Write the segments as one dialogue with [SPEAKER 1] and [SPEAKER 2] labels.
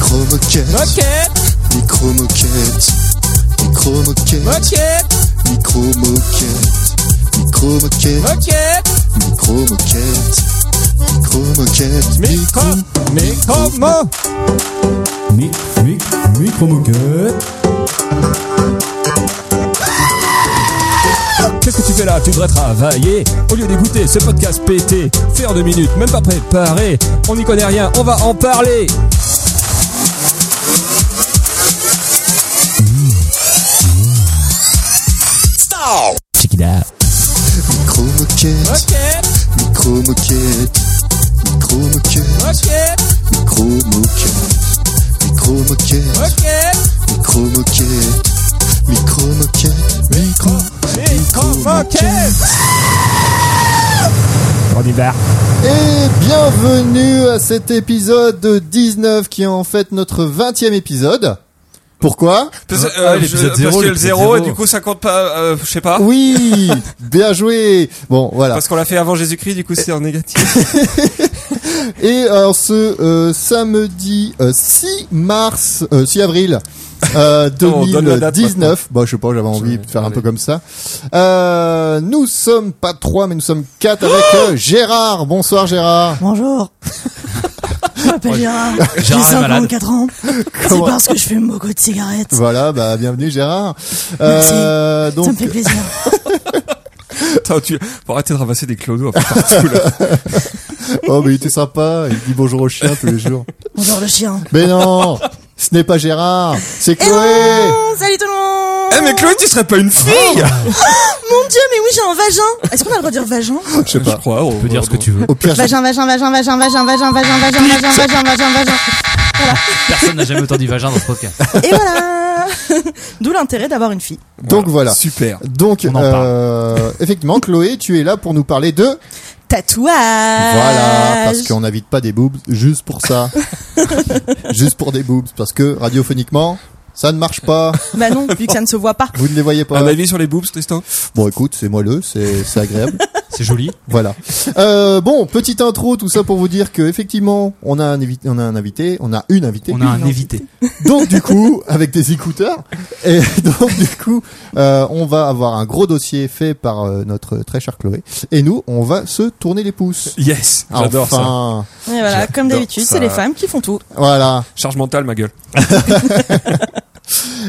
[SPEAKER 1] moquette,
[SPEAKER 2] Moquette,
[SPEAKER 1] micro moquette, micro moquette,
[SPEAKER 2] moquette,
[SPEAKER 1] micro moquette, micro moquette,
[SPEAKER 2] moquette,
[SPEAKER 1] micro moquette, micro moquette,
[SPEAKER 2] micro, micro, mo.
[SPEAKER 3] Mic, mic, micro moquette.
[SPEAKER 2] Qu'est-ce que tu fais là Tu devrais travailler. Au lieu d'écouter ce podcast pété, fait en deux minutes, même pas préparé. On n'y connaît rien, on va en parler. Check it out.
[SPEAKER 1] micro moquette,
[SPEAKER 2] Moquette,
[SPEAKER 1] micro moquette, micro moquette,
[SPEAKER 2] moquette,
[SPEAKER 1] micro moquette, micro moquette,
[SPEAKER 2] moquette,
[SPEAKER 1] micro moquette, micro moquette, micro,
[SPEAKER 2] micro, moquette. On y va.
[SPEAKER 4] Et bienvenue à cet épisode 19 qui est en fait notre 20e épisode. Pourquoi
[SPEAKER 5] Parce, que,
[SPEAKER 3] Ah,
[SPEAKER 5] euh,
[SPEAKER 3] l'épisode
[SPEAKER 5] je-
[SPEAKER 3] zéro,
[SPEAKER 5] parce que le
[SPEAKER 3] l'épisode
[SPEAKER 5] 0,
[SPEAKER 3] zéro.
[SPEAKER 5] du coup, ça compte pas, euh, je sais pas.
[SPEAKER 4] Oui Bien joué Bon, voilà.
[SPEAKER 5] Parce qu'on l'a fait avant Jésus-Christ, du coup, c'est en négatif.
[SPEAKER 4] Et alors ce euh, samedi euh, 6 mars, euh, 6 avril euh,
[SPEAKER 5] on donne la date
[SPEAKER 4] 2019, bah, je sais pas, j'avais envie de faire un peu comme ça. Euh, nous sommes pas trois, mais nous sommes quatre avec euh, Gérard. Bonsoir Gérard.
[SPEAKER 6] Bonjour. Je m'appelle Gérard. J'ai
[SPEAKER 3] Gérard est malade.
[SPEAKER 6] 54 ans. C'est
[SPEAKER 4] Comment-
[SPEAKER 6] parce que je fume beaucoup de cigarettes.
[SPEAKER 4] Voilà, bah bienvenue Gérard.
[SPEAKER 6] Merci.
[SPEAKER 4] Euh,
[SPEAKER 6] Ça
[SPEAKER 4] donc
[SPEAKER 6] me fait plaisir.
[SPEAKER 5] Attends, tu, faut arrêter de ramasser des clodos un peu partout, là.
[SPEAKER 4] oh mais il était sympa, il dit bonjour au chien tous les jours.
[SPEAKER 6] Bonjour le chien.
[SPEAKER 4] Mais non, ce n'est pas Gérard, c'est
[SPEAKER 6] Eh
[SPEAKER 4] Chloé.
[SPEAKER 6] non, salut tout le monde.
[SPEAKER 5] Eh, mais Chloé, tu serais pas une fille!
[SPEAKER 6] Mon dieu, mais oui, j'ai un vagin. Est-ce qu'on a le droit de dire vagin
[SPEAKER 4] Je sais
[SPEAKER 5] Je
[SPEAKER 4] pas.
[SPEAKER 5] crois, on
[SPEAKER 3] Tu peux dire ce que tu veux.
[SPEAKER 4] Au pire, je-
[SPEAKER 6] Vagin, vagin, vagin, vagin, vagin, vagin, vagin, vagin, vagin, vagin, vagin, vagin.
[SPEAKER 3] Personne n'a jamais autant dit vagin dans ce podcast.
[SPEAKER 6] Et voilà. D'où l'intérêt d'avoir une fille.
[SPEAKER 4] donc voilà.
[SPEAKER 5] Super.
[SPEAKER 4] Donc,
[SPEAKER 3] On en parle.
[SPEAKER 4] euh, effectivement, Chloé, tu es là pour nous parler de
[SPEAKER 6] Tatouage. Euh,
[SPEAKER 4] voilà, parce qu'on n'invite pas des boobs juste pour ça, juste pour des boobs, parce que radiophoniquement, ça ne marche pas.
[SPEAKER 6] Bah non, vu que ça ne se voit pas.
[SPEAKER 4] Vous ne les voyez
[SPEAKER 3] Ah,
[SPEAKER 4] pas.
[SPEAKER 5] Un avis sur les boobs, Tristan?
[SPEAKER 4] Bon, écoute, c'est moelleux, c'est c'est agréable.
[SPEAKER 3] C'est joli.
[SPEAKER 4] Voilà. Euh, bon, petite intro, tout ça pour vous dire que effectivement, on a un invité, on a un invité, on a une invitée.
[SPEAKER 3] On a un évité.
[SPEAKER 4] Donc du coup, avec des écouteurs, et donc du coup, euh, on va avoir un gros dossier fait par euh, notre très chère Chloé. Et nous, on va se tourner les pouces.
[SPEAKER 5] Yes. J'adore ça.
[SPEAKER 4] enfin,
[SPEAKER 6] Et voilà, comme d'habitude,
[SPEAKER 5] ça.
[SPEAKER 6] c'est les femmes qui font tout.
[SPEAKER 4] voilà.
[SPEAKER 5] Charge mentale, ma gueule.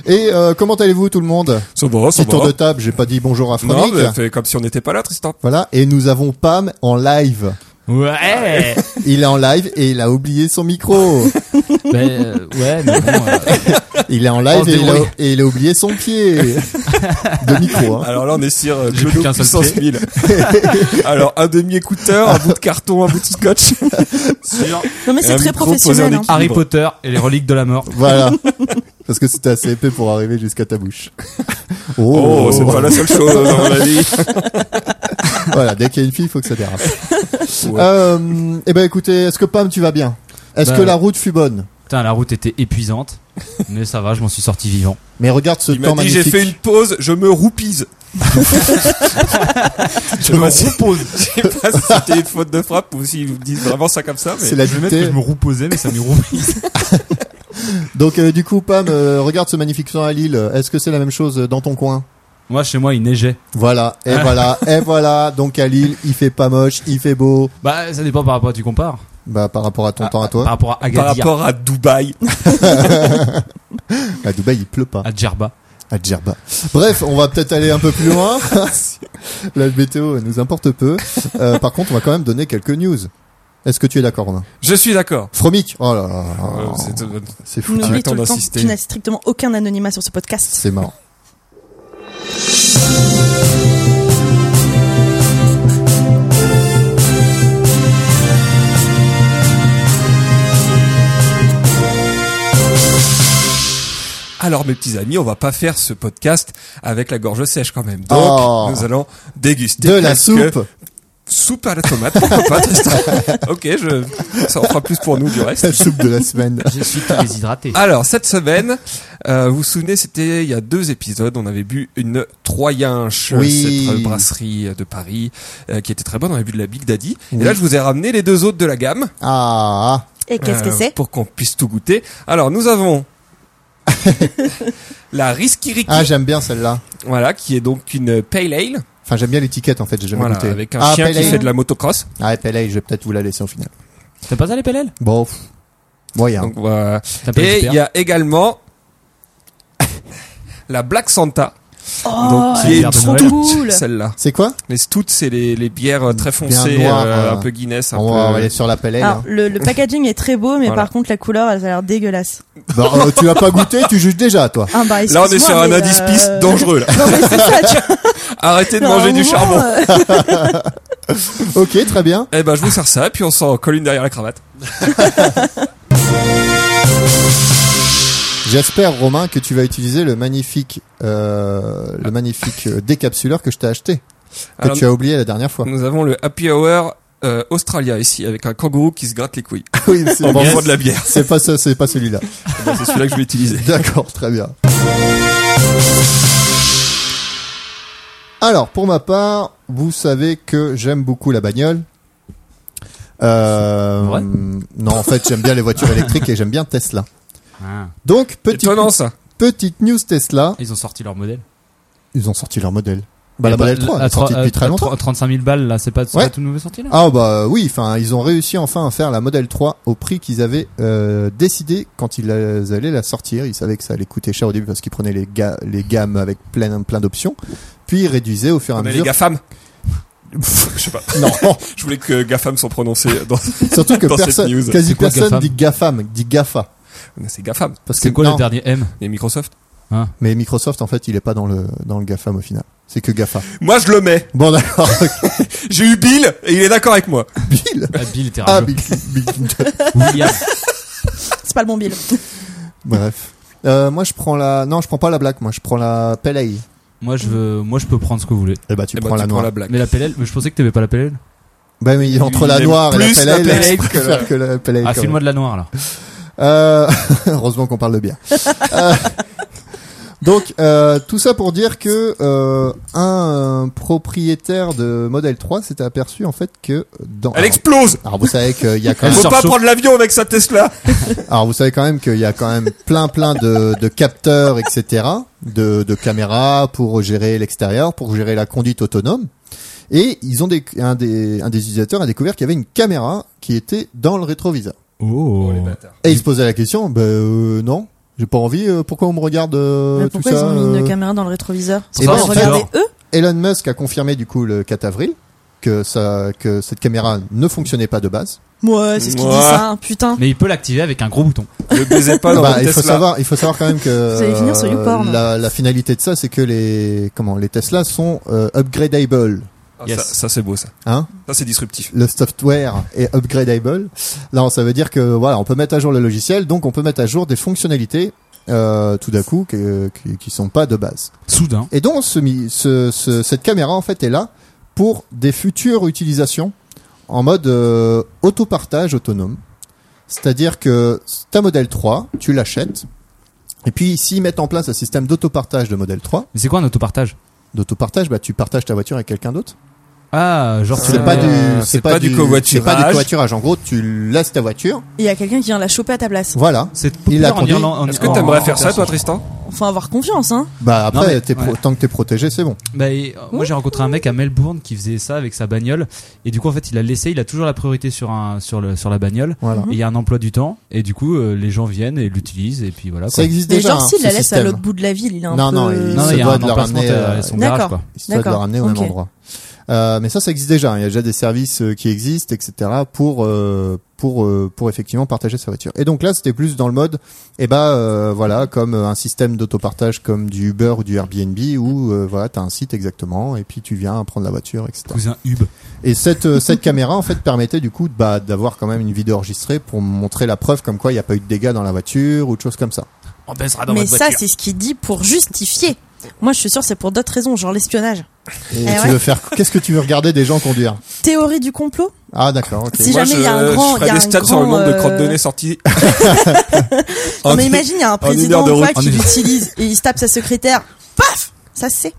[SPEAKER 4] Et euh, comment allez-vous tout le monde
[SPEAKER 5] Ça va, ça
[SPEAKER 4] Petit tour
[SPEAKER 5] va.
[SPEAKER 4] de table, j'ai pas dit bonjour à
[SPEAKER 5] Non,
[SPEAKER 4] Fronic.
[SPEAKER 5] mais fais comme si on n'était pas là, Tristan.
[SPEAKER 4] Voilà, et nous avons Pam en live.
[SPEAKER 3] Ouais.
[SPEAKER 4] Il est en live et il a oublié son micro.
[SPEAKER 3] Mais, euh, ouais, mais bon. euh,
[SPEAKER 4] Il est en
[SPEAKER 3] On
[SPEAKER 4] live
[SPEAKER 3] se
[SPEAKER 4] et il, a,
[SPEAKER 3] débrouille.
[SPEAKER 4] et il a oublié son pied de micro. Hein.
[SPEAKER 5] Alors là, on est sur euh,
[SPEAKER 3] J'ai plus
[SPEAKER 5] Clodo
[SPEAKER 3] qu'un seul
[SPEAKER 5] puissance 1000. Alors, un demi-écouteur, un bout de carton, un bout de scotch.
[SPEAKER 3] sur
[SPEAKER 6] Non mais
[SPEAKER 5] Un
[SPEAKER 6] c'est très
[SPEAKER 5] micro posé en
[SPEAKER 6] professionnel. hein.
[SPEAKER 5] équipe.
[SPEAKER 3] Harry Potter et les reliques de la mort.
[SPEAKER 4] Voilà. Parce que c'était assez épais pour arriver jusqu'à ta bouche.
[SPEAKER 5] Oh, c'est pas la seule chose, à
[SPEAKER 4] Oh.
[SPEAKER 5] mon avis.
[SPEAKER 4] Voilà, dès qu'il y a une fille, il faut que ça dérape. Euh, eh ben écoutez, est-ce que Pam, tu vas bien Est-ce
[SPEAKER 5] Ben
[SPEAKER 3] Bah,
[SPEAKER 4] que la route fut bonne
[SPEAKER 3] Putain, la route était épuisante. Mais ça va, je m'en suis sorti vivant.
[SPEAKER 4] Mais regarde ce
[SPEAKER 5] Il m'a
[SPEAKER 4] temps
[SPEAKER 5] dit, j'ai
[SPEAKER 4] magnifique.
[SPEAKER 5] fait une pause, je me roupise. je me roupose. Je sais pas si c'était une faute de frappe ou s'ils vous disent vraiment ça comme ça,
[SPEAKER 4] C'est
[SPEAKER 5] mais
[SPEAKER 4] la
[SPEAKER 3] Je vais mettre
[SPEAKER 4] dictée.
[SPEAKER 3] que je me reposais, mais ça me roupille.
[SPEAKER 4] Donc euh, du coup, Pam, euh, regarde ce magnifique temps à Lille. Est-ce que c'est la même chose euh, dans ton coin
[SPEAKER 3] Moi, chez moi, il neigeait.
[SPEAKER 4] Voilà, et voilà, et voilà. Donc à Lille, il fait pas moche, il fait beau.
[SPEAKER 3] Bah, ça dépend par rapport à tu compares.
[SPEAKER 4] Bah par rapport à ton temps à toi,
[SPEAKER 3] Par
[SPEAKER 5] Ah,
[SPEAKER 3] rapport à
[SPEAKER 5] par
[SPEAKER 3] Agadir,
[SPEAKER 5] rapport à Dubaï. ah.
[SPEAKER 4] à Dubaï, il pleut pas.
[SPEAKER 3] à Djerba.
[SPEAKER 4] à Djerba. Bref, on va peut-être aller un peu plus loin. La météo elle nous importe peu. Euh, par contre, on va quand même donner quelques news. Est-ce que tu es d'accord, Romain
[SPEAKER 5] Je suis d'accord.
[SPEAKER 4] Fromic Oh là là,
[SPEAKER 5] Euh, c'est- euh,
[SPEAKER 4] c'est fou.
[SPEAKER 6] N'oublie
[SPEAKER 5] Arrêtons
[SPEAKER 6] tout le temps que
[SPEAKER 5] d'insister.
[SPEAKER 6] tu n'as strictement aucun anonymat sur ce podcast.
[SPEAKER 4] C'est marrant.
[SPEAKER 5] Alors mes petits amis, on va pas faire ce podcast avec la gorge sèche quand même. Donc
[SPEAKER 4] Oh.
[SPEAKER 5] nous allons déguster
[SPEAKER 4] De la
[SPEAKER 5] quelques
[SPEAKER 4] soupe
[SPEAKER 5] soupe à la tomate. Pourquoi pas Tristan Ok, je ça en fera plus pour nous du reste.
[SPEAKER 4] La soupe de la semaine.
[SPEAKER 3] Je suis tout déshydraté.
[SPEAKER 5] Alors cette semaine, euh, vous vous souvenez, c'était il y a deux épisodes, on avait bu une Troyenche,
[SPEAKER 4] Oui.
[SPEAKER 5] cette euh, brasserie euh, de Paris euh, qui était très bonne. On avait bu de la Big Daddy. Et là, je vous ai ramené les deux autres de la gamme.
[SPEAKER 4] Ah,
[SPEAKER 6] Et qu'est-ce que
[SPEAKER 5] Euh,
[SPEAKER 6] c'est
[SPEAKER 5] Pour qu'on puisse tout goûter. Alors, nous avons la Riskiriki,
[SPEAKER 4] Ah, j'aime bien celle-là.
[SPEAKER 5] voilà, qui est donc une pale ale,
[SPEAKER 4] Enfin, j'aime bien l'étiquette en fait, j'ai jamais
[SPEAKER 5] voilà,
[SPEAKER 4] goûté.
[SPEAKER 5] avec un
[SPEAKER 4] ah,
[SPEAKER 5] chien
[SPEAKER 4] Pale
[SPEAKER 5] qui
[SPEAKER 4] Ale.
[SPEAKER 5] fait de la motocross.
[SPEAKER 4] Ah, Pale Ale, je vais peut-être vous la laisser au final.
[SPEAKER 3] T'as pas ça les PLL
[SPEAKER 4] Bon, pff, moyen.
[SPEAKER 5] Donc, voilà.
[SPEAKER 3] T'as pas les
[SPEAKER 5] Et
[SPEAKER 3] super
[SPEAKER 5] il y a également la Black Santa,
[SPEAKER 6] Oh,
[SPEAKER 5] donc,
[SPEAKER 3] les
[SPEAKER 5] qui est
[SPEAKER 3] bières de Noël.
[SPEAKER 5] toute
[SPEAKER 6] Cool.
[SPEAKER 5] celle-là.
[SPEAKER 4] C'est quoi
[SPEAKER 5] Les stouts, c'est les, les bières très foncées,
[SPEAKER 4] noires,
[SPEAKER 5] euh,
[SPEAKER 4] voilà.
[SPEAKER 5] un peu Guinness, un
[SPEAKER 4] on va, on va
[SPEAKER 5] peu.
[SPEAKER 4] aller sur la Pale Ale.
[SPEAKER 6] Alors,
[SPEAKER 4] hein.
[SPEAKER 6] le, le packaging est très beau, mais
[SPEAKER 5] Voilà.
[SPEAKER 6] par contre, la couleur, elle a l'air dégueulasse.
[SPEAKER 4] Bah, euh, tu as pas goûté, tu juges déjà, toi.
[SPEAKER 6] Ah, bah,
[SPEAKER 5] Là, on est
[SPEAKER 6] excuse-moi,
[SPEAKER 5] sur un
[SPEAKER 6] mais,
[SPEAKER 5] indice
[SPEAKER 6] euh,
[SPEAKER 5] pisse dangereux. Là.
[SPEAKER 6] Non, mais c'est ça, tu vois.
[SPEAKER 5] Arrêtez de
[SPEAKER 6] Alors,
[SPEAKER 5] manger
[SPEAKER 6] au
[SPEAKER 5] du
[SPEAKER 6] moment,
[SPEAKER 5] charbon.
[SPEAKER 6] euh,
[SPEAKER 4] Ok, très bien.
[SPEAKER 5] Eh ben, je vous sers ça, puis on s'en colle une derrière la cravate.
[SPEAKER 4] J'espère, Romain, que tu vas utiliser le magnifique, euh, le magnifique euh, décapsuleur que je t'ai acheté, que
[SPEAKER 5] Alors,
[SPEAKER 4] tu as oublié la dernière fois.
[SPEAKER 5] Nous avons le Happy Hour euh, Australia ici, avec un kangourou qui se gratte les couilles.
[SPEAKER 4] oui, c'est
[SPEAKER 5] En
[SPEAKER 4] bon,
[SPEAKER 5] buvant de la bière.
[SPEAKER 4] c'est pas ça, c'est pas celui-là.
[SPEAKER 5] Ben, c'est celui-là que je vais utiliser.
[SPEAKER 4] D'accord, très bien. Alors, pour ma part, vous savez que j'aime beaucoup la bagnole. Euh,
[SPEAKER 3] Vrai
[SPEAKER 4] non, en fait, j'aime bien les voitures électriques et j'aime bien Tesla.
[SPEAKER 3] Ah,
[SPEAKER 4] Donc, petite,
[SPEAKER 5] Étonnant ça.
[SPEAKER 4] petite news Tesla.
[SPEAKER 3] Ils ont sorti leur modèle.
[SPEAKER 4] Ils ont sorti leur modèle. Bah,
[SPEAKER 7] Eh
[SPEAKER 3] Et
[SPEAKER 7] ben,
[SPEAKER 4] la modèle 3, elle
[SPEAKER 3] à
[SPEAKER 4] est sortie
[SPEAKER 3] trois- euh, à- à
[SPEAKER 4] depuis
[SPEAKER 7] euh,
[SPEAKER 4] très longtemps.
[SPEAKER 3] trois- 35 000 balles là, c'est pas, c'est
[SPEAKER 4] Ouais.
[SPEAKER 3] pas tout nouveau sorti là
[SPEAKER 4] Ah bah oui, enfin ils ont réussi enfin à faire la modèle 3 au prix qu'ils avaient euh, décidé quand ils euh, allaient la sortir. Ils savaient que ça allait coûter cher au début parce qu'ils prenaient les, ga- les gammes avec plein plein d'options, puis ils réduisaient au fur et à
[SPEAKER 5] On est les
[SPEAKER 4] mesure.
[SPEAKER 5] GAFAM. je sais pas.
[SPEAKER 4] Non,
[SPEAKER 5] Je voulais que GAFAM soit prononcé dans.
[SPEAKER 4] surtout que
[SPEAKER 5] Dans cette
[SPEAKER 4] personne,
[SPEAKER 5] news.
[SPEAKER 4] quasi
[SPEAKER 3] C'est quoi,
[SPEAKER 4] personne
[SPEAKER 3] GAFAM
[SPEAKER 4] dit GAFAM, dit GAFA.
[SPEAKER 5] Mais C'est GAFAM.
[SPEAKER 4] Parce
[SPEAKER 3] C'est
[SPEAKER 4] que-
[SPEAKER 3] quoi
[SPEAKER 4] non,
[SPEAKER 3] le dernier M
[SPEAKER 5] Et Microsoft.
[SPEAKER 4] Mais Microsoft en fait il est pas dans le dans le GAFAM au final. C'est que GAFA.
[SPEAKER 5] Moi, je le mets.
[SPEAKER 4] Bon d'accord,
[SPEAKER 5] J'ai eu Bill et il est d'accord avec moi.
[SPEAKER 4] Bill.
[SPEAKER 3] Ah, Bill, t'es
[SPEAKER 4] Ah
[SPEAKER 3] rageux.
[SPEAKER 4] Bill, Bill Clinton.
[SPEAKER 3] William.
[SPEAKER 6] C'est pas le bon
[SPEAKER 4] Euh,
[SPEAKER 6] bill.
[SPEAKER 4] Bref. Euh, moi je prends la non je prends pas la black moi je prends la Pelay.
[SPEAKER 3] Moi je veux, moi je peux prendre ce que vous voulez.
[SPEAKER 4] Eh bah tu
[SPEAKER 5] Eh ben,
[SPEAKER 4] prends la
[SPEAKER 5] tu
[SPEAKER 4] noire.
[SPEAKER 5] prends la blague.
[SPEAKER 3] Mais la PLL, mais je pensais que t'aimais pas la PLL.
[SPEAKER 4] Bah oui, entre
[SPEAKER 5] Il
[SPEAKER 4] la
[SPEAKER 5] aime
[SPEAKER 4] noire et la
[SPEAKER 5] plus la
[SPEAKER 4] pelle
[SPEAKER 5] pelle ale
[SPEAKER 4] je
[SPEAKER 5] que la-
[SPEAKER 4] préfère que la pelle ale
[SPEAKER 3] Ah,
[SPEAKER 4] quand
[SPEAKER 3] file-moi de la noire là.
[SPEAKER 4] même. Euh, heureusement qu'on parle de bière. Euh, donc euh, tout ça pour dire que euh, un euh, propriétaire de modèle 3 s'était aperçu en fait que dans
[SPEAKER 5] Elle
[SPEAKER 4] alors,
[SPEAKER 5] explose.
[SPEAKER 4] alors vous savez qu'il y a quand
[SPEAKER 5] Elle
[SPEAKER 4] même
[SPEAKER 5] faut pas
[SPEAKER 3] surchauffe.
[SPEAKER 5] prendre l'avion avec sa Tesla.
[SPEAKER 4] alors vous savez quand même qu'il y a quand même plein plein de, de capteurs etc de, de caméras pour gérer l'extérieur pour gérer la conduite autonome et ils ont des, un des un des utilisateurs a découvert qu'il y avait une caméra qui était dans le rétroviseur
[SPEAKER 3] Oh.
[SPEAKER 4] Et il se posait la question, ben euh, non, j'ai pas envie, euh, pourquoi on me regarde euh,
[SPEAKER 6] Mais
[SPEAKER 4] tout
[SPEAKER 6] pourquoi
[SPEAKER 4] ça
[SPEAKER 6] ils ont mis
[SPEAKER 4] euh,
[SPEAKER 6] une caméra dans le rétroviseur
[SPEAKER 4] Et
[SPEAKER 6] Ils
[SPEAKER 4] ben,
[SPEAKER 6] les
[SPEAKER 4] en fait-
[SPEAKER 6] regardaient eux
[SPEAKER 4] Elon Musk a confirmé du coup le 4 avril que ça que cette caméra ne fonctionnait pas de base.
[SPEAKER 6] Moi, c'est ce qu'ils
[SPEAKER 5] Moi.
[SPEAKER 6] disent, ça, hein, putain.
[SPEAKER 3] Mais il peut l'activer avec un gros bouton.
[SPEAKER 5] Ne baisez pas dans
[SPEAKER 4] Bah,
[SPEAKER 5] votre
[SPEAKER 4] il faut
[SPEAKER 5] Tesla.
[SPEAKER 4] savoir, il faut savoir quand même que
[SPEAKER 6] Vous allez finir sur
[SPEAKER 4] euh,
[SPEAKER 6] YouPorn.
[SPEAKER 4] la, la finalité de ça c'est que les comment les Tesla sont euh, upgradable.
[SPEAKER 5] Ah,
[SPEAKER 3] Yes.
[SPEAKER 5] Ça, ça, c'est beau ça.
[SPEAKER 4] Hein
[SPEAKER 5] Ça c'est disruptif.
[SPEAKER 4] le software est upgradable. Non, ça veut dire que voilà, on peut mettre à jour le logiciel, donc on peut mettre à jour des fonctionnalités euh, tout d'un coup que- qui, qui sont pas de base.
[SPEAKER 3] Soudain.
[SPEAKER 4] Et donc, ce mi- ce- ce- cette caméra, en fait, est là pour des futures utilisations en mode euh, autopartage autonome. C'est-à-dire que ta modèle 3, tu l'achètes. Et puis, s'ils mettent en place un système d'autopartage de modèle 3,
[SPEAKER 3] Mais c'est quoi un autopartage
[SPEAKER 4] d'autopartage, bah, tu partages ta voiture avec quelqu'un d'autre.
[SPEAKER 3] Ah, genre tu
[SPEAKER 4] C'est
[SPEAKER 3] la
[SPEAKER 4] pas
[SPEAKER 3] mets,
[SPEAKER 4] du,
[SPEAKER 3] euh,
[SPEAKER 5] c'est pas du
[SPEAKER 4] C'est
[SPEAKER 5] covoiturage.
[SPEAKER 4] pas du covoiturage. En gros, tu laisses ta voiture.
[SPEAKER 6] Il y a quelqu'un qui vient la choper à ta place.
[SPEAKER 4] Voilà.
[SPEAKER 3] C'est
[SPEAKER 4] Il l'a
[SPEAKER 3] populaire en
[SPEAKER 4] conduit.
[SPEAKER 3] Irlande. en-
[SPEAKER 5] Est-ce que
[SPEAKER 3] en-
[SPEAKER 5] t'aimerais
[SPEAKER 3] en-
[SPEAKER 5] faire ça toi Tristan
[SPEAKER 6] Faut avoir confiance, hein.
[SPEAKER 4] Bah,
[SPEAKER 3] Non,
[SPEAKER 4] après,
[SPEAKER 3] mais-
[SPEAKER 4] t'es pro-
[SPEAKER 3] ouais.
[SPEAKER 4] tant que t'es protégé, c'est bon.
[SPEAKER 3] Bah, et, euh, moi j'ai rencontré un mec à Melbourne qui faisait ça avec sa bagnole et du coup en fait il a laissé, il a toujours la priorité sur un sur le sur la bagnole.
[SPEAKER 5] Ah.
[SPEAKER 4] Voilà.
[SPEAKER 3] Et Il y a un emploi du temps et du coup euh, les gens viennent et l'utilisent et puis voilà.
[SPEAKER 4] Ça
[SPEAKER 3] Quoi.
[SPEAKER 4] existe
[SPEAKER 6] Mais
[SPEAKER 4] déjà.
[SPEAKER 6] genre,
[SPEAKER 4] hein,
[SPEAKER 6] s'il
[SPEAKER 4] ce
[SPEAKER 6] la laisse à
[SPEAKER 4] système.
[SPEAKER 6] l'autre bout de la ville, il est un
[SPEAKER 4] Non,
[SPEAKER 6] peu. euh,
[SPEAKER 4] non, il-
[SPEAKER 3] Non,
[SPEAKER 4] Ça
[SPEAKER 3] il y a
[SPEAKER 4] doit
[SPEAKER 3] un
[SPEAKER 4] de la
[SPEAKER 3] emplacement
[SPEAKER 4] ramener,
[SPEAKER 3] euh,
[SPEAKER 4] euh,
[SPEAKER 3] son garage
[SPEAKER 6] D'accord.
[SPEAKER 3] quoi.
[SPEAKER 4] histoire de le
[SPEAKER 6] D'accord,
[SPEAKER 4] ramener au même
[SPEAKER 6] ok.
[SPEAKER 4] endroit. Euh, mais ça, ça existe déjà. Il y a déjà des services euh, qui existent, etc. pour euh, pour euh, pour effectivement partager sa voiture. Et donc là, c'était plus dans le mode, eh ben euh, voilà, comme euh, un système d'autopartage comme du Uber ou du Airbnb où euh, voilà, t'as un site exactement et puis tu viens prendre la voiture, etc.
[SPEAKER 3] Cousin Hub.
[SPEAKER 4] Et cette euh, cette caméra en fait permettait du coup bah, d'avoir quand même une vidéo enregistrée pour montrer la preuve comme quoi il n'y a pas eu de dégâts dans la voiture ou de choses comme ça.
[SPEAKER 3] On
[SPEAKER 5] Ah
[SPEAKER 3] baissera dans
[SPEAKER 6] mais
[SPEAKER 3] votre
[SPEAKER 6] ça,
[SPEAKER 3] voiture.
[SPEAKER 6] c'est ce qu'il dit pour justifier. Moi, je suis sûr, c'est pour d'autres raisons, genre l'espionnage.
[SPEAKER 4] Et tu
[SPEAKER 6] Eh ouais.
[SPEAKER 4] veux faire qu'est-ce que tu veux regarder des gens conduire
[SPEAKER 6] Théorie du complot
[SPEAKER 4] Ah d'accord. ok.
[SPEAKER 6] Si
[SPEAKER 5] Moi,
[SPEAKER 6] jamais
[SPEAKER 5] je-
[SPEAKER 6] il y a un grand-
[SPEAKER 5] Je
[SPEAKER 6] il y a
[SPEAKER 5] ferais des
[SPEAKER 6] un
[SPEAKER 5] stats sur le
[SPEAKER 6] grand,
[SPEAKER 5] nombre de crottes
[SPEAKER 6] euh,
[SPEAKER 5] de nez sorties.
[SPEAKER 6] Non, mais imagine, il y a un
[SPEAKER 5] une heure
[SPEAKER 6] président
[SPEAKER 5] de
[SPEAKER 6] ou quoi
[SPEAKER 5] route.
[SPEAKER 6] qui l'utilise et il se tape sa secrétaire. Paf Ça, c'est.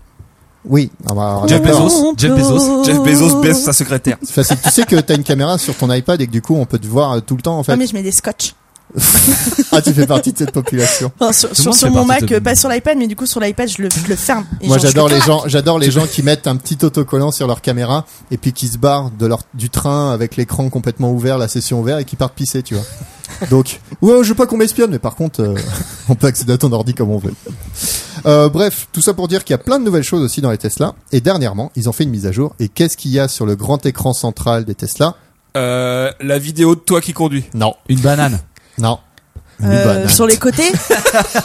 [SPEAKER 4] Oui. Ah bah, alors,
[SPEAKER 5] Jeff
[SPEAKER 4] d'accord.
[SPEAKER 5] Bezos.
[SPEAKER 7] Jeff Bezos.
[SPEAKER 5] Oh. Jeff Bezos baisse sa secrétaire.
[SPEAKER 4] Enfin, c'est- tu sais que t'as une caméra sur ton iPad et que du coup on peut te voir euh, tout le temps en fait.
[SPEAKER 6] Ah, mais je mets des scotch.
[SPEAKER 4] ah tu fais partie de cette population.
[SPEAKER 6] Enfin, sur
[SPEAKER 7] Tout le
[SPEAKER 6] sur,
[SPEAKER 7] monde
[SPEAKER 6] sur
[SPEAKER 7] fait
[SPEAKER 6] mon
[SPEAKER 7] partie de
[SPEAKER 6] Mac,
[SPEAKER 7] cette
[SPEAKER 6] euh, pas sur l'iPad, mais du coup sur l'iPad, je le, je le ferme. Et
[SPEAKER 4] Moi
[SPEAKER 6] genre, je
[SPEAKER 4] j'adore
[SPEAKER 6] fais
[SPEAKER 4] les
[SPEAKER 6] clac.
[SPEAKER 4] gens, j'adore les gens qui mettent un petit autocollant sur leur caméra et puis qui se barrent de leur du train avec l'écran complètement ouvert, la session ouverte et qui partent pisser, tu vois. Donc ouais, je veux pas qu'on m'espionne, mais par contre euh, on peut accéder à ton ordi comme on veut. Euh, bref, tout ça pour dire qu'il y a plein de nouvelles choses aussi dans les Tesla. Et dernièrement, ils ont fait une mise à jour. Et qu'est-ce qu'il y a sur le grand écran central des Tesla
[SPEAKER 5] Euh, la vidéo de toi qui conduis.
[SPEAKER 4] Non,
[SPEAKER 7] Une banane.
[SPEAKER 4] non. Une
[SPEAKER 6] Euh,
[SPEAKER 4] banane.
[SPEAKER 6] sur les côtés.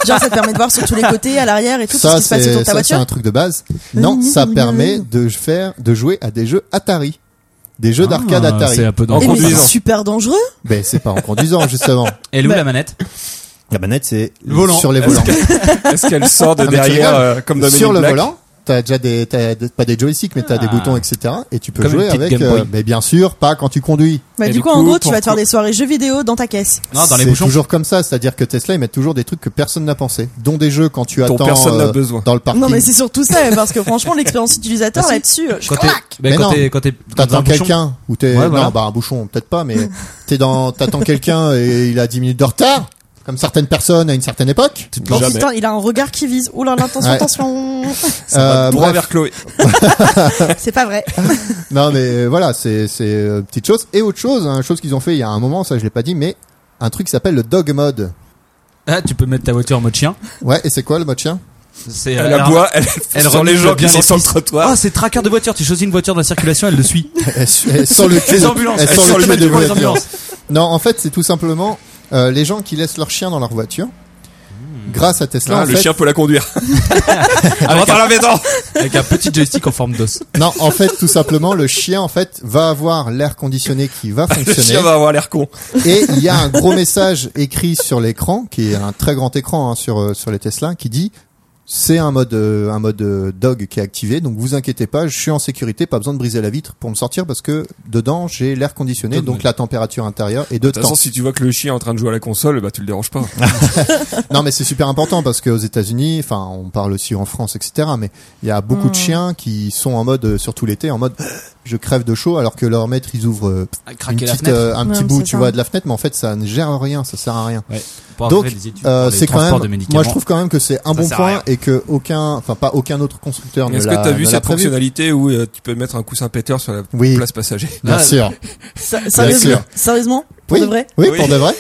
[SPEAKER 6] genre, ça te permet de voir sur tous les côtés, à l'arrière et tout, tout ce
[SPEAKER 4] ça
[SPEAKER 6] qui se passe autour
[SPEAKER 4] c'est
[SPEAKER 6] de ta
[SPEAKER 4] ça, c'est
[SPEAKER 6] voiture. Mmh,
[SPEAKER 4] un truc de base. Non, ça permet de faire de jouer à des jeux Atari, des jeux d'arcade
[SPEAKER 7] Ah,
[SPEAKER 4] Atari.
[SPEAKER 7] C'est un peu
[SPEAKER 5] en
[SPEAKER 6] Eh, mais c'est
[SPEAKER 5] conduisant.
[SPEAKER 6] super dangereux.
[SPEAKER 4] Ben c'est pas en conduisant justement.
[SPEAKER 7] Elle est où
[SPEAKER 6] Bah-
[SPEAKER 7] la manette
[SPEAKER 4] La manette c'est
[SPEAKER 5] Le volant.
[SPEAKER 4] sur les
[SPEAKER 5] Est-ce
[SPEAKER 4] volants.
[SPEAKER 5] Est-ce qu'elle sort de
[SPEAKER 4] Ah, mais tu
[SPEAKER 5] derrière
[SPEAKER 4] rigoles.
[SPEAKER 5] euh, comme dans Men
[SPEAKER 4] sur
[SPEAKER 5] in
[SPEAKER 4] le
[SPEAKER 5] Black
[SPEAKER 4] volant, t'as déjà des t'as des- pas des joysticks mais t'as des
[SPEAKER 7] Ah.
[SPEAKER 4] boutons etc. Et tu peux
[SPEAKER 7] Comme une
[SPEAKER 4] jouer
[SPEAKER 7] petite
[SPEAKER 4] avec.
[SPEAKER 7] Game
[SPEAKER 4] euh,
[SPEAKER 7] Boy.
[SPEAKER 4] mais bien sûr pas quand tu conduis.
[SPEAKER 6] Bah,
[SPEAKER 5] Et
[SPEAKER 6] du
[SPEAKER 5] du
[SPEAKER 6] coup, en
[SPEAKER 5] coup,
[SPEAKER 6] gros, tu vas te
[SPEAKER 5] pourquoi-
[SPEAKER 6] faire des soirées jeux vidéo dans ta caisse.
[SPEAKER 7] Non, Ah, dans les
[SPEAKER 4] C'est
[SPEAKER 7] bouchons.
[SPEAKER 4] toujours comme ça, c'est-à-dire que Tesla ils mettent toujours des trucs que personne n'a pensé, dont des jeux quand tu
[SPEAKER 5] Dont
[SPEAKER 4] attends
[SPEAKER 5] personne n'a
[SPEAKER 4] euh,
[SPEAKER 5] besoin.
[SPEAKER 4] dans le parking.
[SPEAKER 6] Non, mais c'est surtout ça, parce que franchement, l'expérience utilisateur là-dessus, je
[SPEAKER 7] Quand t'es,
[SPEAKER 6] craque.
[SPEAKER 7] ben,
[SPEAKER 4] Mais
[SPEAKER 7] quand
[SPEAKER 4] non.
[SPEAKER 7] t'es, quand t'es, quand t'es un
[SPEAKER 4] T'attends
[SPEAKER 7] bouchon.
[SPEAKER 4] quelqu'un ou t'es
[SPEAKER 7] Ouais, voilà.
[SPEAKER 4] non bah un bouchon peut-être pas mais t'es dans t'attends quelqu'un et il a 10 minutes de retard comme certaines personnes à une certaine époque.
[SPEAKER 5] Tu te
[SPEAKER 6] Oh
[SPEAKER 5] lances
[SPEAKER 6] putain, il a un regard qui vise. Oula, l'attention,
[SPEAKER 4] Ouais.
[SPEAKER 6] attention.
[SPEAKER 5] Ça va
[SPEAKER 4] Euh,
[SPEAKER 5] Bah, droit
[SPEAKER 4] bref.
[SPEAKER 5] vers Chloé.
[SPEAKER 6] C'est pas vrai.
[SPEAKER 4] Non mais euh, voilà c'est c'est euh, petite chose et autre chose hein, chose qu'ils ont fait il y a un moment ça je l'ai pas dit mais un truc qui s'appelle le dog mode.
[SPEAKER 7] Ah, tu peux mettre ta voiture en mode chien.
[SPEAKER 4] Ouais et c'est quoi le mode chien
[SPEAKER 7] C'est,
[SPEAKER 5] Elle
[SPEAKER 7] euh, alors-
[SPEAKER 5] aboie, elle,
[SPEAKER 7] elle
[SPEAKER 5] elle sur les
[SPEAKER 7] renifle
[SPEAKER 5] gens
[SPEAKER 7] bien
[SPEAKER 5] qui sont
[SPEAKER 7] les
[SPEAKER 5] sur le
[SPEAKER 7] pistes.
[SPEAKER 5] trottoir.
[SPEAKER 7] Ah, c'est traqueur de voiture. Tu choisis une voiture de la circulation, elle le suit.
[SPEAKER 4] Elle sent le cul.
[SPEAKER 7] Les ambulances.
[SPEAKER 4] elle
[SPEAKER 7] Elles
[SPEAKER 4] sent
[SPEAKER 7] sont
[SPEAKER 4] le cul
[SPEAKER 7] automatiquement
[SPEAKER 4] des
[SPEAKER 7] les
[SPEAKER 4] voitures.
[SPEAKER 7] ambulances.
[SPEAKER 4] Non en fait c'est tout simplement euh, les gens qui laissent leur chien dans leur voiture. Grâce à Tesla
[SPEAKER 5] Ah,
[SPEAKER 4] en
[SPEAKER 5] le
[SPEAKER 4] fait-
[SPEAKER 5] chien peut la conduire. À droite, à la béton.
[SPEAKER 7] Avec un petit joystick en forme d'os.
[SPEAKER 4] non en fait tout simplement le chien en fait va avoir l'air conditionné qui va
[SPEAKER 5] Le
[SPEAKER 4] fonctionner.
[SPEAKER 5] chien va avoir l'air con.
[SPEAKER 4] Et il y a un gros message écrit sur l'écran, qui est un très grand écran hein, sur euh, sur les Tesla, qui dit c'est un mode euh, un mode euh, dog qui est activé, donc vous inquiétez pas, je suis en sécurité, pas besoin de briser la vitre pour me sortir parce que dedans j'ai l'air conditionné,
[SPEAKER 7] Tout de
[SPEAKER 4] donc
[SPEAKER 7] même.
[SPEAKER 4] la température intérieure est de
[SPEAKER 5] De toute façon,
[SPEAKER 4] temps.
[SPEAKER 5] si tu vois que le chien est en train de jouer à la console, bah tu le déranges pas.
[SPEAKER 4] Non mais c'est super important parce qu'aux États-Unis, enfin on parle aussi en France, etc. Mais il y a beaucoup de
[SPEAKER 6] Hmm.
[SPEAKER 4] chiens qui sont en mode, euh, surtout l'été, en mode je crève de chaud alors que leur maître ils ouvrent euh, une
[SPEAKER 7] Craquer la
[SPEAKER 4] petite,
[SPEAKER 7] fenêtre.
[SPEAKER 4] euh, un petit
[SPEAKER 6] Ouais,
[SPEAKER 4] bout,
[SPEAKER 6] c'est
[SPEAKER 4] tu
[SPEAKER 6] ça.
[SPEAKER 4] vois, de la fenêtre, mais en fait ça ne gère rien, ça sert à rien.
[SPEAKER 7] Pour
[SPEAKER 4] Donc,
[SPEAKER 7] après, les études,
[SPEAKER 4] Euh,
[SPEAKER 7] pour les
[SPEAKER 4] c'est quand
[SPEAKER 7] transports de
[SPEAKER 4] même.
[SPEAKER 7] médicaments.
[SPEAKER 4] Moi, je trouve quand même que c'est un
[SPEAKER 7] Ça
[SPEAKER 4] bon
[SPEAKER 7] sert à
[SPEAKER 4] point
[SPEAKER 7] rien.
[SPEAKER 4] et que aucun, enfin pas aucun autre constructeur ne
[SPEAKER 5] Est-ce
[SPEAKER 4] l'a.
[SPEAKER 5] que t'as vu
[SPEAKER 4] ne l'a
[SPEAKER 5] cette
[SPEAKER 4] prévu.
[SPEAKER 5] fonctionnalité où euh, tu peux mettre un coussin péteur sur la
[SPEAKER 4] Oui.
[SPEAKER 5] place passager
[SPEAKER 4] Bien
[SPEAKER 7] Ah,
[SPEAKER 4] sûr.
[SPEAKER 6] Ça- Sérieusement,
[SPEAKER 4] sûr.
[SPEAKER 6] sérieusement pour
[SPEAKER 4] Oui.
[SPEAKER 6] de vrai.
[SPEAKER 4] Oui,
[SPEAKER 5] Oui.
[SPEAKER 4] pour de vrai.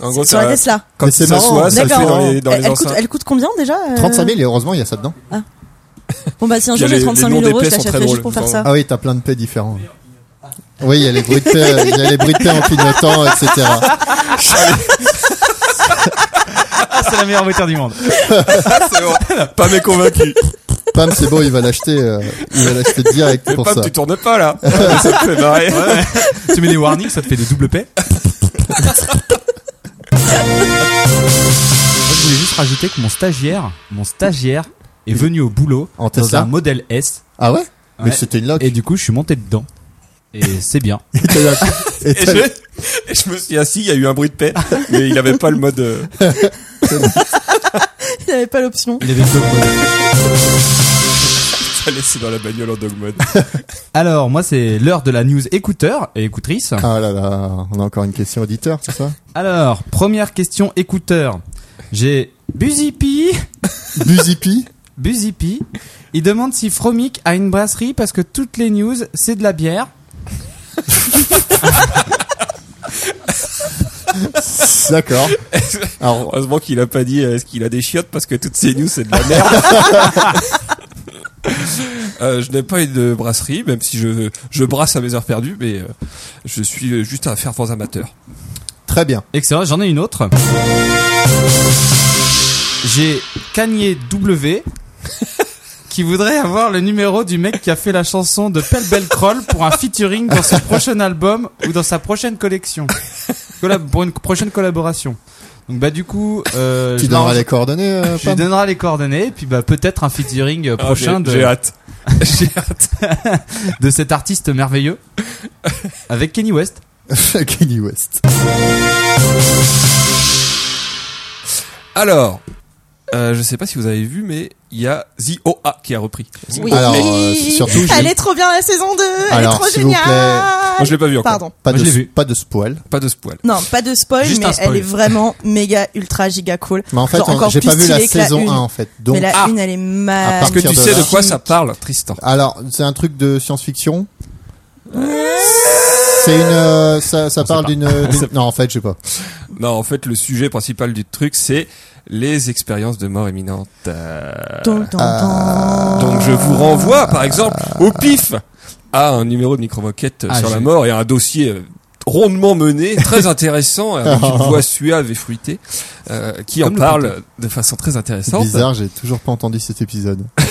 [SPEAKER 5] En gros,
[SPEAKER 6] Sur la
[SPEAKER 5] ça,
[SPEAKER 6] Tesla.
[SPEAKER 5] quand
[SPEAKER 4] Mais
[SPEAKER 5] tu
[SPEAKER 4] c'est marrant. hein.
[SPEAKER 5] s'assois, ça le fait
[SPEAKER 6] D'accord.
[SPEAKER 5] dans les, dans
[SPEAKER 6] Elle,
[SPEAKER 5] les
[SPEAKER 6] elle coûte,
[SPEAKER 5] enceintes.
[SPEAKER 6] elle coûte combien déjà euh
[SPEAKER 4] 35 000 et heureusement il y a ça dedans.
[SPEAKER 6] Bon bah si un
[SPEAKER 5] Puis
[SPEAKER 6] jour
[SPEAKER 5] les-
[SPEAKER 6] j'ai 35
[SPEAKER 5] les noms
[SPEAKER 6] 000 euros,
[SPEAKER 5] des
[SPEAKER 6] je
[SPEAKER 5] paix sont très
[SPEAKER 6] l'achèterai juste
[SPEAKER 5] drôles.
[SPEAKER 6] pour faire
[SPEAKER 5] Enfin,
[SPEAKER 6] ça.
[SPEAKER 4] Ah oui, t'as plein de paix différents. Oui, il y a les bruits de paix, il y a les bruits de paix en clignotant, etc.
[SPEAKER 7] Ah, c'est la meilleure voiture du monde.
[SPEAKER 5] C'est bon. Pas mais convaincu.
[SPEAKER 4] Pam, c'est bon, il va l'acheter, euh, il va l'acheter direct
[SPEAKER 5] Mais
[SPEAKER 4] pour
[SPEAKER 5] Pam,
[SPEAKER 4] ça.
[SPEAKER 5] tu tournes pas là. ça te fait marrer.
[SPEAKER 7] tu mets des warnings, ça te fait des doubles paix. je voulais juste rajouter que mon stagiaire, mon stagiaire est venu au boulot
[SPEAKER 4] En
[SPEAKER 7] dans
[SPEAKER 4] Tesla
[SPEAKER 7] un modèle S.
[SPEAKER 4] Ah ouais? Mais
[SPEAKER 7] Ouais.
[SPEAKER 4] c'était une loque.
[SPEAKER 7] Et du coup, je suis monté dedans. Et c'est bien.
[SPEAKER 4] Et t'as la- et
[SPEAKER 5] Et
[SPEAKER 4] t'as-
[SPEAKER 5] je, et je me suis assis, il y a eu un bruit de paix, mais il avait pas le mode. euh,
[SPEAKER 4] ah.
[SPEAKER 6] Il avait pas l'option.
[SPEAKER 7] Il avait le dog mode.
[SPEAKER 5] ça laissé dans la bagnole en dog mode.
[SPEAKER 7] Alors, moi, c'est l'heure de la news écouteur et écoutrice.
[SPEAKER 4] Ah là là, on a encore une question auditeur, c'est ça?
[SPEAKER 7] Alors, première question écouteur. J'ai Buzipi.
[SPEAKER 4] Buzipi?
[SPEAKER 7] Buzipi. Il demande si Fromic a une brasserie parce que toutes les news, c'est de la bière.
[SPEAKER 4] D'accord. Alors,
[SPEAKER 5] Heureusement qu'il a pas dit euh, est-ce qu'il a des chiottes parce que toutes ces news c'est de la merde. Euh, je n'ai pas eu de brasserie, même si je, je brasse à mes heures perdues, mais euh, je suis euh, juste un fervent amateur.
[SPEAKER 4] très bien.
[SPEAKER 7] Excellent, j'en ai une autre. J'ai Kanye W qui voudrait avoir le numéro du mec qui a fait la chanson de Pell Bell Kroll pour un featuring dans son prochain album ou dans sa prochaine collection. Collab- pour une prochaine collaboration. Donc bah du coup, euh,
[SPEAKER 4] Tu
[SPEAKER 7] je
[SPEAKER 4] donneras
[SPEAKER 7] leur-
[SPEAKER 4] les coordonnées, euh,
[SPEAKER 7] je lui
[SPEAKER 4] Pam
[SPEAKER 7] donnerai les coordonnées et puis bah peut-être un featuring euh,
[SPEAKER 5] Ah,
[SPEAKER 7] prochain
[SPEAKER 5] j'ai-
[SPEAKER 7] de,
[SPEAKER 5] J'ai hâte. J'ai hâte.
[SPEAKER 7] de cet artiste merveilleux avec Kenny West.
[SPEAKER 4] Kanye West.
[SPEAKER 5] Alors, euh, je sais pas si vous avez vu, mais il y a ZOA qui a repris. Ah,
[SPEAKER 6] Oui.
[SPEAKER 4] Alors, euh, c'est surtout, j'ai-
[SPEAKER 6] Elle est trop bien la saison 2. Elle est
[SPEAKER 4] Alors,
[SPEAKER 6] trop
[SPEAKER 4] s'il vous plaît.
[SPEAKER 6] géniale.
[SPEAKER 5] Moi, je l'ai pas vu encore.
[SPEAKER 6] Pardon.
[SPEAKER 4] pas
[SPEAKER 5] Moi,
[SPEAKER 4] de,
[SPEAKER 5] je l'ai vu.
[SPEAKER 4] pas de spoil.
[SPEAKER 5] Pas de spoil.
[SPEAKER 6] Non, pas de spoil,
[SPEAKER 3] Juste un
[SPEAKER 6] mais
[SPEAKER 3] spoil.
[SPEAKER 6] elle est vraiment méga ultra giga cool.
[SPEAKER 4] Mais en fait,
[SPEAKER 6] Genre
[SPEAKER 4] on-
[SPEAKER 6] encore
[SPEAKER 4] j'ai
[SPEAKER 6] plus
[SPEAKER 4] pas vu la
[SPEAKER 6] stylée que
[SPEAKER 4] saison
[SPEAKER 6] une.
[SPEAKER 4] 1 en fait. Donc,
[SPEAKER 6] mais la
[SPEAKER 5] Ah.
[SPEAKER 6] une, elle est mal.
[SPEAKER 5] Parce que tu
[SPEAKER 4] partir de
[SPEAKER 5] sais
[SPEAKER 4] là-
[SPEAKER 5] de quoi ça parle, Tristan.
[SPEAKER 4] alors, c'est un truc de science-fiction. C'est une, euh, ça, ça parle d'une, d'une- non, en fait, je sais pas.
[SPEAKER 5] Non, en fait, le sujet principal du truc, c'est les expériences de mort imminente. Euh,
[SPEAKER 6] Ton, ton, ton.
[SPEAKER 5] Donc je vous renvoie, par exemple, au pif, à un numéro de micro-moquette euh,
[SPEAKER 3] Ah,
[SPEAKER 5] sur la
[SPEAKER 3] j'ai-
[SPEAKER 5] mort et à un dossier euh, rondement mené, très intéressant, euh, avec une voix suave et fruitée, euh, qui en
[SPEAKER 3] Comme le
[SPEAKER 5] parle de façon très intéressante.
[SPEAKER 4] Bizarre, j'ai toujours pas entendu cet épisode.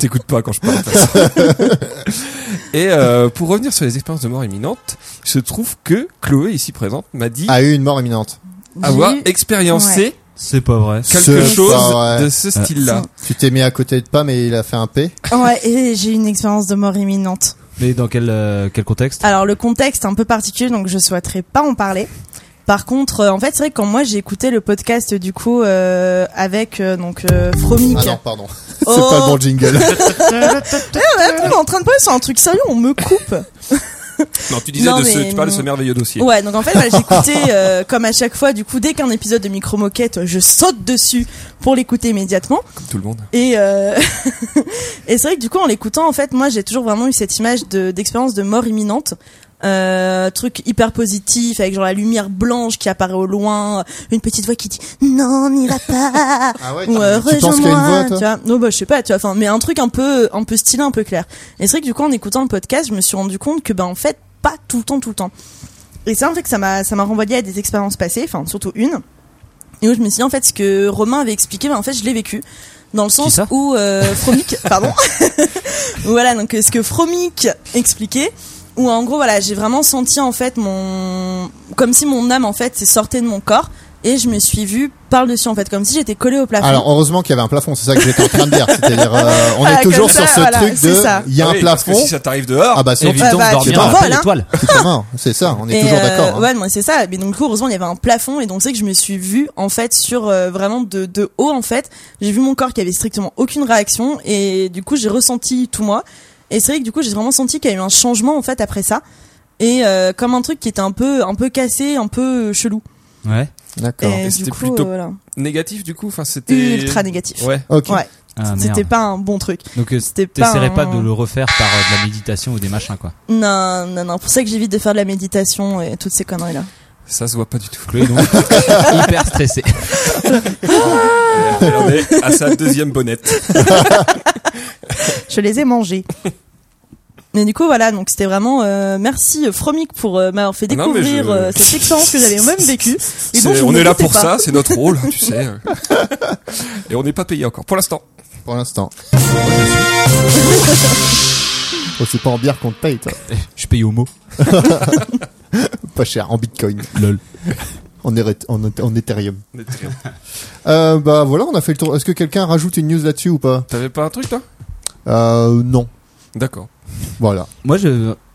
[SPEAKER 5] T'écoutes pas quand je parle. de toute façon. et euh, pour revenir sur les expériences de mort imminente, il se trouve que Chloé, ici présente, m'a dit
[SPEAKER 4] A eu Ah, une mort imminente.
[SPEAKER 6] J'ai
[SPEAKER 5] avoir
[SPEAKER 6] eu-
[SPEAKER 5] expériencé
[SPEAKER 3] C'est pas vrai.
[SPEAKER 5] quelque
[SPEAKER 4] C'est
[SPEAKER 5] chose
[SPEAKER 4] pas vrai.
[SPEAKER 5] de ce style-là.
[SPEAKER 4] Tu t'es mis à côté de pas, mais il a fait un P.
[SPEAKER 6] Ouais, et j'ai eu une expérience de mort imminente.
[SPEAKER 2] Mais dans quel, euh, quel contexte
[SPEAKER 6] Alors le contexte est un peu particulier, donc je souhaiterais pas en parler. Par contre, euh, en fait, c'est vrai que quand moi j'ai écouté le podcast du coup euh, avec euh, donc euh, Fromic,
[SPEAKER 4] Ah non, pardon.
[SPEAKER 6] Oh.
[SPEAKER 4] C'est pas bon jingle.
[SPEAKER 6] Ah, attends, on est en train de parler sur un truc sérieux, on me coupe.
[SPEAKER 5] Non, tu disais
[SPEAKER 6] Non,
[SPEAKER 5] de ce,
[SPEAKER 6] mais
[SPEAKER 5] tu parles de
[SPEAKER 6] non.
[SPEAKER 5] ce merveilleux dossier.
[SPEAKER 6] Ouais, donc en fait, voilà, j'écoutais euh, comme à chaque fois, du coup, dès qu'un épisode de Micro Moquette, je saute dessus pour l'écouter immédiatement.
[SPEAKER 5] Comme tout le monde.
[SPEAKER 6] Et, euh, et c'est vrai que du coup, en l'écoutant, en fait, moi, j'ai toujours vraiment eu cette image de- d'expérience de, mort imminente. Euh, truc hyper positif avec genre la lumière blanche qui apparaît au loin une petite voix qui dit non n'y va pas
[SPEAKER 4] Ah ouais, tu,
[SPEAKER 6] ou euh,
[SPEAKER 4] tu penses qu'il y a une voix,
[SPEAKER 6] rejoins-moi tu
[SPEAKER 4] toi
[SPEAKER 6] vois non bah je sais pas tu vois enfin mais un truc un peu un peu stylé un peu clair et c'est vrai que du coup en écoutant le podcast je me suis rendu compte que ben en fait pas tout le temps tout le temps et ça en fait que ça m'a ça m'a renvoyé à des expériences passées enfin surtout une et où je me suis dit en fait ce que Romain avait expliqué ben en fait je l'ai vécu dans le sens
[SPEAKER 2] ça
[SPEAKER 6] où euh, Fromic pardon voilà donc euh, ce que Fromic expliquait où en gros voilà j'ai vraiment senti en fait mon comme si mon âme en fait s'est sortie de mon corps et je me suis vue par dessus en fait comme si j'étais collée au plafond
[SPEAKER 4] Alors heureusement qu'il y avait un plafond, c'est ça que j'étais en train de dire. C'est-à-dire, euh, on
[SPEAKER 6] Voilà,
[SPEAKER 4] est toujours
[SPEAKER 6] Ah, comme ça,
[SPEAKER 4] sur ce
[SPEAKER 6] voilà,
[SPEAKER 4] truc
[SPEAKER 6] c'est ça.
[SPEAKER 4] de, il y a
[SPEAKER 5] Ah
[SPEAKER 4] un
[SPEAKER 5] oui, parce que
[SPEAKER 4] plafond.
[SPEAKER 5] si ça t'arrive dehors,
[SPEAKER 4] Ah bah sinon,
[SPEAKER 2] Évitons
[SPEAKER 6] Évidemment. bah,
[SPEAKER 2] de dormir
[SPEAKER 6] tu
[SPEAKER 2] dans la
[SPEAKER 6] t'envoles,
[SPEAKER 2] pelle
[SPEAKER 6] hein.
[SPEAKER 2] étoile.
[SPEAKER 4] tu t'es mort. C'est ça, on est
[SPEAKER 6] Et,
[SPEAKER 4] toujours
[SPEAKER 6] euh,
[SPEAKER 4] d'accord. hein.
[SPEAKER 6] Ouais, moi c'est ça. Mais donc du coup, heureusement, il y avait un plafond et donc c'est que je me suis vue en fait sur euh, vraiment de, de haut en fait. J'ai vu mon corps qui avait strictement aucune réaction et du coup j'ai ressenti tout moi. Et c'est vrai que du coup j'ai vraiment senti qu'il y a eu un changement en fait après ça et euh, comme un truc qui était un peu un peu cassé, un peu euh, chelou.
[SPEAKER 3] Ouais.
[SPEAKER 4] D'accord.
[SPEAKER 6] Et,
[SPEAKER 5] Et
[SPEAKER 6] du
[SPEAKER 5] c'était
[SPEAKER 6] coup,
[SPEAKER 5] plutôt
[SPEAKER 6] euh, voilà.
[SPEAKER 5] négatif du coup, enfin c'était
[SPEAKER 6] ultra négatif.
[SPEAKER 5] Ouais.
[SPEAKER 4] Ok.
[SPEAKER 6] Ouais.
[SPEAKER 2] Ah,
[SPEAKER 6] C'était
[SPEAKER 2] merde.
[SPEAKER 6] pas un bon truc.
[SPEAKER 2] Donc euh,
[SPEAKER 6] C'était pas.
[SPEAKER 2] t'essaierais
[SPEAKER 6] un-
[SPEAKER 2] pas de le refaire par euh, de la méditation ou des machins quoi.
[SPEAKER 6] Non, non, non. Pour ça que j'évite de faire de la méditation et toutes ces conneries là.
[SPEAKER 5] Ça se voit pas du tout.
[SPEAKER 2] Chloé donc hyper stressée.
[SPEAKER 5] Elle en est à sa deuxième bonnette.
[SPEAKER 6] je les ai mangés. Mais du coup, voilà, donc c'était vraiment euh, merci euh, Fromic pour euh, m'avoir fait
[SPEAKER 5] Ah non, mais
[SPEAKER 6] découvrir
[SPEAKER 5] je-
[SPEAKER 6] euh, cette expérience que j'avais même vécue. Et donc,
[SPEAKER 5] C'est-
[SPEAKER 6] je
[SPEAKER 5] on
[SPEAKER 6] ne
[SPEAKER 5] est là
[SPEAKER 6] doutais
[SPEAKER 5] pour
[SPEAKER 6] pas.
[SPEAKER 5] ça, c'est notre rôle, tu sais. Et on n'est pas payé encore, pour l'instant.
[SPEAKER 4] Pour l'instant. Oh, c'est pas en bière qu'on te paye, toi.
[SPEAKER 2] Je paye au mot.
[SPEAKER 4] Pas cher, en bitcoin.
[SPEAKER 2] Lol.
[SPEAKER 4] En, Eret- en, Eth- en Ethereum.
[SPEAKER 5] T'avais
[SPEAKER 4] Euh, bah voilà, on a fait le tour. Est-ce que quelqu'un rajoute une news là-dessus ou pas
[SPEAKER 5] pas un truc là
[SPEAKER 4] Euh, non.
[SPEAKER 5] D'accord.
[SPEAKER 4] Voilà.
[SPEAKER 2] Moi je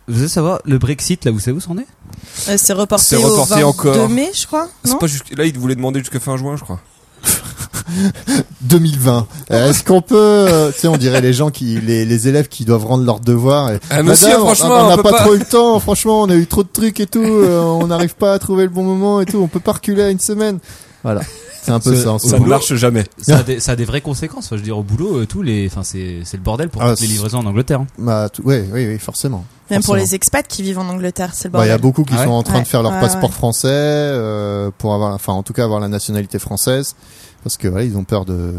[SPEAKER 2] vous allez savoir le Brexit là vous savez où c'en est
[SPEAKER 6] Euh, c'est reporté,
[SPEAKER 5] C'est
[SPEAKER 6] au
[SPEAKER 5] reporté
[SPEAKER 6] 22
[SPEAKER 5] encore.
[SPEAKER 6] mai, je crois.
[SPEAKER 5] C'est
[SPEAKER 6] Non
[SPEAKER 5] pas jusqu'- Là, il voulait demander jusqu'à fin juin, je crois.
[SPEAKER 4] 2020. Euh, Est-ce qu'on peut, euh, tu sais, on dirait les gens qui, les, les élèves qui doivent rendre leurs devoirs. Et,
[SPEAKER 5] Ah, monsieur,
[SPEAKER 4] Madame, on-
[SPEAKER 5] franchement,
[SPEAKER 4] Bah on
[SPEAKER 5] on
[SPEAKER 4] n'a
[SPEAKER 5] peut
[SPEAKER 4] pas,
[SPEAKER 5] pas.
[SPEAKER 4] trop eu le temps. Franchement, on a eu trop de trucs et tout. euh, on n'arrive pas à trouver le bon moment et tout. On peut pas reculer à une semaine. Voilà. C'est un peu
[SPEAKER 2] Ce-
[SPEAKER 4] ça. en ce
[SPEAKER 5] Ça ne
[SPEAKER 4] moment.
[SPEAKER 5] marche jamais.
[SPEAKER 2] ça a, des, ça a des vraies conséquences. Enfin, je veux dire, au boulot, euh, tous les, enfin, c'est, c'est le bordel pour
[SPEAKER 4] Ah,
[SPEAKER 2] toutes les
[SPEAKER 4] c'est-
[SPEAKER 2] livraisons en Angleterre. hein.
[SPEAKER 4] Bah, tout- ouais, oui, oui, forcément.
[SPEAKER 6] Même pour
[SPEAKER 4] Forcément.
[SPEAKER 6] les expats qui vivent en Angleterre, c'est le
[SPEAKER 4] Bah, il y
[SPEAKER 6] bordel.
[SPEAKER 4] a beaucoup qui
[SPEAKER 2] Ah ouais
[SPEAKER 4] sont en train
[SPEAKER 6] Ouais,
[SPEAKER 4] de faire leur
[SPEAKER 6] ouais,
[SPEAKER 4] passeport
[SPEAKER 6] ouais.
[SPEAKER 4] français euh, pour avoir, enfin, en tout cas, avoir la nationalité française, parce que voilà, ils ont peur de.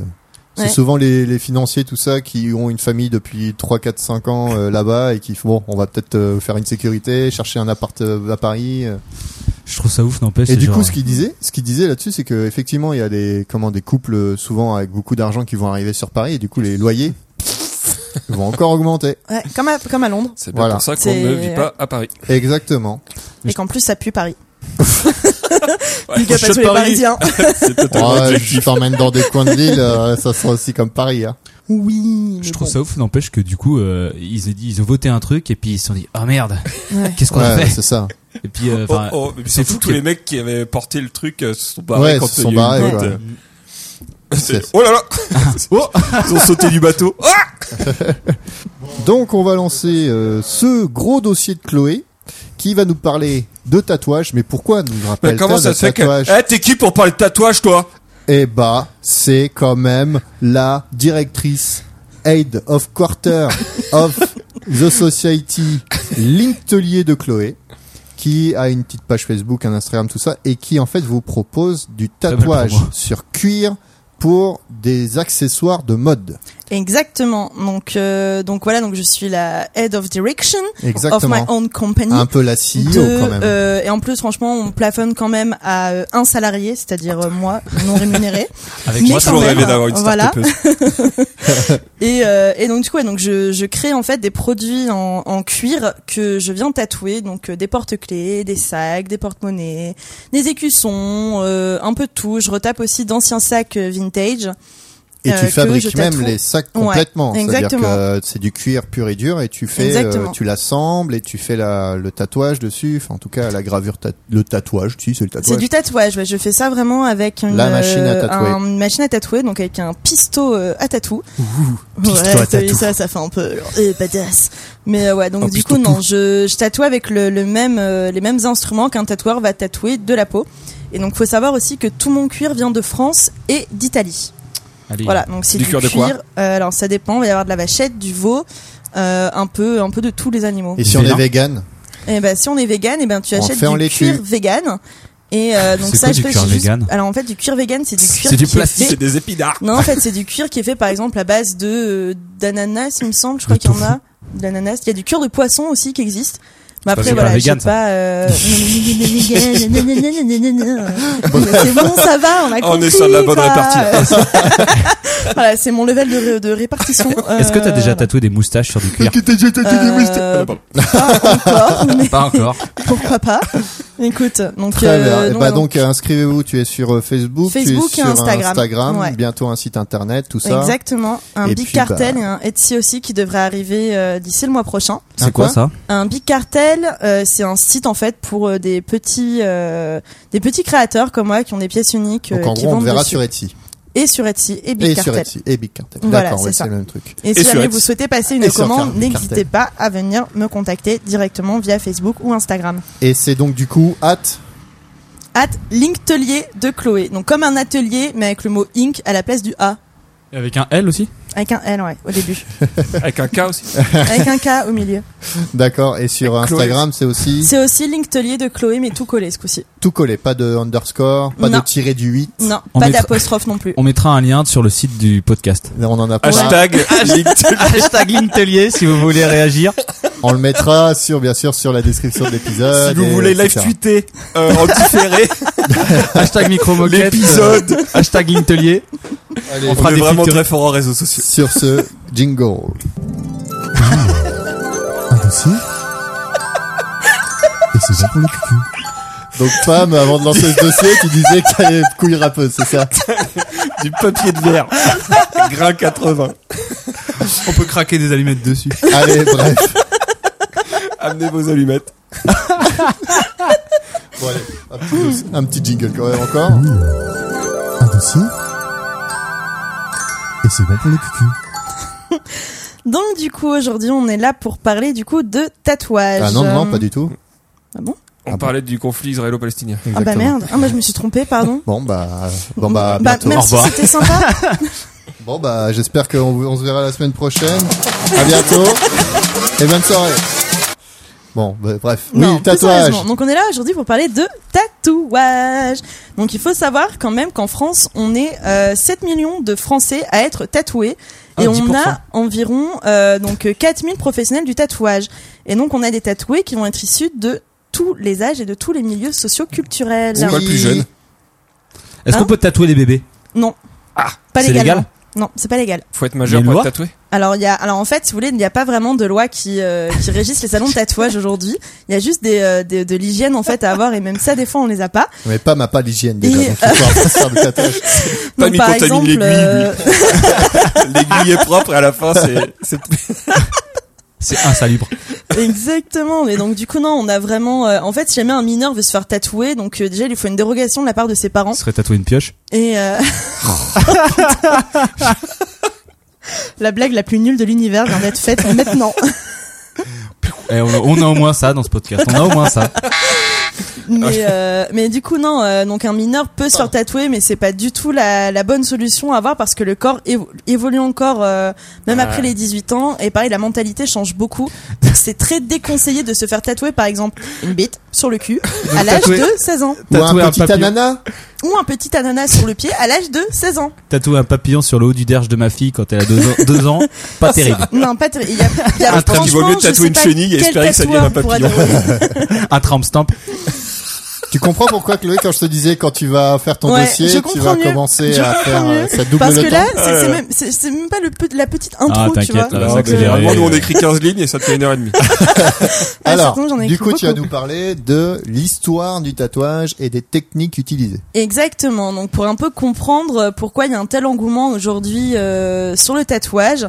[SPEAKER 4] C'est
[SPEAKER 6] Ouais.
[SPEAKER 4] souvent les, les financiers, tout ça, qui ont une famille depuis 3, 4, 5 ans euh, là-bas et qui font, bon, on va peut-être euh, faire une sécurité, chercher un appart euh, à Paris. euh.
[SPEAKER 2] Je trouve ça ouf, n'empêche.
[SPEAKER 4] Et
[SPEAKER 2] c'est
[SPEAKER 4] du
[SPEAKER 2] genre,
[SPEAKER 5] hein.
[SPEAKER 4] coup, ce qu'il disait, ce qu'il disait là-dessus, c'est que effectivement, il y a des, comment, des couples euh, souvent avec beaucoup d'argent qui vont arriver sur Paris et du coup, les loyers vont encore augmenter.
[SPEAKER 6] Ouais, comme, à, comme à Londres.
[SPEAKER 5] C'est bien
[SPEAKER 4] Voilà.
[SPEAKER 5] pour ça qu'on
[SPEAKER 6] C'est-
[SPEAKER 5] ne vit pas à Paris.
[SPEAKER 4] Exactement.
[SPEAKER 6] Et qu'en plus, ça pue Paris.
[SPEAKER 5] Ouais,
[SPEAKER 6] Big up à
[SPEAKER 5] Ah, je
[SPEAKER 6] tous les
[SPEAKER 5] parie.
[SPEAKER 6] Parisiens.
[SPEAKER 5] C'est totalement
[SPEAKER 4] Ouais, Ah, je
[SPEAKER 5] objectif.
[SPEAKER 4] t'emmène dans des coins de l'île, euh, ça sera aussi comme Paris. Hein.
[SPEAKER 6] oui.
[SPEAKER 2] euh, Je trouve ça ouf, n'empêche que du coup, euh, ils, ont dit- ils ont voté un truc et puis ils se sont dit, oh merde,
[SPEAKER 6] Ouais.
[SPEAKER 2] qu'est-ce qu'on a
[SPEAKER 4] Ouais,
[SPEAKER 2] fait
[SPEAKER 4] c'est ça.
[SPEAKER 2] Et puis, euh,
[SPEAKER 5] Oh,
[SPEAKER 2] enfin,
[SPEAKER 5] oh, mais
[SPEAKER 2] c'est
[SPEAKER 5] c'est
[SPEAKER 2] fou
[SPEAKER 5] fou, tous
[SPEAKER 2] qu'il y
[SPEAKER 5] les mecs qui avaient porté le truc euh, se sont
[SPEAKER 4] Ouais,
[SPEAKER 5] barrés quand
[SPEAKER 4] se
[SPEAKER 5] il
[SPEAKER 4] sont
[SPEAKER 5] y a eu
[SPEAKER 4] barrés,
[SPEAKER 5] le vote.
[SPEAKER 4] quoi.
[SPEAKER 5] Euh, C'est- Oh là là oh Ils ont sauté du bateau. Ah
[SPEAKER 4] Donc on va lancer euh, ce gros dossier de Chloé qui va nous parler de tatouage. Mais pourquoi nous
[SPEAKER 5] Mais
[SPEAKER 4] rappelle
[SPEAKER 5] comment ça
[SPEAKER 4] de
[SPEAKER 5] se fait
[SPEAKER 4] tatouage
[SPEAKER 5] que... Eh, t'es qui pour parler de tatouage, toi
[SPEAKER 4] Eh bah, c'est quand même la directrice Aid of Quarter of the Society Linkelier de Chloé qui a une petite page Facebook, un Instagram, tout ça, et qui en fait vous propose du
[SPEAKER 2] belle
[SPEAKER 4] tatouage
[SPEAKER 2] promo.
[SPEAKER 4] sur cuir pour des accessoires de mode.
[SPEAKER 6] Exactement. Donc, euh, donc voilà, donc je suis la head of direction
[SPEAKER 4] Exactement.
[SPEAKER 6] of my own company.
[SPEAKER 4] Un peu la CEO
[SPEAKER 6] De,
[SPEAKER 4] quand même.
[SPEAKER 6] euh, et en plus, franchement, on plafonne quand même à euh, un salarié, c'est-à-dire euh, moi, non rémunéré.
[SPEAKER 2] Avec
[SPEAKER 6] Mais
[SPEAKER 5] Moi,
[SPEAKER 6] quand
[SPEAKER 5] toujours
[SPEAKER 6] même,
[SPEAKER 5] rêvé d'avoir une
[SPEAKER 6] voilà.
[SPEAKER 5] start-up.
[SPEAKER 6] Et, euh, et donc du coup, ouais, donc je, je crée en fait des produits en, en cuir que je viens tatouer, donc euh, des porte-clés, des sacs, des porte-monnaies, des écussons, euh, un peu de tout. Je retape aussi d'anciens sacs euh, vintage.
[SPEAKER 4] Et
[SPEAKER 6] euh,
[SPEAKER 4] tu
[SPEAKER 6] que je
[SPEAKER 4] fabriques même
[SPEAKER 6] tatoue.
[SPEAKER 4] les sacs
[SPEAKER 6] Ouais,
[SPEAKER 4] complètement. C'est-à-dire
[SPEAKER 6] exactement.
[SPEAKER 4] que euh, c'est du cuir pur et dur et tu fais, euh,
[SPEAKER 6] Exactement.
[SPEAKER 4] tu l'assembles et tu fais la, le tatouage dessus. Enfin, en tout cas, la gravure, tat- le tatouage, si c'est le
[SPEAKER 6] C'est
[SPEAKER 4] tatouage.
[SPEAKER 6] du tatouage. ouais. Je fais ça vraiment avec une,
[SPEAKER 4] La machine à
[SPEAKER 6] euh,
[SPEAKER 4] tatouer.
[SPEAKER 6] un- une machine à tatouer, donc avec un pistot euh, à tatou.
[SPEAKER 4] pistot
[SPEAKER 6] ouais,
[SPEAKER 4] à
[SPEAKER 6] t'as vu
[SPEAKER 4] tatou.
[SPEAKER 6] ça, ça fait un peu genre, euh, badass. Mais euh, ouais, donc
[SPEAKER 5] Un
[SPEAKER 6] du
[SPEAKER 5] pistot
[SPEAKER 6] coup non, je, je tatoue avec le, le même, euh, les mêmes instruments qu'un tatoueur va tatouer de la peau. Et donc faut savoir aussi que tout mon cuir vient de France et d'Italie.
[SPEAKER 2] Allez.
[SPEAKER 6] Voilà, donc c'est
[SPEAKER 5] Du
[SPEAKER 6] du,
[SPEAKER 5] cuir de quoi
[SPEAKER 6] euh, alors ça dépend, il va y avoir de la vachette, du veau, euh, un peu, un peu de tous les animaux.
[SPEAKER 4] Et si on
[SPEAKER 2] Vélan.
[SPEAKER 4] est vegan,
[SPEAKER 6] Eh ben, si on est vegan, eh ben, tu
[SPEAKER 4] On
[SPEAKER 6] achètes
[SPEAKER 4] fait en
[SPEAKER 6] du
[SPEAKER 4] laitue.
[SPEAKER 6] cuir vegan. Et euh, donc
[SPEAKER 2] C'est
[SPEAKER 6] ça,
[SPEAKER 2] quoi
[SPEAKER 6] je
[SPEAKER 2] du
[SPEAKER 6] peux-
[SPEAKER 2] cuir
[SPEAKER 6] c'est juste-
[SPEAKER 2] vegan
[SPEAKER 6] Alors en fait, du cuir vegan, c'est du cuir.
[SPEAKER 2] C'est du
[SPEAKER 6] qui est
[SPEAKER 2] plastique,
[SPEAKER 5] C'est
[SPEAKER 6] fait-
[SPEAKER 5] des épinards.
[SPEAKER 6] Non, en fait, c'est du cuir qui est fait, par exemple, à base de euh, d'ananas, il me semble. Je crois
[SPEAKER 2] Le
[SPEAKER 6] qu'il y en
[SPEAKER 2] tofu.
[SPEAKER 6] a. D'ananas. Il y a du cuir de poisson aussi qui existe. Mais
[SPEAKER 2] pas
[SPEAKER 6] après,
[SPEAKER 2] vegan,
[SPEAKER 6] voilà,
[SPEAKER 2] vegan,
[SPEAKER 6] j'ai pas. euh, c'est bon, ça va, on
[SPEAKER 2] Ah,
[SPEAKER 6] a compris.
[SPEAKER 5] On est sur de la bonne
[SPEAKER 6] quoi.
[SPEAKER 5] répartie.
[SPEAKER 6] voilà, c'est mon level de, ré- de répartition.
[SPEAKER 2] Est-ce que t'as déjà Ah,
[SPEAKER 6] Euh,
[SPEAKER 2] tatoué des moustaches sur du cuir
[SPEAKER 6] euh, pas encore, mais
[SPEAKER 2] Pas encore.
[SPEAKER 6] pourquoi pas Écoute, donc,
[SPEAKER 4] très
[SPEAKER 6] euh,
[SPEAKER 4] bien. Et
[SPEAKER 6] non,
[SPEAKER 4] bah
[SPEAKER 6] non.
[SPEAKER 4] donc euh, inscrivez-vous. Tu es sur euh, Facebook,
[SPEAKER 6] Facebook
[SPEAKER 4] tu
[SPEAKER 6] et
[SPEAKER 4] es sur
[SPEAKER 6] Instagram. Ouais.
[SPEAKER 4] bientôt un site internet, tout ça.
[SPEAKER 6] Exactement, un
[SPEAKER 4] Et
[SPEAKER 6] big
[SPEAKER 4] puis,
[SPEAKER 6] cartel
[SPEAKER 4] bah-
[SPEAKER 6] et un Etsy aussi qui devrait arriver euh, d'ici le mois prochain.
[SPEAKER 4] Un
[SPEAKER 2] C'est quoi ça
[SPEAKER 6] Un big cartel, euh, c'est un site en fait pour euh, des petits euh, des petits créateurs comme moi qui ont des pièces uniques euh,
[SPEAKER 4] Donc en
[SPEAKER 6] qui
[SPEAKER 4] gros, on
[SPEAKER 6] vendent
[SPEAKER 4] te verra
[SPEAKER 6] dessus.
[SPEAKER 4] sur Etsy
[SPEAKER 6] et sur Etsy et big
[SPEAKER 4] et
[SPEAKER 6] cartel.
[SPEAKER 4] sur Etsy et Big Cartel.
[SPEAKER 6] Voilà,
[SPEAKER 4] D'accord,
[SPEAKER 6] c'est
[SPEAKER 4] ouais,
[SPEAKER 6] ça.
[SPEAKER 4] c'est le même truc.
[SPEAKER 6] Et,
[SPEAKER 5] Et
[SPEAKER 6] si
[SPEAKER 5] sur
[SPEAKER 6] jamais
[SPEAKER 5] Etsy.
[SPEAKER 6] vous souhaitez passer
[SPEAKER 4] Et
[SPEAKER 6] une
[SPEAKER 4] sur
[SPEAKER 6] commande,
[SPEAKER 4] Cartel.
[SPEAKER 6] n'hésitez pas à venir me contacter directement via Facebook ou Instagram.
[SPEAKER 4] Et c'est donc du coup hâte.
[SPEAKER 6] At Linktelier de Chloé. Donc comme un atelier mais avec le mot ink à la place du A.
[SPEAKER 3] Et Avec un L aussi
[SPEAKER 6] Avec un L ouais, au début.
[SPEAKER 5] Avec un K aussi.
[SPEAKER 6] avec un K au milieu.
[SPEAKER 4] D'accord. Et sur
[SPEAKER 5] Avec Chloé.
[SPEAKER 4] Instagram, c'est aussi
[SPEAKER 6] C'est aussi Linktelier de Chloé mais tout collé ce coup-ci.
[SPEAKER 4] tout collé, pas de underscore, pas
[SPEAKER 6] Non.
[SPEAKER 4] de tiré du 8.
[SPEAKER 6] Non,
[SPEAKER 2] On
[SPEAKER 6] pas
[SPEAKER 2] mettra-
[SPEAKER 6] d'apostrophe non plus.
[SPEAKER 2] On mettra un lien sur le site du podcast.
[SPEAKER 4] On en a pas.
[SPEAKER 5] Hashtag LinkedIn.
[SPEAKER 3] Hashtag Linktelier si vous voulez réagir.
[SPEAKER 4] On le mettra sur, bien sûr, sur la description de l'épisode.
[SPEAKER 5] Si vous
[SPEAKER 4] et
[SPEAKER 5] voulez live
[SPEAKER 4] etc.
[SPEAKER 5] tweeter euh, en différé
[SPEAKER 3] Hashtag micro moquette.
[SPEAKER 5] l'épisode,
[SPEAKER 3] Hashtag Linktelier.
[SPEAKER 4] Allez,
[SPEAKER 5] on
[SPEAKER 3] fera
[SPEAKER 5] est
[SPEAKER 3] des
[SPEAKER 5] vraiment
[SPEAKER 3] featuring.
[SPEAKER 5] très fort en réseaux sociaux.
[SPEAKER 4] sur ce jingle.
[SPEAKER 1] Ah, Et c'est ça pour le cucu.
[SPEAKER 4] Donc, Pam, avant de lancer ce dossier, tu disais que t'allais couille rappeuse, c'est ça?
[SPEAKER 5] Du papier de verre. Grain 80.
[SPEAKER 3] On peut craquer des allumettes dessus.
[SPEAKER 4] Allez, bref.
[SPEAKER 5] Amenez vos allumettes.
[SPEAKER 4] Bon, allez, un petit, dossier- un petit jingle quand même encore.
[SPEAKER 6] Bah,
[SPEAKER 1] Un dossier. Et c'est bon pour le cucu.
[SPEAKER 6] Donc du coup aujourd'hui on est là pour parler du coup de tatouage.
[SPEAKER 4] Ah non, non, pas du tout. Ah
[SPEAKER 5] On parlait du conflit israélo-palestinien.
[SPEAKER 6] Ah bah merde, ah moi je me suis trompée, pardon.
[SPEAKER 4] Bon, bah, bon, bah, bientôt.
[SPEAKER 6] merci, c'était sympa.
[SPEAKER 4] Bon, bah, j'espère qu'on vous- on se verra la semaine prochaine. À bientôt. Et bonne soirée. Bon, bah, bref.
[SPEAKER 6] Non,
[SPEAKER 4] oui,
[SPEAKER 6] plus
[SPEAKER 4] tatouage.
[SPEAKER 6] sérieusement. Donc on est là aujourd'hui pour parler de tatouage. Donc il faut savoir quand même qu'en France on est euh, 7 millions de Français à être tatoués. Et
[SPEAKER 3] Ah,
[SPEAKER 6] on
[SPEAKER 3] 10%.
[SPEAKER 6] a environ euh, donc euh, 4000 professionnels du tatouage. Et donc on a des tatoués qui vont être issus de tous les âges et de tous les milieux socioculturels.
[SPEAKER 5] C'est quoi le plus jeune
[SPEAKER 2] Est-ce qu'on
[SPEAKER 6] Hein
[SPEAKER 2] peut tatouer des bébés
[SPEAKER 6] Non.
[SPEAKER 5] Ah,
[SPEAKER 6] pas
[SPEAKER 2] c'est
[SPEAKER 6] légalement.
[SPEAKER 2] légal
[SPEAKER 6] Non, c'est pas légal.
[SPEAKER 5] Faut être majeur
[SPEAKER 2] Les
[SPEAKER 5] pour
[SPEAKER 2] lois
[SPEAKER 5] être tatoué.
[SPEAKER 6] Alors il y a, alors en fait, si vous voulez, il n'y a pas vraiment de loi qui euh, qui régisse les salons de tatouage aujourd'hui. Il y a juste des, euh, des- de l'hygiène en fait à avoir et même ça des fois on les a pas.
[SPEAKER 4] Mais Pam a pas l'hygiène déjà.
[SPEAKER 6] Et,
[SPEAKER 4] donc il faut pas faire de tatouage.
[SPEAKER 5] Pas
[SPEAKER 6] Donc,
[SPEAKER 5] mis
[SPEAKER 6] par
[SPEAKER 5] contamine
[SPEAKER 6] exemple,
[SPEAKER 5] l'aiguille,
[SPEAKER 6] euh,
[SPEAKER 5] L'aiguille est propre et à la fin c'est, c'est-
[SPEAKER 2] C'est insalubre.
[SPEAKER 6] euh, Exactement. Et donc du coup non, on a vraiment. euh, en fait, si jamais un mineur veut se faire tatouer, donc euh, déjà il lui faut une dérogation de la part de ses parents.
[SPEAKER 3] serait tatoué une pioche.
[SPEAKER 6] Et euh, la blague la plus nulle de l'univers vient d'être faite maintenant.
[SPEAKER 3] Et on, on a au moins ça dans ce podcast. On a au moins ça.
[SPEAKER 6] Mais, euh, mais du coup, non, euh, donc un mineur peut
[SPEAKER 5] Ah.
[SPEAKER 6] se faire tatouer, mais c'est pas du tout la, la bonne solution à avoir parce que le corps évo- évolue encore, euh, même
[SPEAKER 5] Ah.
[SPEAKER 6] après les 18 ans, et pareil, la mentalité change beaucoup. Donc, C'est très déconseillé de se faire tatouer, par exemple, une bite sur le cul à l'âge
[SPEAKER 3] tatouer-
[SPEAKER 6] de 16 ans,
[SPEAKER 4] Ou un
[SPEAKER 3] Tatouer un
[SPEAKER 4] petit
[SPEAKER 3] papillon.
[SPEAKER 4] ananas
[SPEAKER 6] ou un petit ananas sur le pied à l'âge de 16 ans.
[SPEAKER 3] Tatouer un papillon sur le haut du derge de ma fille quand elle a deux ans. Deux ans pas terrible.
[SPEAKER 6] Non, pas terrible. Il y a, il y a-
[SPEAKER 3] Un tatouage,
[SPEAKER 6] franchement,
[SPEAKER 5] vaut mieux
[SPEAKER 6] je
[SPEAKER 5] tatouer
[SPEAKER 6] sais
[SPEAKER 5] une
[SPEAKER 6] pas
[SPEAKER 5] chenille et
[SPEAKER 6] quel
[SPEAKER 5] espérer que ça
[SPEAKER 6] tatoueur
[SPEAKER 5] devienne un
[SPEAKER 6] pourrait
[SPEAKER 5] papillon.
[SPEAKER 6] donner-
[SPEAKER 3] Un tramp stamp.
[SPEAKER 4] Tu comprends pourquoi Chloé quand je te disais quand tu vas faire ton
[SPEAKER 6] Ouais,
[SPEAKER 4] dossier, tu
[SPEAKER 6] je
[SPEAKER 4] vas
[SPEAKER 6] comprends mieux.
[SPEAKER 4] commencer
[SPEAKER 6] Je
[SPEAKER 4] à
[SPEAKER 6] comprends
[SPEAKER 4] faire euh,
[SPEAKER 6] mieux.
[SPEAKER 4] ça double
[SPEAKER 6] Parce
[SPEAKER 4] le
[SPEAKER 6] que
[SPEAKER 4] temps.
[SPEAKER 6] là, c'est c'est même, c'est- c'est même pas le, pe- la petite
[SPEAKER 5] Ah,
[SPEAKER 6] intro, tu
[SPEAKER 3] t'inquiète,
[SPEAKER 6] vois.
[SPEAKER 3] là,
[SPEAKER 6] Donc,
[SPEAKER 3] c'est accéléré.
[SPEAKER 6] euh,
[SPEAKER 5] Généralement, nous, on écrit 15 lignes et ça te fait une heure et demie.
[SPEAKER 6] Ah,
[SPEAKER 4] Alors,
[SPEAKER 6] surtout, j'en ai
[SPEAKER 4] du
[SPEAKER 6] écrit
[SPEAKER 4] coup, tu vas
[SPEAKER 6] beaucoup.
[SPEAKER 4] nous parler de l'histoire du tatouage et des techniques utilisées.
[SPEAKER 6] Exactement. Donc pour un peu comprendre euh, pourquoi il y a un tel engouement aujourd'hui euh, sur le tatouage.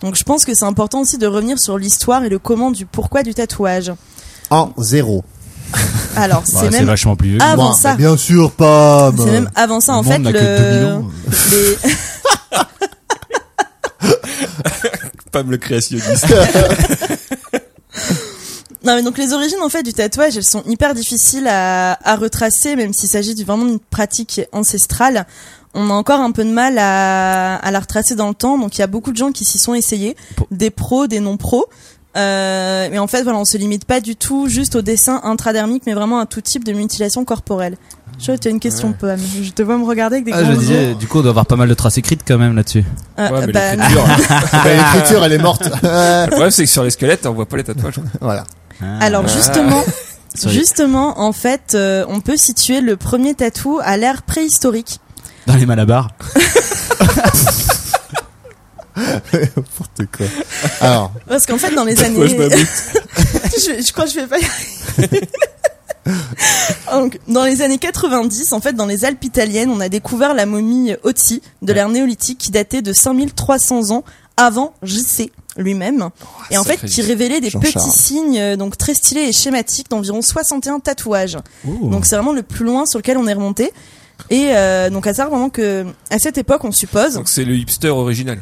[SPEAKER 6] Donc je pense que c'est important aussi de revenir sur l'histoire et le comment du pourquoi du tatouage.
[SPEAKER 4] En zéro.
[SPEAKER 6] Alors c'est
[SPEAKER 3] Ouais, Bah, C'est
[SPEAKER 6] même
[SPEAKER 3] vachement plus vieux.
[SPEAKER 6] avant
[SPEAKER 4] Moi,
[SPEAKER 6] ça.
[SPEAKER 4] mais bien sûr, pas.
[SPEAKER 6] C'est même avant ça en
[SPEAKER 3] bah, Le
[SPEAKER 6] fait
[SPEAKER 3] monde n'a que
[SPEAKER 6] le les-
[SPEAKER 5] Pam le créationniste.
[SPEAKER 6] Non mais donc les origines en fait du tatouage elles sont hyper difficiles à, à retracer même s'il s'agit du- vraiment d'une pratique ancestrale. On a encore un peu de mal à, à la retracer dans le temps donc il y a beaucoup de gens qui s'y sont essayés,
[SPEAKER 3] Pour-
[SPEAKER 6] des pros, des non pros. Euh, mais en fait voilà on se limite pas du tout juste au dessin intradermique mais vraiment à tout type de mutilation corporelle. Je tu as une question Pam, je te vois me regarder avec des
[SPEAKER 3] Ah,
[SPEAKER 6] grands
[SPEAKER 3] je
[SPEAKER 6] yeux.
[SPEAKER 3] disais, du coup, on doit avoir pas mal de traces écrites quand même là-dessus.
[SPEAKER 6] Ah,
[SPEAKER 5] Ouais, mais
[SPEAKER 6] bah,
[SPEAKER 5] l'écriture, hein.
[SPEAKER 4] L'écriture, elle est morte. Euh,
[SPEAKER 5] Le problème, c'est que sur les squelettes, on voit pas les tatouages.
[SPEAKER 4] voilà.
[SPEAKER 6] Alors
[SPEAKER 5] Ah.
[SPEAKER 6] justement,
[SPEAKER 3] Sorry.
[SPEAKER 6] justement, en fait, euh, on peut situer le premier tatou à l'ère préhistorique.
[SPEAKER 3] Dans les Malabars.
[SPEAKER 4] N'importe quoi. Alors,
[SPEAKER 6] Parce qu'en fait, dans les années,
[SPEAKER 5] Tatouage
[SPEAKER 6] je,
[SPEAKER 5] mammouth.
[SPEAKER 6] je crois que je vais pas. y arriver. Donc, dans les années 90, en fait, dans les Alpes italiennes, on a découvert la momie Otzi de l'ère néolithique qui datait de 5300 ans avant JC lui-même et en fait
[SPEAKER 5] Oh, sacré
[SPEAKER 6] qui révélait des
[SPEAKER 4] Jean-Charles.
[SPEAKER 6] petits signes euh, donc très stylés et schématiques d'environ 61 tatouages.
[SPEAKER 5] Oh.
[SPEAKER 6] Donc c'est vraiment le plus loin sur lequel on est remonté. Et euh, donc à ça vraiment que à cette époque on suppose.
[SPEAKER 5] Donc c'est le hipster original.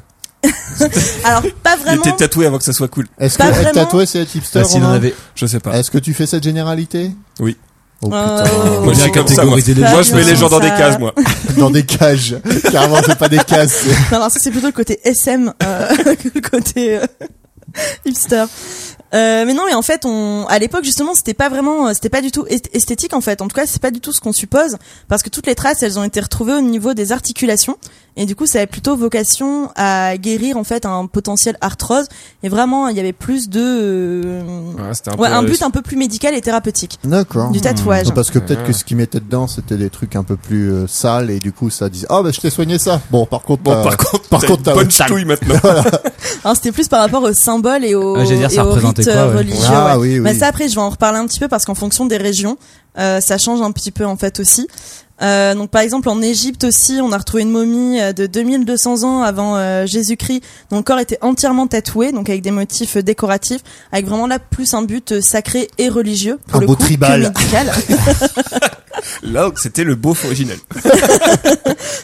[SPEAKER 6] Alors pas
[SPEAKER 5] Il
[SPEAKER 6] vraiment.
[SPEAKER 5] était tatoué avant que ça soit cool.
[SPEAKER 4] est-ce que
[SPEAKER 6] Pas
[SPEAKER 4] être
[SPEAKER 6] vraiment.
[SPEAKER 4] tatoué, c'est être hipster
[SPEAKER 3] Ah,
[SPEAKER 5] Bah,
[SPEAKER 3] s'il en
[SPEAKER 4] Romain
[SPEAKER 3] avait.
[SPEAKER 5] Je sais pas.
[SPEAKER 4] Est-ce que tu fais cette généralité
[SPEAKER 5] Oui.
[SPEAKER 4] Oh
[SPEAKER 6] Euh,
[SPEAKER 4] putain.
[SPEAKER 5] Moi, je suis
[SPEAKER 3] Bien
[SPEAKER 5] comme ça, moi.
[SPEAKER 3] catégoriser les
[SPEAKER 6] gens.
[SPEAKER 5] Moi, je mets les gens dans des
[SPEAKER 6] Ça-
[SPEAKER 5] cases, moi.
[SPEAKER 4] Dans des cages. Carrément, c'est pas des cases. c'est-
[SPEAKER 6] Non, non, ça c'est plutôt le côté SM euh, que le côté euh, hipster. Euh, mais non, mais en fait, on, à l'époque justement, c'était pas vraiment, euh, c'était pas du tout est- esthétique en fait. En tout cas, c'est pas du tout ce qu'on suppose parce que toutes les traces, elles ont été retrouvées au niveau des articulations et du coup, ça avait plutôt vocation à guérir en fait un potentiel arthrose. Et vraiment, il y avait plus de, euh,
[SPEAKER 5] Ouais, c'était
[SPEAKER 6] ouais, un
[SPEAKER 5] peu-
[SPEAKER 6] but un peu plus médical et thérapeutique
[SPEAKER 4] D'accord. Mmh.
[SPEAKER 6] du tatouage.
[SPEAKER 4] Non, parce que peut-être que ce qu'ils mettaient dedans, c'était des trucs un peu plus euh, sales et du coup, ça disait Ah, bah, je t'ai soigné ça. Bon, par contre,
[SPEAKER 5] Bon,
[SPEAKER 4] euh,
[SPEAKER 5] par contre, par
[SPEAKER 4] par contre,
[SPEAKER 5] contre,
[SPEAKER 4] t'as
[SPEAKER 5] bonne
[SPEAKER 4] autre salle.
[SPEAKER 5] ch'touille maintenant.
[SPEAKER 6] Hein, c'était plus par rapport aux symboles et aux,
[SPEAKER 3] Ah, j'allais dire,
[SPEAKER 6] et
[SPEAKER 3] ça
[SPEAKER 6] aux
[SPEAKER 3] représentait
[SPEAKER 6] rites
[SPEAKER 3] quoi,
[SPEAKER 6] euh,
[SPEAKER 3] ouais.
[SPEAKER 6] religieux.
[SPEAKER 4] Ah,
[SPEAKER 6] ouais.
[SPEAKER 4] oui, oui.
[SPEAKER 6] Mais ça après, je vais en reparler un petit peu parce qu'en fonction des régions, euh, ça change un petit peu en fait aussi. Euh, donc par exemple en Égypte aussi, on a retrouvé une momie euh, de 2200 ans avant euh, Jésus-Christ dont le corps était entièrement tatoué, donc avec des motifs euh, décoratifs, avec vraiment là plus un but euh, sacré et religieux pour
[SPEAKER 4] Un
[SPEAKER 6] le
[SPEAKER 4] beau
[SPEAKER 6] coup, que
[SPEAKER 4] tribal.
[SPEAKER 6] médical.
[SPEAKER 5] Là, c'était le beauf original.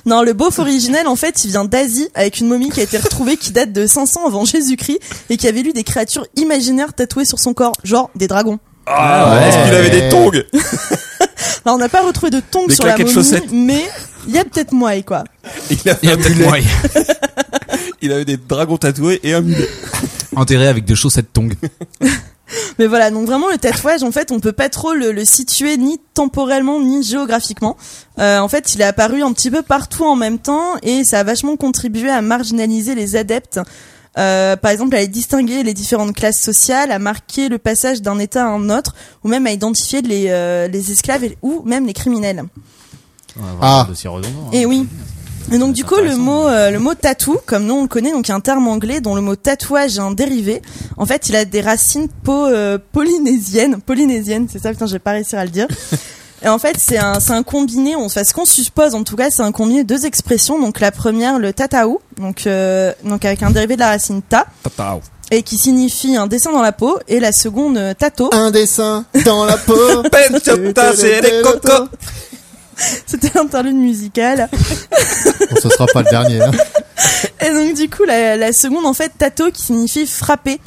[SPEAKER 6] Non, le beauf originel, en fait, il vient d'Asie avec une momie qui a été retrouvée qui date de 500 avant Jésus-Christ et qui avait lu des créatures imaginaires tatouées sur son corps, genre des dragons.
[SPEAKER 5] Ah,
[SPEAKER 4] ouais.
[SPEAKER 5] est-ce qu'il avait des tongs
[SPEAKER 6] Là, on n'a pas retrouvé de tongs
[SPEAKER 5] Des
[SPEAKER 6] sur la
[SPEAKER 5] claquettes
[SPEAKER 6] momie,
[SPEAKER 5] chaussettes.
[SPEAKER 6] mais il y a peut-être moelle, quoi.
[SPEAKER 5] il avait,
[SPEAKER 3] Il y
[SPEAKER 5] un
[SPEAKER 3] a peut-être
[SPEAKER 5] mulet.
[SPEAKER 3] moyen.
[SPEAKER 5] il avait des dragons tatoués et un mulet.
[SPEAKER 3] Enterré avec des chaussettes tongs.
[SPEAKER 6] Mais voilà, donc vraiment le tatouage, en fait, on peut pas trop le, le situer ni temporellement ni géographiquement. Euh, en fait, il est apparu un petit peu partout en même temps et ça a vachement contribué à marginaliser les adeptes. Euh, par exemple, à les distinguer les différentes classes sociales, à marquer le passage d'un état à un autre, ou même à identifier les, euh, les esclaves et- ou même les criminels.
[SPEAKER 4] Ah.
[SPEAKER 7] hein. Eh
[SPEAKER 6] Et Eh oui. Et donc du coup le mot euh, le mot tatou comme nous on le connaît donc il y a un terme anglais dont le mot tatouage est un dérivé. En fait, il a des racines po- euh, polynésiennes, polynésiennes, c'est ça putain, j'ai pas réussi à le dire. Et en fait, c'est un c'est un combiné, on enfin, ce qu'on suppose en tout cas, c'est un combiné de deux expressions. Donc la première le tataou, donc euh, donc avec un dérivé de la racine ta
[SPEAKER 5] Tataou.
[SPEAKER 6] et qui signifie un dessin dans la peau, et la seconde euh, tato.
[SPEAKER 4] Un dessin dans la peau.
[SPEAKER 5] Benchota, c'est des cocos.
[SPEAKER 6] C'était l'interlude musicale.
[SPEAKER 4] Bon, ce sera pas le dernier. hein.
[SPEAKER 6] Et donc du coup, la, la seconde en fait, tato, qui signifie frapper.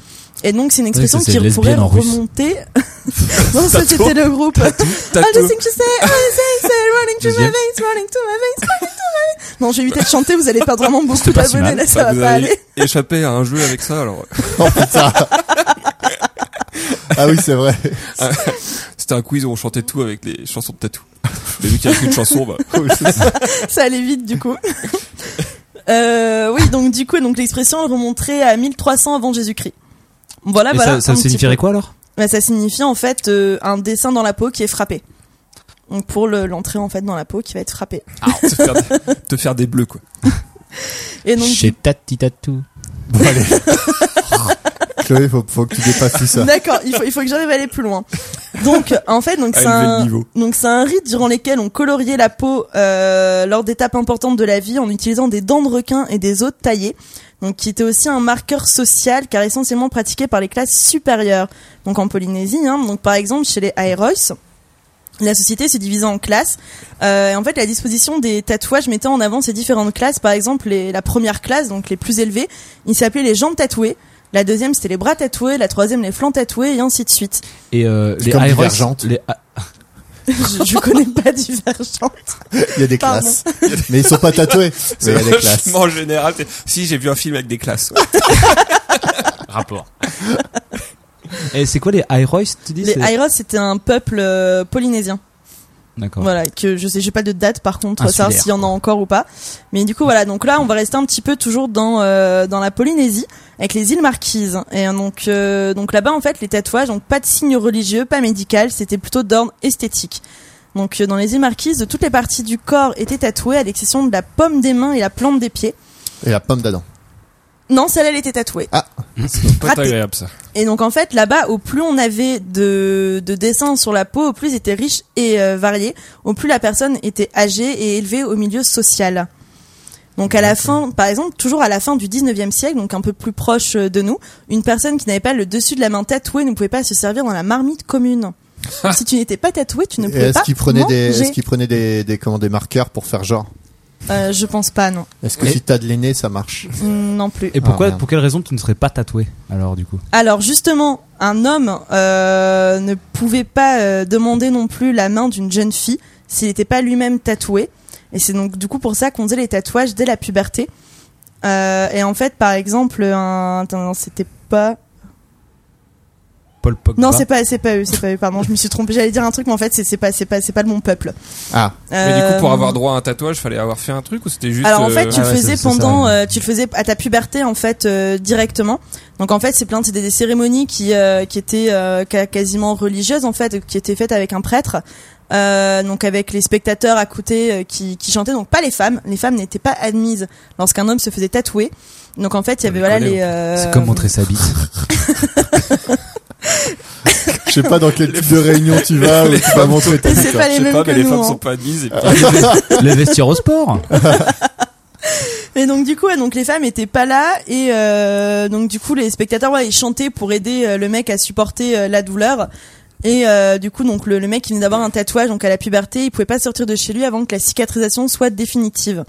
[SPEAKER 6] Et donc c'est une expression
[SPEAKER 7] ça, c'est
[SPEAKER 6] qui pourrait
[SPEAKER 7] lesbienne en russe.
[SPEAKER 6] remonter. non, ça c'était le groupe. Ah, I just think you say, I just say, say, running to my
[SPEAKER 7] Deuxième.
[SPEAKER 6] veins, running to my veins, running to my veins. Non, je vais éviter de chanter, vous allez perdre vraiment beaucoup
[SPEAKER 7] C'était pas si
[SPEAKER 6] d'abonnés,
[SPEAKER 7] mal.
[SPEAKER 6] là ça
[SPEAKER 5] vous
[SPEAKER 6] va pas
[SPEAKER 5] avez
[SPEAKER 6] aller.
[SPEAKER 5] échappé à un jeu avec ça, alors.
[SPEAKER 4] Oh putain. Ah oui, c'est vrai.
[SPEAKER 5] C'était un quiz où on chantait tout avec les chansons de tatou. Mais vu qu'il n'y a qu'une chanson, bah.
[SPEAKER 4] Oh,
[SPEAKER 6] Ça allait vite du coup. Euh, oui, donc du coup, donc l'expression elle remonterait à 1300 avant Jésus-Christ. Voilà,
[SPEAKER 7] Et
[SPEAKER 6] voilà.
[SPEAKER 7] ça, ça
[SPEAKER 6] Ah, bah un petit
[SPEAKER 7] signifierait
[SPEAKER 6] peu.
[SPEAKER 7] quoi alors
[SPEAKER 6] Bah, Ça signifie en fait euh, un dessin dans la peau qui est frappé. Donc pour le- l'entrée en fait dans la peau qui va être frappée.
[SPEAKER 5] te, faire des, te faire des bleus, quoi.
[SPEAKER 6] Et donc
[SPEAKER 7] Chez Tati Tatou.
[SPEAKER 4] Bon, allez. Chloé, faut, faut que tu dépasses tout ça.
[SPEAKER 6] D'accord, il faut, il faut que j'arrive à aller plus loin. Donc, en fait, donc
[SPEAKER 5] À
[SPEAKER 6] c'est
[SPEAKER 5] élever le
[SPEAKER 6] un,
[SPEAKER 5] niveau.
[SPEAKER 6] donc c'est un rite durant lesquels on coloriait la peau euh, lors d'étapes importantes de la vie en utilisant des dents de requin et des os taillés. Donc, qui était aussi un marqueur social, car essentiellement pratiqué par les classes supérieures. Donc, en Polynésie, hein, donc par exemple chez les Aerois, la société se divisait en classes. Euh, et en fait, la disposition des tatouages mettait en avant ces différentes classes. Par exemple, les- la première classe, donc les plus élevées, ils s'appelaient les jambes tatouées. La deuxième, c'était les bras tatoués. La troisième, les flancs tatoués, et ainsi de suite.
[SPEAKER 7] Et euh,
[SPEAKER 4] C'est
[SPEAKER 7] les
[SPEAKER 4] comme
[SPEAKER 7] Aeros-
[SPEAKER 4] Divergente.
[SPEAKER 7] les A-
[SPEAKER 6] je, je connais pas Divergente.
[SPEAKER 4] Il y a des
[SPEAKER 6] Pardon.
[SPEAKER 4] classes. Mais ils sont pas tatoués. Mais il y a des classes.
[SPEAKER 5] vachement général. c'est- Si, j'ai vu un film avec des classes.
[SPEAKER 7] Rapport. Et eh, c'est quoi les Aerois tu dis
[SPEAKER 6] Les
[SPEAKER 7] c'est-
[SPEAKER 6] Airos, c'était un peuple euh, polynésien.
[SPEAKER 7] D'accord.
[SPEAKER 6] Voilà, que je sais, j'ai pas de date par contre, euh,
[SPEAKER 7] Insulaire,
[SPEAKER 6] savoir s'il y en a encore ou pas. Mais du coup, voilà, donc là, on va rester un petit peu toujours dans euh, dans la Polynésie avec les îles Marquises. Et euh, donc euh, donc là-bas, en fait, les tatouages, donc pas de signe religieux, pas médical, c'était plutôt d'ordre esthétique. Donc euh, dans les îles Marquises, toutes les parties du corps étaient tatouées à l'exception de la pomme des mains et la plante des pieds.
[SPEAKER 4] Et la pomme d'Adam.
[SPEAKER 6] Non, celle-là, elle était tatouée.
[SPEAKER 7] Ah.
[SPEAKER 5] Pas
[SPEAKER 6] Raté.
[SPEAKER 5] agréable, ça.
[SPEAKER 6] Et donc en fait là-bas, au plus on avait de, de dessins sur la peau, au plus ils étaient riches et euh, variés, au plus la personne était âgée et élevée au milieu social. Donc à la fin, par exemple, toujours à la fin du 19e siècle, donc un peu plus proche euh, de nous, une personne qui n'avait pas le dessus de la main tatouée ne pouvait pas se servir dans la marmite commune. Donc, si tu n'étais pas tatoué, tu ne
[SPEAKER 4] Ah. Et
[SPEAKER 6] pouvais
[SPEAKER 4] est-ce
[SPEAKER 6] pas
[SPEAKER 4] qu'ils prenaient des,
[SPEAKER 6] manger.
[SPEAKER 4] est-ce qu'ils prenaient des, des, comment, des marqueurs pour faire genre?
[SPEAKER 6] Euh, je pense pas, non,
[SPEAKER 4] Est-ce que
[SPEAKER 7] Et-
[SPEAKER 4] si t'as de l'aîné, ça marche?
[SPEAKER 6] Mm, non plus.
[SPEAKER 7] Et pourquoi,
[SPEAKER 4] Ah, merde.
[SPEAKER 7] pour quelle raison tu ne serais pas tatoué alors du coup
[SPEAKER 6] Alors justement, un homme euh, ne pouvait pas euh, demander non plus la main d'une jeune fille s'il n'était pas lui-même tatoué. Et c'est donc du coup pour ça qu'on faisait les tatouages dès la puberté. Euh, et en fait, par exemple, un... attends, non, c'était pas...
[SPEAKER 7] Paul Pogba.
[SPEAKER 6] Non, c'est pas, c'est pas eux, c'est pas eux. Pardon, je me suis trompée. J'allais dire un truc, mais en fait, c'est c'est pas, c'est pas, c'est pas de mon peuple.
[SPEAKER 4] Ah.
[SPEAKER 5] Mais du coup, pour
[SPEAKER 6] Euh,
[SPEAKER 5] avoir droit à un tatouage, fallait avoir fait un truc ou c'était juste.
[SPEAKER 6] Alors en fait,
[SPEAKER 5] euh,
[SPEAKER 6] tu
[SPEAKER 7] Ah
[SPEAKER 6] le
[SPEAKER 7] ouais,
[SPEAKER 6] faisais
[SPEAKER 7] ça, ça, ça,
[SPEAKER 6] pendant,
[SPEAKER 7] ouais.
[SPEAKER 6] euh, tu le faisais à ta puberté en fait euh, directement. Donc en fait, c'est plein c'était des cérémonies qui euh, qui étaient euh, ca- quasiment religieuses en fait, qui étaient faites avec un prêtre. Euh, donc avec les spectateurs à côté euh, qui, qui chantaient, donc pas les femmes. Les femmes n'étaient pas admises lorsqu'un homme se faisait tatouer. Donc en fait, il y avait voilà
[SPEAKER 5] connaît,
[SPEAKER 6] les. euh,
[SPEAKER 7] C'est comme montrer sa bite.
[SPEAKER 4] Je sais pas dans quel type de réunion tu vas, où tu vas montrer ta
[SPEAKER 6] Et c'est
[SPEAKER 4] bite,
[SPEAKER 6] pas
[SPEAKER 5] je
[SPEAKER 6] les
[SPEAKER 5] sais
[SPEAKER 6] mêmes
[SPEAKER 5] pas,
[SPEAKER 6] que
[SPEAKER 5] mais les
[SPEAKER 6] nous.
[SPEAKER 5] femmes
[SPEAKER 6] hein.
[SPEAKER 5] sont pas admises. Et puis,
[SPEAKER 7] le vestiaire au sport.
[SPEAKER 6] Et donc du coup, ouais, donc les femmes étaient pas là et euh, donc du coup les spectateurs ouais, ils chantaient pour aider euh, le mec à supporter euh, la douleur. Et euh, du coup donc le, le mec qui venait d'avoir un tatouage donc à la puberté, il pouvait pas sortir de chez lui avant que la cicatrisation soit définitive.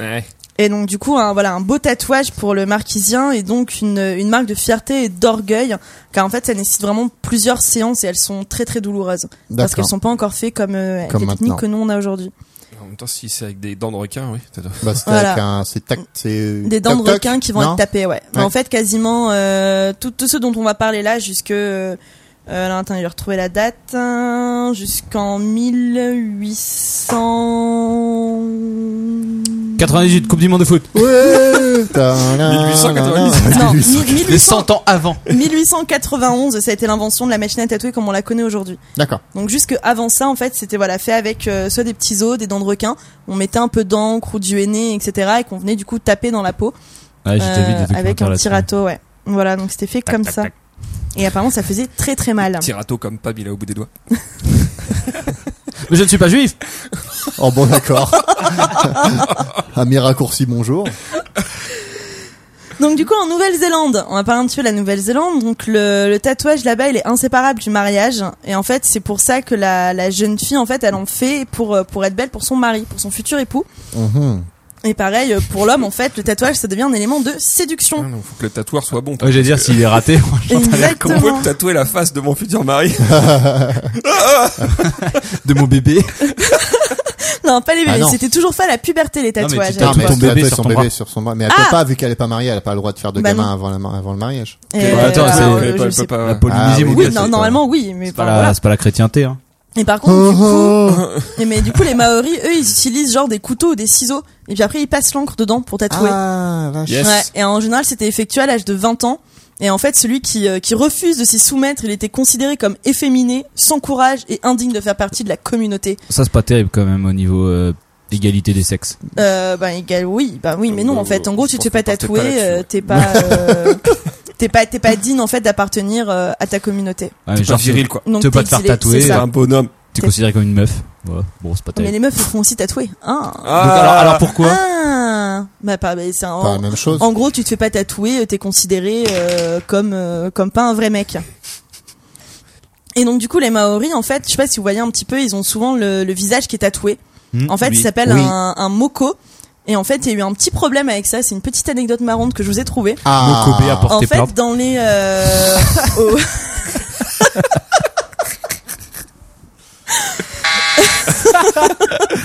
[SPEAKER 5] Ouais.
[SPEAKER 6] Et donc du coup un, voilà un beau tatouage pour le marquisien et donc une, une marque de fierté et d'orgueil car en fait ça nécessite vraiment plusieurs séances et elles sont très très douloureuses parce qu'elles
[SPEAKER 4] D'accord.
[SPEAKER 6] sont pas encore faites comme, euh, avec
[SPEAKER 4] Comme
[SPEAKER 6] les techniques
[SPEAKER 4] maintenant.
[SPEAKER 6] que nous on a aujourd'hui.
[SPEAKER 5] En même temps, si c'est avec des dents de requin, oui. t'as-
[SPEAKER 4] Bah, c'était
[SPEAKER 6] Voilà.
[SPEAKER 4] avec un, c'est tac, c'est.
[SPEAKER 6] Des dents de
[SPEAKER 4] toc-toc,
[SPEAKER 6] requin qui vont
[SPEAKER 4] Mm. non
[SPEAKER 6] être tapées, ouais. Mais
[SPEAKER 4] Ouais.
[SPEAKER 6] En fait, quasiment euh, tout, tout ce dont on va parler là, jusque. Euh, alors, attends, je vais retrouver la date. hein, Jusqu'en 1800.
[SPEAKER 7] 98, Coupe du Monde de foot.
[SPEAKER 4] Ouais!
[SPEAKER 5] 1890.
[SPEAKER 6] Non, mi- 1800
[SPEAKER 7] Les 100 ans avant.
[SPEAKER 6] 1891, ça a été l'invention de la machine à tatouer comme on la connaît aujourd'hui.
[SPEAKER 4] D'accord.
[SPEAKER 6] Donc jusque avant ça, en fait, c'était voilà fait avec euh, soit des petits os, des dents de requin. On mettait un peu d'encre ou du henné, etc. Et qu'on venait du coup taper dans la peau.
[SPEAKER 7] Ouais, j'ai déjà vu des
[SPEAKER 6] Euh,
[SPEAKER 7] documentaires
[SPEAKER 6] avec un
[SPEAKER 7] là-dessus.
[SPEAKER 6] petit râteau, ouais. Voilà, donc c'était fait comme ça. Et apparemment, ça faisait très très mal.
[SPEAKER 5] Petit râteau comme Pab, il a au bout des doigts.
[SPEAKER 7] Mais je ne suis pas juif.
[SPEAKER 4] Oh bon, d'accord. un mi raccourci, bonjour.
[SPEAKER 6] Donc du coup en Nouvelle-Zélande, on va parler un petit peu de la Nouvelle-Zélande. Donc le, le tatouage là-bas, il est inséparable du mariage. Et en fait, c'est pour ça que la, la jeune fille, en fait, elle en fait pour euh, pour être belle pour son mari, pour son futur époux.
[SPEAKER 4] Mhm.
[SPEAKER 6] Et pareil euh, pour l'homme, en fait, le tatouage, ça devient un élément de séduction.
[SPEAKER 5] donc, faut que le tatoueur soit bon.
[SPEAKER 7] Ouais, J'allais dire, s'il est raté,
[SPEAKER 5] Qu'on peut
[SPEAKER 6] Exactement.
[SPEAKER 5] tatouer la face de mon futur mari.
[SPEAKER 7] de mon bébé.
[SPEAKER 6] Non, pas les
[SPEAKER 4] Ah,
[SPEAKER 6] bébés.
[SPEAKER 4] non.
[SPEAKER 6] C'était toujours pas à la puberté les
[SPEAKER 7] mais
[SPEAKER 6] tatouages.
[SPEAKER 7] tu
[SPEAKER 6] à
[SPEAKER 4] Non,
[SPEAKER 7] tatoues
[SPEAKER 4] mais
[SPEAKER 6] l'époque.
[SPEAKER 7] ton
[SPEAKER 4] elle
[SPEAKER 7] bébé
[SPEAKER 4] tatouait
[SPEAKER 7] sur
[SPEAKER 4] son
[SPEAKER 7] ton
[SPEAKER 4] bébé
[SPEAKER 7] bras.
[SPEAKER 4] sur son bras. Mais elle peut pas, vu qu'elle est pas mariée, elle a pas le droit de faire de
[SPEAKER 6] Ah. Bah
[SPEAKER 4] gamin
[SPEAKER 6] non.
[SPEAKER 4] avant, la mar- avant le mariage.
[SPEAKER 6] Et,
[SPEAKER 5] Ouais,
[SPEAKER 6] euh,
[SPEAKER 7] attends,
[SPEAKER 6] alors,
[SPEAKER 7] c'est-
[SPEAKER 6] euh,
[SPEAKER 5] elle peut-
[SPEAKER 6] je
[SPEAKER 5] elle
[SPEAKER 6] sais
[SPEAKER 5] peut
[SPEAKER 6] pas.
[SPEAKER 5] pas-
[SPEAKER 7] La Polynésie,
[SPEAKER 4] Ah,
[SPEAKER 7] mon
[SPEAKER 4] oui,
[SPEAKER 6] Oui,
[SPEAKER 7] gars,
[SPEAKER 6] non,
[SPEAKER 7] c'est-
[SPEAKER 6] normalement oui, mais
[SPEAKER 7] C'est pas,
[SPEAKER 6] enfin,
[SPEAKER 7] la-
[SPEAKER 6] voilà.
[SPEAKER 7] c'est pas la chrétienté, hein.
[SPEAKER 6] Et par contre, du coup,
[SPEAKER 4] Oh, oh.
[SPEAKER 6] Et mais du coup, les Maoris, eux, ils utilisent genre des couteaux ou des ciseaux. Et puis après, ils passent l'encre dedans pour tatouer.
[SPEAKER 4] Ah, vache.
[SPEAKER 5] Yes.
[SPEAKER 6] Ouais. Et en général, c'était effectué à l'âge de 20 ans. Et en fait, celui qui, euh, qui refuse de s'y soumettre, il était considéré comme efféminé, sans courage et indigne de faire partie de la communauté.
[SPEAKER 7] Ça, c'est pas terrible quand même au niveau euh, égalité des sexes.
[SPEAKER 6] Euh, ben, égal, oui, ben oui, mais non, en fait. En gros, tu te fais pas
[SPEAKER 5] T'es pas
[SPEAKER 6] tatouer,
[SPEAKER 5] là-dessus,
[SPEAKER 6] euh,
[SPEAKER 5] ouais.
[SPEAKER 6] t'es pas, euh, t'es pas, t'es pas digne, en fait, d'appartenir euh, à ta communauté.
[SPEAKER 7] Ouais,
[SPEAKER 5] C'est pas
[SPEAKER 7] Ah, genre, tu-
[SPEAKER 5] viril, quoi.
[SPEAKER 6] Donc,
[SPEAKER 7] Tu veux pas
[SPEAKER 6] t'es
[SPEAKER 7] te faire
[SPEAKER 6] exilé,
[SPEAKER 7] tatouer, euh,
[SPEAKER 6] c'est
[SPEAKER 5] C'est
[SPEAKER 6] ça.
[SPEAKER 5] un bonhomme.
[SPEAKER 7] T'es considéré comme une meuf. Ouais, bon, c'est pas
[SPEAKER 6] Ah, Mais
[SPEAKER 7] terrible.
[SPEAKER 6] les meufs, ils font aussi tatouer. Ah.
[SPEAKER 7] Donc, alors, alors pourquoi
[SPEAKER 6] Ah. Bah, pas, bah, c'est un,
[SPEAKER 4] Pas la même chose.
[SPEAKER 6] En gros, tu te fais pas tatouer, euh, t'es considéré euh, comme euh, comme pas un vrai mec. Et donc du coup, les Maoris, en fait, je sais pas si vous voyez un petit peu, ils ont souvent le, le visage qui est tatoué.
[SPEAKER 7] Hmm
[SPEAKER 6] En fait, il s'appelle
[SPEAKER 4] Oui.
[SPEAKER 6] un, un moko. Et en fait, il y a eu un petit problème avec ça. C'est une petite anecdote marrante que je vous ai trouvée.
[SPEAKER 4] Ah.
[SPEAKER 7] Mon Kobe a porté
[SPEAKER 6] En fait,
[SPEAKER 7] plainte.
[SPEAKER 6] dans les euh, au-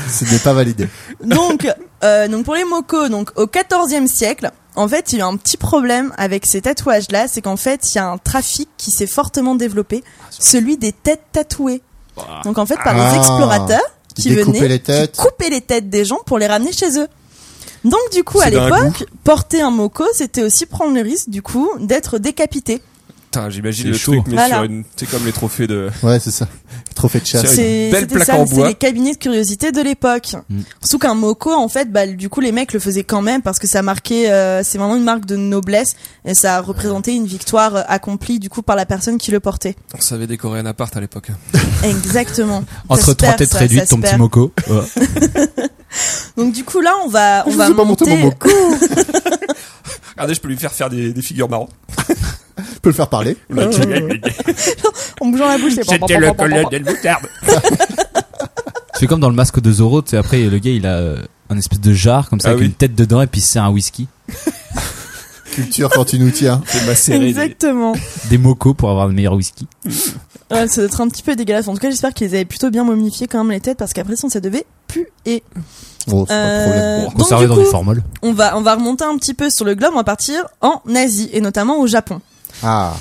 [SPEAKER 4] Ce n'est pas validé.
[SPEAKER 6] donc euh, donc pour les moko, donc au 14e siècle, en fait, il y a eu un petit problème avec ces tatouages là, c'est qu'en fait, il y a un trafic qui s'est fortement développé,
[SPEAKER 5] Ah,
[SPEAKER 6] celui des têtes tatouées.
[SPEAKER 5] Bah.
[SPEAKER 6] Donc en fait, par
[SPEAKER 4] Ah.
[SPEAKER 6] les explorateurs qui
[SPEAKER 4] Découper
[SPEAKER 6] venaient
[SPEAKER 4] les têtes.
[SPEAKER 6] qui coupaient les têtes des gens pour les ramener chez eux. Donc du coup,
[SPEAKER 5] C'est
[SPEAKER 6] à
[SPEAKER 5] d'un
[SPEAKER 6] l'époque, porter un moko, c'était aussi prendre le risque du coup d'être décapité.
[SPEAKER 5] Putain, j'imagine
[SPEAKER 7] C'est
[SPEAKER 5] le
[SPEAKER 7] chaud.
[SPEAKER 5] truc, mais
[SPEAKER 6] Voilà.
[SPEAKER 5] sur une, c'est comme les trophées de.
[SPEAKER 4] Ouais, c'est ça. Trophée de chasse.
[SPEAKER 5] C'est-
[SPEAKER 6] C'est
[SPEAKER 5] belle
[SPEAKER 6] c'était
[SPEAKER 5] plaque
[SPEAKER 6] ça,
[SPEAKER 5] en
[SPEAKER 6] c'est
[SPEAKER 5] bois.
[SPEAKER 6] les cabinets de curiosité de l'époque.
[SPEAKER 7] Mm.
[SPEAKER 6] Surtout qu'un moko, en fait, bah, du coup, les mecs le faisaient quand même parce que ça marquait, euh, c'est vraiment une marque de noblesse et ça représentait une victoire euh, accomplie du coup par la personne qui le portait.
[SPEAKER 5] On savait décorer un appart à l'époque.
[SPEAKER 6] Exactement. Ça se
[SPEAKER 7] Entre trois
[SPEAKER 6] perd,
[SPEAKER 7] têtes
[SPEAKER 6] ça, ça
[SPEAKER 7] réduites,
[SPEAKER 6] se
[SPEAKER 7] ton petit
[SPEAKER 6] perd.
[SPEAKER 7] moco. Ouais.
[SPEAKER 6] Donc du coup là, on va, on
[SPEAKER 4] Je
[SPEAKER 6] va
[SPEAKER 4] vous ai pas monté mon
[SPEAKER 6] monter-
[SPEAKER 4] moko.
[SPEAKER 5] Regardez, je peux lui faire faire des, des figures marrantes.
[SPEAKER 4] Je peux le faire parler.
[SPEAKER 6] en bougeant la bouche. c'est pam, pam, pam, pam, pam, pam.
[SPEAKER 5] colonel Moutarde.
[SPEAKER 7] C'est comme dans le masque de Zorro, tu sais, après, le gars, il a euh, un espèce de jarre, comme ça,
[SPEAKER 5] Ah
[SPEAKER 7] avec
[SPEAKER 5] oui.
[SPEAKER 7] une tête dedans, et puis c'est un whisky.
[SPEAKER 4] Culture quand tu nous tiens.
[SPEAKER 5] C'est ma série. des-
[SPEAKER 6] Exactement.
[SPEAKER 7] Des mocos pour avoir le meilleur whisky.
[SPEAKER 6] Ouais, ça doit être un petit peu dégueulasse. En tout cas, j'espère qu'ils avaient plutôt bien momifié quand même les têtes parce qu'après sinon ça devait puer.
[SPEAKER 4] Oh, c'est pas de problème.
[SPEAKER 6] Euh,
[SPEAKER 7] Pour
[SPEAKER 6] donc
[SPEAKER 7] conserver
[SPEAKER 6] du
[SPEAKER 7] dans
[SPEAKER 6] coup,
[SPEAKER 7] des formoles.
[SPEAKER 6] on va on va remonter un petit peu sur le globe. On va partir en Asie et notamment au Japon.
[SPEAKER 4] Ah.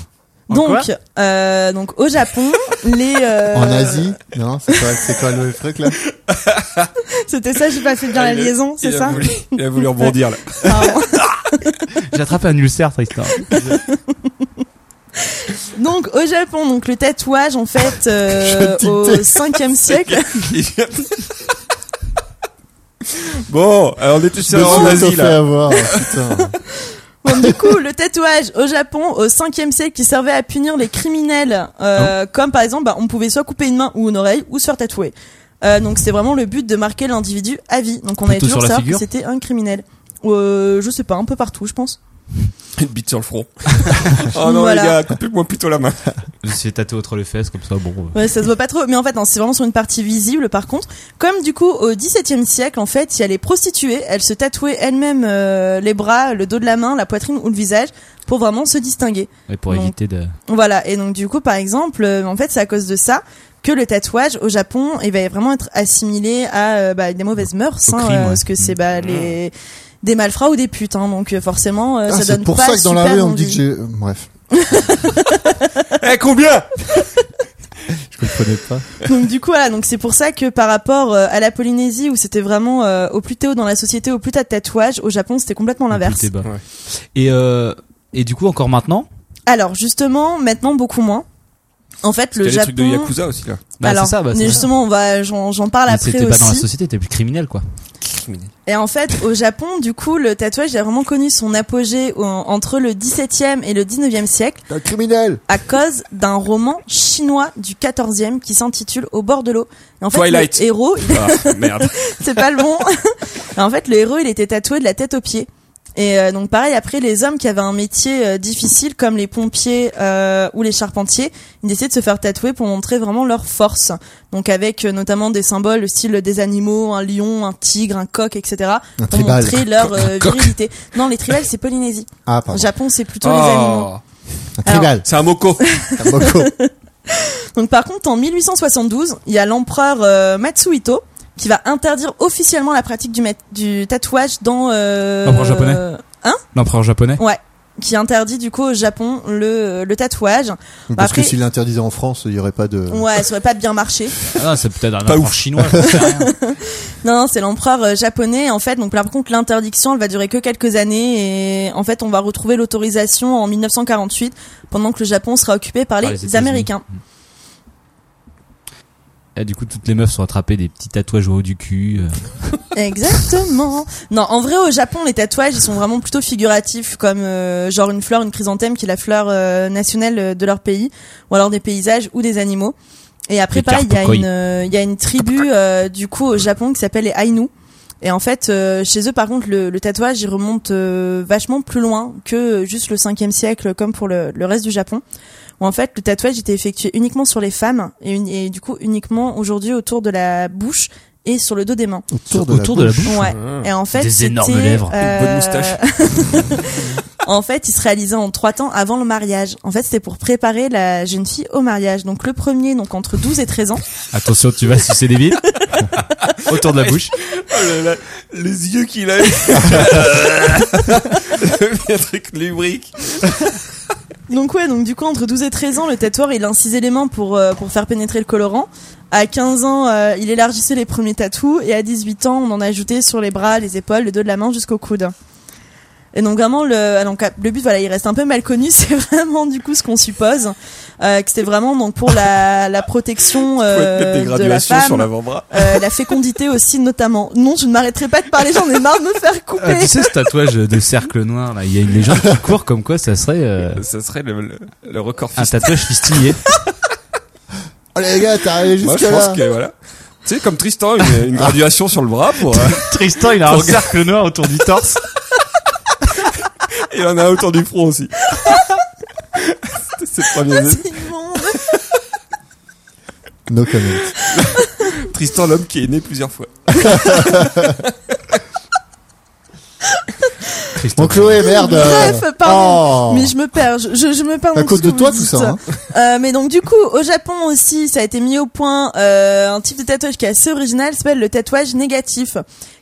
[SPEAKER 3] En
[SPEAKER 6] Donc, euh, donc au Japon, les euh,
[SPEAKER 4] En Asie Non, c'est quoi, c'est quoi le truc là
[SPEAKER 6] C'était ça, j'ai pas fait bien la
[SPEAKER 5] Ah, Il a-
[SPEAKER 6] liaison, c'est
[SPEAKER 5] il a
[SPEAKER 6] ça
[SPEAKER 5] voulu- Il a voulu rebondir là.
[SPEAKER 6] Pardon.
[SPEAKER 7] J'ai attrapé un ulcère, Tristan.
[SPEAKER 6] Donc au Japon, donc le tatouage en fait euh,
[SPEAKER 4] Je
[SPEAKER 6] au
[SPEAKER 4] dictais.
[SPEAKER 6] 5e siècle.
[SPEAKER 5] Bon, alors on est tous
[SPEAKER 4] Je me
[SPEAKER 5] sur en
[SPEAKER 4] suis
[SPEAKER 5] Asie
[SPEAKER 4] fait
[SPEAKER 5] là.
[SPEAKER 6] Euh,
[SPEAKER 4] avoir. Putain.
[SPEAKER 6] Bon, du coup, le tatouage au Japon au 5e siècle qui servait à punir les criminels,
[SPEAKER 7] Ah
[SPEAKER 6] euh, comme par exemple, bah, on pouvait soit couper une main ou une oreille ou se faire tatouer. Euh, donc c'était vraiment le but de marquer l'individu à vie. Donc on avait
[SPEAKER 7] Plutôt sur
[SPEAKER 6] toujours
[SPEAKER 7] la
[SPEAKER 6] ça, que
[SPEAKER 7] figure
[SPEAKER 6] c'était un criminel. Euh, je sais pas, un peu partout, je pense.
[SPEAKER 5] Une bite sur le front. oh non
[SPEAKER 6] Voilà.
[SPEAKER 5] les gars, coupez-moi plutôt la main.
[SPEAKER 7] Je me suis fait tatouer entre les fesses, comme ça, bon. euh.
[SPEAKER 6] Ouais, ça se voit pas trop, mais en fait, non, c'est vraiment sur une partie visible. Par contre, comme du coup au XVIIe siècle, en fait, il y a les prostituées, elles se tatouaient elles-mêmes euh, les bras, le dos de la main, la poitrine ou le visage pour vraiment se distinguer.
[SPEAKER 7] Ouais, pour
[SPEAKER 6] Non.
[SPEAKER 7] éviter de.
[SPEAKER 6] Voilà. Et donc du coup, par exemple, euh, en fait, c'est à cause de ça que le tatouage au Japon, il va vraiment être assimilé à euh, bah, des mauvaises mœurs,
[SPEAKER 7] Au
[SPEAKER 6] hein,
[SPEAKER 7] crime,
[SPEAKER 6] euh,
[SPEAKER 7] ouais.
[SPEAKER 6] parce que c'est bah, les des malfrats ou des putes, hein, donc euh, forcément, euh,
[SPEAKER 4] Ah,
[SPEAKER 6] ça
[SPEAKER 4] c'est
[SPEAKER 6] donne
[SPEAKER 4] pour
[SPEAKER 6] pas
[SPEAKER 4] ça que dans la
[SPEAKER 6] super
[SPEAKER 4] rue on me
[SPEAKER 6] envie.
[SPEAKER 4] dit que j'ai. euh, Bref.
[SPEAKER 5] Eh combien
[SPEAKER 4] Je comprenais pas.
[SPEAKER 6] Donc du coup voilà, donc c'est pour ça que par rapport euh, à la Polynésie où c'était vraiment euh, au plus t'es haut dans la société, au plus t'as de tatouages, au Japon c'était complètement l'inverse.
[SPEAKER 7] Plus t'es bas.
[SPEAKER 5] Ouais.
[SPEAKER 7] Et, euh, et du coup, encore maintenant,
[SPEAKER 6] Alors justement, maintenant beaucoup moins. En fait,
[SPEAKER 5] Il y
[SPEAKER 6] le
[SPEAKER 5] a des
[SPEAKER 6] Japon.
[SPEAKER 5] trucs de Yakuza aussi là.
[SPEAKER 7] bah,
[SPEAKER 6] Alors,
[SPEAKER 7] c'est ça, bah,
[SPEAKER 6] mais
[SPEAKER 7] c'est ça.
[SPEAKER 6] justement, on va, j'en, j'en parle
[SPEAKER 7] Mais
[SPEAKER 6] après
[SPEAKER 7] C'était pas dans la
[SPEAKER 6] aussi.
[SPEAKER 7] société, t'es plus criminel, quoi.
[SPEAKER 6] Et en fait, au Japon, du coup, le tatouage il a vraiment connu son apogée en- entre le 17e et le 19e siècle
[SPEAKER 4] Un criminel.
[SPEAKER 6] à cause d'un roman chinois du 14e qui s'intitule Au bord de l'eau. Et en fait,
[SPEAKER 5] Twilight.
[SPEAKER 6] le héros,
[SPEAKER 5] Ah merde.
[SPEAKER 6] c'est pas le bon. en fait, le héros, il était tatoué de la tête aux pieds. Et euh, donc pareil, après les hommes qui avaient un métier euh, difficile comme les pompiers euh, ou les charpentiers, ils décidaient de se faire tatouer pour montrer vraiment leur force. Donc avec euh, notamment des symboles style des animaux, un lion, un tigre, un coq, etc.
[SPEAKER 4] Un
[SPEAKER 6] pour
[SPEAKER 4] tribal.
[SPEAKER 6] montrer leur euh,
[SPEAKER 5] coq.
[SPEAKER 6] virilité. Non, les tribales c'est Polynésie.
[SPEAKER 4] Ah,
[SPEAKER 6] Au
[SPEAKER 4] pardon. Oh.
[SPEAKER 6] Japon c'est plutôt les animaux.
[SPEAKER 4] Un tribal.
[SPEAKER 5] C'est un moco.
[SPEAKER 4] Un moco.
[SPEAKER 6] Bah, Donc par contre, en 1872, il y a l'empereur euh, Matsuhito qui va interdire officiellement la pratique du, ma- du tatouage dans... Euh,
[SPEAKER 3] L'empereur japonais.
[SPEAKER 6] euh,
[SPEAKER 3] L'empereur japonais.
[SPEAKER 6] qui interdit du coup au Japon le, le tatouage.
[SPEAKER 4] Parce
[SPEAKER 6] Après-
[SPEAKER 4] que s'il l'interdisait en France, il y aurait pas de.
[SPEAKER 6] Ouais, ça aurait pas bien marché.
[SPEAKER 7] Ah non, c'est peut-être un
[SPEAKER 5] Pas
[SPEAKER 7] empereur chinois, j'en sais rien.
[SPEAKER 6] Non, non, c'est l'empereur euh, japonais en fait. Donc là, par contre, l'interdiction, elle va durer que quelques années et en fait, on va retrouver l'autorisation en 1948 pendant que le Japon sera occupé par les,
[SPEAKER 7] Par les États-Unis.
[SPEAKER 6] Américains.
[SPEAKER 7] Et du coup, toutes les meufs sont attrapées des petits tatouages au haut du cul. euh.
[SPEAKER 6] Exactement. Non, en vrai, au Japon, les tatouages, ils sont vraiment plutôt figuratifs, comme euh, genre une fleur, une chrysanthème, qui est la fleur euh, nationale euh, de leur pays, ou alors des paysages ou des animaux. Et après,
[SPEAKER 7] Les
[SPEAKER 6] pareil, il y, a
[SPEAKER 7] carpocoi.
[SPEAKER 6] une, euh, il y a une tribu euh, du coup au Japon qui s'appelle les Ainu. Et en fait, euh, chez eux, par contre, le, le tatouage, il remonte euh, vachement plus loin que euh, juste le 5e siècle, comme pour le, le reste du Japon. Où en fait, le tatouage était effectué uniquement sur les femmes, et, uni- et du coup, uniquement aujourd'hui autour de la bouche et sur le dos des mains.
[SPEAKER 4] Autour
[SPEAKER 7] autour de la bouche.
[SPEAKER 5] Ah.
[SPEAKER 6] Ouais. Et en fait,
[SPEAKER 7] Des
[SPEAKER 6] c'était,
[SPEAKER 7] énormes lèvres.
[SPEAKER 6] euh,
[SPEAKER 5] Une bonne moustache.
[SPEAKER 6] en fait, il se réalisait en trois temps avant le mariage. En fait, c'était pour préparer la jeune fille au mariage. Donc le premier, donc entre 12 et 13 ans.
[SPEAKER 7] Attention, tu vas sucer des billes. Autour de la bouche.
[SPEAKER 5] Oh là là, les yeux qu'il a eu. un truc lubrique.
[SPEAKER 6] Euh, Donc ouais, donc du coup entre 12 et 13 ans, le tatoueur il incisait les mains pour euh, pour faire pénétrer le colorant. À 15 ans, euh, il élargissait les premiers tatous et à 18 ans, on en ajoutait sur les bras, les épaules, le dos de la main jusqu'au coude. Et donc vraiment le ah, donc, le but voilà, il reste un peu mal connu, c'est vraiment du coup ce qu'on suppose euh, que c'était vraiment donc pour la la protection
[SPEAKER 5] Faut
[SPEAKER 6] euh,
[SPEAKER 5] être mettre des
[SPEAKER 6] de la
[SPEAKER 5] graduations
[SPEAKER 6] femme,
[SPEAKER 5] sur l'avant-bras.
[SPEAKER 6] euh, la fécondité aussi notamment. Non, je ne m'arrêterai pas de parler, j'en ai marre de me faire
[SPEAKER 3] Ah,
[SPEAKER 6] couper.
[SPEAKER 3] tu sais ce tatouage de cercle noir là, il y a une légende qui court comme quoi ça serait euh,
[SPEAKER 5] Ça serait le, le- le record
[SPEAKER 7] Un
[SPEAKER 5] fiscal.
[SPEAKER 7] tatouage fistillé.
[SPEAKER 4] Allez, les gars, t'es arrivé
[SPEAKER 5] Moi, je
[SPEAKER 4] jusque
[SPEAKER 5] pense
[SPEAKER 4] là.
[SPEAKER 5] que voilà. Tu sais, comme Tristan, une, une graduation sur le bras pour. euh,
[SPEAKER 7] Tristan, il a un cercle noir autour du torse.
[SPEAKER 5] il en a autour du front aussi. C'était ses premiers
[SPEAKER 6] C'est immonde.
[SPEAKER 4] No comment.
[SPEAKER 5] Tristan, l'homme qui est né plusieurs fois.
[SPEAKER 4] Bon, Chloé, merde. euh,
[SPEAKER 6] Bref,
[SPEAKER 4] oh.
[SPEAKER 6] pardon. Mais je me perds, je, je, je me perds.
[SPEAKER 4] À
[SPEAKER 6] dans
[SPEAKER 4] cause
[SPEAKER 6] ce que
[SPEAKER 4] de
[SPEAKER 6] vous
[SPEAKER 4] toi,
[SPEAKER 6] dites.
[SPEAKER 4] tout ça, hein.
[SPEAKER 6] Euh, mais donc du coup, au Japon aussi, ça a été mis au point euh, un type de tatouage qui est assez original, ça s'appelle le tatouage négatif,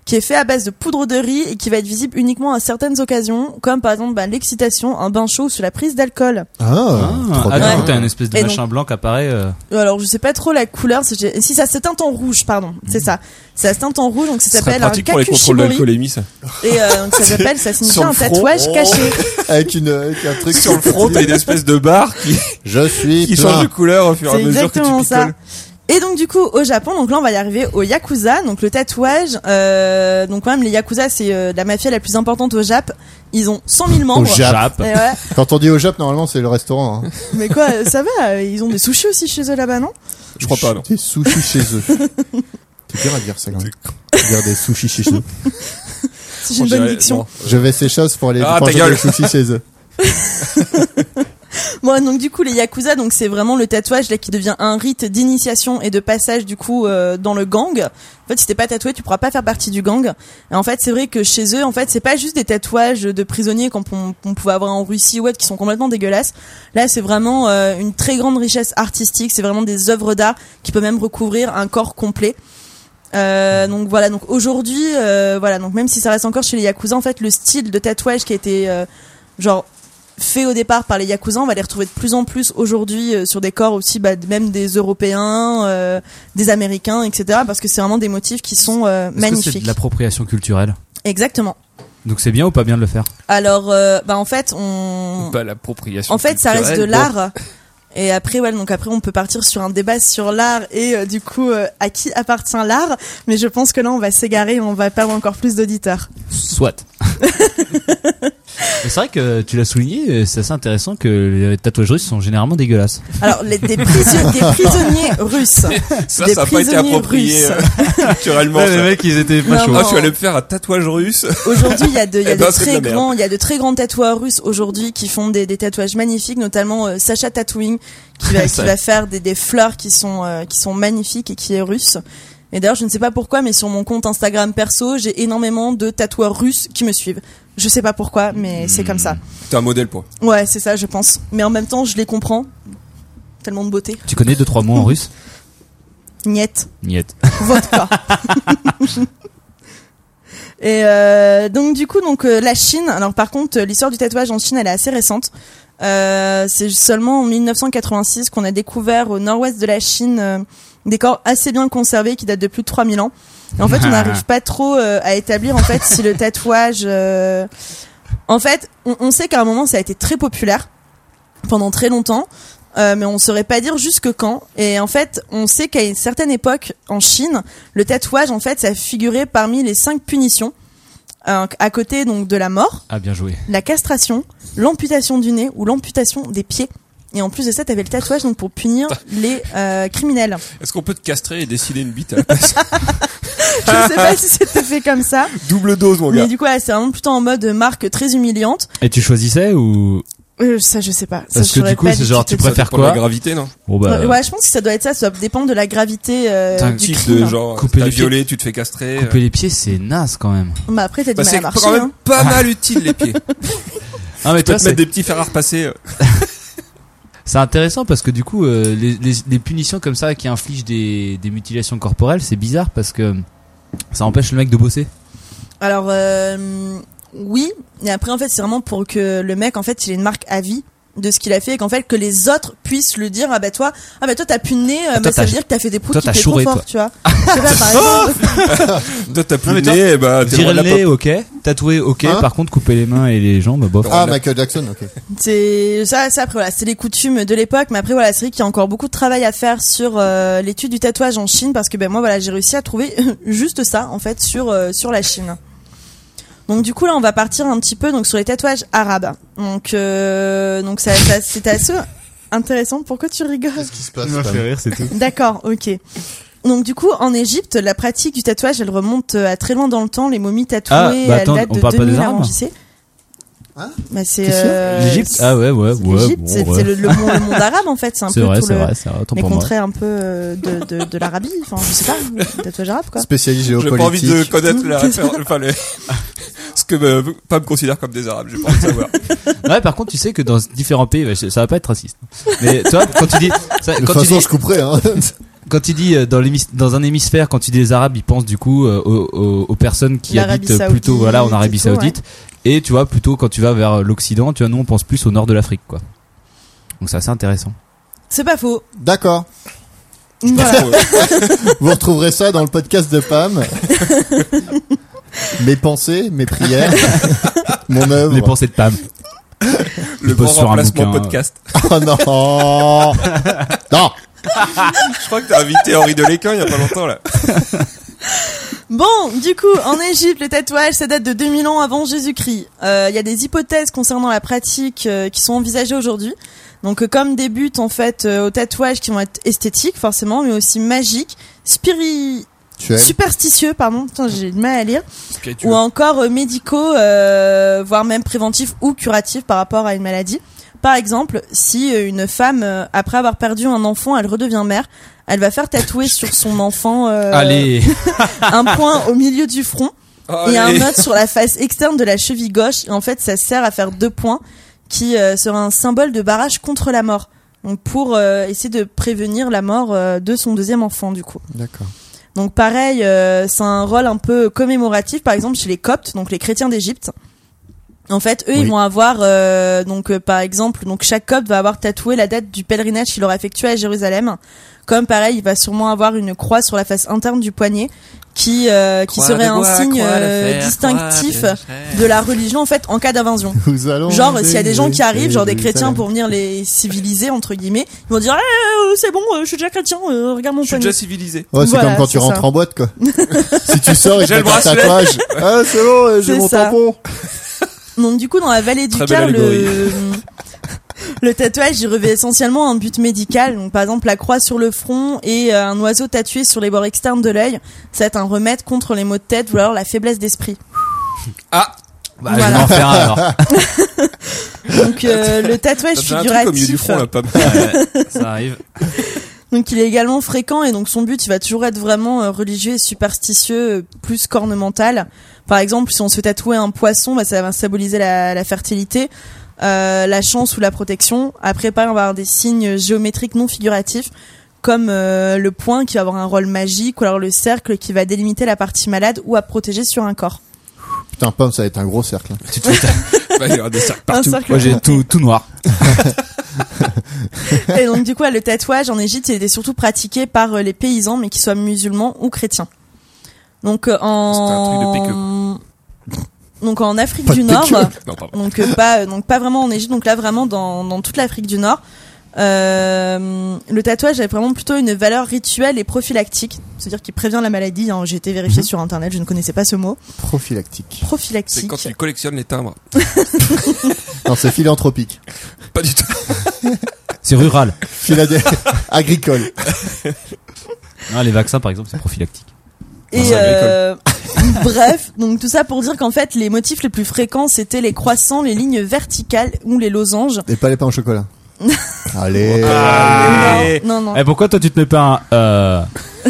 [SPEAKER 6] qui est fait à base de poudre de riz et qui va être visible uniquement à certaines occasions, comme par exemple bah, l'excitation, un bain chaud ou sous la prise d'alcool.
[SPEAKER 4] Ah, trop
[SPEAKER 7] Ah,
[SPEAKER 4] bien.
[SPEAKER 7] du coup, t'as une espèce de
[SPEAKER 6] Et
[SPEAKER 7] machin blanc qui apparaît. euh,
[SPEAKER 6] Alors je sais pas trop la couleur, c'est- j'ai- si ça se teinte en rouge, pardon,
[SPEAKER 4] Hmm.
[SPEAKER 6] c'est ça. Ça se teinte en rouge, donc ça
[SPEAKER 5] Ce serait
[SPEAKER 6] s'appelle un
[SPEAKER 5] pratique pour les contrôles
[SPEAKER 6] kakushibori.
[SPEAKER 5] d'alcoolémie, ça.
[SPEAKER 6] Et euh, donc, ça s'appelle, ça signifie
[SPEAKER 5] Sur le
[SPEAKER 6] un
[SPEAKER 5] front.
[SPEAKER 6] tatouage
[SPEAKER 4] Oh.
[SPEAKER 6] caché.
[SPEAKER 4] Avec une, avec un truc
[SPEAKER 5] Sur le front, t'as une espèce de barre qui,
[SPEAKER 4] Je suis
[SPEAKER 5] qui
[SPEAKER 4] plein.
[SPEAKER 5] change de couleur au fur et à
[SPEAKER 6] C'est
[SPEAKER 5] mesure que tu
[SPEAKER 6] exactement
[SPEAKER 5] picoles.
[SPEAKER 6] ça. Et donc du coup au Japon, donc là on va y arriver au yakuza, donc le tatouage. Euh, donc quand même les yakuza c'est euh, la mafia la plus importante au Jap. Ils ont 100 000 membres.
[SPEAKER 4] Au Jap.
[SPEAKER 6] Et ouais.
[SPEAKER 4] Quand on dit au Jap, normalement, c'est le restaurant. Hein.
[SPEAKER 6] Mais quoi, euh, ça va euh, Ils ont des sushis aussi chez eux là-bas, non
[SPEAKER 5] Je crois pas, non.
[SPEAKER 4] Des sushis chez eux. C'est dur à dire ça. quand même. Dire des sushis chez eux.
[SPEAKER 6] Si j'ai
[SPEAKER 5] On
[SPEAKER 6] une bonne
[SPEAKER 5] dirait-
[SPEAKER 6] diction.
[SPEAKER 5] non.
[SPEAKER 4] Je vais ces choses pour aller
[SPEAKER 5] Ah, ta
[SPEAKER 4] manger
[SPEAKER 5] gueule.
[SPEAKER 4] des sushis chez eux.
[SPEAKER 6] Bon, donc du coup les yakuza, donc c'est vraiment le tatouage là qui devient un rite d'initiation et de passage du coup euh, dans le gang. En fait, si t'es pas tatoué, tu pourras pas faire partie du gang. Et en fait, c'est vrai que chez eux, en fait, c'est pas juste des tatouages de prisonniers qu'on qu'on- qu'on pouvait avoir en Russie ou autre qui sont complètement dégueulasses. Là, c'est vraiment euh, une très grande richesse artistique. C'est vraiment des œuvres d'art qui peut même recouvrir un corps complet. Euh, donc voilà. Donc aujourd'hui, euh, voilà. Donc même si ça reste encore chez les yakuza, en fait, le style de tatouage qui a été euh, genre fait au départ par les yakuza, on va les retrouver de plus en plus aujourd'hui euh, sur des corps aussi, bah, même des Européens, euh, des Américains, etc. Parce que c'est vraiment des motifs qui sont euh,
[SPEAKER 7] Est-ce que c'est
[SPEAKER 6] magnifiques.
[SPEAKER 7] de l'appropriation culturelle
[SPEAKER 6] Exactement.
[SPEAKER 7] Donc c'est bien ou pas bien de le faire
[SPEAKER 6] Alors, euh, bah en fait, on,
[SPEAKER 5] Pas l'appropriation.
[SPEAKER 6] Mm. en fait, ça reste de
[SPEAKER 5] culturelle.
[SPEAKER 6] l'art. Et après, ouais, donc après, on peut partir sur un débat sur l'art et euh, du coup, euh, à qui appartient l'art. Mais je pense que là, on va s'égarer, on va perdre encore plus d'auditeurs.
[SPEAKER 7] Soit. Mais c'est vrai que tu l'as souligné, euh, c'est assez intéressant que les tatouages russes sont généralement dégueulasses.
[SPEAKER 6] Alors, les, des, prisonniers, des prisonniers russes.
[SPEAKER 5] Ça,
[SPEAKER 6] Des
[SPEAKER 5] ça a pas été
[SPEAKER 6] prisonniers
[SPEAKER 5] approprié
[SPEAKER 6] russes.
[SPEAKER 5] euh, culturellement.
[SPEAKER 3] les
[SPEAKER 5] ça.
[SPEAKER 3] mecs, ils étaient pas
[SPEAKER 6] Non,
[SPEAKER 3] chauds.
[SPEAKER 5] Ah, tu allais me faire un tatouage russe.
[SPEAKER 6] Aujourd'hui, il y a de, il y
[SPEAKER 5] Eh
[SPEAKER 6] a de
[SPEAKER 5] ben, c'est de la
[SPEAKER 6] très
[SPEAKER 5] merde.
[SPEAKER 6] grands, il y a de très grands tatoueurs russes aujourd'hui qui font des, des tatouages magnifiques, notamment euh, Sacha Tattooing qui va, qui va faire des, des fleurs qui sont euh, qui sont magnifiques et qui est russe. Et d'ailleurs, je ne sais pas pourquoi, mais sur mon compte Instagram perso, j'ai énormément de tatoueurs russes qui me suivent. Je sais pas pourquoi, mais c'est comme ça.
[SPEAKER 5] T'es un modèle, pour.
[SPEAKER 6] Ouais, c'est ça, je pense. Mais en même temps, je les comprends. Tellement de beauté.
[SPEAKER 7] Tu connais deux trois mots en russe
[SPEAKER 6] Niette.
[SPEAKER 7] Niet.
[SPEAKER 6] Vodka. Et euh, donc du coup, donc euh, la Chine. Alors par contre, euh, l'histoire du tatouage en Chine, elle est assez récente. Euh, c'est seulement en 1986 qu'on a découvert au nord-ouest de la Chine euh, des corps assez bien conservés qui datent de plus de 3000 ans. Et en fait, on n'arrive pas trop euh, à établir en fait si le tatouage. euh, En fait, on, on sait qu'à un moment, ça a été très populaire pendant très longtemps. Euh, mais on saurait pas dire jusque quand. Et en fait, on sait qu'à une certaine époque en Chine, le tatouage, en fait, ça figurait parmi les cinq punitions, euh, à côté donc de la mort,
[SPEAKER 7] Ah bien joué.
[SPEAKER 6] la castration, l'amputation du nez ou l'amputation des pieds. Et en plus de ça, t'avais le tatouage donc pour punir les euh, criminels.
[SPEAKER 5] Est-ce qu'on peut te castrer et dessiner une bite à la place
[SPEAKER 6] Je sais pas si c'était fait comme ça,
[SPEAKER 5] Double dose, mon
[SPEAKER 6] mais
[SPEAKER 5] gars.
[SPEAKER 6] du coup, ouais, c'est vraiment plutôt en mode marque très humiliante.
[SPEAKER 7] Et tu choisissais ou
[SPEAKER 6] Euh, ça, je sais pas. Ça,
[SPEAKER 7] Parce
[SPEAKER 6] je
[SPEAKER 7] que
[SPEAKER 6] saurais
[SPEAKER 7] du coup,
[SPEAKER 6] pas
[SPEAKER 7] c'est
[SPEAKER 6] du
[SPEAKER 7] genre,
[SPEAKER 6] tout
[SPEAKER 7] tu
[SPEAKER 6] te
[SPEAKER 5] Ça
[SPEAKER 6] dire.
[SPEAKER 7] préfères- faire
[SPEAKER 5] dépend de la
[SPEAKER 7] quoi
[SPEAKER 5] gravité, non
[SPEAKER 7] bon bah
[SPEAKER 6] Ouais, je pense que ça doit être ça. Ça doit dépendre de la gravité euh,
[SPEAKER 7] T'as un
[SPEAKER 6] du
[SPEAKER 5] Type
[SPEAKER 6] crime.
[SPEAKER 5] de genre,
[SPEAKER 7] Couper
[SPEAKER 5] t'as
[SPEAKER 7] les
[SPEAKER 5] violé, tu te fais castrer.
[SPEAKER 7] couper
[SPEAKER 5] euh.
[SPEAKER 7] les pieds, c'est naze quand même.
[SPEAKER 6] Bah après, t'as du
[SPEAKER 5] Bah,
[SPEAKER 6] mal
[SPEAKER 5] c'est
[SPEAKER 6] à marcher.
[SPEAKER 5] quand
[SPEAKER 6] hein.
[SPEAKER 5] même pas mal utile, les pieds.
[SPEAKER 7] Ah mais
[SPEAKER 5] Tu peux
[SPEAKER 7] toi,
[SPEAKER 5] te mettre
[SPEAKER 7] c'est
[SPEAKER 5] des petits fers à repasser. euh.
[SPEAKER 7] c'est intéressant parce que du coup, euh, les, les, les punitions comme ça qui infligent des, des mutilations corporelles, c'est bizarre parce que ça empêche le mec de bosser.
[SPEAKER 6] Alors euh, oui, et après en fait c'est vraiment pour que le mec en fait il ait une marque à vie de ce qu'il a fait et qu'en fait que les autres puissent le dire ah bah toi ah bah toi t'as pu le nez
[SPEAKER 7] Ah,
[SPEAKER 6] euh,
[SPEAKER 7] toi,
[SPEAKER 6] bah, ça
[SPEAKER 7] t'as-
[SPEAKER 6] veut dire que t'as fait des proutes
[SPEAKER 7] toi, Ah,
[SPEAKER 6] qui
[SPEAKER 7] t'as chouré,
[SPEAKER 6] étaient trop fortes tu vois je sais pas par exemple
[SPEAKER 5] Toi, t'as plus
[SPEAKER 3] Non,
[SPEAKER 5] le
[SPEAKER 3] mais toi-
[SPEAKER 5] nez, et bah, t'es le
[SPEAKER 7] Tirer
[SPEAKER 5] roi de
[SPEAKER 7] le
[SPEAKER 5] la
[SPEAKER 7] nez,
[SPEAKER 5] pop.
[SPEAKER 7] ok. Tatouer, ok.
[SPEAKER 4] Hein
[SPEAKER 7] Par contre, couper les mains et les jambes, bof.
[SPEAKER 4] Ah, Michael Jackson, ok.
[SPEAKER 6] c'est ça ça après voilà c'est les coutumes de l'époque mais après voilà c'est vrai qu'il y a encore beaucoup de travail à faire sur euh, l'étude du tatouage en Chine parce que ben moi voilà j'ai réussi à trouver juste ça en fait sur euh, sur la Chine Donc du coup là on va partir un petit peu donc sur les tatouages arabes. Donc euh, donc ça, ça c'est assez intéressant. Pourquoi tu rigoles
[SPEAKER 4] qui se passe
[SPEAKER 7] rire, c'est tout.
[SPEAKER 6] D'accord, ok. Donc du coup en Égypte la pratique du tatouage elle remonte euh, à très loin dans le temps. Les momies tatouées
[SPEAKER 7] Ah, bah attends,
[SPEAKER 6] elles datent
[SPEAKER 7] on
[SPEAKER 6] de
[SPEAKER 7] parle pas des
[SPEAKER 6] 2000
[SPEAKER 7] Arabes
[SPEAKER 6] avant JC.
[SPEAKER 4] Hein
[SPEAKER 6] bah, c'est
[SPEAKER 4] Qu'est-ce que c'est
[SPEAKER 6] euh,
[SPEAKER 7] L'Égypte
[SPEAKER 6] c'est-
[SPEAKER 7] Ah ouais, ouais,
[SPEAKER 6] c'est
[SPEAKER 7] ouais.
[SPEAKER 6] l'Égypte,
[SPEAKER 7] bon,
[SPEAKER 6] c'est
[SPEAKER 7] ouais.
[SPEAKER 6] c'est le, le monde, le monde arabe en fait, c'est un
[SPEAKER 7] C'est
[SPEAKER 6] peu
[SPEAKER 7] vrai,
[SPEAKER 6] tout
[SPEAKER 7] c'est
[SPEAKER 6] le
[SPEAKER 7] vrai, c'est vrai. Autant
[SPEAKER 6] les
[SPEAKER 7] pour moi.
[SPEAKER 6] contrées un peu euh, de, de, de l'Arabie, enfin je sais pas, le tatouage arabe quoi.
[SPEAKER 4] Spécialiste
[SPEAKER 5] J'ai pas envie
[SPEAKER 4] géopolitique.
[SPEAKER 5] de connaître la référence, enfin, le- ce que me, pas me considère comme des arabes, j'ai pas envie de savoir.
[SPEAKER 7] Ouais, par contre, tu sais que dans différents pays, bah, ça va pas être raciste. Mais toi, quand tu dis, ça-
[SPEAKER 4] De toute
[SPEAKER 7] quand tu
[SPEAKER 4] façon,
[SPEAKER 7] dis,
[SPEAKER 4] je couperai, hein.
[SPEAKER 7] quand tu dis euh, dans, l'hémis- dans un hémisphère, quand tu dis les Arabes, ils pensent du coup euh, aux, aux- aux personnes qui
[SPEAKER 6] L'Arabie
[SPEAKER 7] habitent plutôt
[SPEAKER 6] Saoudite
[SPEAKER 7] voilà en Arabie
[SPEAKER 6] et tout,
[SPEAKER 7] Saoudite. Et tu vois plutôt quand tu vas vers l'Occident, tu vois nous on pense plus au nord de l'Afrique quoi. Donc c'est assez intéressant.
[SPEAKER 6] C'est pas faux.
[SPEAKER 4] D'accord.
[SPEAKER 6] Voilà.
[SPEAKER 4] Vous retrouverez ça dans le podcast de Pam. mes pensées, mes prières, mon œuvre.
[SPEAKER 7] Les pensées de Pam.
[SPEAKER 5] Le
[SPEAKER 7] pose
[SPEAKER 5] grand
[SPEAKER 7] sur un
[SPEAKER 5] remplacement
[SPEAKER 7] bouquin. hein. euh.
[SPEAKER 5] podcast.
[SPEAKER 4] Oh non Non
[SPEAKER 5] Je crois que t'as invité Henri Deléquin il y a pas longtemps, là.
[SPEAKER 6] Bon, du coup, en Égypte, le tatouage, ça date de 2000 ans avant Jésus-Christ. Euh, Il y a des hypothèses concernant la pratique euh, qui sont envisagées aujourd'hui. Donc, euh, comme des buts, en fait, euh, aux tatouages qui vont être esthétiques, forcément, mais aussi magiques, spiri...
[SPEAKER 4] Tu es
[SPEAKER 6] superstitieux, pardon, Putain, j'ai du mal à lire,
[SPEAKER 5] Spirituel.
[SPEAKER 6] ou encore euh, médicaux, euh, voire même préventifs ou curatifs par rapport à une maladie. Par exemple, si euh, une femme, euh, après avoir perdu un enfant, elle redevient mère, elle va faire tatouer sur son enfant euh,
[SPEAKER 7] Allez,
[SPEAKER 6] un point au milieu du front et un
[SPEAKER 5] Allez.
[SPEAKER 6] autre sur la face externe de la cheville gauche. Et en fait, ça sert à faire deux points qui euh, sera un symbole de barrage contre la mort. Donc pour euh, essayer de prévenir la mort euh, de son deuxième enfant du coup.
[SPEAKER 4] D'accord.
[SPEAKER 6] Donc pareil, euh, c'est un rôle un peu commémoratif par exemple chez les Coptes, donc les chrétiens d'Égypte. En fait, eux,
[SPEAKER 4] Oui.
[SPEAKER 6] ils vont avoir euh, donc euh, par exemple, donc chaque Copte va avoir tatoué la date du pèlerinage qu'il aura effectué à Jérusalem. Comme pareil, il va sûrement avoir une croix sur la face interne du poignet qui euh, qui serait un signe euh, distinctif de la religion en fait en cas d'invasion.
[SPEAKER 4] Nous allons.
[SPEAKER 6] Genre s'il y a des gens qui arrivent, genre des
[SPEAKER 4] Jérusalem.
[SPEAKER 6] chrétiens pour venir les civiliser entre guillemets, ils vont dire Eh, euh, c'est bon, euh, je suis déjà chrétien, euh, regarde mon
[SPEAKER 5] Je suis
[SPEAKER 6] poignet.
[SPEAKER 5] déjà civilisé.
[SPEAKER 4] Ouais, c'est
[SPEAKER 6] Voilà,
[SPEAKER 4] comme quand tu
[SPEAKER 6] c'est ça.
[SPEAKER 4] rentres en boîte, quoi. si tu sors et que
[SPEAKER 5] J'ai
[SPEAKER 4] t'as
[SPEAKER 5] le
[SPEAKER 4] un
[SPEAKER 5] bracelet.
[SPEAKER 4] tatouage. Ah, c'est bon, euh, j'ai
[SPEAKER 6] C'est
[SPEAKER 4] mon
[SPEAKER 6] ça.
[SPEAKER 4] tampon.
[SPEAKER 6] Donc du coup, dans la vallée du
[SPEAKER 5] Très belle
[SPEAKER 6] Car, le... le tatouage, il revêt essentiellement un but médical. Donc par exemple, la croix sur le front et euh, un oiseau tatoué sur les bords externes de l'œil, ça va être un remède contre les maux de tête ou alors la faiblesse d'esprit.
[SPEAKER 7] Bah, Je
[SPEAKER 6] Voilà.
[SPEAKER 7] vais en faire un alors.
[SPEAKER 6] Donc euh, le tatouage
[SPEAKER 5] T'as déjà un truc au milieu du
[SPEAKER 6] figuratif,
[SPEAKER 5] front, là, pas mal.
[SPEAKER 7] Ça arrive.
[SPEAKER 6] donc il est également fréquent et donc son but, il va toujours être vraiment euh, religieux et superstitieux, euh, plus qu'ornemental. Par exemple, si on se fait tatouer un poisson, bah, ça va symboliser la, la fertilité, euh, la chance ou la protection. Après, pareil, on va avoir des signes géométriques non figuratifs, comme euh, le point qui va avoir un rôle magique, ou alors le cercle qui va délimiter la partie malade ou à protéger sur un corps.
[SPEAKER 4] Putain, pomme, ça va être un gros cercle. hein.
[SPEAKER 5] Tu te fais ta- Bah, il y aura des cercles partout.
[SPEAKER 6] Un cercle.
[SPEAKER 7] Moi j'ai tout, tout noir.
[SPEAKER 6] Et donc du coup, le tatouage en Égypte, il était surtout pratiqué par euh, les paysans, mais qu'ils soient musulmans ou chrétiens. Donc euh, en
[SPEAKER 5] C'était un truc
[SPEAKER 6] donc en Afrique
[SPEAKER 4] Pas
[SPEAKER 6] du
[SPEAKER 4] de
[SPEAKER 6] Nord,
[SPEAKER 5] Non, pardon.
[SPEAKER 6] donc euh, pas euh, donc pas vraiment en Égypte, donc là vraiment dans dans toute l'Afrique du Nord. Euh, le tatouage avait vraiment plutôt une valeur rituelle et prophylactique, c'est-à-dire qu'il prévient la maladie. hein. J'ai été vérifié sur internet, je ne connaissais pas ce mot.
[SPEAKER 4] Prophylactique.
[SPEAKER 5] Mhm. C'est
[SPEAKER 6] Prophylactique.
[SPEAKER 5] quand tu collectionnes les timbres.
[SPEAKER 4] Non, c'est philanthropique.
[SPEAKER 5] Pas du tout.
[SPEAKER 7] C'est rural.
[SPEAKER 4] Philadé... Agricole.
[SPEAKER 7] Non, Ah, les vaccins par exemple c'est prophylactique.
[SPEAKER 6] Et euh, bref, donc tout ça pour dire qu'en fait, les motifs les plus fréquents, c'était les croissants, les lignes verticales ou les losanges.
[SPEAKER 4] Et pas les pains au chocolat. Allez.
[SPEAKER 6] Non, non.
[SPEAKER 7] Et Eh, pourquoi toi tu te mets pas un euh,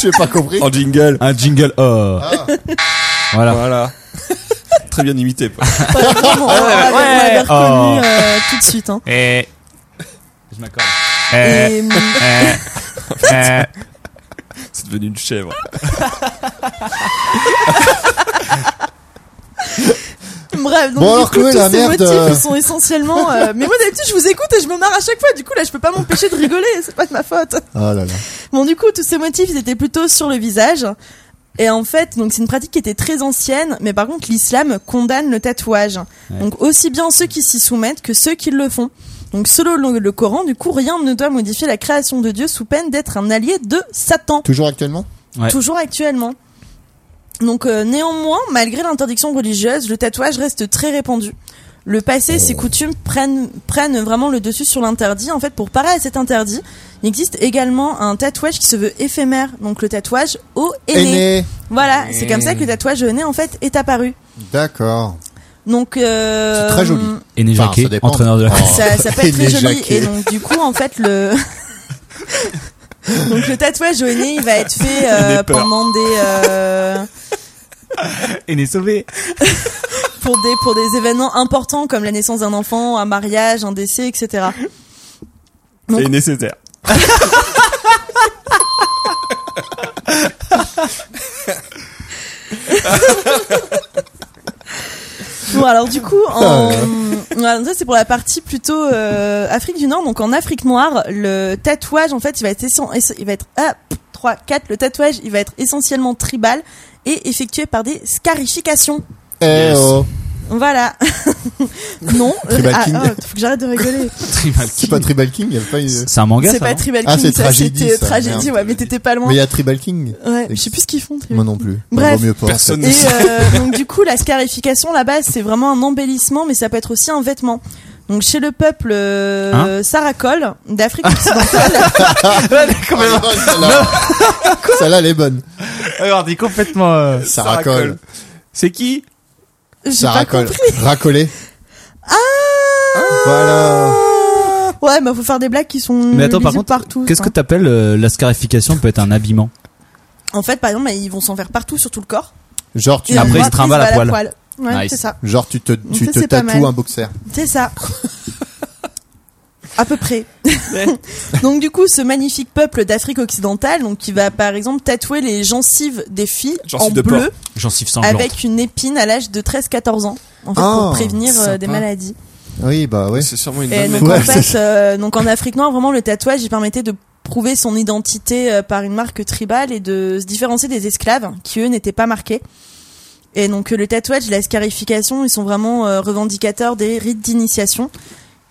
[SPEAKER 4] J'ai pas compris.
[SPEAKER 5] En jingle.
[SPEAKER 7] un jingle euh
[SPEAKER 6] Ah.
[SPEAKER 7] Voilà.
[SPEAKER 5] Voilà. Très bien imité. Paul.
[SPEAKER 4] Eh ben,
[SPEAKER 6] Pas vraiment, on l'avait- on l'avait
[SPEAKER 7] Ouais. Oh.
[SPEAKER 6] reconnu euh, tout de suite. Hein.
[SPEAKER 7] Et je m'accorde.
[SPEAKER 4] Eh.
[SPEAKER 6] Et, hum,
[SPEAKER 7] Eh,
[SPEAKER 5] C'est devenu une chèvre.
[SPEAKER 6] bref, donc
[SPEAKER 4] Bon,
[SPEAKER 6] du
[SPEAKER 4] alors,
[SPEAKER 6] coup,
[SPEAKER 4] Chloé,
[SPEAKER 6] tous
[SPEAKER 4] la
[SPEAKER 6] ces
[SPEAKER 4] merde,
[SPEAKER 6] motifs
[SPEAKER 4] euh.
[SPEAKER 6] ils sont essentiellement. euh, mais moi d'habitude, je vous écoute et je me marre à chaque fois. Du coup, là, je peux pas m'empêcher de rigoler. C'est pas de ma faute.
[SPEAKER 4] Ah là là.
[SPEAKER 6] Bon, du coup, tous ces motifs, ils étaient plutôt sur le visage. Et en fait, donc c'est une pratique qui était très ancienne, mais par contre, l'islam condamne le tatouage. Donc aussi bien ceux qui s'y soumettent que ceux qui le font. Donc selon le, le Coran, du coup, rien ne doit modifier la création de Dieu sous peine d'être un allié de Satan.
[SPEAKER 4] Toujours actuellement
[SPEAKER 7] Ouais.
[SPEAKER 6] Toujours actuellement. Donc euh, néanmoins, malgré l'interdiction religieuse, le tatouage reste très répandu. Le
[SPEAKER 4] Oh.
[SPEAKER 6] passé, ses coutumes prennent, prennent vraiment le dessus sur l'interdit. En fait, pour parer à cet interdit, il existe également un tatouage qui se veut éphémère. Donc le tatouage au aîné.
[SPEAKER 4] Aîné.
[SPEAKER 6] Voilà, c'est comme ça que le tatouage au nez en fait est apparu.
[SPEAKER 4] D'accord.
[SPEAKER 6] Donc euh,
[SPEAKER 4] C'est très joli.
[SPEAKER 7] Et Né
[SPEAKER 4] Enfin,
[SPEAKER 7] Jacquet,
[SPEAKER 4] ça dépend.
[SPEAKER 7] entraîneur de la
[SPEAKER 4] Oh.
[SPEAKER 6] ça, ça peut
[SPEAKER 4] Et
[SPEAKER 6] être très
[SPEAKER 4] les
[SPEAKER 6] joli.
[SPEAKER 4] jaquets.
[SPEAKER 6] Et donc, du coup, en fait, le. donc, le tatouage au nez, il va être fait euh, pendant des. euh,
[SPEAKER 7] Et Né Sauvé.
[SPEAKER 6] pour, des, pour des événements importants comme la naissance d'un enfant, un mariage, un décès, etc. Donc-
[SPEAKER 5] C'est nécessaire.
[SPEAKER 6] Bon, alors, du coup,
[SPEAKER 4] Ah,
[SPEAKER 6] en. voilà, donc ça, c'est pour la partie plutôt euh, Afrique du Nord. Donc, en Afrique noire, le tatouage, en fait, il va être. essen- essen- Il va être ah, 3, 4. Le tatouage, il va être essentiellement tribal et effectué par des scarifications.
[SPEAKER 4] Eh
[SPEAKER 7] Yes.
[SPEAKER 4] oh.
[SPEAKER 6] Voilà. non.
[SPEAKER 4] Tribal
[SPEAKER 6] ah,
[SPEAKER 4] King.
[SPEAKER 6] oh, faut que j'arrête de rigoler.
[SPEAKER 4] C'est pas Tribal King, y a pas une-
[SPEAKER 7] C'est un manga
[SPEAKER 6] C'est
[SPEAKER 7] ça.
[SPEAKER 6] pas
[SPEAKER 7] non
[SPEAKER 6] Tribal King,
[SPEAKER 4] Ah, c'est
[SPEAKER 6] ça,
[SPEAKER 4] tragédie,
[SPEAKER 6] c'était
[SPEAKER 4] ça,
[SPEAKER 6] tragédie.
[SPEAKER 4] merde.
[SPEAKER 6] ouais, mais t'étais pas loin.
[SPEAKER 4] Mais il y a Tribal King.
[SPEAKER 6] Ouais, je sais plus ce qu'ils font. Tribal
[SPEAKER 4] Moi non plus.
[SPEAKER 6] Bref.
[SPEAKER 4] Bah, vaut mieux pas. en fait.
[SPEAKER 5] Personne ne
[SPEAKER 6] Et
[SPEAKER 5] sait.
[SPEAKER 6] euh, donc du coup, la scarification, la base, c'est vraiment un embellissement, mais ça peut être aussi un vêtement. Donc chez le peuple euh,
[SPEAKER 7] Hein
[SPEAKER 6] Saracol d'Afrique occidentale,
[SPEAKER 4] Ah, Celle-là, Celle-là, elle est bonne.
[SPEAKER 3] Alors, dit complètement. euh,
[SPEAKER 4] Ça racole.
[SPEAKER 3] C'est qui
[SPEAKER 6] j'ai
[SPEAKER 4] Ça
[SPEAKER 6] pas
[SPEAKER 4] racole.
[SPEAKER 6] compris.
[SPEAKER 4] Racolé. Ah Voilà.
[SPEAKER 6] Ouais, bah faut faire des blagues qui sont
[SPEAKER 7] Mais attends, par contre,
[SPEAKER 6] lisibles partout.
[SPEAKER 7] Qu'est-ce que
[SPEAKER 6] quoi.
[SPEAKER 7] t'appelles euh, la scarification peut être un habillement
[SPEAKER 6] En fait, par exemple, bah, ils vont s'en faire partout sur tout le corps.
[SPEAKER 4] Genre tu,
[SPEAKER 6] Et
[SPEAKER 7] Après,
[SPEAKER 6] on
[SPEAKER 7] ils
[SPEAKER 6] voit
[SPEAKER 7] se trimballent à
[SPEAKER 6] prise,
[SPEAKER 7] poil.
[SPEAKER 6] bah, Ouais,
[SPEAKER 7] Nice.
[SPEAKER 6] c'est ça,
[SPEAKER 4] genre tu te, tu
[SPEAKER 6] Ça,
[SPEAKER 4] te
[SPEAKER 6] c'est pas
[SPEAKER 4] tatoues
[SPEAKER 6] mal.
[SPEAKER 4] un boxer.
[SPEAKER 6] c'est ça. À peu près. donc du coup, ce magnifique peuple d'Afrique occidentale, donc qui va par exemple tatouer les gencives des filles
[SPEAKER 5] Gencives
[SPEAKER 6] en
[SPEAKER 5] de
[SPEAKER 6] bleu.
[SPEAKER 5] porc.
[SPEAKER 7] Gencive sanglante.
[SPEAKER 6] avec une épine à l'âge de 13-14 ans. En fait,
[SPEAKER 4] Ah,
[SPEAKER 6] pour prévenir euh, des
[SPEAKER 5] sympa.
[SPEAKER 6] maladies.
[SPEAKER 4] Oui, bah ouais.
[SPEAKER 5] C'est sûrement une
[SPEAKER 6] Et
[SPEAKER 5] bonne
[SPEAKER 6] donc,
[SPEAKER 4] Ouais,
[SPEAKER 6] en fait,
[SPEAKER 4] c'est-
[SPEAKER 6] euh, donc en Afrique noire, vraiment, le tatouage, il permettait de prouver son identité euh, par une marque tribale et de se différencier des esclaves qui, eux, n'étaient pas marqués. Et donc, euh, le tatouage et la scarification, ils sont vraiment euh, revendicateurs des rites d'initiation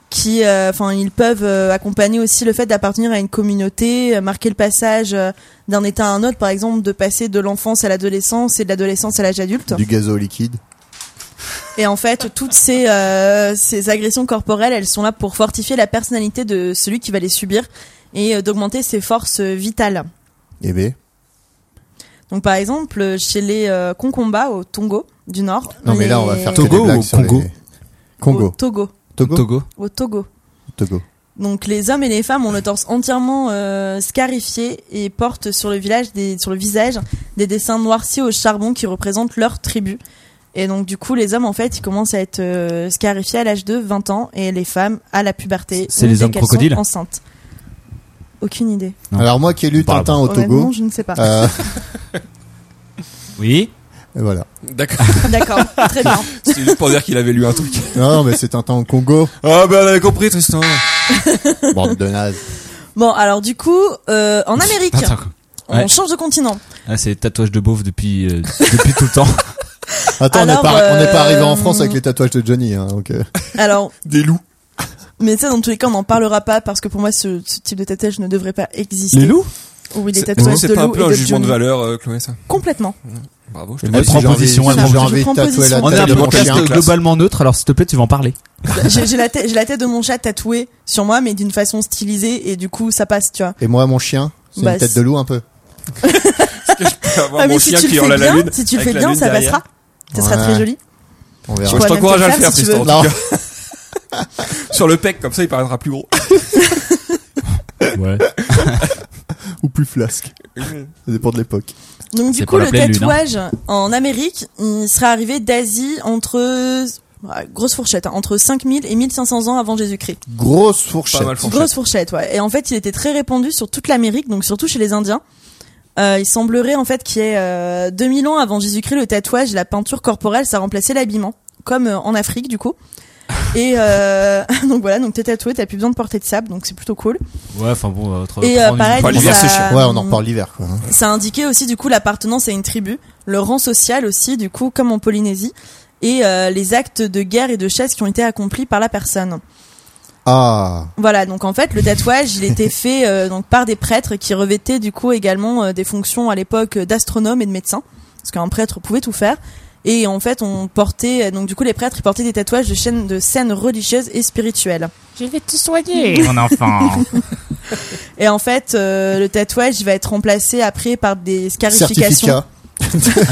[SPEAKER 6] qui, euh, enfin, ils peuvent euh, accompagner aussi le fait d'appartenir à une communauté, euh, marquer le passage euh, d'un état à un autre, par exemple, de passer de l'enfance à l'adolescence et de l'adolescence à l'âge adulte.
[SPEAKER 4] Du gazo liquide.
[SPEAKER 6] Et en fait, toutes ces, euh, ces agressions corporelles, elles sont là pour fortifier la personnalité de celui qui va les subir et euh, d'augmenter ses forces euh, vitales.
[SPEAKER 4] Eh ben,
[SPEAKER 6] Donc par exemple, euh, chez les euh, Konkomba au Tongo du Nord.
[SPEAKER 4] non mais
[SPEAKER 6] les-
[SPEAKER 4] là on va faire que
[SPEAKER 7] Togo
[SPEAKER 4] des blagues
[SPEAKER 7] ou
[SPEAKER 4] sur
[SPEAKER 7] Congo
[SPEAKER 4] les-
[SPEAKER 6] Au
[SPEAKER 4] Congo,
[SPEAKER 6] Togo.
[SPEAKER 4] Togo,
[SPEAKER 7] Togo.
[SPEAKER 6] Au Togo.
[SPEAKER 4] Togo.
[SPEAKER 6] Donc les hommes et les femmes ont le torse entièrement euh, scarifié et portent sur le, village des, sur le visage des dessins noircis au charbon qui représentent leur tribu. Et donc du coup les hommes en fait ils commencent à être euh, scarifiés à l'âge de 20 ans et les femmes à la puberté.
[SPEAKER 7] C'est
[SPEAKER 6] ou
[SPEAKER 7] les
[SPEAKER 6] dès
[SPEAKER 7] hommes
[SPEAKER 6] qu'elles sont
[SPEAKER 7] crocodiles
[SPEAKER 6] Enceintes. Aucune idée.
[SPEAKER 7] Non.
[SPEAKER 4] Alors moi qui ai lu
[SPEAKER 7] Bravo.
[SPEAKER 4] Tintin au
[SPEAKER 6] Honnêtement,
[SPEAKER 4] Togo,
[SPEAKER 6] je ne sais pas.
[SPEAKER 4] euh,
[SPEAKER 7] Oui.
[SPEAKER 4] et euh, voilà.
[SPEAKER 5] D'accord.
[SPEAKER 6] D'accord, très bien.
[SPEAKER 5] C'est juste pour dire qu'il avait lu un truc.
[SPEAKER 4] Non, non, mais c'est Tintin au Congo,
[SPEAKER 5] Ah, ben, on avait compris, Tristan.
[SPEAKER 4] bande de nazes.
[SPEAKER 6] Bon alors du coup euh, en Amérique
[SPEAKER 7] Attends, quoi.
[SPEAKER 6] on
[SPEAKER 7] ouais.
[SPEAKER 6] change de continent.
[SPEAKER 7] Ah, c'est tatouage de beauf depuis, euh, depuis tout le temps.
[SPEAKER 4] Attends, on
[SPEAKER 6] Alors,
[SPEAKER 4] n'est pas, on n'est pas
[SPEAKER 6] euh,
[SPEAKER 4] arrivé en France avec les tatouages de Johnny, hein, donc. euh,
[SPEAKER 6] Alors
[SPEAKER 5] Des loups.
[SPEAKER 6] mais ça dans tous les cas on n'en parlera pas parce que pour moi ce, ce type de tatouage ne devrait pas exister.
[SPEAKER 7] Les loups
[SPEAKER 6] Oui, les
[SPEAKER 5] C'est
[SPEAKER 6] tatouages de
[SPEAKER 5] c'est pas un
[SPEAKER 6] loup
[SPEAKER 5] peu
[SPEAKER 6] et
[SPEAKER 5] un
[SPEAKER 6] de
[SPEAKER 5] jugement de
[SPEAKER 6] Johnny.
[SPEAKER 5] valeur, euh, Chloé, ça.
[SPEAKER 6] Complètement.
[SPEAKER 5] Bravo, je te
[SPEAKER 4] moi,
[SPEAKER 7] Elle
[SPEAKER 4] si
[SPEAKER 7] prend
[SPEAKER 4] j'ai envie-
[SPEAKER 7] position, elle
[SPEAKER 4] si
[SPEAKER 6] prend-
[SPEAKER 4] j'ai
[SPEAKER 6] je
[SPEAKER 4] envie de
[SPEAKER 6] prends
[SPEAKER 4] tatouer la
[SPEAKER 6] position.
[SPEAKER 7] On est
[SPEAKER 4] tête
[SPEAKER 7] un
[SPEAKER 4] de mon
[SPEAKER 5] podcast
[SPEAKER 4] chien.
[SPEAKER 5] classe.
[SPEAKER 7] globalement neutre, alors s'il te plaît, tu vas en parler.
[SPEAKER 6] J'ai j'ai la, tête- j'ai la tête de mon chat tatouée sur moi, mais d'une façon stylisée, et du coup, ça passe, tu vois.
[SPEAKER 4] Et moi, mon chien, c'est
[SPEAKER 6] Bah,
[SPEAKER 4] une tête
[SPEAKER 6] c'est-
[SPEAKER 4] de loup un peu.
[SPEAKER 5] peux avoir
[SPEAKER 6] Ah,
[SPEAKER 5] mon
[SPEAKER 6] mais si
[SPEAKER 5] chien
[SPEAKER 6] tu
[SPEAKER 5] qui
[SPEAKER 6] le
[SPEAKER 5] hurle
[SPEAKER 6] fais
[SPEAKER 5] à la
[SPEAKER 6] bien,
[SPEAKER 5] lune.
[SPEAKER 6] si tu le
[SPEAKER 5] avec
[SPEAKER 6] fais
[SPEAKER 5] la
[SPEAKER 6] bien,
[SPEAKER 5] lune
[SPEAKER 6] ça
[SPEAKER 5] derrière.
[SPEAKER 6] passera. Ça sera
[SPEAKER 4] Ouais.
[SPEAKER 6] très joli.
[SPEAKER 4] On
[SPEAKER 6] Je
[SPEAKER 4] verra.
[SPEAKER 5] Moi, je
[SPEAKER 6] pourrais
[SPEAKER 5] t'encourage
[SPEAKER 6] même te
[SPEAKER 5] à le
[SPEAKER 6] faire
[SPEAKER 5] faire,
[SPEAKER 6] si tu
[SPEAKER 5] Tristan.
[SPEAKER 6] veux.
[SPEAKER 5] en tout
[SPEAKER 4] Non.
[SPEAKER 5] cas. Sur le pec, comme ça, il paraîtra plus gros.
[SPEAKER 7] Ouais.
[SPEAKER 4] Ou plus flasque. Ça dépend de l'époque.
[SPEAKER 6] Donc,
[SPEAKER 7] C'est
[SPEAKER 6] du
[SPEAKER 7] pour
[SPEAKER 6] coup,
[SPEAKER 7] la
[SPEAKER 6] le
[SPEAKER 7] pleine lune, hein.
[SPEAKER 6] tatouage en Amérique, il serait arrivé d'Asie entre, ouais, grosse fourchette, hein, entre 5000 et 1500 ans avant Jésus-Christ.
[SPEAKER 4] Grosse
[SPEAKER 5] Pas
[SPEAKER 4] fourchette.
[SPEAKER 5] mal fourchette.
[SPEAKER 6] Grosse fourchette, ouais. Et en fait, il était très répandu sur toute l'Amérique, donc surtout chez les Indiens. Euh, il semblerait en fait qu'il y ait euh, 2000 ans avant Jésus-Christ, le tatouage et la peinture corporelle, ça remplaçait l'habillement, comme euh, en Afrique du coup. Et euh, donc voilà, donc t'es tatoué, t'as plus besoin de porter de sable, donc c'est plutôt cool.
[SPEAKER 7] Ouais, enfin bon, autre,
[SPEAKER 6] Et euh, pareil,
[SPEAKER 5] Pas
[SPEAKER 6] donc,
[SPEAKER 5] l'hiver,
[SPEAKER 6] ça,
[SPEAKER 5] c'est chiant.
[SPEAKER 4] Ouais, on en reparle l'hiver, quoi. hein.
[SPEAKER 6] ça indiquait aussi du coup l'appartenance à une tribu, le rang social aussi du coup comme en Polynésie, et euh, les actes de guerre et de chasse qui ont été accomplis par la personne.
[SPEAKER 4] Ah.
[SPEAKER 6] Voilà, donc en fait, le tatouage, il était fait euh, donc par des prêtres qui revêtaient du coup également euh, des fonctions à l'époque euh, d'astronome et de médecin, parce qu'un prêtre pouvait tout faire. Et en fait, on portait euh, donc du coup les prêtres, ils portaient des tatouages de chaînes de scènes religieuses et spirituelles.
[SPEAKER 8] Je vais te soigner, mon enfant.
[SPEAKER 6] Et en fait, euh, le tatouage il va être remplacé après par des scarifications.
[SPEAKER 4] Certificat.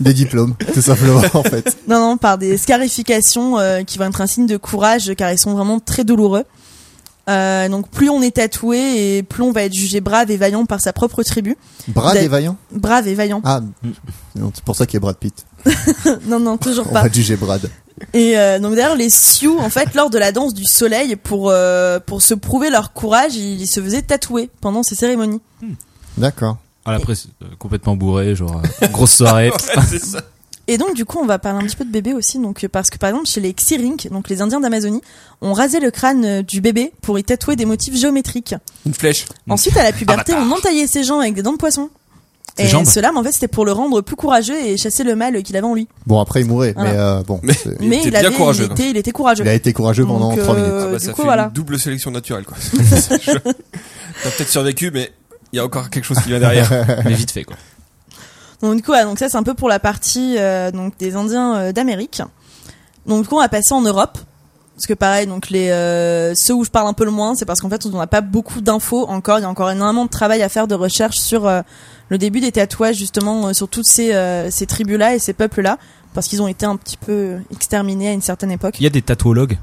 [SPEAKER 4] Des diplômes, tout simplement, en fait.
[SPEAKER 6] Non, non, par des scarifications euh, qui vont être un signe de courage car ils sont vraiment très douloureux. Euh, donc plus on est tatoué et plus on va être jugé brave et vaillant par sa propre tribu.
[SPEAKER 4] Brad
[SPEAKER 6] Des-
[SPEAKER 4] et Vaillant.
[SPEAKER 6] Brave et vaillant.
[SPEAKER 4] Ah. non, C'est pour ça qu'il y a Brad Pitt.
[SPEAKER 6] Non, non, toujours
[SPEAKER 4] On
[SPEAKER 6] pas.
[SPEAKER 4] va juger Brad.
[SPEAKER 6] Et euh, donc d'ailleurs les Sioux en fait lors de la danse du soleil pour euh, pour se prouver leur courage ils se faisaient tatouer pendant ces cérémonies.
[SPEAKER 4] D'accord.
[SPEAKER 7] après, c'est, euh, complètement bourré, genre, euh, grosse soirée.
[SPEAKER 6] Et donc du coup on va parler un petit peu de bébé aussi donc euh, parce que par exemple chez les Xirink donc les Indiens d'Amazonie on rasait le crâne euh, du bébé pour y tatouer des motifs géométriques.
[SPEAKER 5] Une flèche.
[SPEAKER 6] Ensuite à la puberté
[SPEAKER 5] Ah,
[SPEAKER 6] on entaillait ses jambes avec des dents de poisson.
[SPEAKER 7] Ses
[SPEAKER 6] Et
[SPEAKER 7] jambes
[SPEAKER 6] cela mais en fait c'était pour le rendre plus courageux et chasser le mal qu'il avait en lui.
[SPEAKER 4] Bon, après, il mourait,
[SPEAKER 6] Voilà.
[SPEAKER 4] mais euh, bon.
[SPEAKER 5] Mais-
[SPEAKER 4] c'est-
[SPEAKER 5] Il
[SPEAKER 6] mais
[SPEAKER 5] était
[SPEAKER 6] il
[SPEAKER 5] bien
[SPEAKER 6] avait
[SPEAKER 5] courageux,
[SPEAKER 6] il
[SPEAKER 5] non
[SPEAKER 6] était il était courageux.
[SPEAKER 4] Il a été courageux
[SPEAKER 6] Donc,
[SPEAKER 4] pendant 3 minutes.
[SPEAKER 6] euh,
[SPEAKER 5] Ah bah,
[SPEAKER 6] du
[SPEAKER 5] ça
[SPEAKER 6] coup,
[SPEAKER 5] fait
[SPEAKER 6] voilà.
[SPEAKER 5] une double sélection naturelle, quoi. Je- T'as peut-être survécu, mais il y a encore quelque chose qui vient derrière.
[SPEAKER 7] mais vite fait, quoi.
[SPEAKER 6] Donc du coup, voilà, donc ça c'est un peu pour la partie euh, donc des Indiens euh, d'Amérique. Donc du coup, on va passer en Europe parce que pareil, donc les euh, ceux où je parle un peu le moins, c'est parce qu'en fait, on n'a pas beaucoup d'infos encore. Il y a encore énormément de travail à faire de recherche sur euh, le début des tatouages justement euh, sur toutes ces euh, ces tribus là et ces peuples là parce qu'ils ont été un petit peu exterminés à une certaine époque.
[SPEAKER 7] Il y a des tatouologues.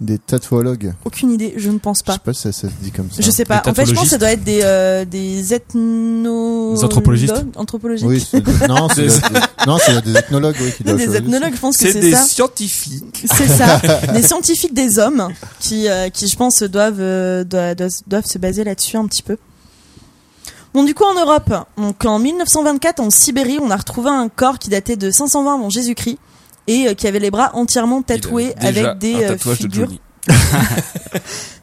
[SPEAKER 4] Des tatouologues.
[SPEAKER 6] Aucune idée, je ne pense
[SPEAKER 4] Je sais
[SPEAKER 6] pas.
[SPEAKER 4] pas si ça, ça se dit comme ça.
[SPEAKER 6] Je sais pas.
[SPEAKER 7] Des
[SPEAKER 6] En fait, je pense que ça
[SPEAKER 7] pathologistes.
[SPEAKER 6] doit être des euh, des ethno
[SPEAKER 7] Des anthropologistes.
[SPEAKER 6] anthropologistes.
[SPEAKER 4] Oui, c'est- non, c'est non, c'est des ethnologues, oui, qui doivent- euh,
[SPEAKER 6] des ethnologues, je pense que
[SPEAKER 5] C'est
[SPEAKER 6] c'est
[SPEAKER 5] des
[SPEAKER 6] ça.
[SPEAKER 5] scientifiques.
[SPEAKER 6] C'est ça, des scientifiques des hommes qui, euh, qui je pense, doivent, euh, doivent, doivent- doivent se baser là-dessus un petit peu. Bon, du coup, en Europe, donc en 1924, en Sibérie, on a retrouvé un corps qui datait de 520 avant Jésus-Christ et euh, qui avait les bras entièrement tatoués
[SPEAKER 5] Il a déjà
[SPEAKER 6] avec des
[SPEAKER 5] un
[SPEAKER 6] euh,
[SPEAKER 5] tatouage de
[SPEAKER 6] figures.
[SPEAKER 5] Johnny.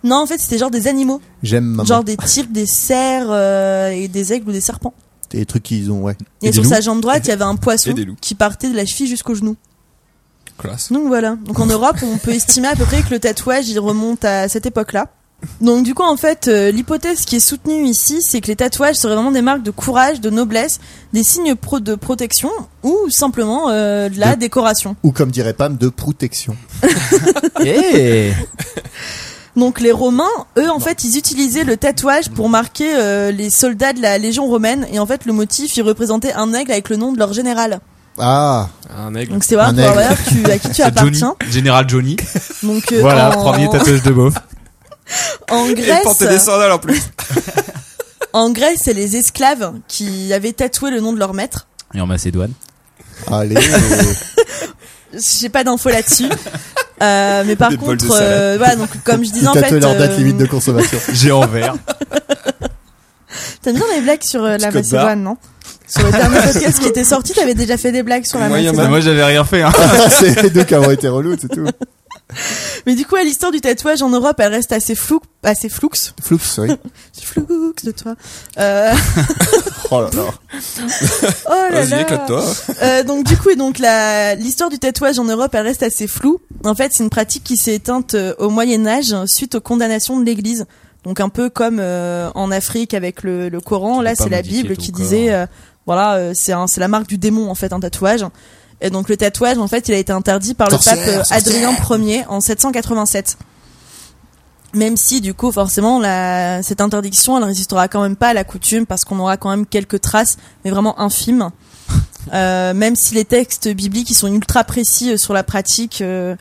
[SPEAKER 6] non, en fait, c'était genre des animaux,
[SPEAKER 4] J'aime maman.
[SPEAKER 6] genre des types, des cerfs euh, et des aigles ou des serpents.
[SPEAKER 4] Des trucs qu'ils ont, ouais.
[SPEAKER 6] Et,
[SPEAKER 7] Et des
[SPEAKER 6] sur
[SPEAKER 7] loups.
[SPEAKER 6] sa jambe droite, il y avait un
[SPEAKER 5] Et
[SPEAKER 6] poisson
[SPEAKER 5] des loups.
[SPEAKER 6] qui partait de la cheville jusqu'au genou.
[SPEAKER 5] Classe.
[SPEAKER 6] Donc voilà. Donc en Europe, on peut estimer à peu près que le tatouage, il remonte à cette époque-là. Donc du coup en fait euh, l'hypothèse qui est soutenue ici c'est que les tatouages seraient vraiment des marques de courage, de noblesse, des signes pro de protection ou simplement euh, de la
[SPEAKER 4] De-
[SPEAKER 6] décoration.
[SPEAKER 4] Ou comme dirait Pam, de protection.
[SPEAKER 7] Eh
[SPEAKER 6] Donc les Romains eux en fait ils utilisaient le tatouage pour marquer euh, les soldats de la légion romaine et en fait le motif il représentait un aigle avec le nom de leur général.
[SPEAKER 4] Ah,
[SPEAKER 5] Un aigle.
[SPEAKER 6] Donc c'est voilà
[SPEAKER 4] Un
[SPEAKER 6] pour
[SPEAKER 4] aigle.
[SPEAKER 6] voir tu- à qui tu appartiens.
[SPEAKER 7] Général Johnny.
[SPEAKER 6] Donc euh,
[SPEAKER 3] Voilà,
[SPEAKER 6] en,
[SPEAKER 3] premier tatouage de beauf.
[SPEAKER 6] en
[SPEAKER 5] Et il portait des
[SPEAKER 6] Grèce
[SPEAKER 5] sandales en plus.
[SPEAKER 6] en Grèce c'est les esclaves qui avaient tatoué le nom de leur maître.
[SPEAKER 7] Et en Macédoine.
[SPEAKER 4] allez. euh,
[SPEAKER 6] J'ai pas d'infos là-dessus. Euh, mais par
[SPEAKER 5] Des bols de
[SPEAKER 6] contre, euh, voilà, donc comme je disais
[SPEAKER 4] Ils
[SPEAKER 6] en fait,
[SPEAKER 4] tatouent leur date
[SPEAKER 6] euh,
[SPEAKER 4] limite de consommation.
[SPEAKER 7] Géant vert.
[SPEAKER 6] t'aimes bien les blagues sur euh, la
[SPEAKER 5] Scott
[SPEAKER 6] Macédoine, non Sur le dernier podcast qui était sorti, t'avais déjà fait des blagues sur la
[SPEAKER 5] Moi, il y en a
[SPEAKER 6] Macédoine.
[SPEAKER 3] Moi, j'avais rien fait. Hein.
[SPEAKER 4] Ah, c'est les deux qui ont été relous, c'est tout.
[SPEAKER 6] Mais du coup, à l'histoire du tatouage en Europe, elle reste assez floue, assez floux,
[SPEAKER 4] Floups, oui.
[SPEAKER 6] C'est floux de toi. Euh,
[SPEAKER 4] Oh là là.
[SPEAKER 6] oh là
[SPEAKER 5] Vas-y,
[SPEAKER 6] là.
[SPEAKER 5] éclate-toi.
[SPEAKER 6] Euh, donc du coup et donc la l'histoire du tatouage en Europe elle reste assez floue. En fait, c'est une pratique qui s'est éteinte euh, au Moyen Âge euh, suite aux condamnations de l'Église. Donc un peu comme euh, en Afrique avec le, le Coran,
[SPEAKER 7] Tu
[SPEAKER 6] là
[SPEAKER 7] peux pas
[SPEAKER 6] c'est la
[SPEAKER 7] modifier
[SPEAKER 6] Bible
[SPEAKER 7] ton
[SPEAKER 6] qui
[SPEAKER 7] corps.
[SPEAKER 6] disait euh, voilà euh, c'est un- c'est la marque du démon en fait un tatouage. Et donc le tatouage en fait il a été interdit par le
[SPEAKER 4] Sorcière,
[SPEAKER 6] pape euh, Adrien Ier en 787. Même si du coup forcément la, cette interdiction elle résistera quand même pas à la coutume parce qu'on aura quand même quelques traces mais vraiment infimes. Euh, même si les textes bibliques ils sont ultra précis euh, sur la pratique, euh,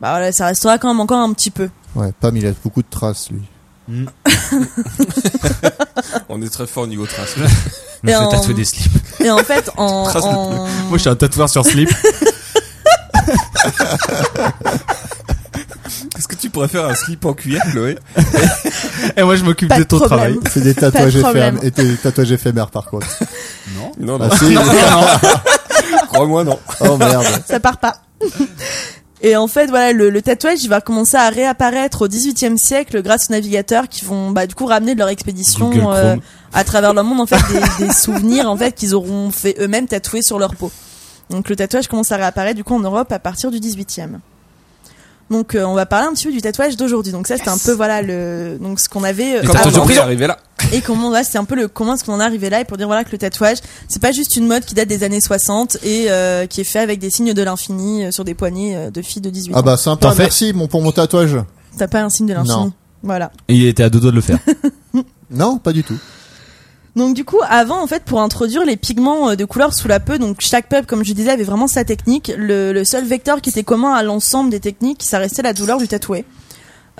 [SPEAKER 6] bah voilà, ça restera quand même encore un petit peu.
[SPEAKER 4] Ouais, Pam, il a beaucoup de traces, lui.
[SPEAKER 5] On est très fort au niveau trace.
[SPEAKER 7] Je me
[SPEAKER 6] Et en-
[SPEAKER 7] fais tatouer des slips.
[SPEAKER 6] Et en fait, en,
[SPEAKER 5] Trace de
[SPEAKER 6] en-
[SPEAKER 3] Moi, je suis un tatoueur sur slip.
[SPEAKER 5] Est-ce que tu pourrais faire un slip en cuir, Chloé
[SPEAKER 3] Et moi, je m'occupe
[SPEAKER 6] Pas
[SPEAKER 3] de
[SPEAKER 6] de
[SPEAKER 3] ton
[SPEAKER 6] problème.
[SPEAKER 3] travail.
[SPEAKER 4] C'est des tatouages
[SPEAKER 6] Pas de problème.
[SPEAKER 4] éphémères, et des tatouages éphémères, par contre.
[SPEAKER 5] Non,
[SPEAKER 4] Ah,
[SPEAKER 5] non,
[SPEAKER 4] si,
[SPEAKER 5] crois-moi, non.
[SPEAKER 4] oh merde.
[SPEAKER 6] ça part pas. Et en fait, voilà, le, le tatouage, il va commencer à réapparaître au XVIIIe siècle grâce aux navigateurs qui vont, bah, du coup, ramener de leur expédition
[SPEAKER 7] Google
[SPEAKER 6] euh,
[SPEAKER 7] Chrome.
[SPEAKER 6] à travers le monde, en fait, des, des souvenirs, en fait, qu'ils auront fait eux-mêmes tatouer sur leur peau. Donc, le tatouage commence à réapparaître, du coup, en Europe à partir du XVIIIe. Donc, euh, on va parler un petit peu du tatouage d'aujourd'hui. Donc, ça, c'était un peu, voilà, le, donc, ce qu'on avait. euh,
[SPEAKER 7] Les
[SPEAKER 6] avant.
[SPEAKER 7] tatouages en
[SPEAKER 5] on est arrivé là.
[SPEAKER 6] Et comment voilà, c'est un peu le comment est-ce qu'on en est arrivé là et pour dire voilà que le tatouage c'est pas juste une mode qui date des années 60 et euh, qui est fait avec des signes de l'infini euh, sur des poignées euh, de filles de 18 ans.
[SPEAKER 4] Ah bah, sympa,
[SPEAKER 7] T'en fais-
[SPEAKER 4] merci, mon, pour mon tatouage.
[SPEAKER 6] T'as pas un signe de l'infini.
[SPEAKER 4] Non.
[SPEAKER 6] Voilà.
[SPEAKER 7] Et il était à deux doigts de le faire.
[SPEAKER 4] Non, pas du tout.
[SPEAKER 6] Donc du coup, avant en fait pour introduire les pigments euh, de couleur sous la peau, donc chaque peuple comme je disais avait vraiment sa technique. Le, le seul vecteur qui était commun à l'ensemble des techniques, ça restait la douleur du tatoué.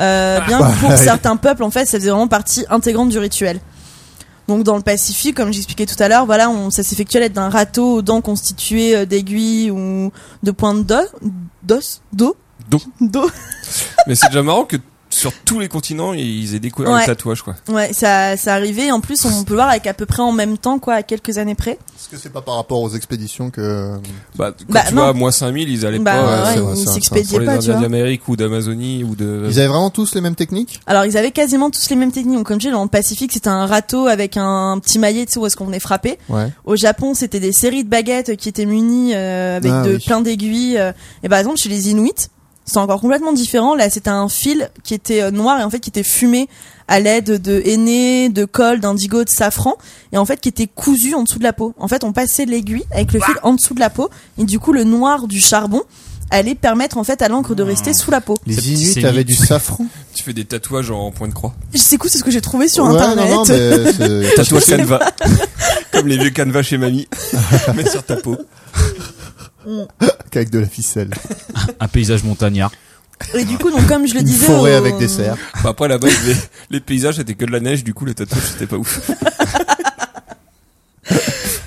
[SPEAKER 6] Euh, bien que pour certains peuples en fait, ça faisait vraiment partie intégrante du rituel. Donc dans le Pacifique, comme j'expliquais tout à l'heure, voilà, on, ça s'effectuait à l'aide d'un râteau aux dents constituées euh, d'aiguilles ou de pointes d'os, d'os, d'eau,
[SPEAKER 5] D'eau.
[SPEAKER 6] d'eau.
[SPEAKER 5] Mais c'est déjà marrant que sur tous les continents, ils aient découvert
[SPEAKER 6] Ouais.
[SPEAKER 5] le tatouage, quoi.
[SPEAKER 6] Ouais, ça, ça arrivait. En plus, on peut le voir avec à peu près en même temps, quoi, à quelques années près.
[SPEAKER 4] Est-ce que c'est pas par rapport aux expéditions que... euh,
[SPEAKER 5] Bah, quand
[SPEAKER 6] Bah,
[SPEAKER 5] tu
[SPEAKER 6] non.
[SPEAKER 5] vois, à moins 5000, ils allaient
[SPEAKER 6] Bah
[SPEAKER 5] pas
[SPEAKER 4] ouais,
[SPEAKER 5] euh,
[SPEAKER 4] c'est
[SPEAKER 6] ouais,
[SPEAKER 4] vrai,
[SPEAKER 6] ils
[SPEAKER 4] c'est un-
[SPEAKER 5] pour
[SPEAKER 6] s'expédiaient
[SPEAKER 5] les
[SPEAKER 6] pas, tu
[SPEAKER 5] Indiens
[SPEAKER 6] vois.
[SPEAKER 5] d'Amérique ou d'Amazonie ou de...
[SPEAKER 4] Ils avaient vraiment tous les mêmes techniques?
[SPEAKER 6] Alors ils avaient quasiment tous les mêmes techniques. Donc, comme je dis, dans le Pacifique, c'était un râteau avec un petit maillet, tu sais, où est-ce qu'on venait frapper.
[SPEAKER 4] Ouais.
[SPEAKER 6] Au Japon, c'était des séries de baguettes qui étaient munies euh, avec
[SPEAKER 4] Ah,
[SPEAKER 6] de,
[SPEAKER 4] oui.
[SPEAKER 6] plein d'aiguilles. euh. Et par exemple, chez les Inuits, c'est encore complètement différent. Là, c'était un fil qui était euh, noir et en fait qui était fumé à l'aide de henné, de colle, d'indigo, de safran et en fait qui était cousu en dessous de la peau. En fait, on passait l'aiguille avec le fil en dessous de la peau et du coup, le noir du charbon allait permettre en fait à l'encre de
[SPEAKER 4] Ah.
[SPEAKER 6] rester sous la peau.
[SPEAKER 7] Ces
[SPEAKER 4] Les
[SPEAKER 7] petits
[SPEAKER 4] Inuits
[SPEAKER 7] sémites.
[SPEAKER 4] avaient du safran.
[SPEAKER 5] Tu fais des tatouages en point de croix.
[SPEAKER 6] C'est cool, c'est ce que j'ai trouvé sur
[SPEAKER 4] ouais,
[SPEAKER 6] internet.
[SPEAKER 4] non, non, mais c'est-
[SPEAKER 5] Tatouage canevas. Comme les vieux canevas chez mamie. Mettre sur ta peau.
[SPEAKER 4] qu'avec de la ficelle.
[SPEAKER 7] Un paysage montagnard.
[SPEAKER 6] Et du coup, donc comme je le
[SPEAKER 4] Une
[SPEAKER 6] disais,
[SPEAKER 4] forêt
[SPEAKER 6] au-
[SPEAKER 4] avec des cerfs.
[SPEAKER 5] Bah, après, là-bas, les, les paysages, c'était que de la neige, du coup, le tatouage, c'était pas ouf.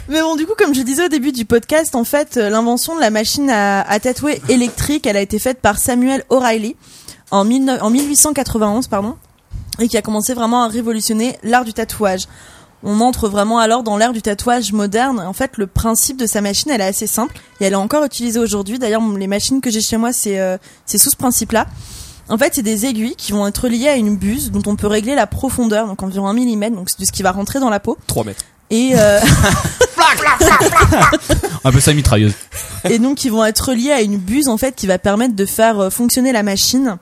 [SPEAKER 6] Mais bon, du coup, comme je disais au début du podcast, en fait, euh, l'invention de la machine à, à tatouer électrique, elle a été faite par Samuel O'Reilly en, 19 en 1891, pardon, et qui a commencé vraiment à révolutionner l'art du tatouage. On entre vraiment alors dans l'ère du tatouage moderne. En fait, le principe de sa machine, elle est assez simple et elle est encore utilisée aujourd'hui. D'ailleurs, les machines que j'ai chez moi, c'est euh, c'est sous ce principe-là. En fait, c'est des aiguilles qui vont être liées à une buse dont on peut régler la profondeur, donc environ un millimètre, donc c'est de ce qui va rentrer dans la peau.
[SPEAKER 5] 3 mètres.
[SPEAKER 6] Et euh,
[SPEAKER 7] Un peu ça une mitrailleuse.
[SPEAKER 6] et donc ils vont être reliés à une buse en fait qui va permettre de faire euh, fonctionner la machine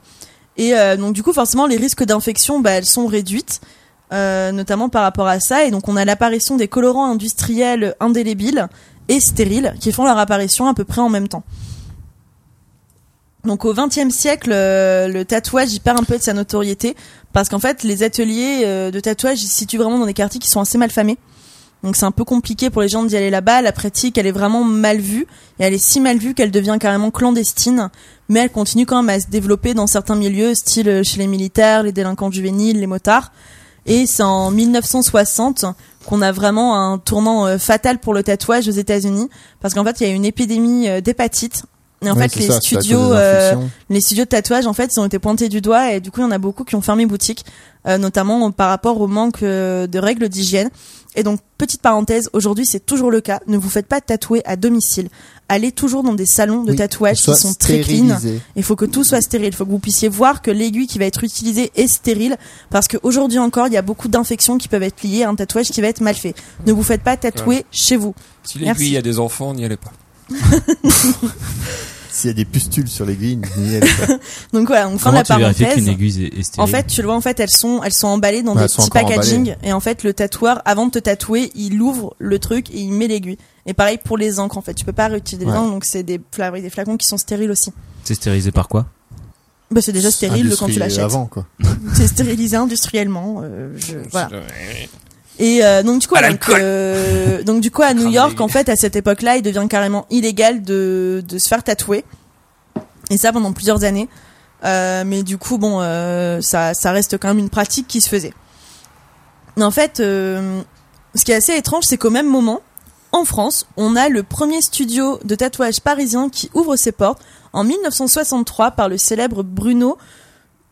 [SPEAKER 6] Et euh, donc du coup, forcément, les risques d'infection, bah, elles sont réduites, euh, notamment par rapport à ça. Et donc on a l'apparition des colorants industriels indélébiles et stériles qui font leur apparition à peu près en même temps. Donc au XXe siècle, euh, le tatouage il perd un peu de sa notoriété parce qu'en fait les ateliers euh, de tatouage ils se situent vraiment dans des quartiers qui sont assez mal famés. Donc c'est un peu compliqué pour les gens d'y aller là-bas. La pratique elle est vraiment mal vue et elle est si mal vue qu'elle devient carrément clandestine. Mais elle continue quand même à se développer dans certains milieux, style euh, chez les militaires, les délinquants juvéniles, les motards. Et c'est en 1960 qu'on a vraiment un tournant euh, fatal pour le tatouage aux États-Unis parce qu'en fait il y a une épidémie euh, d'hépatite. Et en
[SPEAKER 4] Ouais,
[SPEAKER 6] fait
[SPEAKER 4] c'est
[SPEAKER 6] les
[SPEAKER 4] ça, c'est à cause
[SPEAKER 6] studios
[SPEAKER 4] des
[SPEAKER 6] euh,
[SPEAKER 4] infusions.
[SPEAKER 6] les studios de tatouage en fait ils ont été pointés du doigt et du coup il y en a beaucoup qui ont fermé boutique euh, notamment par rapport au manque euh, de règles d'hygiène et donc petite parenthèse aujourd'hui c'est toujours le cas ne vous faites pas tatouer à domicile allez toujours dans des salons de
[SPEAKER 4] Oui,
[SPEAKER 6] tatouage qui
[SPEAKER 4] Soit
[SPEAKER 6] sont très clean
[SPEAKER 4] stérilisé.
[SPEAKER 6] il faut que tout soit stérile. Il faut que vous puissiez voir que l'aiguille qui va être utilisée est stérile. Parce qu'aujourd'hui encore, il y a beaucoup d'infections qui peuvent être liées à un tatouage qui va être mal fait. Ne vous faites pas tatouer chez vous.
[SPEAKER 5] Si
[SPEAKER 6] Merci.
[SPEAKER 5] l'aiguille a des enfants, n'y allez pas.
[SPEAKER 4] S'il y a des pustules sur l'aiguille, n'y allez pas.
[SPEAKER 6] Donc voilà, on fin
[SPEAKER 7] Comment
[SPEAKER 6] de la
[SPEAKER 7] tu vérifies
[SPEAKER 6] parenthèse.
[SPEAKER 7] qu'une aiguille est, est
[SPEAKER 6] En
[SPEAKER 7] stérile
[SPEAKER 6] fait, tu le vois, en fait, elles sont, elles sont emballées dans
[SPEAKER 4] Ouais, elles
[SPEAKER 6] des
[SPEAKER 4] sont
[SPEAKER 6] petits
[SPEAKER 4] encore
[SPEAKER 6] packaging. Et en fait, le tatoueur, avant de te tatouer, il ouvre le truc et il met l'aiguille. Et pareil pour les encres, en fait. Tu peux pas réutiliser les
[SPEAKER 4] Ouais.
[SPEAKER 6] encres, donc c'est des, fla- des flacons qui sont stériles aussi.
[SPEAKER 7] c'est stérilisé par quoi
[SPEAKER 6] Bah, c'est déjà stérile quand tu
[SPEAKER 4] Industrie
[SPEAKER 6] l'achètes.
[SPEAKER 4] Avant, quoi.
[SPEAKER 6] c'est stérilisé industriellement. euh, je, voilà. Et euh, donc du coup, donc, euh, donc du coup à New York, en fait, à cette époque-là, il devient carrément illégal de de se faire tatouer. Et ça pendant plusieurs années. Euh, mais du coup, bon, euh, ça ça reste quand même une pratique qui se faisait. Mais en fait, euh, ce qui est assez étrange, c'est qu'au même moment, en France, on a le premier studio de tatouage parisien qui ouvre ses portes en 1963 par le célèbre Bruno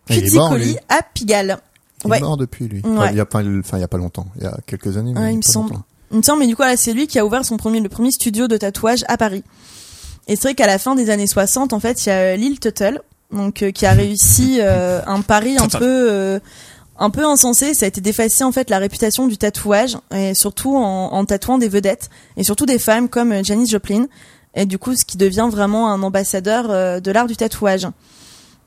[SPEAKER 4] Et il est mort,
[SPEAKER 6] Pizzicoli
[SPEAKER 4] lui.
[SPEAKER 6] à Pigalle.
[SPEAKER 4] Il
[SPEAKER 6] Ouais.
[SPEAKER 4] est mort depuis, lui.
[SPEAKER 6] Ouais.
[SPEAKER 4] Il y a pas, enfin, il y a pas longtemps. Il y a quelques années. mais
[SPEAKER 6] Ouais, il
[SPEAKER 4] pas
[SPEAKER 6] me semble.
[SPEAKER 4] longtemps.
[SPEAKER 6] Il me semble, mais du coup, là, c'est lui qui a ouvert son premier, le premier studio de tatouage à Paris. Et c'est vrai qu'à la fin des années 60, en fait, il y a euh, Lil Tuttle, donc, euh, qui a réussi euh, un pari un peu, euh, un peu insensé. Ça a été d'effacer, en fait, la réputation du tatouage, et surtout en, en tatouant des vedettes, et surtout des femmes comme euh, Janis Joplin. Et du coup, ce qui devient vraiment un ambassadeur euh, de l'art du tatouage.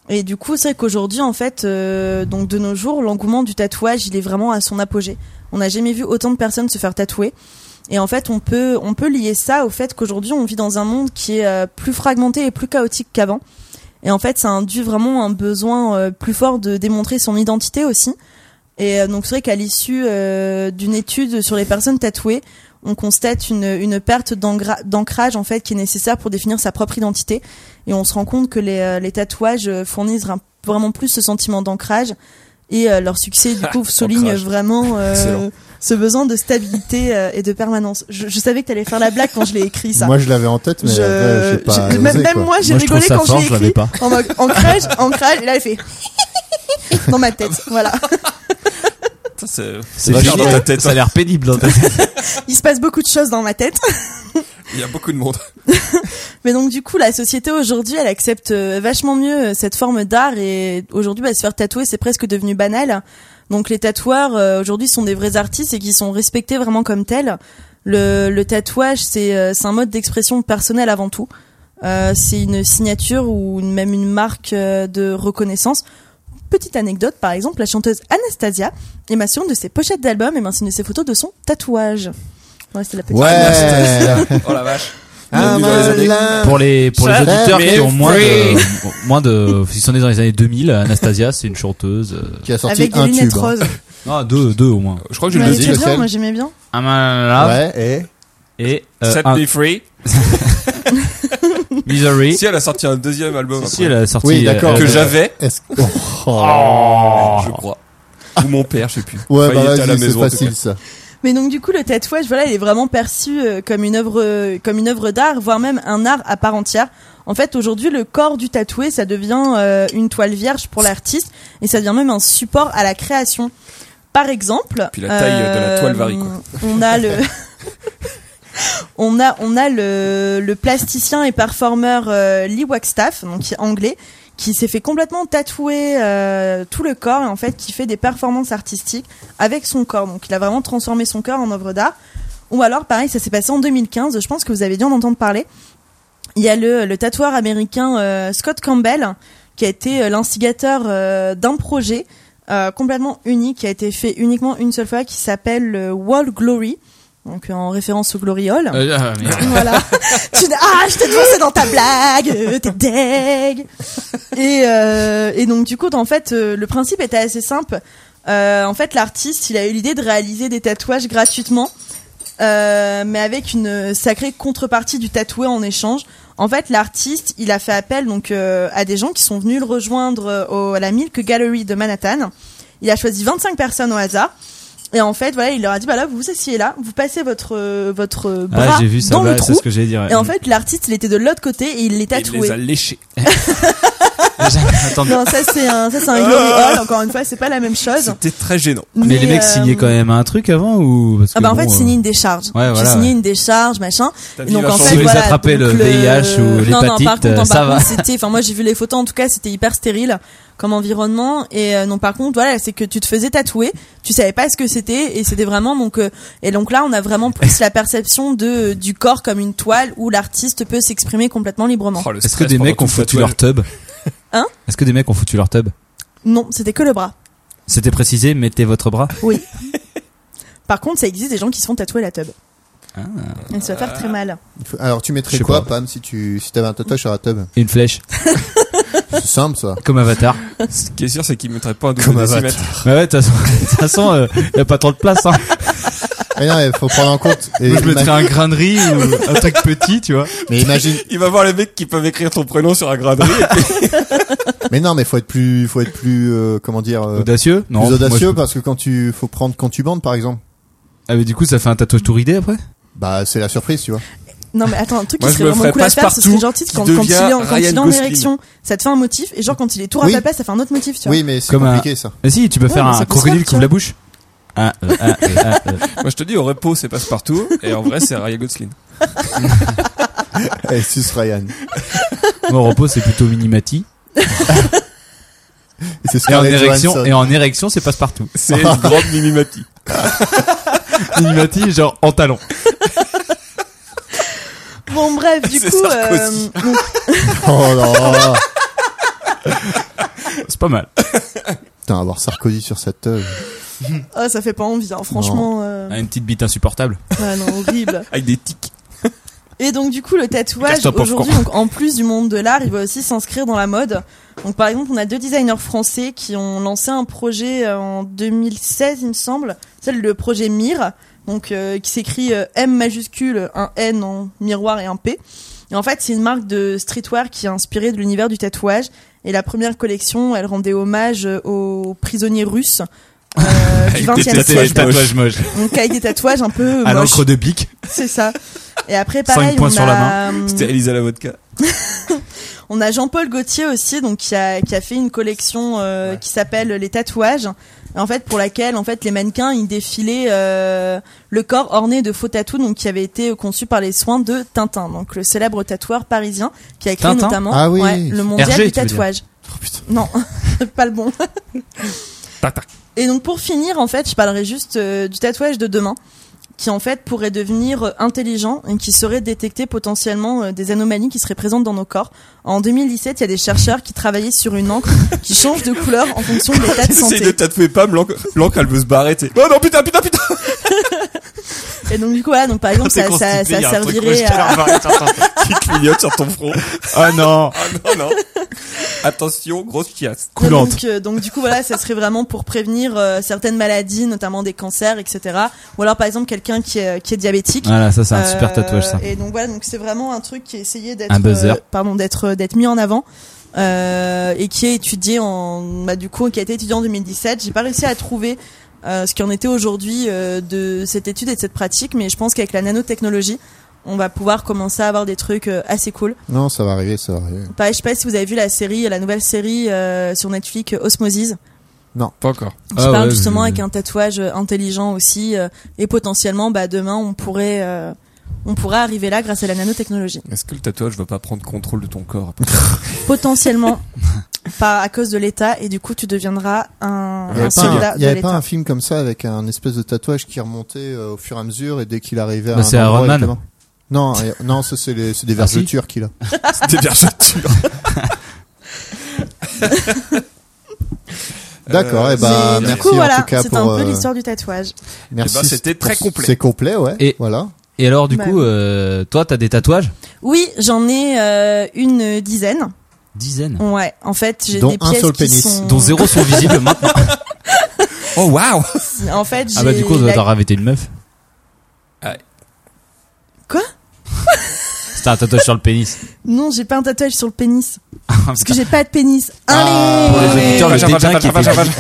[SPEAKER 6] Et du coup, c'est vrai qu'aujourd'hui, en fait, euh, donc de nos jours, l'engouement du tatouage, il est vraiment à son apogée. On n'a jamais vu autant de personnes se faire tatouer. Et en fait, on peut, on peut lier ça au fait qu'aujourd'hui, on vit dans un monde qui est euh, plus fragmenté et plus chaotique qu'avant. Et en fait, ça induit vraiment un besoin euh, plus fort de démontrer son identité aussi. Et euh, donc, c'est vrai qu'à l'issue euh, d'une étude sur les personnes tatouées, on constate une, une perte d'engra- d'ancrage en fait qui est nécessaire pour définir sa propre identité. Et on se rend compte que les, euh, les tatouages euh, fournissent un- vraiment plus ce sentiment d'ancrage. Et euh, leur succès, du coup, souligne
[SPEAKER 5] Ancrage.
[SPEAKER 6] vraiment euh,
[SPEAKER 5] Excellent.
[SPEAKER 6] ce besoin de stabilité euh, et de permanence. Je, je savais que t'allais faire la blague quand je l'ai écrit ça.
[SPEAKER 4] Moi, je l'avais en tête, mais
[SPEAKER 6] Je-
[SPEAKER 4] après, j'ai pas.
[SPEAKER 6] je- même,
[SPEAKER 4] osé,
[SPEAKER 6] même
[SPEAKER 4] quoi.
[SPEAKER 6] moi, j'ai
[SPEAKER 7] Moi, je trouve
[SPEAKER 6] rigolé
[SPEAKER 7] ça
[SPEAKER 6] quand
[SPEAKER 7] fort, je
[SPEAKER 6] je l'ai
[SPEAKER 7] l'avais
[SPEAKER 6] écrit.
[SPEAKER 7] pas.
[SPEAKER 6] En mode ancrage, ancrage, et là, il fait dans ma tête. Voilà.
[SPEAKER 5] Ça, c'est-
[SPEAKER 7] C'est
[SPEAKER 5] vachement
[SPEAKER 7] pénible.
[SPEAKER 5] dans ta tête,
[SPEAKER 7] Ça a l'air pénible hein. dans ta tête.
[SPEAKER 6] Il se passe beaucoup de choses dans ma tête.
[SPEAKER 5] Il y a beaucoup de monde.
[SPEAKER 6] Mais donc du coup, la société aujourd'hui, elle accepte euh, vachement mieux euh, cette forme d'art et aujourd'hui, bah, se faire tatouer, c'est presque devenu banal. Donc les tatoueurs euh, aujourd'hui sont des vrais artistes et qui sont respectés vraiment comme tels. Le, le tatouage, c'est euh, c'est un mode d'expression personnelle avant tout. Euh, c'est une signature ou une- même une marque euh, de reconnaissance. Petite anecdote, par exemple, la chanteuse Anastasia est mention de ses pochettes d'albums et mentionne de ses photos de son tatouage. Ouais, c'est la petite.
[SPEAKER 4] Ouais.
[SPEAKER 5] Oh la vache.
[SPEAKER 4] Ah,
[SPEAKER 5] Bienvenue dans les années.
[SPEAKER 4] malin.
[SPEAKER 7] Pour les, pour les
[SPEAKER 5] Ça
[SPEAKER 7] auditeurs
[SPEAKER 5] fait
[SPEAKER 7] qui ont moins
[SPEAKER 5] free.
[SPEAKER 7] de, moins de, s'ils sont nés dans les années 2000, Anastasia, c'est une chanteuse. euh,
[SPEAKER 4] Qui a sorti
[SPEAKER 6] Avec des
[SPEAKER 4] un
[SPEAKER 6] lunettes
[SPEAKER 4] tube. hein.
[SPEAKER 6] roses.
[SPEAKER 7] Ah, deux, deux au moins.
[SPEAKER 5] Je crois que je
[SPEAKER 6] Ouais,
[SPEAKER 5] le
[SPEAKER 4] dis,
[SPEAKER 5] dis.
[SPEAKER 6] c'est
[SPEAKER 5] euh,
[SPEAKER 4] lequel
[SPEAKER 6] bien, moi j'aimais bien.
[SPEAKER 7] Ah, malala.
[SPEAKER 4] Ouais,
[SPEAKER 7] Et, euh,
[SPEAKER 5] Set
[SPEAKER 7] un-
[SPEAKER 5] me free.
[SPEAKER 7] Misery.
[SPEAKER 5] Si elle a sorti un deuxième album après,
[SPEAKER 7] Si, elle a sorti.
[SPEAKER 4] Oui, d'accord.
[SPEAKER 7] euh,
[SPEAKER 5] que
[SPEAKER 4] euh,
[SPEAKER 5] j'avais,
[SPEAKER 4] et est-ce que.
[SPEAKER 7] Oh.
[SPEAKER 5] je crois. Ou mon père, je sais plus.
[SPEAKER 4] Ouais,
[SPEAKER 5] Enfin, il
[SPEAKER 4] bah
[SPEAKER 5] était à la
[SPEAKER 4] vas-y, c'est
[SPEAKER 5] maison, en tout cas.
[SPEAKER 4] facile ça.
[SPEAKER 6] Mais donc du coup le tatouage voilà il est vraiment perçu euh, comme une œuvre euh, comme une œuvre d'art voire même un art à part entière. En fait aujourd'hui le corps du tatoué ça devient euh, une toile vierge pour l'artiste et ça devient même un support à la création. Par exemple,
[SPEAKER 5] Puis la taille, euh, de la toile varie, quoi.
[SPEAKER 6] On a le On a, on a le, le plasticien et performeur euh, Lee Wagstaff, donc qui est anglais, qui s'est fait complètement tatouer euh, tout le corps et en fait qui fait des performances artistiques avec son corps. Donc il a vraiment transformé son corps en œuvre d'art. Ou alors pareil, ça s'est passé en 2015, je pense que vous avez dû en entendre parler. Il y a le, le tatoueur américain euh, Scott Campbell qui a été euh, l'instigateur euh, d'un projet euh, complètement unique, qui a été fait uniquement une seule fois, qui s'appelle le Wall Glory. Donc euh, en référence au Glory Hall.
[SPEAKER 3] Euh, ah, merde.
[SPEAKER 6] Voilà. Tu- ah, je t'ai devancé dans ta blague, euh, t'es deg. Et, euh, et donc du coup, en fait, euh, le principe était assez simple. Euh, en fait, l'artiste, il a eu l'idée de réaliser des tatouages gratuitement, euh, mais avec une sacrée contrepartie du tatoué en échange. En fait, l'artiste, il a fait appel donc euh, à des gens qui sont venus le rejoindre euh, au- à la Milk Gallery de Manhattan. Il a choisi 25 personnes au hasard. Et en fait, voilà, il leur a dit, bah là, vous vous asseyez là, vous passez votre, euh, votre bras
[SPEAKER 7] Ah, j'ai vu ça,
[SPEAKER 6] dans
[SPEAKER 7] bah,
[SPEAKER 6] le
[SPEAKER 7] c'est
[SPEAKER 6] trou.
[SPEAKER 7] ce que j'allais dire.
[SPEAKER 6] Et en fait, l'artiste, il était de l'autre côté et il les
[SPEAKER 5] Il les a
[SPEAKER 6] tatouait.
[SPEAKER 5] léchés.
[SPEAKER 7] Attends,
[SPEAKER 6] Non, ça c'est un, ça c'est un glory hall. Encore une fois, c'est pas la même chose.
[SPEAKER 5] C'était très gênant.
[SPEAKER 7] mais, les mecs
[SPEAKER 6] euh,
[SPEAKER 7] signaient quand même un truc avant ou parce que
[SPEAKER 6] Ah bah en
[SPEAKER 7] bon,
[SPEAKER 6] fait,
[SPEAKER 7] euh,
[SPEAKER 6] signer une décharge.
[SPEAKER 7] Ouais,
[SPEAKER 6] J'ai
[SPEAKER 7] voilà,
[SPEAKER 6] signé
[SPEAKER 7] ouais.
[SPEAKER 6] une décharge, machin.
[SPEAKER 5] T'as
[SPEAKER 6] Et
[SPEAKER 5] vu
[SPEAKER 6] donc
[SPEAKER 5] la
[SPEAKER 6] en
[SPEAKER 5] chanson
[SPEAKER 6] fait,
[SPEAKER 7] Si vous
[SPEAKER 6] voilà,
[SPEAKER 7] attrapez
[SPEAKER 6] donc
[SPEAKER 7] le VIH ou
[SPEAKER 6] non, non, par
[SPEAKER 7] l'hépatite,
[SPEAKER 6] contre, non,
[SPEAKER 7] ça
[SPEAKER 6] par
[SPEAKER 7] va.
[SPEAKER 6] contre, c'était, enfin moi j'ai vu les photos. En tout cas, c'était hyper stérile comme environnement. Et euh, non, par contre, voilà, c'est que tu te faisais tatouer, tu savais pas ce que c'était, et c'était vraiment donc. euh, et donc là, on a vraiment plus la perception de du corps comme une toile où l'artiste peut s'exprimer complètement librement.
[SPEAKER 5] Oh, le
[SPEAKER 7] Est-ce que
[SPEAKER 5] stress
[SPEAKER 7] des
[SPEAKER 5] pendant
[SPEAKER 7] mecs
[SPEAKER 5] tout
[SPEAKER 7] ont
[SPEAKER 5] le
[SPEAKER 7] foutu
[SPEAKER 5] tatouage.
[SPEAKER 7] leur tub
[SPEAKER 6] Hein
[SPEAKER 7] Est-ce que des mecs ont foutu leur tub
[SPEAKER 6] Non, c'était que le bras.
[SPEAKER 7] C'était précisé, mettez votre bras.
[SPEAKER 6] Oui. Par contre, ça existe des gens qui se font tatouer la tub. Et ça va faire très mal.
[SPEAKER 4] Il faut- Alors tu mettrais
[SPEAKER 7] Je sais
[SPEAKER 4] quoi,
[SPEAKER 7] pas.
[SPEAKER 4] Pam, si tu si t'avais un tatouage sur la tub
[SPEAKER 7] Une flèche,
[SPEAKER 4] C'est simple ça.
[SPEAKER 7] comme avatar.
[SPEAKER 5] Ce qui est sûr, c'est qu'ils mettraient pas un
[SPEAKER 4] Comme
[SPEAKER 5] double
[SPEAKER 4] Avatar.
[SPEAKER 5] décimètre.
[SPEAKER 7] Bah ouais, de toute façon- de toute façon, euh, y a pas tant de place. Hein.
[SPEAKER 4] Mais non, il faut prendre en compte. Et
[SPEAKER 7] Moi, je mettrais
[SPEAKER 4] ima-
[SPEAKER 7] un grain de riz ou un truc petit, tu vois.
[SPEAKER 4] Mais imagine.
[SPEAKER 5] Il va voir les mecs qui peuvent écrire ton prénom sur un graderie.
[SPEAKER 4] Mais non, mais faut être plus, faut être plus, euh, comment dire, euh,
[SPEAKER 7] Audacieux bah. Non.
[SPEAKER 4] plus audacieux
[SPEAKER 7] moi, je-
[SPEAKER 4] parce que quand tu, faut prendre quand tu bandes par exemple.
[SPEAKER 7] Ah, mais du coup, ça fait un tatouage tout ridé après
[SPEAKER 4] Bah c'est la surprise, tu vois.
[SPEAKER 6] Non mais attends, un truc
[SPEAKER 5] Moi,
[SPEAKER 6] qui
[SPEAKER 5] je
[SPEAKER 6] serait
[SPEAKER 5] me
[SPEAKER 6] vraiment
[SPEAKER 5] ferais
[SPEAKER 6] cool à faire, ce serait
[SPEAKER 5] Passepartout
[SPEAKER 6] gentil
[SPEAKER 5] qui
[SPEAKER 6] quand, quand il est, en-
[SPEAKER 5] devient
[SPEAKER 6] quand il est
[SPEAKER 5] Ryan
[SPEAKER 6] en
[SPEAKER 5] Gosling.
[SPEAKER 6] érection, ça te fait un motif et genre quand il est tout
[SPEAKER 4] Oui.
[SPEAKER 6] ratapé, ça fait un autre motif, tu vois.
[SPEAKER 4] Oui, mais c'est
[SPEAKER 7] Comme un-
[SPEAKER 4] compliqué ça.
[SPEAKER 7] Ah si, tu peux
[SPEAKER 6] Ouais,
[SPEAKER 7] faire
[SPEAKER 6] mais ça
[SPEAKER 7] un
[SPEAKER 6] peut se
[SPEAKER 7] crocodile
[SPEAKER 6] faire,
[SPEAKER 7] qui ouvre la bouche. Ah, euh, ah, euh, ah, euh.
[SPEAKER 5] Moi, je te dis, au repos, c'est passe-partout. Et en vrai, c'est Ryan Gosling.
[SPEAKER 4] Eh, sus Ryan.
[SPEAKER 7] Moi, au repos, c'est plutôt Minimati.
[SPEAKER 4] Et c'est
[SPEAKER 7] Et en
[SPEAKER 4] Scarlett
[SPEAKER 7] érection,
[SPEAKER 4] Johansson.
[SPEAKER 7] et en érection, c'est passe-partout.
[SPEAKER 5] C'est Mm. une grande mimimati.
[SPEAKER 7] Minimati, genre en talon.
[SPEAKER 6] Bon bref, du
[SPEAKER 5] C'est
[SPEAKER 6] coup,
[SPEAKER 5] Sarkozy.
[SPEAKER 6] euh, donc,
[SPEAKER 4] Oh là. là.
[SPEAKER 7] C'est pas mal.
[SPEAKER 4] Putain, avoir Sarkozy sur sa tub.
[SPEAKER 6] oh, ça fait pas envie, hein, franchement. euh,
[SPEAKER 7] Ah, Une petite bite insupportable.
[SPEAKER 6] ouais, non, horrible.
[SPEAKER 5] Avec des tics.
[SPEAKER 6] Et donc du coup, le tatouage
[SPEAKER 7] Casse-toi, pauvre
[SPEAKER 6] aujourd'hui, donc en plus du monde de l'art, il va aussi s'inscrire dans la mode. Donc par exemple, on a deux designers français qui ont lancé un projet euh, en 2016, il me semble, c'est le projet Mire, donc euh, qui s'écrit euh, M majuscule, un N en miroir et un P. Et en fait, c'est une marque de streetwear qui est inspirée de l'univers du tatouage. Et la première collection, elle rendait hommage euh, aux prisonniers russes euh, du
[SPEAKER 5] Avec des
[SPEAKER 6] XXe
[SPEAKER 5] tatouages
[SPEAKER 6] siècle.
[SPEAKER 7] tatouage moche.
[SPEAKER 6] Donc avec des tatouages un peu
[SPEAKER 7] À
[SPEAKER 6] moches.
[SPEAKER 7] l'encre de bique.
[SPEAKER 6] C'est Euh, ça. Et après,
[SPEAKER 7] Cinq
[SPEAKER 6] pareil,
[SPEAKER 7] points
[SPEAKER 6] on,
[SPEAKER 7] sur
[SPEAKER 6] a,
[SPEAKER 7] la main.
[SPEAKER 6] hum,
[SPEAKER 5] C'était Elisa la vodka.
[SPEAKER 6] on a Jean-Paul Gaultier aussi, donc qui a, qui a fait une collection euh, qui s'appelle Les tatouages. En fait, pour laquelle en fait les mannequins ils défilaient euh, le corps orné de faux tatous, donc qui avait été conçu par les soins de Tintin, donc le célèbre tatoueur parisien qui a créé
[SPEAKER 7] Tintin
[SPEAKER 6] notamment
[SPEAKER 4] Ah oui.
[SPEAKER 6] ouais, le mondial
[SPEAKER 7] Hergé,
[SPEAKER 6] du
[SPEAKER 7] tu veux dire.
[SPEAKER 6] tatouage. Non, pas le bon.
[SPEAKER 5] Tintin.
[SPEAKER 6] Et donc pour finir, en fait, je parlerai juste euh, du tatouage de demain, qui en fait pourrait devenir euh, intelligent et qui saurait détecter potentiellement euh, des anomalies qui seraient présentes dans nos corps. En 2017, il y a des chercheurs qui travaillaient sur une encre qui change de couleur en fonction de l'état de
[SPEAKER 5] J'essaye de
[SPEAKER 6] santé.
[SPEAKER 5] tatouer Pam, l'encre, l'encre, elle veut se barrer, t'es. Oh non, putain, putain, putain!
[SPEAKER 6] Et donc du coup, voilà, donc par exemple,
[SPEAKER 5] T'es
[SPEAKER 6] ça, ça,
[SPEAKER 5] constipé,
[SPEAKER 6] ça
[SPEAKER 5] il y a un truc rouge
[SPEAKER 6] servirait
[SPEAKER 5] qui
[SPEAKER 6] à...
[SPEAKER 5] apparaît, t'entends, Qui clignote sur ton front.
[SPEAKER 7] Ah non.
[SPEAKER 5] Oh non. Attention, grosse chiasse.
[SPEAKER 7] Coulante.
[SPEAKER 6] Donc, euh, donc du coup voilà, ça serait vraiment pour prévenir euh, certaines maladies, notamment des cancers, etc. Ou alors par exemple quelqu'un qui est, euh, qui est diabétique.
[SPEAKER 7] Voilà, ça, c'est un
[SPEAKER 6] Euh,
[SPEAKER 7] super tatouage, ça.
[SPEAKER 6] Et donc voilà, donc c'est vraiment un truc qui est essayé d'être,
[SPEAKER 7] Un buzzer.
[SPEAKER 6] euh, pardon, d'être d'être mis en avant euh, et qui est étudié en, bah, du coup, qui a été étudié en 2017. J'ai pas réussi à trouver euh, ce qui en était aujourd'hui euh, de cette étude et de cette pratique, mais je pense qu'avec la nanotechnologie, on va pouvoir commencer à avoir des trucs euh, assez cool.
[SPEAKER 4] Non, ça va arriver, ça va arriver.
[SPEAKER 6] Pareil, je sais pas si vous avez vu la série, la nouvelle série euh, sur Netflix euh, Osmosis.
[SPEAKER 5] Pas encore.
[SPEAKER 6] Qui
[SPEAKER 7] Ah
[SPEAKER 6] parle
[SPEAKER 7] ouais,
[SPEAKER 6] justement
[SPEAKER 7] je-
[SPEAKER 6] avec un tatouage euh, intelligent aussi, euh, et potentiellement, bah demain, on pourrait, euh, on pourrait arriver là grâce à la nanotechnologie.
[SPEAKER 5] Est-ce que le tatouage va pas prendre contrôle de ton corps après
[SPEAKER 6] potentiellement pas à cause de l'État et du coup tu deviendras un,
[SPEAKER 4] Il y avait,
[SPEAKER 6] un
[SPEAKER 4] pas un,
[SPEAKER 6] soldat
[SPEAKER 4] il y
[SPEAKER 6] de
[SPEAKER 4] avait pas
[SPEAKER 6] l'État.
[SPEAKER 4] un film comme ça avec un espèce de tatouage qui remontait euh, au fur et à mesure et dès qu'il arrivait à
[SPEAKER 7] Bah,
[SPEAKER 4] un
[SPEAKER 7] c'est
[SPEAKER 4] endroit,
[SPEAKER 7] Iron Man.
[SPEAKER 4] évidemment. Non, euh, non, ça c'est les- c'est des
[SPEAKER 7] Ah, si.
[SPEAKER 4] vergetures qu'il a.
[SPEAKER 5] C'était bien sûr.
[SPEAKER 4] D'accord, et ben
[SPEAKER 6] Mais
[SPEAKER 4] merci
[SPEAKER 6] du coup, voilà,
[SPEAKER 4] en tout cas
[SPEAKER 6] c'était
[SPEAKER 4] pour.
[SPEAKER 6] un peu
[SPEAKER 4] euh,
[SPEAKER 6] l'histoire du tatouage.
[SPEAKER 4] merci
[SPEAKER 5] Eh ben, c'était
[SPEAKER 4] pour-
[SPEAKER 5] très complet.
[SPEAKER 4] C'est complet, ouais.
[SPEAKER 7] Et-
[SPEAKER 4] voilà.
[SPEAKER 7] Et alors, du
[SPEAKER 6] Bah.
[SPEAKER 7] coup, euh, toi, t'as des tatouages
[SPEAKER 6] Oui, j'en ai euh, une dizaine.
[SPEAKER 7] Dizaines.
[SPEAKER 6] Ouais, en fait, j'ai
[SPEAKER 4] Dont
[SPEAKER 6] des
[SPEAKER 4] un
[SPEAKER 6] pièces
[SPEAKER 4] sur le
[SPEAKER 6] qui
[SPEAKER 4] pénis.
[SPEAKER 6] sont...
[SPEAKER 7] Dont zéro sont visibles maintenant.
[SPEAKER 5] Oh waouh
[SPEAKER 6] En fait, j'ai
[SPEAKER 7] Ah bah, du coup, on doit
[SPEAKER 6] la-
[SPEAKER 7] t'en raveter une meuf.
[SPEAKER 6] Quoi
[SPEAKER 7] C'était Ah. un tatouage sur le pénis.
[SPEAKER 6] Non, j'ai pas un tatouage sur le pénis.
[SPEAKER 7] Parce
[SPEAKER 4] Ah,
[SPEAKER 6] Parce que j'ai pas de pénis. Allez
[SPEAKER 7] pour les auditeurs, le
[SPEAKER 5] Vagin,
[SPEAKER 7] dédain
[SPEAKER 5] vagin,
[SPEAKER 7] qui
[SPEAKER 5] vagin,
[SPEAKER 7] était-
[SPEAKER 5] vagin.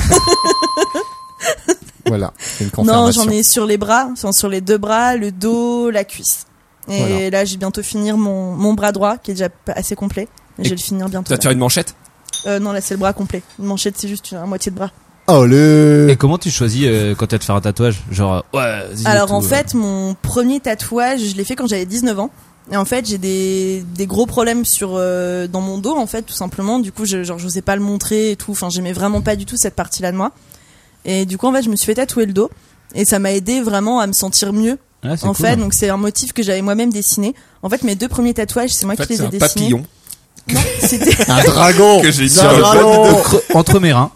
[SPEAKER 4] Voilà. C'est une
[SPEAKER 6] Non,
[SPEAKER 4] confirmation.
[SPEAKER 6] j'en ai sur les bras, enfin sur les deux bras, le dos, la cuisse. Et
[SPEAKER 4] Voilà.
[SPEAKER 6] là, j'ai bientôt finir mon, mon bras droit, qui est déjà pas- assez complet. Mais
[SPEAKER 5] Et
[SPEAKER 6] je vais le finir bientôt.
[SPEAKER 5] T'as
[SPEAKER 6] là.
[SPEAKER 5] tiré une manchette
[SPEAKER 6] Euh, non, là, c'est le bras complet. Une manchette, c'est juste une, à moitié de bras.
[SPEAKER 4] Oh le.
[SPEAKER 7] Et comment tu choisis euh, quand tu vas te faire un tatouage Genre, euh, ouais, zizi et
[SPEAKER 6] Alors,
[SPEAKER 7] tout,
[SPEAKER 6] en
[SPEAKER 7] euh.
[SPEAKER 6] fait, mon premier tatouage, je l'ai fait quand j'avais 19 ans. Et en fait, j'ai des, des gros problèmes sur euh, dans mon dos, en fait, tout simplement. Du coup, je, genre, j'osais pas le montrer et tout. Enfin, j'aimais vraiment pas du tout cette partie-là de moi. Et du coup, en fait, je me suis fait tatouer le dos. Et ça m'a aidé vraiment à me sentir mieux.
[SPEAKER 7] Ah, c'est
[SPEAKER 6] en
[SPEAKER 7] cool.
[SPEAKER 5] hein.
[SPEAKER 6] fait, donc c'est un motif que j'avais moi-même dessiné. En fait, mes deux premiers tatouages, c'est moi
[SPEAKER 5] En fait,
[SPEAKER 6] qui les
[SPEAKER 5] c'est
[SPEAKER 6] ai
[SPEAKER 5] un
[SPEAKER 6] dessinés.
[SPEAKER 5] papillon
[SPEAKER 6] Non, c'était
[SPEAKER 4] Un dragon.
[SPEAKER 5] que j'ai
[SPEAKER 4] Un
[SPEAKER 5] sur le
[SPEAKER 4] dragon.
[SPEAKER 7] Entre- entre mes reins.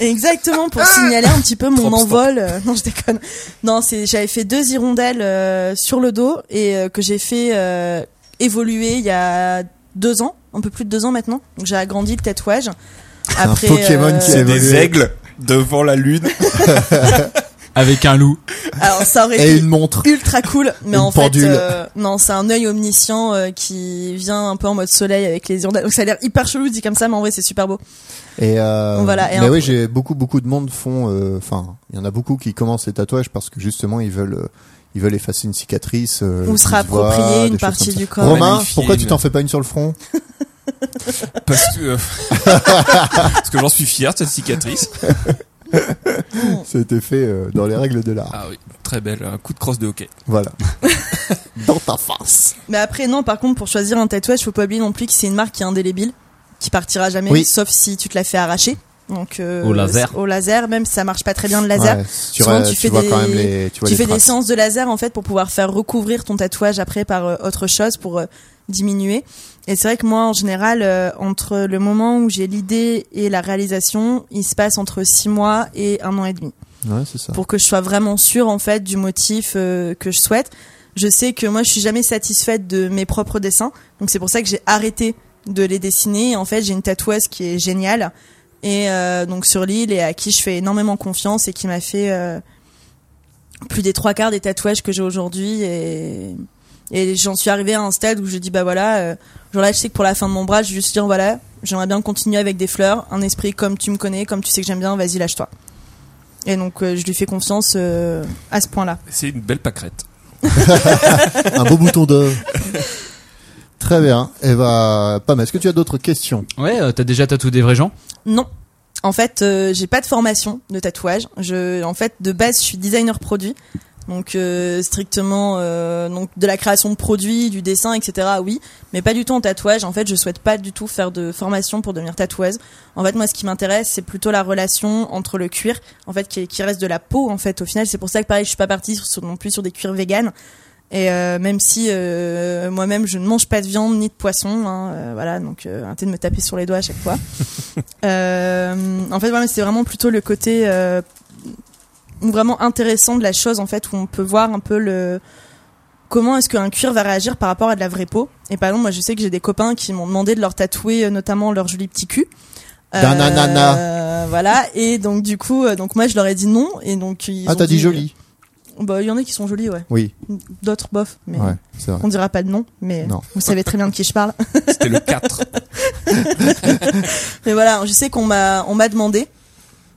[SPEAKER 6] exactement pour signaler un petit peu mon
[SPEAKER 5] Trompe-stomp.
[SPEAKER 6] envol. Euh, non, je déconne. Non, c'est j'avais fait deux hirondelles euh, sur le dos et euh, que j'ai fait euh, évoluer il y a deux ans, un peu plus de deux ans maintenant. Donc j'ai agrandi le tatouage. Après,
[SPEAKER 4] Pokémon
[SPEAKER 6] euh,
[SPEAKER 4] qui a-
[SPEAKER 5] des
[SPEAKER 4] évolué.
[SPEAKER 5] aigles devant la lune.
[SPEAKER 7] Avec un loup.
[SPEAKER 6] alors ça aurait
[SPEAKER 4] Et
[SPEAKER 6] été
[SPEAKER 4] une montre.
[SPEAKER 6] ultra cool, mais
[SPEAKER 4] Une
[SPEAKER 6] en
[SPEAKER 4] pendule.
[SPEAKER 6] fait, euh, non, c'est un œil omniscient euh, qui vient un peu en mode soleil avec les hirondelles. Donc ça a l'air hyper chelou dit comme ça, mais en vrai c'est super beau.
[SPEAKER 4] Et euh,
[SPEAKER 6] Voilà, et
[SPEAKER 4] mais
[SPEAKER 6] un-
[SPEAKER 4] oui, j'ai beaucoup beaucoup de monde font. euh, Enfin, il y en a beaucoup qui commencent les tatouages parce que justement ils veulent euh, ils veulent effacer une cicatrice euh,
[SPEAKER 6] Ou se
[SPEAKER 4] qui voit,
[SPEAKER 6] réapproprier une
[SPEAKER 4] des choses
[SPEAKER 6] partie
[SPEAKER 4] comme ça.
[SPEAKER 6] du corps.
[SPEAKER 4] Romain,
[SPEAKER 5] Magnifique.
[SPEAKER 4] pourquoi tu t'en fais pas une sur le front
[SPEAKER 5] Parce que, euh, parce que j'en suis fier de cette cicatrice.
[SPEAKER 4] Ça a été fait euh, dans les règles de l'art.
[SPEAKER 5] Ah oui, très belle. Un coup de crosse de hockey.
[SPEAKER 4] Voilà. dans ta face.
[SPEAKER 6] Mais après, non, par contre, pour choisir un tatouage, faut pas oublier non plus que c'est une marque qui est indélébile, qui partira jamais,
[SPEAKER 4] Oui.
[SPEAKER 6] sauf si tu te la fais arracher. Donc, euh,
[SPEAKER 7] Au laser.
[SPEAKER 6] Au laser, même si ça marche pas très bien le laser.
[SPEAKER 4] Ouais, tu,
[SPEAKER 6] Souvent,
[SPEAKER 4] vois-
[SPEAKER 6] tu
[SPEAKER 4] tu
[SPEAKER 6] fais
[SPEAKER 4] vois
[SPEAKER 6] des-
[SPEAKER 4] quand même les. Tu, vois
[SPEAKER 6] tu
[SPEAKER 4] les
[SPEAKER 6] fais des
[SPEAKER 4] traces.
[SPEAKER 6] séances de laser, en fait, pour pouvoir faire recouvrir ton tatouage après par euh, autre chose, pour euh, diminuer. Et c'est vrai que moi, en général, euh, entre le moment où j'ai l'idée et la réalisation, il se passe entre six mois et un an et demi.
[SPEAKER 4] Ouais, c'est ça.
[SPEAKER 6] pour que je sois vraiment sûre en fait du motif euh, que je souhaite. Je sais que moi je suis jamais satisfaite de mes propres dessins, donc c'est pour ça que j'ai arrêté de les dessiner. En fait, j'ai une tatoueuse qui est géniale et euh, donc sur l'île et à qui je fais énormément confiance et qui m'a fait euh, plus des trois quarts des tatouages que j'ai aujourd'hui et et j'en suis arrivée à un stade où je dis bah voilà euh, genre là je sais que pour la fin de mon bras je vais juste dire voilà j'aimerais bien continuer avec des fleurs un esprit comme tu me connais comme tu sais que j'aime bien vas-y lâche-toi et donc euh, je lui fais confiance euh, à ce point-là.
[SPEAKER 5] C'est une belle pâquerette.
[SPEAKER 4] Un beau bouton d'or. Très bien. Et bah, Pam, est-ce que tu as d'autres questions
[SPEAKER 7] Ouais, euh, t'as déjà tatoué des vrais gens
[SPEAKER 6] Non. En fait, euh, j'ai pas de formation de tatouage. Je, en fait, de base, je suis designer produit. Donc euh, strictement euh, donc de la création de produits, du dessin, etc. Oui, mais pas du tout en tatouage. En fait, je souhaite pas du tout faire de formation pour devenir tatoueuse. En fait, moi, ce qui m'intéresse, c'est plutôt la relation entre le cuir, en fait, qui, qui reste de la peau. En fait, au final, c'est pour ça que pareil, je suis pas partie sur- sur- non plus sur des cuirs véganes. Et euh, même si euh, moi-même, je ne mange pas de viande ni de poisson, hein, euh, voilà, donc euh, arrêtez de me taper sur les doigts à chaque fois. Euh, en fait, voilà, c'est vraiment plutôt le côté euh, vraiment intéressant de la chose, en fait, où on peut voir un peu le comment est-ce qu'un cuir va réagir par rapport à de la vraie peau. Et par exemple, moi, je sais que j'ai des copains qui m'ont demandé de leur tatouer euh, notamment leur joli petit cul. Euh,
[SPEAKER 4] D'un ananas.
[SPEAKER 6] Voilà. Et donc, du coup, euh, donc moi, je leur ai dit non. Et donc, ils
[SPEAKER 4] Ah,
[SPEAKER 6] ont
[SPEAKER 4] t'as dit joli.
[SPEAKER 6] Bah, il y en a qui sont jolis, ouais.
[SPEAKER 4] Oui.
[SPEAKER 6] D'autres, bof. Mais
[SPEAKER 4] Ouais, c'est vrai.
[SPEAKER 6] on dira pas de nom. Mais
[SPEAKER 4] Non.
[SPEAKER 6] vous savez très bien de qui je parle.
[SPEAKER 5] C'était le 4.
[SPEAKER 6] Mais voilà, je sais qu'on m'a on m'a demandé,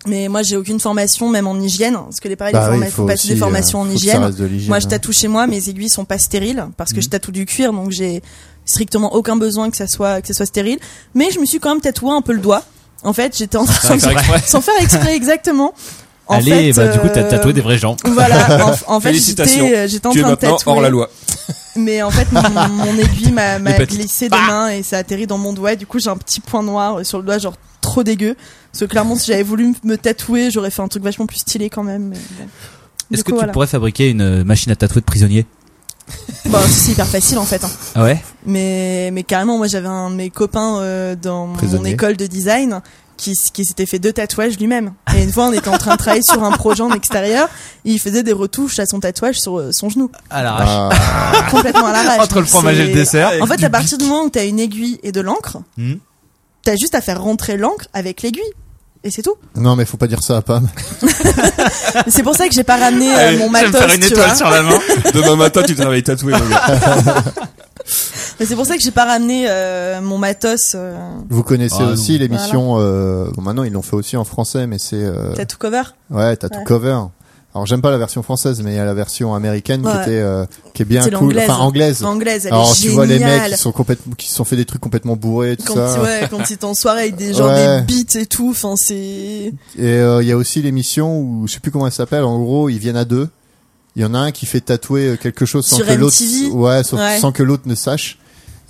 [SPEAKER 6] mais moi j'ai aucune formation même en hygiène, parce que les pareils,
[SPEAKER 4] Bah oui,
[SPEAKER 6] les forma- faut passer
[SPEAKER 4] aussi,
[SPEAKER 6] des formations
[SPEAKER 4] euh,
[SPEAKER 6] en
[SPEAKER 4] faut que ça
[SPEAKER 6] hygiène.
[SPEAKER 4] reste de l'hygiène,
[SPEAKER 6] Moi je
[SPEAKER 4] hein. Mm.
[SPEAKER 6] tatoue chez moi, mes aiguilles sont pas stériles parce que je tatoue du cuir, donc j'ai strictement aucun besoin que ça soit que ça soit stérile. Mais je me suis quand même tatoué un peu le doigt. En fait, j'étais en train
[SPEAKER 5] faire exprès.
[SPEAKER 6] sans faire exprès exactement. En
[SPEAKER 7] Allez,
[SPEAKER 6] fait,
[SPEAKER 7] bah, du coup, t'as
[SPEAKER 6] euh,
[SPEAKER 7] tatoué des vrais gens.
[SPEAKER 6] Voilà, en, en fait,
[SPEAKER 5] Félicitations.
[SPEAKER 6] j'étais euh, j'étais en
[SPEAKER 5] Tu es
[SPEAKER 6] train de
[SPEAKER 5] maintenant
[SPEAKER 6] tatouer
[SPEAKER 5] hors la loi.
[SPEAKER 6] mais en fait mon, mon aiguille m'a m'a
[SPEAKER 5] Hépatite.
[SPEAKER 6] glissé des mains et ça a atterri dans mon doigt et du coup j'ai un petit point noir euh, sur le doigt genre trop dégueu parce que clairement si j'avais voulu me tatouer j'aurais fait un truc vachement plus stylé quand même mais bon. Du
[SPEAKER 7] Est-ce que
[SPEAKER 6] coup,
[SPEAKER 7] tu
[SPEAKER 6] voilà.
[SPEAKER 7] pourrais fabriquer une euh, machine à tatouer de prisonnier
[SPEAKER 6] Bon, c'est Bah, hyper facile en fait. hein.
[SPEAKER 7] Ah ouais
[SPEAKER 6] Mais, mais carrément, moi j'avais un de mes copains euh, dans mon
[SPEAKER 4] Prisonnier.
[SPEAKER 6] école de design qui, s- qui s'était fait deux tatouages lui-même. Et une fois, on était en train de travailler sur un projet en extérieur et il faisait des retouches à son tatouage sur euh, son genou.
[SPEAKER 7] À l'arrache.
[SPEAKER 4] Ah,
[SPEAKER 6] Complètement à l'arrache.
[SPEAKER 3] Entre le
[SPEAKER 6] C'est-
[SPEAKER 3] fromage et le dessert.
[SPEAKER 6] En fait, à partir du moment où t'as une aiguille et de l'encre,
[SPEAKER 3] Hmm.
[SPEAKER 6] t'as juste à faire rentrer l'encre avec l'aiguille. Et c'est tout.
[SPEAKER 4] non, mais faut pas dire ça à Pam.
[SPEAKER 6] Mais C'est pour ça que j'ai pas ramené
[SPEAKER 3] Je
[SPEAKER 6] euh, mon
[SPEAKER 3] vais me
[SPEAKER 6] matos,
[SPEAKER 3] Ah faire une
[SPEAKER 6] tu
[SPEAKER 3] étoile
[SPEAKER 6] vois.
[SPEAKER 3] sur la main.
[SPEAKER 5] Ah. Demain matin, tu travailles tatoué, mon gars.
[SPEAKER 6] Mais c'est pour ça que j'ai pas ramené euh, mon matos euh,
[SPEAKER 4] Vous connaissez
[SPEAKER 7] Ah, non.
[SPEAKER 4] aussi l'émission. euh, bon, maintenant, ils l'ont fait aussi en français, mais c'est euh,
[SPEAKER 6] tattoo cover.
[SPEAKER 4] ouais, t'as tout
[SPEAKER 6] Ouais.
[SPEAKER 4] cover. Alors, j'aime pas la version française, mais il y a la version américaine qui
[SPEAKER 6] Ouais.
[SPEAKER 4] était euh, qui est bien
[SPEAKER 6] C'est
[SPEAKER 4] cool,
[SPEAKER 6] l'anglaise.
[SPEAKER 4] enfin anglaise.
[SPEAKER 6] Anglaise, elle
[SPEAKER 4] Alors,
[SPEAKER 6] est
[SPEAKER 4] tu vois les mecs
[SPEAKER 6] géniale.
[SPEAKER 4] qui sont complètement, qui se sont fait des trucs complètement bourrés, tout
[SPEAKER 6] quand,
[SPEAKER 4] ça.
[SPEAKER 6] ouais, quand ils t'en soirée avec des gens,
[SPEAKER 4] Ouais.
[SPEAKER 6] des beats et tout, enfin c'est...
[SPEAKER 4] Et euh, il y a aussi l'émission où je sais plus comment elle s'appelle. En gros, ils viennent à deux. Il y en a un qui fait tatouer euh, quelque chose sans
[SPEAKER 6] Sur
[SPEAKER 4] que l'autre,
[SPEAKER 6] MTV?
[SPEAKER 4] ouais, sauf-
[SPEAKER 6] Ouais.
[SPEAKER 4] sans que l'autre ne sache.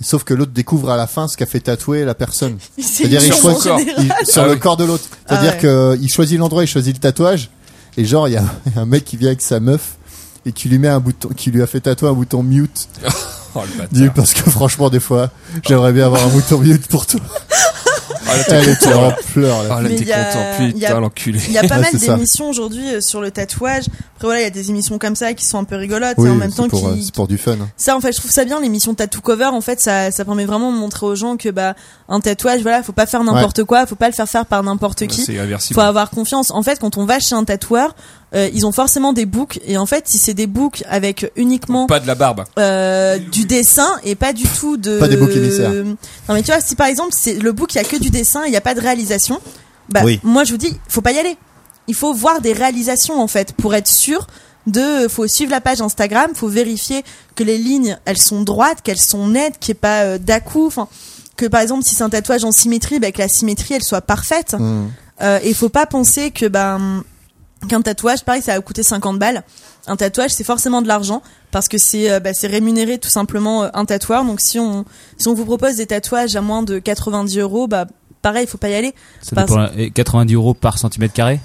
[SPEAKER 4] Sauf que l'autre découvre à la fin ce qu'a fait tatouer la personne. C'est-à-dire il
[SPEAKER 6] une chanson
[SPEAKER 4] choisit
[SPEAKER 6] générale.
[SPEAKER 4] il- sur
[SPEAKER 5] Ah
[SPEAKER 4] le
[SPEAKER 5] oui.
[SPEAKER 4] corps de l'autre.
[SPEAKER 6] Ah
[SPEAKER 4] C'est-à-dire
[SPEAKER 6] ouais.
[SPEAKER 4] que il choisit l'endroit, il choisit le tatouage. Et genre il y a un mec qui vient avec sa meuf et qui lui met un bouton, qui lui a fait tatouer un bouton mute.
[SPEAKER 5] Oh, le bâtard.
[SPEAKER 4] Dis parce que franchement des fois j'aimerais bien avoir un bouton mute pour toi.
[SPEAKER 5] Ah, là, t'es
[SPEAKER 4] Elle
[SPEAKER 5] content,
[SPEAKER 4] était en
[SPEAKER 5] là.
[SPEAKER 4] pleurs là.
[SPEAKER 5] Ah, là,
[SPEAKER 6] Mais
[SPEAKER 5] t'es
[SPEAKER 6] y a-
[SPEAKER 5] content.
[SPEAKER 6] y a-
[SPEAKER 5] Putain, l'enculé.
[SPEAKER 6] Il y a pas
[SPEAKER 4] Ouais,
[SPEAKER 6] mal
[SPEAKER 4] c'est ça.
[SPEAKER 6] d'émissions aujourd'hui euh, sur le tatouage. Après voilà, il y a des émissions comme ça qui sont un peu rigolotes
[SPEAKER 4] Oui,
[SPEAKER 6] et en même temps
[SPEAKER 4] c'est pour, euh,
[SPEAKER 6] qui,
[SPEAKER 4] c'est pour du fun.
[SPEAKER 6] Ça, en fait, je trouve ça bien, l'émission Tattoo Cover. En fait, ça, ça permet vraiment de montrer aux gens que, bah, un tatouage, voilà, faut pas faire n'importe quoi, faut pas le faire faire par n'importe qui.
[SPEAKER 5] Bah, C'est irréversible.
[SPEAKER 6] Faut avoir confiance. En fait, quand on va chez un tatoueur, euh, ils ont forcément des books. Et en fait, si c'est des books avec uniquement
[SPEAKER 5] Pas de la barbe.
[SPEAKER 6] euh, du dessin et pas du tout de.
[SPEAKER 4] Pas des boucs émissaires.
[SPEAKER 6] Non, mais tu vois, si par exemple, c'est le book, il y a que du dessin, il n'y a pas de réalisation, bah,
[SPEAKER 4] Oui.
[SPEAKER 6] moi je vous dis, faut pas y aller. Il faut voir des réalisations en fait pour être sûr de faut suivre la page Instagram, faut vérifier que les lignes elles sont droites, qu'elles sont nettes, qu'il n'y ait pas euh, d'à-coup, enfin que par exemple si c'est un tatouage en symétrie, bah, que la symétrie elle soit parfaite.
[SPEAKER 4] Hmm.
[SPEAKER 6] Euh, et faut pas penser que ben qu'un tatouage, pareil, ça va coûter 50 balles. Un tatouage, c'est forcément de l'argent parce que c'est euh, bah, c'est rémunéré tout simplement euh, un tatoueur. Donc si on si on vous propose des tatouages à moins de 90 euros, bah pareil, faut pas y aller.
[SPEAKER 7] Ça
[SPEAKER 6] Parce-
[SPEAKER 7] dépend, euh, et 90 euros par centimètre carré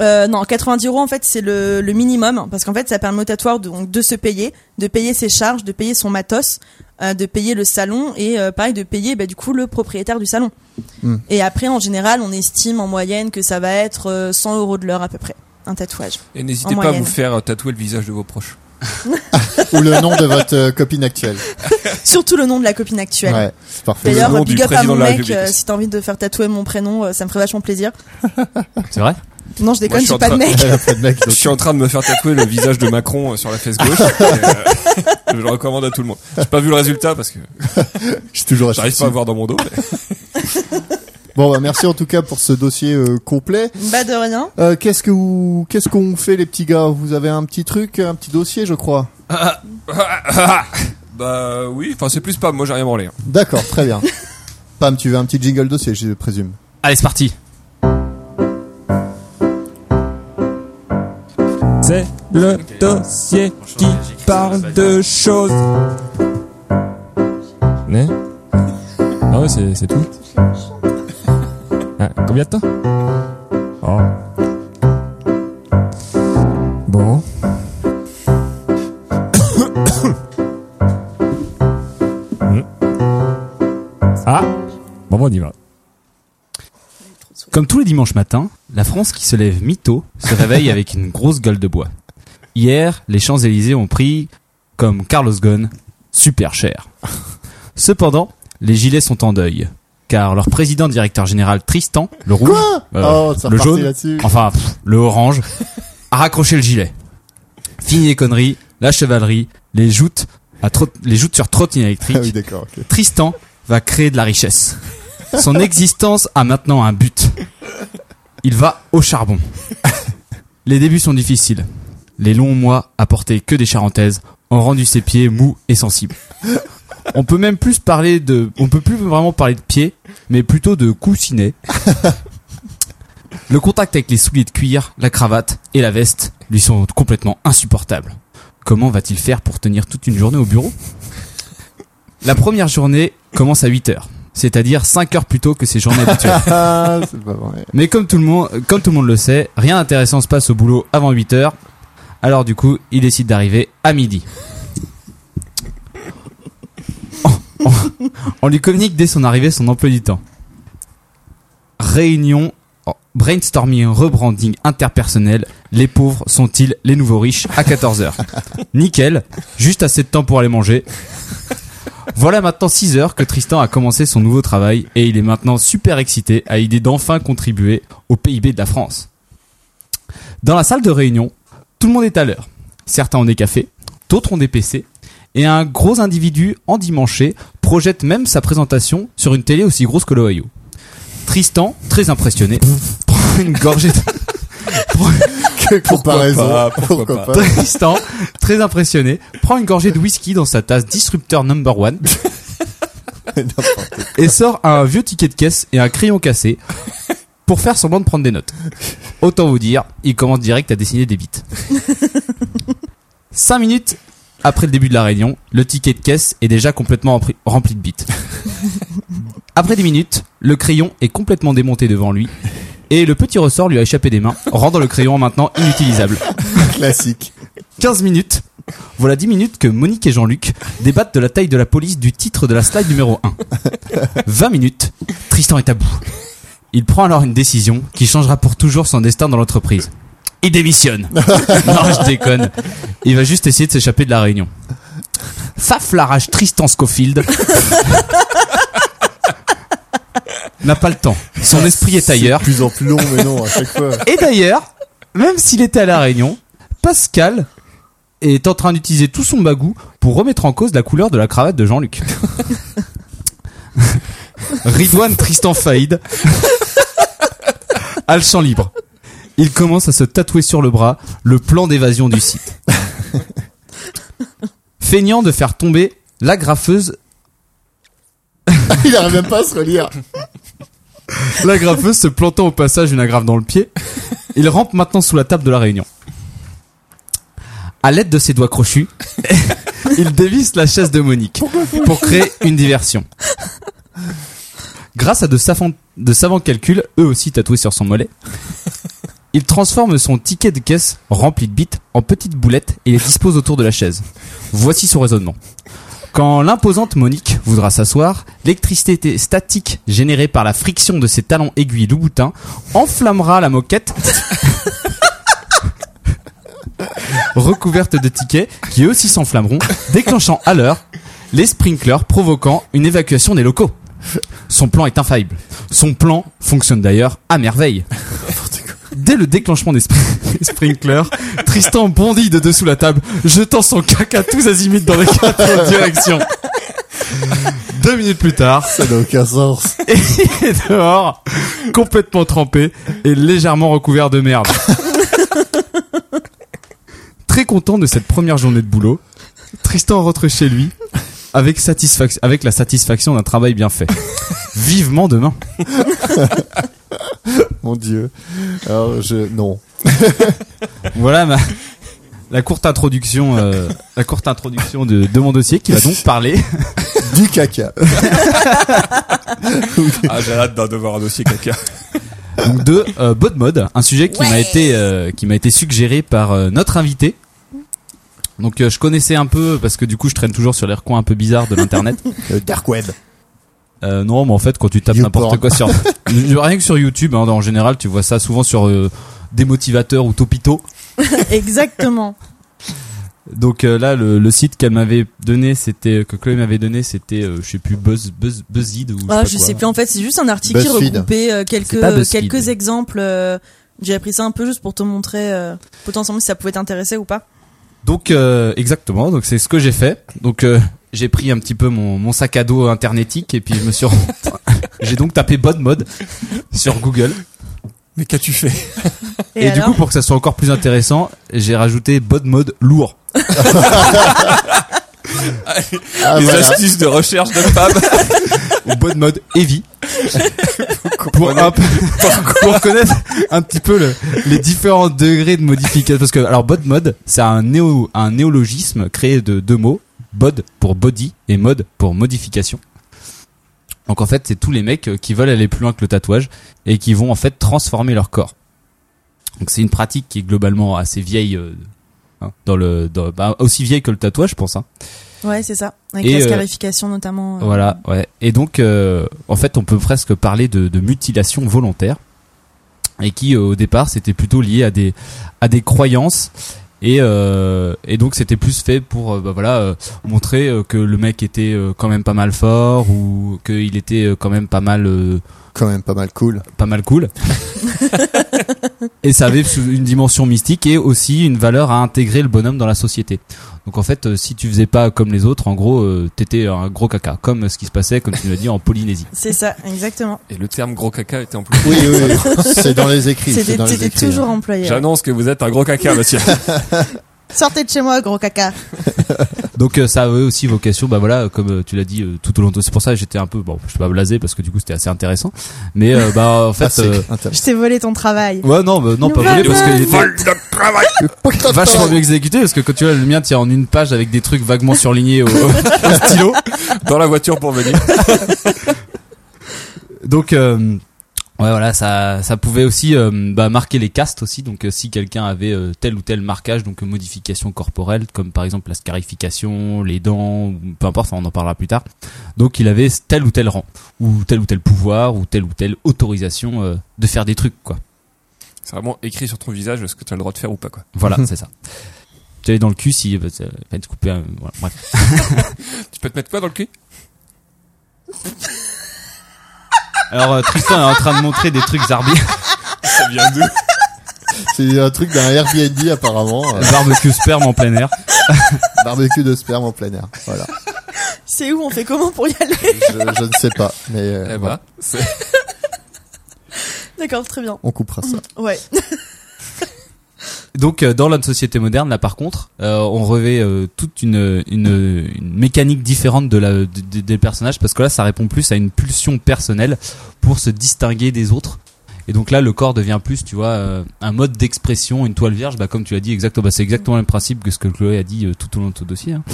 [SPEAKER 6] Euh, non, 90 euros en fait c'est le, le minimum parce qu'en fait ça permet au tatoueur de, donc, de se payer, de payer ses charges, de payer son matos, euh, de payer le salon et euh, pareil de payer bah, du coup le propriétaire du salon.
[SPEAKER 4] Hmm.
[SPEAKER 6] Et après en général on estime en moyenne que ça va être euh, 100 euros de l'heure à peu près un tatouage.
[SPEAKER 5] Et
[SPEAKER 6] En
[SPEAKER 5] n'hésitez pas à
[SPEAKER 6] moyenne.
[SPEAKER 5] vous faire euh, tatouer le visage de vos proches.
[SPEAKER 4] Ou le nom de votre euh, copine actuelle.
[SPEAKER 6] Surtout le nom de la copine actuelle.
[SPEAKER 4] Ouais, c'est parfait.
[SPEAKER 5] Le nom
[SPEAKER 6] D'ailleurs,
[SPEAKER 5] du
[SPEAKER 6] big up à
[SPEAKER 5] président
[SPEAKER 6] mon
[SPEAKER 5] de la
[SPEAKER 6] mec,
[SPEAKER 5] République.
[SPEAKER 6] euh, si t'as envie de faire tatouer mon prénom, euh, ça me ferait vachement plaisir.
[SPEAKER 7] C'est vrai
[SPEAKER 6] Non, je déconne,
[SPEAKER 5] Moi, je
[SPEAKER 6] je
[SPEAKER 5] suis
[SPEAKER 6] suis
[SPEAKER 5] en
[SPEAKER 6] pas de
[SPEAKER 5] train-
[SPEAKER 6] mec.
[SPEAKER 4] Elle a pas de mec,
[SPEAKER 5] Je
[SPEAKER 4] donc-
[SPEAKER 5] suis en train de me faire tatouer le visage de Macron euh, sur la fesse gauche. et, euh, je le recommande à tout le monde. J'ai pas vu le résultat parce que
[SPEAKER 4] je suis toujours
[SPEAKER 5] j'arrive pas à voir dans mon dos. mais-
[SPEAKER 4] Bon, bah, merci en tout cas pour ce dossier euh, complet.
[SPEAKER 6] Bah de rien.
[SPEAKER 4] Euh, qu'est-ce que vous, qu'est-ce qu'on fait les petits gars Vous avez un petit truc, un petit dossier, je crois.
[SPEAKER 5] bah oui, enfin c'est plus pas. Moi j'ai rien branlé. hein.
[SPEAKER 4] D'accord, très bien. Pam, tu veux un petit jingle dossier, je présume.
[SPEAKER 7] Allez, c'est parti.
[SPEAKER 2] C'est le dossier qui parle de choses. Né Ah ouais, c'est, c'est tout. Ah, combien de temps Oh. Bon. Hmm. ah Bon, bon, on y va.
[SPEAKER 7] Comme tous les dimanches matins, la France qui se lève mytho se réveille avec une grosse gueule de bois. Hier, les Champs-Élysées ont pris, comme Carlos Ghosn, super cher. Cependant, les Gilets sont en deuil, car leur président directeur général Tristan, le rouge, euh,
[SPEAKER 4] oh, ça
[SPEAKER 7] le
[SPEAKER 4] repartit
[SPEAKER 7] jaune,
[SPEAKER 4] là-dessus.
[SPEAKER 7] enfin pff, le orange, a raccroché le gilet. Fini les conneries, la chevalerie, les joutes, à trot- les joutes sur trottinette électrique,
[SPEAKER 4] Ah oui, d'accord. ok.
[SPEAKER 7] Tristan va créer de la richesse. Son existence a maintenant un but. Il va au charbon. Les débuts sont difficiles. Les longs mois à porter que des charentaises ont rendu ses pieds mous et sensibles. On peut même plus parler de, on peut plus vraiment parler de pieds, mais plutôt de coussinets. Le contact avec les souliers de cuir, la cravate et la veste lui sont complètement insupportables. Comment va-t-il faire pour tenir toute une journée au bureau la première journée commence à 8 heures, c'est-à-dire 5 heures plus tôt que ses journées habituelles.
[SPEAKER 4] Ah, c'est pas vrai.
[SPEAKER 7] Mais comme tout le monde, comme tout le monde le sait, rien d'intéressant se passe au boulot avant 8 heures. Alors du coup, il décide d'arriver à midi. On lui communique dès son arrivée son emploi du temps. Réunion, oh, brainstorming, rebranding interpersonnel. Les pauvres sont-ils les nouveaux riches à 14h Nickel, juste assez de temps pour aller manger. Voilà maintenant 6 heures que Tristan a commencé son nouveau travail et il est maintenant super excité à l'idée d'enfin contribuer au PIB de la France. Dans la salle de réunion, tout le monde est à l'heure. Certains ont des cafés, d'autres ont des PC, et un gros individu endimanché projette même sa présentation sur une télé aussi grosse que l'Ohio. Tristan, très impressionné, prend une gorgée de...
[SPEAKER 4] Comparaison. Pourquoi pas
[SPEAKER 7] Tristan, très impressionné, prend une gorgée de whisky dans sa tasse Disrupteur Number One et sort un vieux ticket de caisse et un crayon cassé pour faire semblant de prendre des notes. Autant vous dire, il commence direct à dessiner des bites. Cinq minutes après le début de la réunion, le ticket de caisse est déjà complètement empri- rempli de bites. Après 10 minutes, le crayon est complètement démonté devant lui et le petit ressort lui a échappé des mains, rendant le crayon maintenant inutilisable.
[SPEAKER 4] Classique.
[SPEAKER 7] 15 minutes. Voilà 10 minutes que Monique et Jean-Luc débattent de la taille de la police du titre de la slide numéro 1. 20 minutes. Tristan est à bout. Il prend alors une décision qui changera pour toujours son destin dans l'entreprise. Il démissionne. non, je déconne. Il va juste essayer de s'échapper de la réunion. Faf l'arrache Tristan Schofield. N'a pas le temps. Son esprit est ailleurs.
[SPEAKER 4] De plus en plus long, mais non, à chaque fois.
[SPEAKER 7] Et d'ailleurs, même s'il était à la Réunion, Pascal est en train d'utiliser tout son bagou pour remettre en cause la couleur de la cravate de Jean-Luc. Ridouane Tristan Faïd a le champ libre. Il commence à se tatouer sur le bras le plan d'évasion du site. Feignant de faire tomber la graffeuse
[SPEAKER 4] Il arrive même pas à se relire.
[SPEAKER 7] L'agrafeuse se plantant au passage une agrafe dans le pied, il rampe maintenant sous la table de la réunion. À l'aide de ses doigts crochus, il dévisse la chaise de Monique pour créer une diversion. Grâce à de, savants- de savants calculs, eux aussi tatoués sur son mollet, il transforme son ticket de caisse rempli de bites en petites boulettes et les dispose autour de la chaise. Voici son raisonnement. Quand l'imposante Monique voudra s'asseoir, l'électricité statique générée par la friction de ses talons aiguilles Louboutin enflammera la moquette recouverte de tickets qui eux aussi s'enflammeront, déclenchant à l'heure les sprinklers provoquant une évacuation des locaux. Son plan est infaillible. Son plan fonctionne d'ailleurs à merveille. Dès le déclenchement des sprin- des sprinklers, Tristan bondit de dessous la table, jetant son caca tous azimuts dans les quatre directions. Deux minutes plus tard,
[SPEAKER 4] Ça n'a aucun sens.
[SPEAKER 7] il est dehors, complètement trempé et légèrement recouvert de merde. Très content de cette première journée de boulot, Tristan rentre chez lui avec, satisfac- avec la satisfaction d'un travail bien fait. Vivement demain.
[SPEAKER 4] Mon dieu. Alors, je, non.
[SPEAKER 7] Voilà ma- la courte introduction, euh, la courte introduction de, de mon dossier qui va donc parler.
[SPEAKER 4] Du caca.
[SPEAKER 5] Ah, j'ai hâte d'en devoir un dossier caca.
[SPEAKER 7] donc de euh, Bot Mode, un sujet qui m'a été euh, qui m'a été suggéré par euh, notre invité. Donc euh, je connaissais un peu parce que du coup je traîne toujours sur les recoins un peu bizarres de l'internet.
[SPEAKER 4] Le dark web.
[SPEAKER 7] Euh, non, mais en fait quand tu tapes
[SPEAKER 4] YouPorn.
[SPEAKER 7] n'importe quoi sur rien que sur YouTube, hein, en général tu vois ça souvent sur euh, des motivateurs ou topito.
[SPEAKER 6] Exactement.
[SPEAKER 7] Donc euh, là le, le site qu'elle m'avait donné c'était euh, que Chloé m'avait donné c'était euh, je sais plus Buzz Buzz Buzzid ou je sais
[SPEAKER 6] Ah,
[SPEAKER 7] pas
[SPEAKER 6] je
[SPEAKER 7] quoi.
[SPEAKER 6] sais plus. En fait, c'est juste un article qui
[SPEAKER 4] BuzzFeed.
[SPEAKER 6] regroupait euh,
[SPEAKER 7] C'est pas
[SPEAKER 6] quelques
[SPEAKER 7] BuzzFeed,
[SPEAKER 6] quelques
[SPEAKER 7] mais-
[SPEAKER 6] exemples. euh, J'ai appris ça un peu juste pour te montrer euh, potentiellement si ça pouvait t'intéresser ou pas.
[SPEAKER 7] Donc euh, exactement, donc c'est ce que j'ai fait. Donc euh, j'ai pris un petit peu mon, mon sac à dos internetique et puis je me suis j'ai donc tapé bonne mode sur Google
[SPEAKER 5] Mais qu'as-tu fait
[SPEAKER 7] et, du coup pour que ça soit encore plus intéressant, j'ai rajouté bonne mode lourd.
[SPEAKER 4] Ah,
[SPEAKER 5] Les
[SPEAKER 4] voilà.
[SPEAKER 5] astuces de recherche de Fab.
[SPEAKER 7] ou bonne mode heavy pour, un peu- pour- pour connaître un petit peu le- les différents degrés de modification parce que alors bod mode c'est un néo un néologisme créé de deux mots bod pour body et mode pour modification donc en fait c'est tous les mecs euh, qui veulent aller plus loin que le tatouage et qui vont en fait transformer leur corps donc c'est une pratique qui est globalement assez vieille euh, hein, dans le dans- bah, aussi vieille que le tatouage je pense hein.
[SPEAKER 6] Ouais, c'est ça. Avec
[SPEAKER 7] Et,
[SPEAKER 6] la
[SPEAKER 7] euh,
[SPEAKER 6] scarification notamment. euh,
[SPEAKER 7] Voilà, ouais. Et donc, euh, en fait, on peut presque parler de, de mutilation volontaire, et qui euh, au départ c'était plutôt lié à des à des croyances. Et, euh, et donc c'était plus fait pour euh, bah, voilà euh, montrer euh, que le mec était euh, quand même pas mal fort ou qu'il était euh, quand même pas mal euh,
[SPEAKER 4] Quand même pas mal cool.
[SPEAKER 7] pas mal cool. et ça avait sous- une dimension mystique et aussi une valeur à intégrer le bonhomme dans la société. Donc en fait, euh, si tu faisais pas comme les autres, en gros, euh, t'étais un gros caca, comme ce qui se passait, comme tu l'as dit, en Polynésie.
[SPEAKER 6] C'est ça, exactement.
[SPEAKER 5] Et le terme gros caca était en plus.
[SPEAKER 4] Oui, oui, oui. c'est dans les écrits. C'est
[SPEAKER 6] C'était
[SPEAKER 4] dans les
[SPEAKER 6] c'était
[SPEAKER 4] écrits.
[SPEAKER 7] hein.
[SPEAKER 6] toujours employé.
[SPEAKER 5] J'annonce que vous êtes un gros caca, monsieur.
[SPEAKER 6] Sortez de chez moi, gros caca.
[SPEAKER 7] Donc euh, ça avait aussi vocation, bah voilà, comme euh, tu l'as dit euh, tout au long de. C'est pour ça que j'étais un peu, bon, je suis pas blasé parce que du coup c'était assez intéressant, mais euh, bah en
[SPEAKER 4] Ah,
[SPEAKER 7] fait.
[SPEAKER 4] c'est
[SPEAKER 7] euh,
[SPEAKER 4] intéressant.
[SPEAKER 6] Je t'ai volé ton travail.
[SPEAKER 7] Ouais non bah, non
[SPEAKER 6] Nous
[SPEAKER 7] pas volé parce
[SPEAKER 6] voilà.
[SPEAKER 7] qu'il était vachement mieux exécuté parce que quand tu vois le mien tient en une page avec des trucs vaguement surlignés au, au stylo
[SPEAKER 5] Dans la voiture pour venir.
[SPEAKER 7] Donc euh, ouais voilà ça ça pouvait aussi euh, bah, marquer les castes aussi donc euh, si quelqu'un avait euh, tel ou tel marquage donc euh, modification corporelle comme par exemple la scarification les dents ou peu importe enfin, on en parlera plus tard donc il avait tel ou tel rang ou tel ou tel pouvoir ou telle ou telle autorisation euh, de faire des trucs quoi
[SPEAKER 5] C'est vraiment écrit sur ton visage ce que tu as le droit de faire ou pas, quoi.
[SPEAKER 7] voilà c'est ça tu allais dans le cul si bah, ça va être coupé euh, voilà, bref.
[SPEAKER 5] Tu peux te mettre quoi dans le cul
[SPEAKER 7] alors euh, Tristan est en train de montrer des trucs zarbi
[SPEAKER 5] Ça vient d'où
[SPEAKER 4] C'est un truc d'un Airbnb apparemment. euh,
[SPEAKER 7] barbecue sperme en plein air
[SPEAKER 4] barbecue de sperme en plein air. Voilà.
[SPEAKER 6] C'est où On fait comment pour y aller
[SPEAKER 4] Je, je ne sais pas, mais euh,
[SPEAKER 5] Eh
[SPEAKER 4] voilà.
[SPEAKER 5] bah, c'est-
[SPEAKER 6] D'accord, très bien.
[SPEAKER 4] on coupera ça.
[SPEAKER 6] Ouais.
[SPEAKER 7] Donc euh, dans la société moderne, là par contre, euh, on revêt euh, toute une, une, une mécanique différente de la, de- de- des personnages parce que là, ça répond plus à une pulsion personnelle pour se distinguer des autres. Et donc là, le corps devient plus, tu vois, euh, un mode d'expression, une toile vierge. Bah comme tu l'as dit, exactement, bah, c'est exactement le même principe que ce que Chloé a dit euh, tout au long de ce dossier. hein.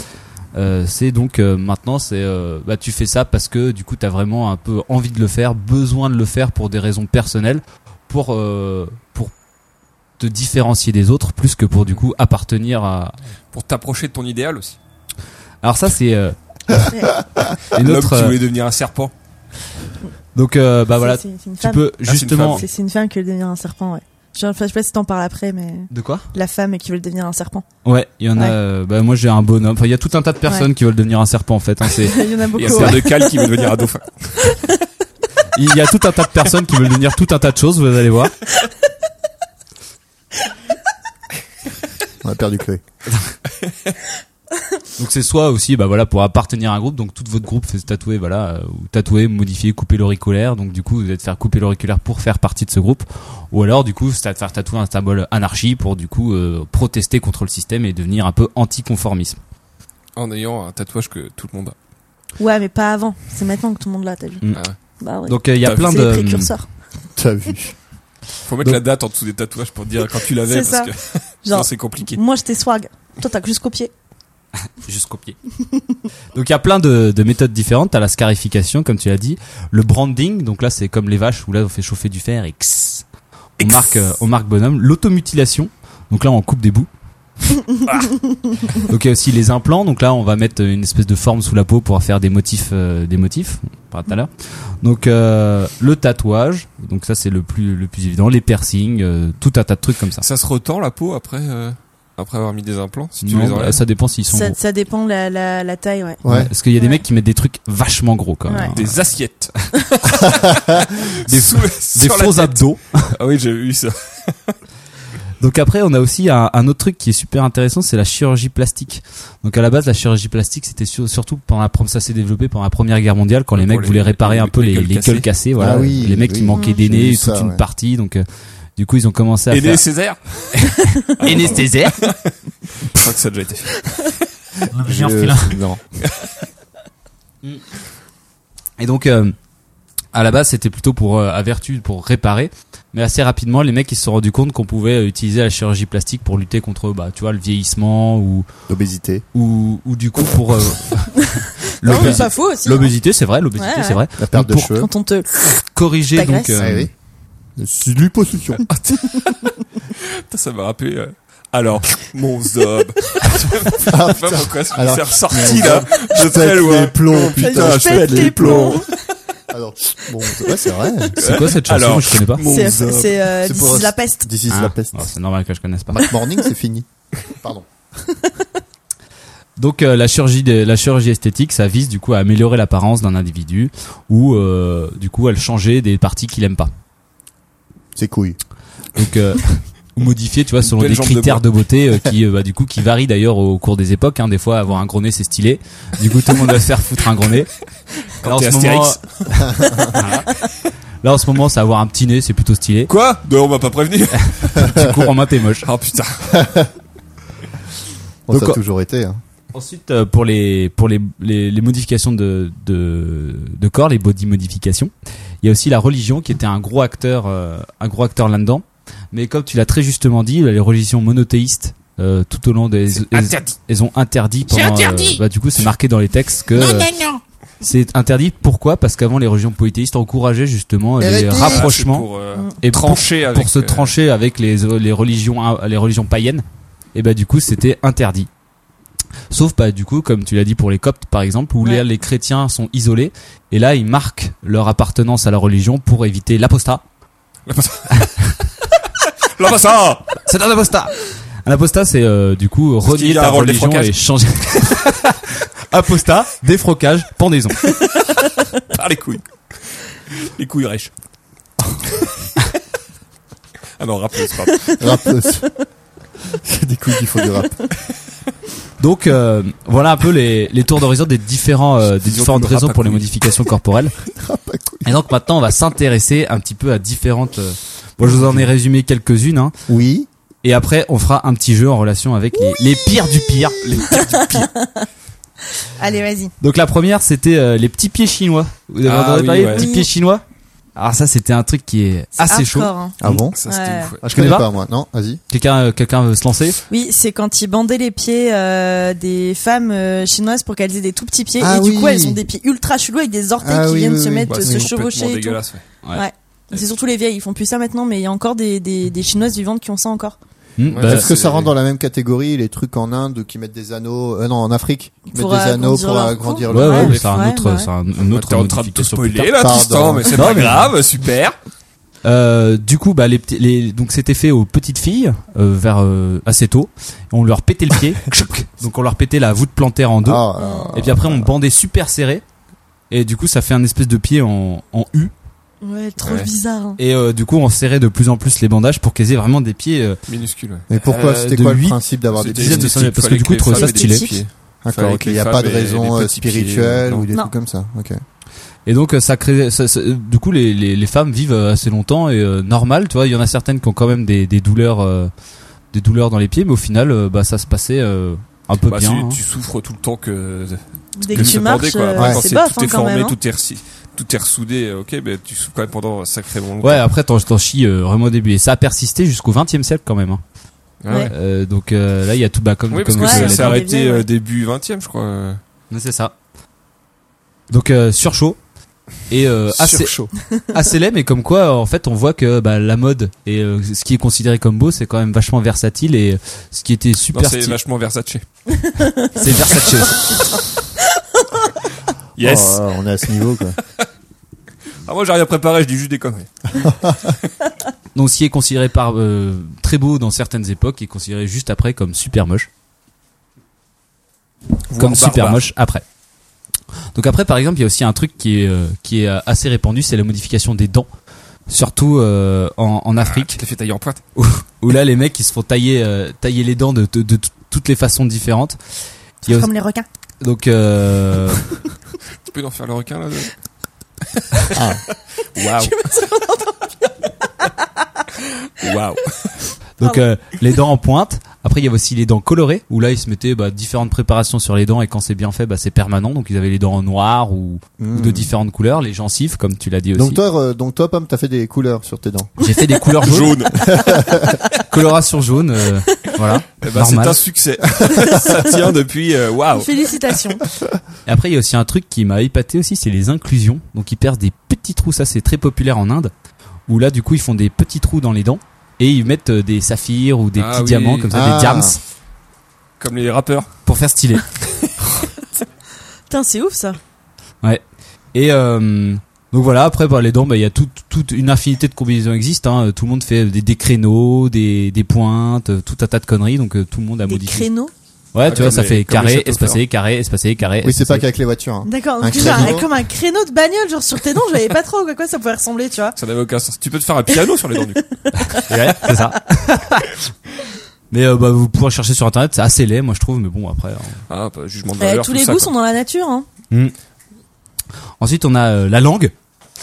[SPEAKER 7] Euh, c'est donc euh, maintenant, c'est euh, bah tu fais ça parce que du coup, t'as vraiment un peu envie de le faire, besoin de le faire pour des raisons personnelles, pour euh, pour te différencier des autres plus que pour du coup appartenir à.
[SPEAKER 5] Pour t'approcher de ton idéal aussi.
[SPEAKER 7] Alors ça c'est euh, une
[SPEAKER 5] L'homme
[SPEAKER 7] autre.
[SPEAKER 5] qui
[SPEAKER 7] euh,
[SPEAKER 5] voulait devenir un serpent.
[SPEAKER 7] donc euh, bah
[SPEAKER 6] C'est-
[SPEAKER 7] voilà,
[SPEAKER 6] C'est c'est une
[SPEAKER 7] tu
[SPEAKER 6] femme.
[SPEAKER 7] peux
[SPEAKER 5] c'est une
[SPEAKER 7] justement.
[SPEAKER 6] C'est c'est une femme qui veut devenir un serpent, ouais. Je enfin, je sais pas si t'en parles après, mais
[SPEAKER 7] De quoi
[SPEAKER 6] la femme qui veut devenir un serpent.
[SPEAKER 7] Ouais, il y en a.
[SPEAKER 6] Ouais.
[SPEAKER 7] euh, bah moi j'ai un bonhomme. Enfin il y a tout un tas de personnes qui veulent devenir un serpent en fait. hein, c'est-
[SPEAKER 6] Il y en a beaucoup.
[SPEAKER 5] Il y a un
[SPEAKER 6] ouais.
[SPEAKER 5] père de cale qui veut devenir un dauphin.
[SPEAKER 7] il y a tout un tas de personnes qui veulent devenir tout un tas de choses. Vous allez voir.
[SPEAKER 4] On a perdu Chloé.
[SPEAKER 7] Donc c'est soit aussi bah voilà pour appartenir à un groupe. Donc tout votre groupe fait se tatouer voilà euh, ou tatouer, modifier, couper l'auriculaire. Donc du coup vous êtes faire couper l'auriculaire pour faire partie de ce groupe. Ou alors du coup c'est faire tatouer un symbole anarchie pour du coup euh, protester contre le système et devenir un peu anticonformiste.
[SPEAKER 5] En ayant un tatouage que tout le monde a.
[SPEAKER 6] Ouais, mais pas avant. C'est maintenant que tout le monde l'a, t'as vu
[SPEAKER 7] Mm.
[SPEAKER 5] Ah ouais.
[SPEAKER 6] Bah ouais.
[SPEAKER 7] Donc il y a
[SPEAKER 5] T'as-
[SPEAKER 7] plein
[SPEAKER 6] C'est
[SPEAKER 7] de
[SPEAKER 6] les précurseurs.
[SPEAKER 4] T'as vu
[SPEAKER 5] Faut mettre
[SPEAKER 7] Donc-
[SPEAKER 5] la date en dessous des tatouages pour dire quand tu l'avais parce
[SPEAKER 6] C'est ça.
[SPEAKER 5] que sinon
[SPEAKER 6] Genre,
[SPEAKER 5] c'est compliqué.
[SPEAKER 6] moi j'étais swag. Toi t'as juste copié.
[SPEAKER 7] jusqu'au pied. donc il y a plein de, de méthodes différentes. T'as la scarification comme tu l'as dit, le branding. Donc là c'est comme les vaches où là on fait chauffer du fer et X. On marque euh, on marque bonhomme. L'automutilation. Donc là on coupe des bouts.
[SPEAKER 5] Ah.
[SPEAKER 7] donc il y a aussi les implants. Donc là on va mettre une espèce de forme sous la peau pour faire des motifs euh, des motifs. On parlera tout à l'heure. Donc euh, le tatouage. Donc ça c'est le plus le plus évident. Les piercings, euh, tout un tas de trucs comme ça.
[SPEAKER 5] Ça se retend la peau après euh, après avoir mis des implants si tu
[SPEAKER 7] Non,
[SPEAKER 5] les enlèves.
[SPEAKER 7] bah, ça dépend s'ils sont
[SPEAKER 6] Ça,
[SPEAKER 7] gros.
[SPEAKER 6] ça dépend la, la, la taille, ouais.
[SPEAKER 4] Ouais.
[SPEAKER 7] Parce qu'il y a des
[SPEAKER 6] Ouais.
[SPEAKER 7] mecs qui mettent des trucs vachement gros quand même. hein.
[SPEAKER 6] Ouais.
[SPEAKER 5] Des assiettes.
[SPEAKER 7] Des-
[SPEAKER 5] Sous-
[SPEAKER 7] des
[SPEAKER 5] sur la
[SPEAKER 7] faux
[SPEAKER 5] tête.
[SPEAKER 7] abdos.
[SPEAKER 5] Ah oui, j'ai eu ça.
[SPEAKER 7] Donc après, on a aussi un, un autre truc qui est super intéressant, c'est la chirurgie plastique. Donc à la base, la chirurgie plastique, c'était sur- surtout pendant la première, ça s'est développé pendant la Première Guerre mondiale, quand les
[SPEAKER 5] Pour
[SPEAKER 7] mecs
[SPEAKER 5] les-
[SPEAKER 7] voulaient réparer
[SPEAKER 5] les-
[SPEAKER 7] un peu
[SPEAKER 5] les
[SPEAKER 7] les,
[SPEAKER 5] gueules
[SPEAKER 7] les
[SPEAKER 5] cassées.
[SPEAKER 7] gueules cassées, voilà,
[SPEAKER 4] Ah oui,
[SPEAKER 7] les mecs qui
[SPEAKER 4] oui.
[SPEAKER 7] manquaient des
[SPEAKER 4] J'ai
[SPEAKER 7] nez,
[SPEAKER 4] vu
[SPEAKER 7] toute
[SPEAKER 4] ça,
[SPEAKER 7] une
[SPEAKER 4] ouais.
[SPEAKER 7] partie. Donc euh, du coup, ils ont commencé à
[SPEAKER 5] Et des
[SPEAKER 7] faire
[SPEAKER 5] Césaire.
[SPEAKER 7] anesthésiaire.
[SPEAKER 5] Je crois que ça a déjà été fait.
[SPEAKER 4] Je- Non.
[SPEAKER 7] Et donc, euh, à la base, c'était plutôt pour euh, à vertu pour réparer, mais assez rapidement, les mecs ils se sont rendus compte qu'on pouvait euh, utiliser la chirurgie plastique pour lutter contre, bah, tu vois, le vieillissement ou
[SPEAKER 4] L'obésité.
[SPEAKER 7] ou, ou du coup pour euh,
[SPEAKER 6] Non, mais
[SPEAKER 7] l'obésité.
[SPEAKER 6] Oh, pas faux aussi. hein.
[SPEAKER 7] L'obésité, c'est vrai, l'obésité,
[SPEAKER 6] Ouais, ouais.
[SPEAKER 7] c'est vrai.
[SPEAKER 4] La perte de
[SPEAKER 7] Pour-
[SPEAKER 4] cheveux.
[SPEAKER 6] Quand on te.
[SPEAKER 7] Corriger
[SPEAKER 6] Ta
[SPEAKER 7] donc
[SPEAKER 6] graisse.
[SPEAKER 7] euh,
[SPEAKER 4] Ah oui. C'est L'hyposuction.
[SPEAKER 5] Putain, ça m'a rappelé euh, Alors, mon zob.
[SPEAKER 4] Ah,
[SPEAKER 5] Je sais pas
[SPEAKER 4] putain.
[SPEAKER 5] pourquoi ça
[SPEAKER 4] Alors,
[SPEAKER 5] m'est ressorti là, de très
[SPEAKER 4] Pète
[SPEAKER 5] loin.
[SPEAKER 4] les plombs, putain,
[SPEAKER 6] je pète les plombs.
[SPEAKER 4] Alors, bon, ouais, c'est vrai.
[SPEAKER 7] C'est quoi cette chanson
[SPEAKER 5] Alors.
[SPEAKER 7] Je connais pas.
[SPEAKER 5] Mon
[SPEAKER 6] C'est
[SPEAKER 5] zob.
[SPEAKER 6] c'est, euh,
[SPEAKER 4] C'est
[SPEAKER 6] This
[SPEAKER 4] pour
[SPEAKER 6] is
[SPEAKER 4] us.
[SPEAKER 6] la peste.
[SPEAKER 4] This is
[SPEAKER 7] Ah,
[SPEAKER 4] la peste.
[SPEAKER 7] alors, C'est normal que je connaisse pas.
[SPEAKER 4] Mac Morning, c'est fini. Pardon.
[SPEAKER 7] Donc euh, la chirurgie de, la chirurgie esthétique, ça vise du coup à améliorer l'apparence d'un individu ou euh, du coup à le changer des parties qu'il aime pas.
[SPEAKER 4] C'est couille.
[SPEAKER 7] Donc euh, ou modifier, tu vois, selon
[SPEAKER 5] belle
[SPEAKER 7] des
[SPEAKER 5] jambe de
[SPEAKER 7] critères de beauté euh, qui euh, bah, du coup qui varient d'ailleurs au cours des époques. Hein. Des fois, avoir un gros nez c'est stylé. Du coup, tout le monde va se faire foutre un gros nez.
[SPEAKER 5] Quand
[SPEAKER 7] Là, en
[SPEAKER 5] t'es
[SPEAKER 7] ce
[SPEAKER 5] Astérix.
[SPEAKER 7] moment- Voilà. Là en ce moment, c'est avoir un petit nez, c'est plutôt stylé.
[SPEAKER 5] Quoi Non, on m'a pas prévenu.
[SPEAKER 7] Tu cours en main, t'es moche.
[SPEAKER 5] Oh putain.
[SPEAKER 4] Bon,
[SPEAKER 7] Donc,
[SPEAKER 4] ça a
[SPEAKER 7] euh,
[SPEAKER 4] toujours été. Hein.
[SPEAKER 7] Ensuite, euh, pour les pour les, les, les modifications de, de de corps, les body modifications, il y a aussi la religion qui était un gros acteur euh, un gros acteur là-dedans. Mais comme tu l'as très justement dit, bah, les religions monothéistes euh, tout au long des
[SPEAKER 5] Ah,
[SPEAKER 7] elles, elles ont interdit pendant
[SPEAKER 8] interdit
[SPEAKER 7] euh, bah, du coup c'est marqué dans les textes que
[SPEAKER 8] Non,
[SPEAKER 7] euh,
[SPEAKER 8] non, non.
[SPEAKER 7] c'est interdit pourquoi Parce qu'avant les religions polythéistes encourageaient justement les
[SPEAKER 4] Hérétique.
[SPEAKER 7] rapprochements
[SPEAKER 5] C'est Pour, euh,
[SPEAKER 7] et pour-
[SPEAKER 5] trancher avec.
[SPEAKER 7] pour se
[SPEAKER 5] euh,
[SPEAKER 7] trancher avec les, les religions ah, les religions païennes et bah du coup c'était interdit sauf pas du coup comme tu l'as dit pour les coptes par exemple où les,
[SPEAKER 6] Ouais.
[SPEAKER 7] les chrétiens sont isolés et là ils marquent leur appartenance à la religion pour éviter l'apostat
[SPEAKER 5] Là, bah, ça
[SPEAKER 7] c'est un apostat un apostat c'est euh, du coup
[SPEAKER 5] Parce qu'il
[SPEAKER 7] renier
[SPEAKER 5] a
[SPEAKER 7] ta
[SPEAKER 5] un rôle
[SPEAKER 7] religion
[SPEAKER 5] défrocage.
[SPEAKER 7] et changer apostat défrocage pendaison
[SPEAKER 5] Par les couilles. Les couilles rêches. ah non, rappelez, c'est pas
[SPEAKER 4] Rappeuse. euh, c'est des couilles qu'il faut du rap.
[SPEAKER 7] donc euh, voilà un peu les, les tours d'horizon des différents euh, des
[SPEAKER 5] Disons
[SPEAKER 7] différentes
[SPEAKER 5] que le rap
[SPEAKER 7] raisons
[SPEAKER 5] à
[SPEAKER 7] pour les
[SPEAKER 5] couilles.
[SPEAKER 7] modifications corporelles
[SPEAKER 4] Rap à couilles.
[SPEAKER 7] Et donc maintenant, on va s'intéresser un petit peu à différentes. euh, Bon, je vous en ai résumé quelques-unes. Hein.
[SPEAKER 4] Oui.
[SPEAKER 7] Et après, on fera un petit jeu en relation avec les, les pires du pire.
[SPEAKER 6] Allez, vas-y.
[SPEAKER 7] Donc la première, c'était euh, les petits pieds chinois. Vous avez
[SPEAKER 5] Ah
[SPEAKER 7] entendu
[SPEAKER 5] oui,
[SPEAKER 7] parler
[SPEAKER 5] ouais.
[SPEAKER 7] des petits
[SPEAKER 6] Oui.
[SPEAKER 7] pieds chinois Alors ça, c'était un truc qui est
[SPEAKER 6] C'est
[SPEAKER 7] assez chaud.
[SPEAKER 6] hardcore, hein.
[SPEAKER 4] Ah bon
[SPEAKER 5] Ça, c'était
[SPEAKER 6] Ouais.
[SPEAKER 5] ouf. ouais.
[SPEAKER 4] ah, Je
[SPEAKER 7] connais
[SPEAKER 4] connais
[SPEAKER 7] pas
[SPEAKER 4] pas, moi. Non, vas-y.
[SPEAKER 7] Quelqu'un, euh, quelqu'un veut se lancer
[SPEAKER 6] Oui, c'est quand ils bandaient les pieds euh, des femmes euh, chinoises pour qu'elles aient des tout petits pieds.
[SPEAKER 4] Ah
[SPEAKER 6] et du
[SPEAKER 4] oui.
[SPEAKER 6] coup, elles ont des pieds ultra chelous avec des orteils
[SPEAKER 4] Ah
[SPEAKER 6] qui
[SPEAKER 4] oui,
[SPEAKER 6] viennent
[SPEAKER 4] oui,
[SPEAKER 6] se
[SPEAKER 4] oui.
[SPEAKER 6] mettre, euh,
[SPEAKER 5] Bah,
[SPEAKER 6] se
[SPEAKER 5] c'est complètement
[SPEAKER 6] chevaucher et tout.
[SPEAKER 5] dégueulasse, ouais.
[SPEAKER 6] C'est surtout les vieilles, ils font plus ça maintenant, mais il y a encore des, des, des chinoises vivantes qui ont ça encore.
[SPEAKER 7] Hmm,
[SPEAKER 5] Ouais,
[SPEAKER 7] bah,
[SPEAKER 4] Est-ce que
[SPEAKER 5] c'est-
[SPEAKER 4] ça rentre dans la même catégorie les trucs en Inde qui mettent des anneaux euh, Non, en Afrique, ils mettent
[SPEAKER 6] Pour
[SPEAKER 4] des
[SPEAKER 6] agrandir
[SPEAKER 4] anneaux pour euh,
[SPEAKER 6] leur
[SPEAKER 4] agrandir
[SPEAKER 6] cou.
[SPEAKER 7] ouais,
[SPEAKER 4] le.
[SPEAKER 7] ouais,
[SPEAKER 6] Ouais,
[SPEAKER 7] mais c'est un
[SPEAKER 6] ouais,
[SPEAKER 7] autre,
[SPEAKER 6] ouais.
[SPEAKER 7] c'est un, une autre
[SPEAKER 5] T'es en train de tout
[SPEAKER 7] modification plus tard.
[SPEAKER 5] spoiler là,
[SPEAKER 4] Pardon.
[SPEAKER 5] Tristan, mais c'est
[SPEAKER 7] Non,
[SPEAKER 5] pas
[SPEAKER 7] mais-
[SPEAKER 5] grave, super.
[SPEAKER 7] Euh, du coup, bah, les, petits- les, donc c'était fait aux petites filles euh, vers euh, assez tôt. On leur pétait le pied, donc on leur pétait la voûte plantaire en deux.
[SPEAKER 4] Ah,
[SPEAKER 7] Et puis après, on bandait super serré. Et du coup, ça fait un espèce de pied en, en U.
[SPEAKER 6] Ouais, trop
[SPEAKER 5] Ouais.
[SPEAKER 6] bizarre. hein.
[SPEAKER 7] Et euh, du coup, on serrait de plus en plus les bandages pour qu'elles aient vraiment des pieds. euh,
[SPEAKER 5] Minuscule, ouais.
[SPEAKER 4] mais pourquoi
[SPEAKER 7] Euh,
[SPEAKER 4] c'était
[SPEAKER 7] de
[SPEAKER 4] quoi
[SPEAKER 7] huit,
[SPEAKER 4] le principe d'avoir des
[SPEAKER 5] C'était
[SPEAKER 7] dizaines
[SPEAKER 4] petits
[SPEAKER 7] de
[SPEAKER 5] esthétique,
[SPEAKER 7] centimètres, parce que
[SPEAKER 5] fallait
[SPEAKER 7] du coup,
[SPEAKER 5] les
[SPEAKER 7] ils trouvaient ça
[SPEAKER 5] femmes aient des
[SPEAKER 6] stylé.
[SPEAKER 5] pieds.
[SPEAKER 4] D'accord,
[SPEAKER 5] Fallait
[SPEAKER 4] ok,
[SPEAKER 5] que
[SPEAKER 4] il
[SPEAKER 5] les
[SPEAKER 4] n'y a
[SPEAKER 5] femmes
[SPEAKER 4] pas de
[SPEAKER 5] aient des
[SPEAKER 4] raison euh,
[SPEAKER 5] petits pieds,
[SPEAKER 4] spirituelle
[SPEAKER 5] non.
[SPEAKER 4] ou des
[SPEAKER 6] Non.
[SPEAKER 4] trucs comme ça. Ok.
[SPEAKER 7] Et donc, euh, ça crée. ça- ça- du coup, les, les, les femmes vivent euh, assez longtemps et euh, normal. Tu vois, il y en a certaines qui ont quand même des, des douleurs, euh, des douleurs dans les pieds, mais au final, euh, bah, ça se passait euh, un peu
[SPEAKER 5] Bah,
[SPEAKER 7] bien.
[SPEAKER 5] si
[SPEAKER 7] hein.
[SPEAKER 5] tu souffres tout le temps que,
[SPEAKER 6] Dès
[SPEAKER 5] que
[SPEAKER 6] que tu
[SPEAKER 5] se bander,
[SPEAKER 6] marches,
[SPEAKER 5] quoi.
[SPEAKER 6] euh,
[SPEAKER 5] Après, quand
[SPEAKER 6] c'est
[SPEAKER 5] c'est-
[SPEAKER 6] bof
[SPEAKER 5] tout
[SPEAKER 6] hein,
[SPEAKER 5] est
[SPEAKER 6] quand
[SPEAKER 5] formé,
[SPEAKER 6] même. hein.
[SPEAKER 5] tout est ressi- tout est ressoudé, ok, mais tu souffres quand même pendant sacrément longtemps.
[SPEAKER 7] Ouais, après, t'en, t'en chies euh, vraiment au début. Et ça a persisté jusqu'au 20 e siècle quand même. hein.
[SPEAKER 5] Ah ouais.
[SPEAKER 7] Euh, donc euh, là, il y a tout. Bah, comme,
[SPEAKER 5] Oui, parce
[SPEAKER 7] comme
[SPEAKER 5] que
[SPEAKER 7] vous
[SPEAKER 6] Ouais,
[SPEAKER 5] ça
[SPEAKER 7] l'avez
[SPEAKER 5] s'est
[SPEAKER 7] dit.
[SPEAKER 6] ouais.
[SPEAKER 5] arrêté
[SPEAKER 6] Ouais.
[SPEAKER 5] euh, début 20 e je
[SPEAKER 7] Euh,
[SPEAKER 5] crois.
[SPEAKER 7] Mais C'est ça. Donc euh, surchaud et euh, assez
[SPEAKER 5] chaud.
[SPEAKER 7] assez Ah, laid mais comme quoi en fait on voit que bah, la mode et euh, ce qui est considéré comme beau c'est quand même vachement versatile et euh, ce qui était
[SPEAKER 5] Non,
[SPEAKER 7] super
[SPEAKER 5] c'est
[SPEAKER 7] stylé
[SPEAKER 5] vachement Versace.
[SPEAKER 7] Oh, c'est versatile
[SPEAKER 5] Yes.
[SPEAKER 4] Oh, on est à ce niveau quoi.
[SPEAKER 5] Ah, moi, j'ai rien préparé, je dis juste des conneries.
[SPEAKER 7] donc ce qui est considéré par euh, très beau dans certaines époques est considéré juste après comme super moche
[SPEAKER 5] Voire
[SPEAKER 7] comme super
[SPEAKER 5] barbare.
[SPEAKER 7] moche après donc après par exemple il y a aussi un truc qui est euh, qui est euh, assez répandu c'est la modification des dents surtout euh, en, en Afrique
[SPEAKER 5] Je l'ai fait tailler en pointe.
[SPEAKER 7] où là les mecs ils se font tailler euh, tailler les dents de, de, de tout- toutes les façons différentes. Il y a
[SPEAKER 6] Comme les requins.
[SPEAKER 7] aussi- donc euh,
[SPEAKER 5] Tu peux en faire le requin, là de-
[SPEAKER 4] Ah.
[SPEAKER 5] Waouh. Waouh.
[SPEAKER 7] donc euh, les dents en pointe. Après il y avait aussi les dents colorées où là ils se mettaient bah, différentes préparations sur les dents et quand c'est bien fait bah, c'est permanent donc ils avaient les dents en noir ou, ou de
[SPEAKER 4] Hmm.
[SPEAKER 7] différentes couleurs, les gencives comme tu l'as dit aussi.
[SPEAKER 4] Donc toi, euh, donc toi, Pomme, t'as fait des couleurs sur tes dents.
[SPEAKER 7] J'ai fait des couleurs jaunes,
[SPEAKER 5] Jaune.
[SPEAKER 7] coloration jaune, euh, voilà.
[SPEAKER 5] Eh ben, c'est
[SPEAKER 7] Normal.
[SPEAKER 5] un succès. Ça tient depuis, euh, waouh.
[SPEAKER 6] Félicitations.
[SPEAKER 7] Et après, il y a aussi un truc qui m'a épaté aussi, c'est les inclusions. Donc, ils percent des petits trous, ça c'est très populaire en Inde, où là, du coup, ils font des petits trous dans les dents et ils mettent euh, des saphirs ou des
[SPEAKER 5] Ah
[SPEAKER 7] petits
[SPEAKER 5] oui.
[SPEAKER 7] diamants comme ça,
[SPEAKER 4] Ah.
[SPEAKER 7] des diams
[SPEAKER 5] Comme les rappeurs.
[SPEAKER 7] pour faire stylé.
[SPEAKER 6] Putain, c'est ouf ça.
[SPEAKER 7] Et euh, donc voilà, après par les dents, bah, il y a tout- toute une infinité de combinaisons existent. hein. Tout le monde fait des, des créneaux, des, des pointes, euh, tout un tas de conneries. Donc euh, tout le monde a
[SPEAKER 6] Des
[SPEAKER 7] modifié.
[SPEAKER 6] créneaux.
[SPEAKER 7] Ouais,
[SPEAKER 5] Ah,
[SPEAKER 7] tu vois,
[SPEAKER 5] comme
[SPEAKER 7] ça
[SPEAKER 5] les-
[SPEAKER 7] fait
[SPEAKER 5] comme les
[SPEAKER 7] carré,
[SPEAKER 5] châteaux
[SPEAKER 7] espacé, carré, espacé, carré.
[SPEAKER 4] Oui, c'est pas
[SPEAKER 7] espacé.
[SPEAKER 4] qu'avec les voitures. hein.
[SPEAKER 6] D'accord.
[SPEAKER 4] Un
[SPEAKER 6] donc, genre,
[SPEAKER 4] créneau.
[SPEAKER 6] Comme un créneau de bagnole, genre sur tes dents, j'avais pas trop à quoi ça pouvait ressembler, tu vois.
[SPEAKER 5] Ça n'avait aucun sens. Tu peux te faire un piano sur les dents du coup.
[SPEAKER 7] Ouais, c'est ça. mais euh, bah, vous pourrez chercher sur internet, c'est assez laid, moi je trouve. Mais bon, après. hein.
[SPEAKER 5] Ah, bah, jugement de
[SPEAKER 6] Eh,
[SPEAKER 5] valeur.
[SPEAKER 6] tous
[SPEAKER 5] tout
[SPEAKER 6] les
[SPEAKER 5] ça,
[SPEAKER 6] goûts
[SPEAKER 5] quoi.
[SPEAKER 6] sont dans la nature. Hein.
[SPEAKER 7] Ensuite, on a euh, la langue.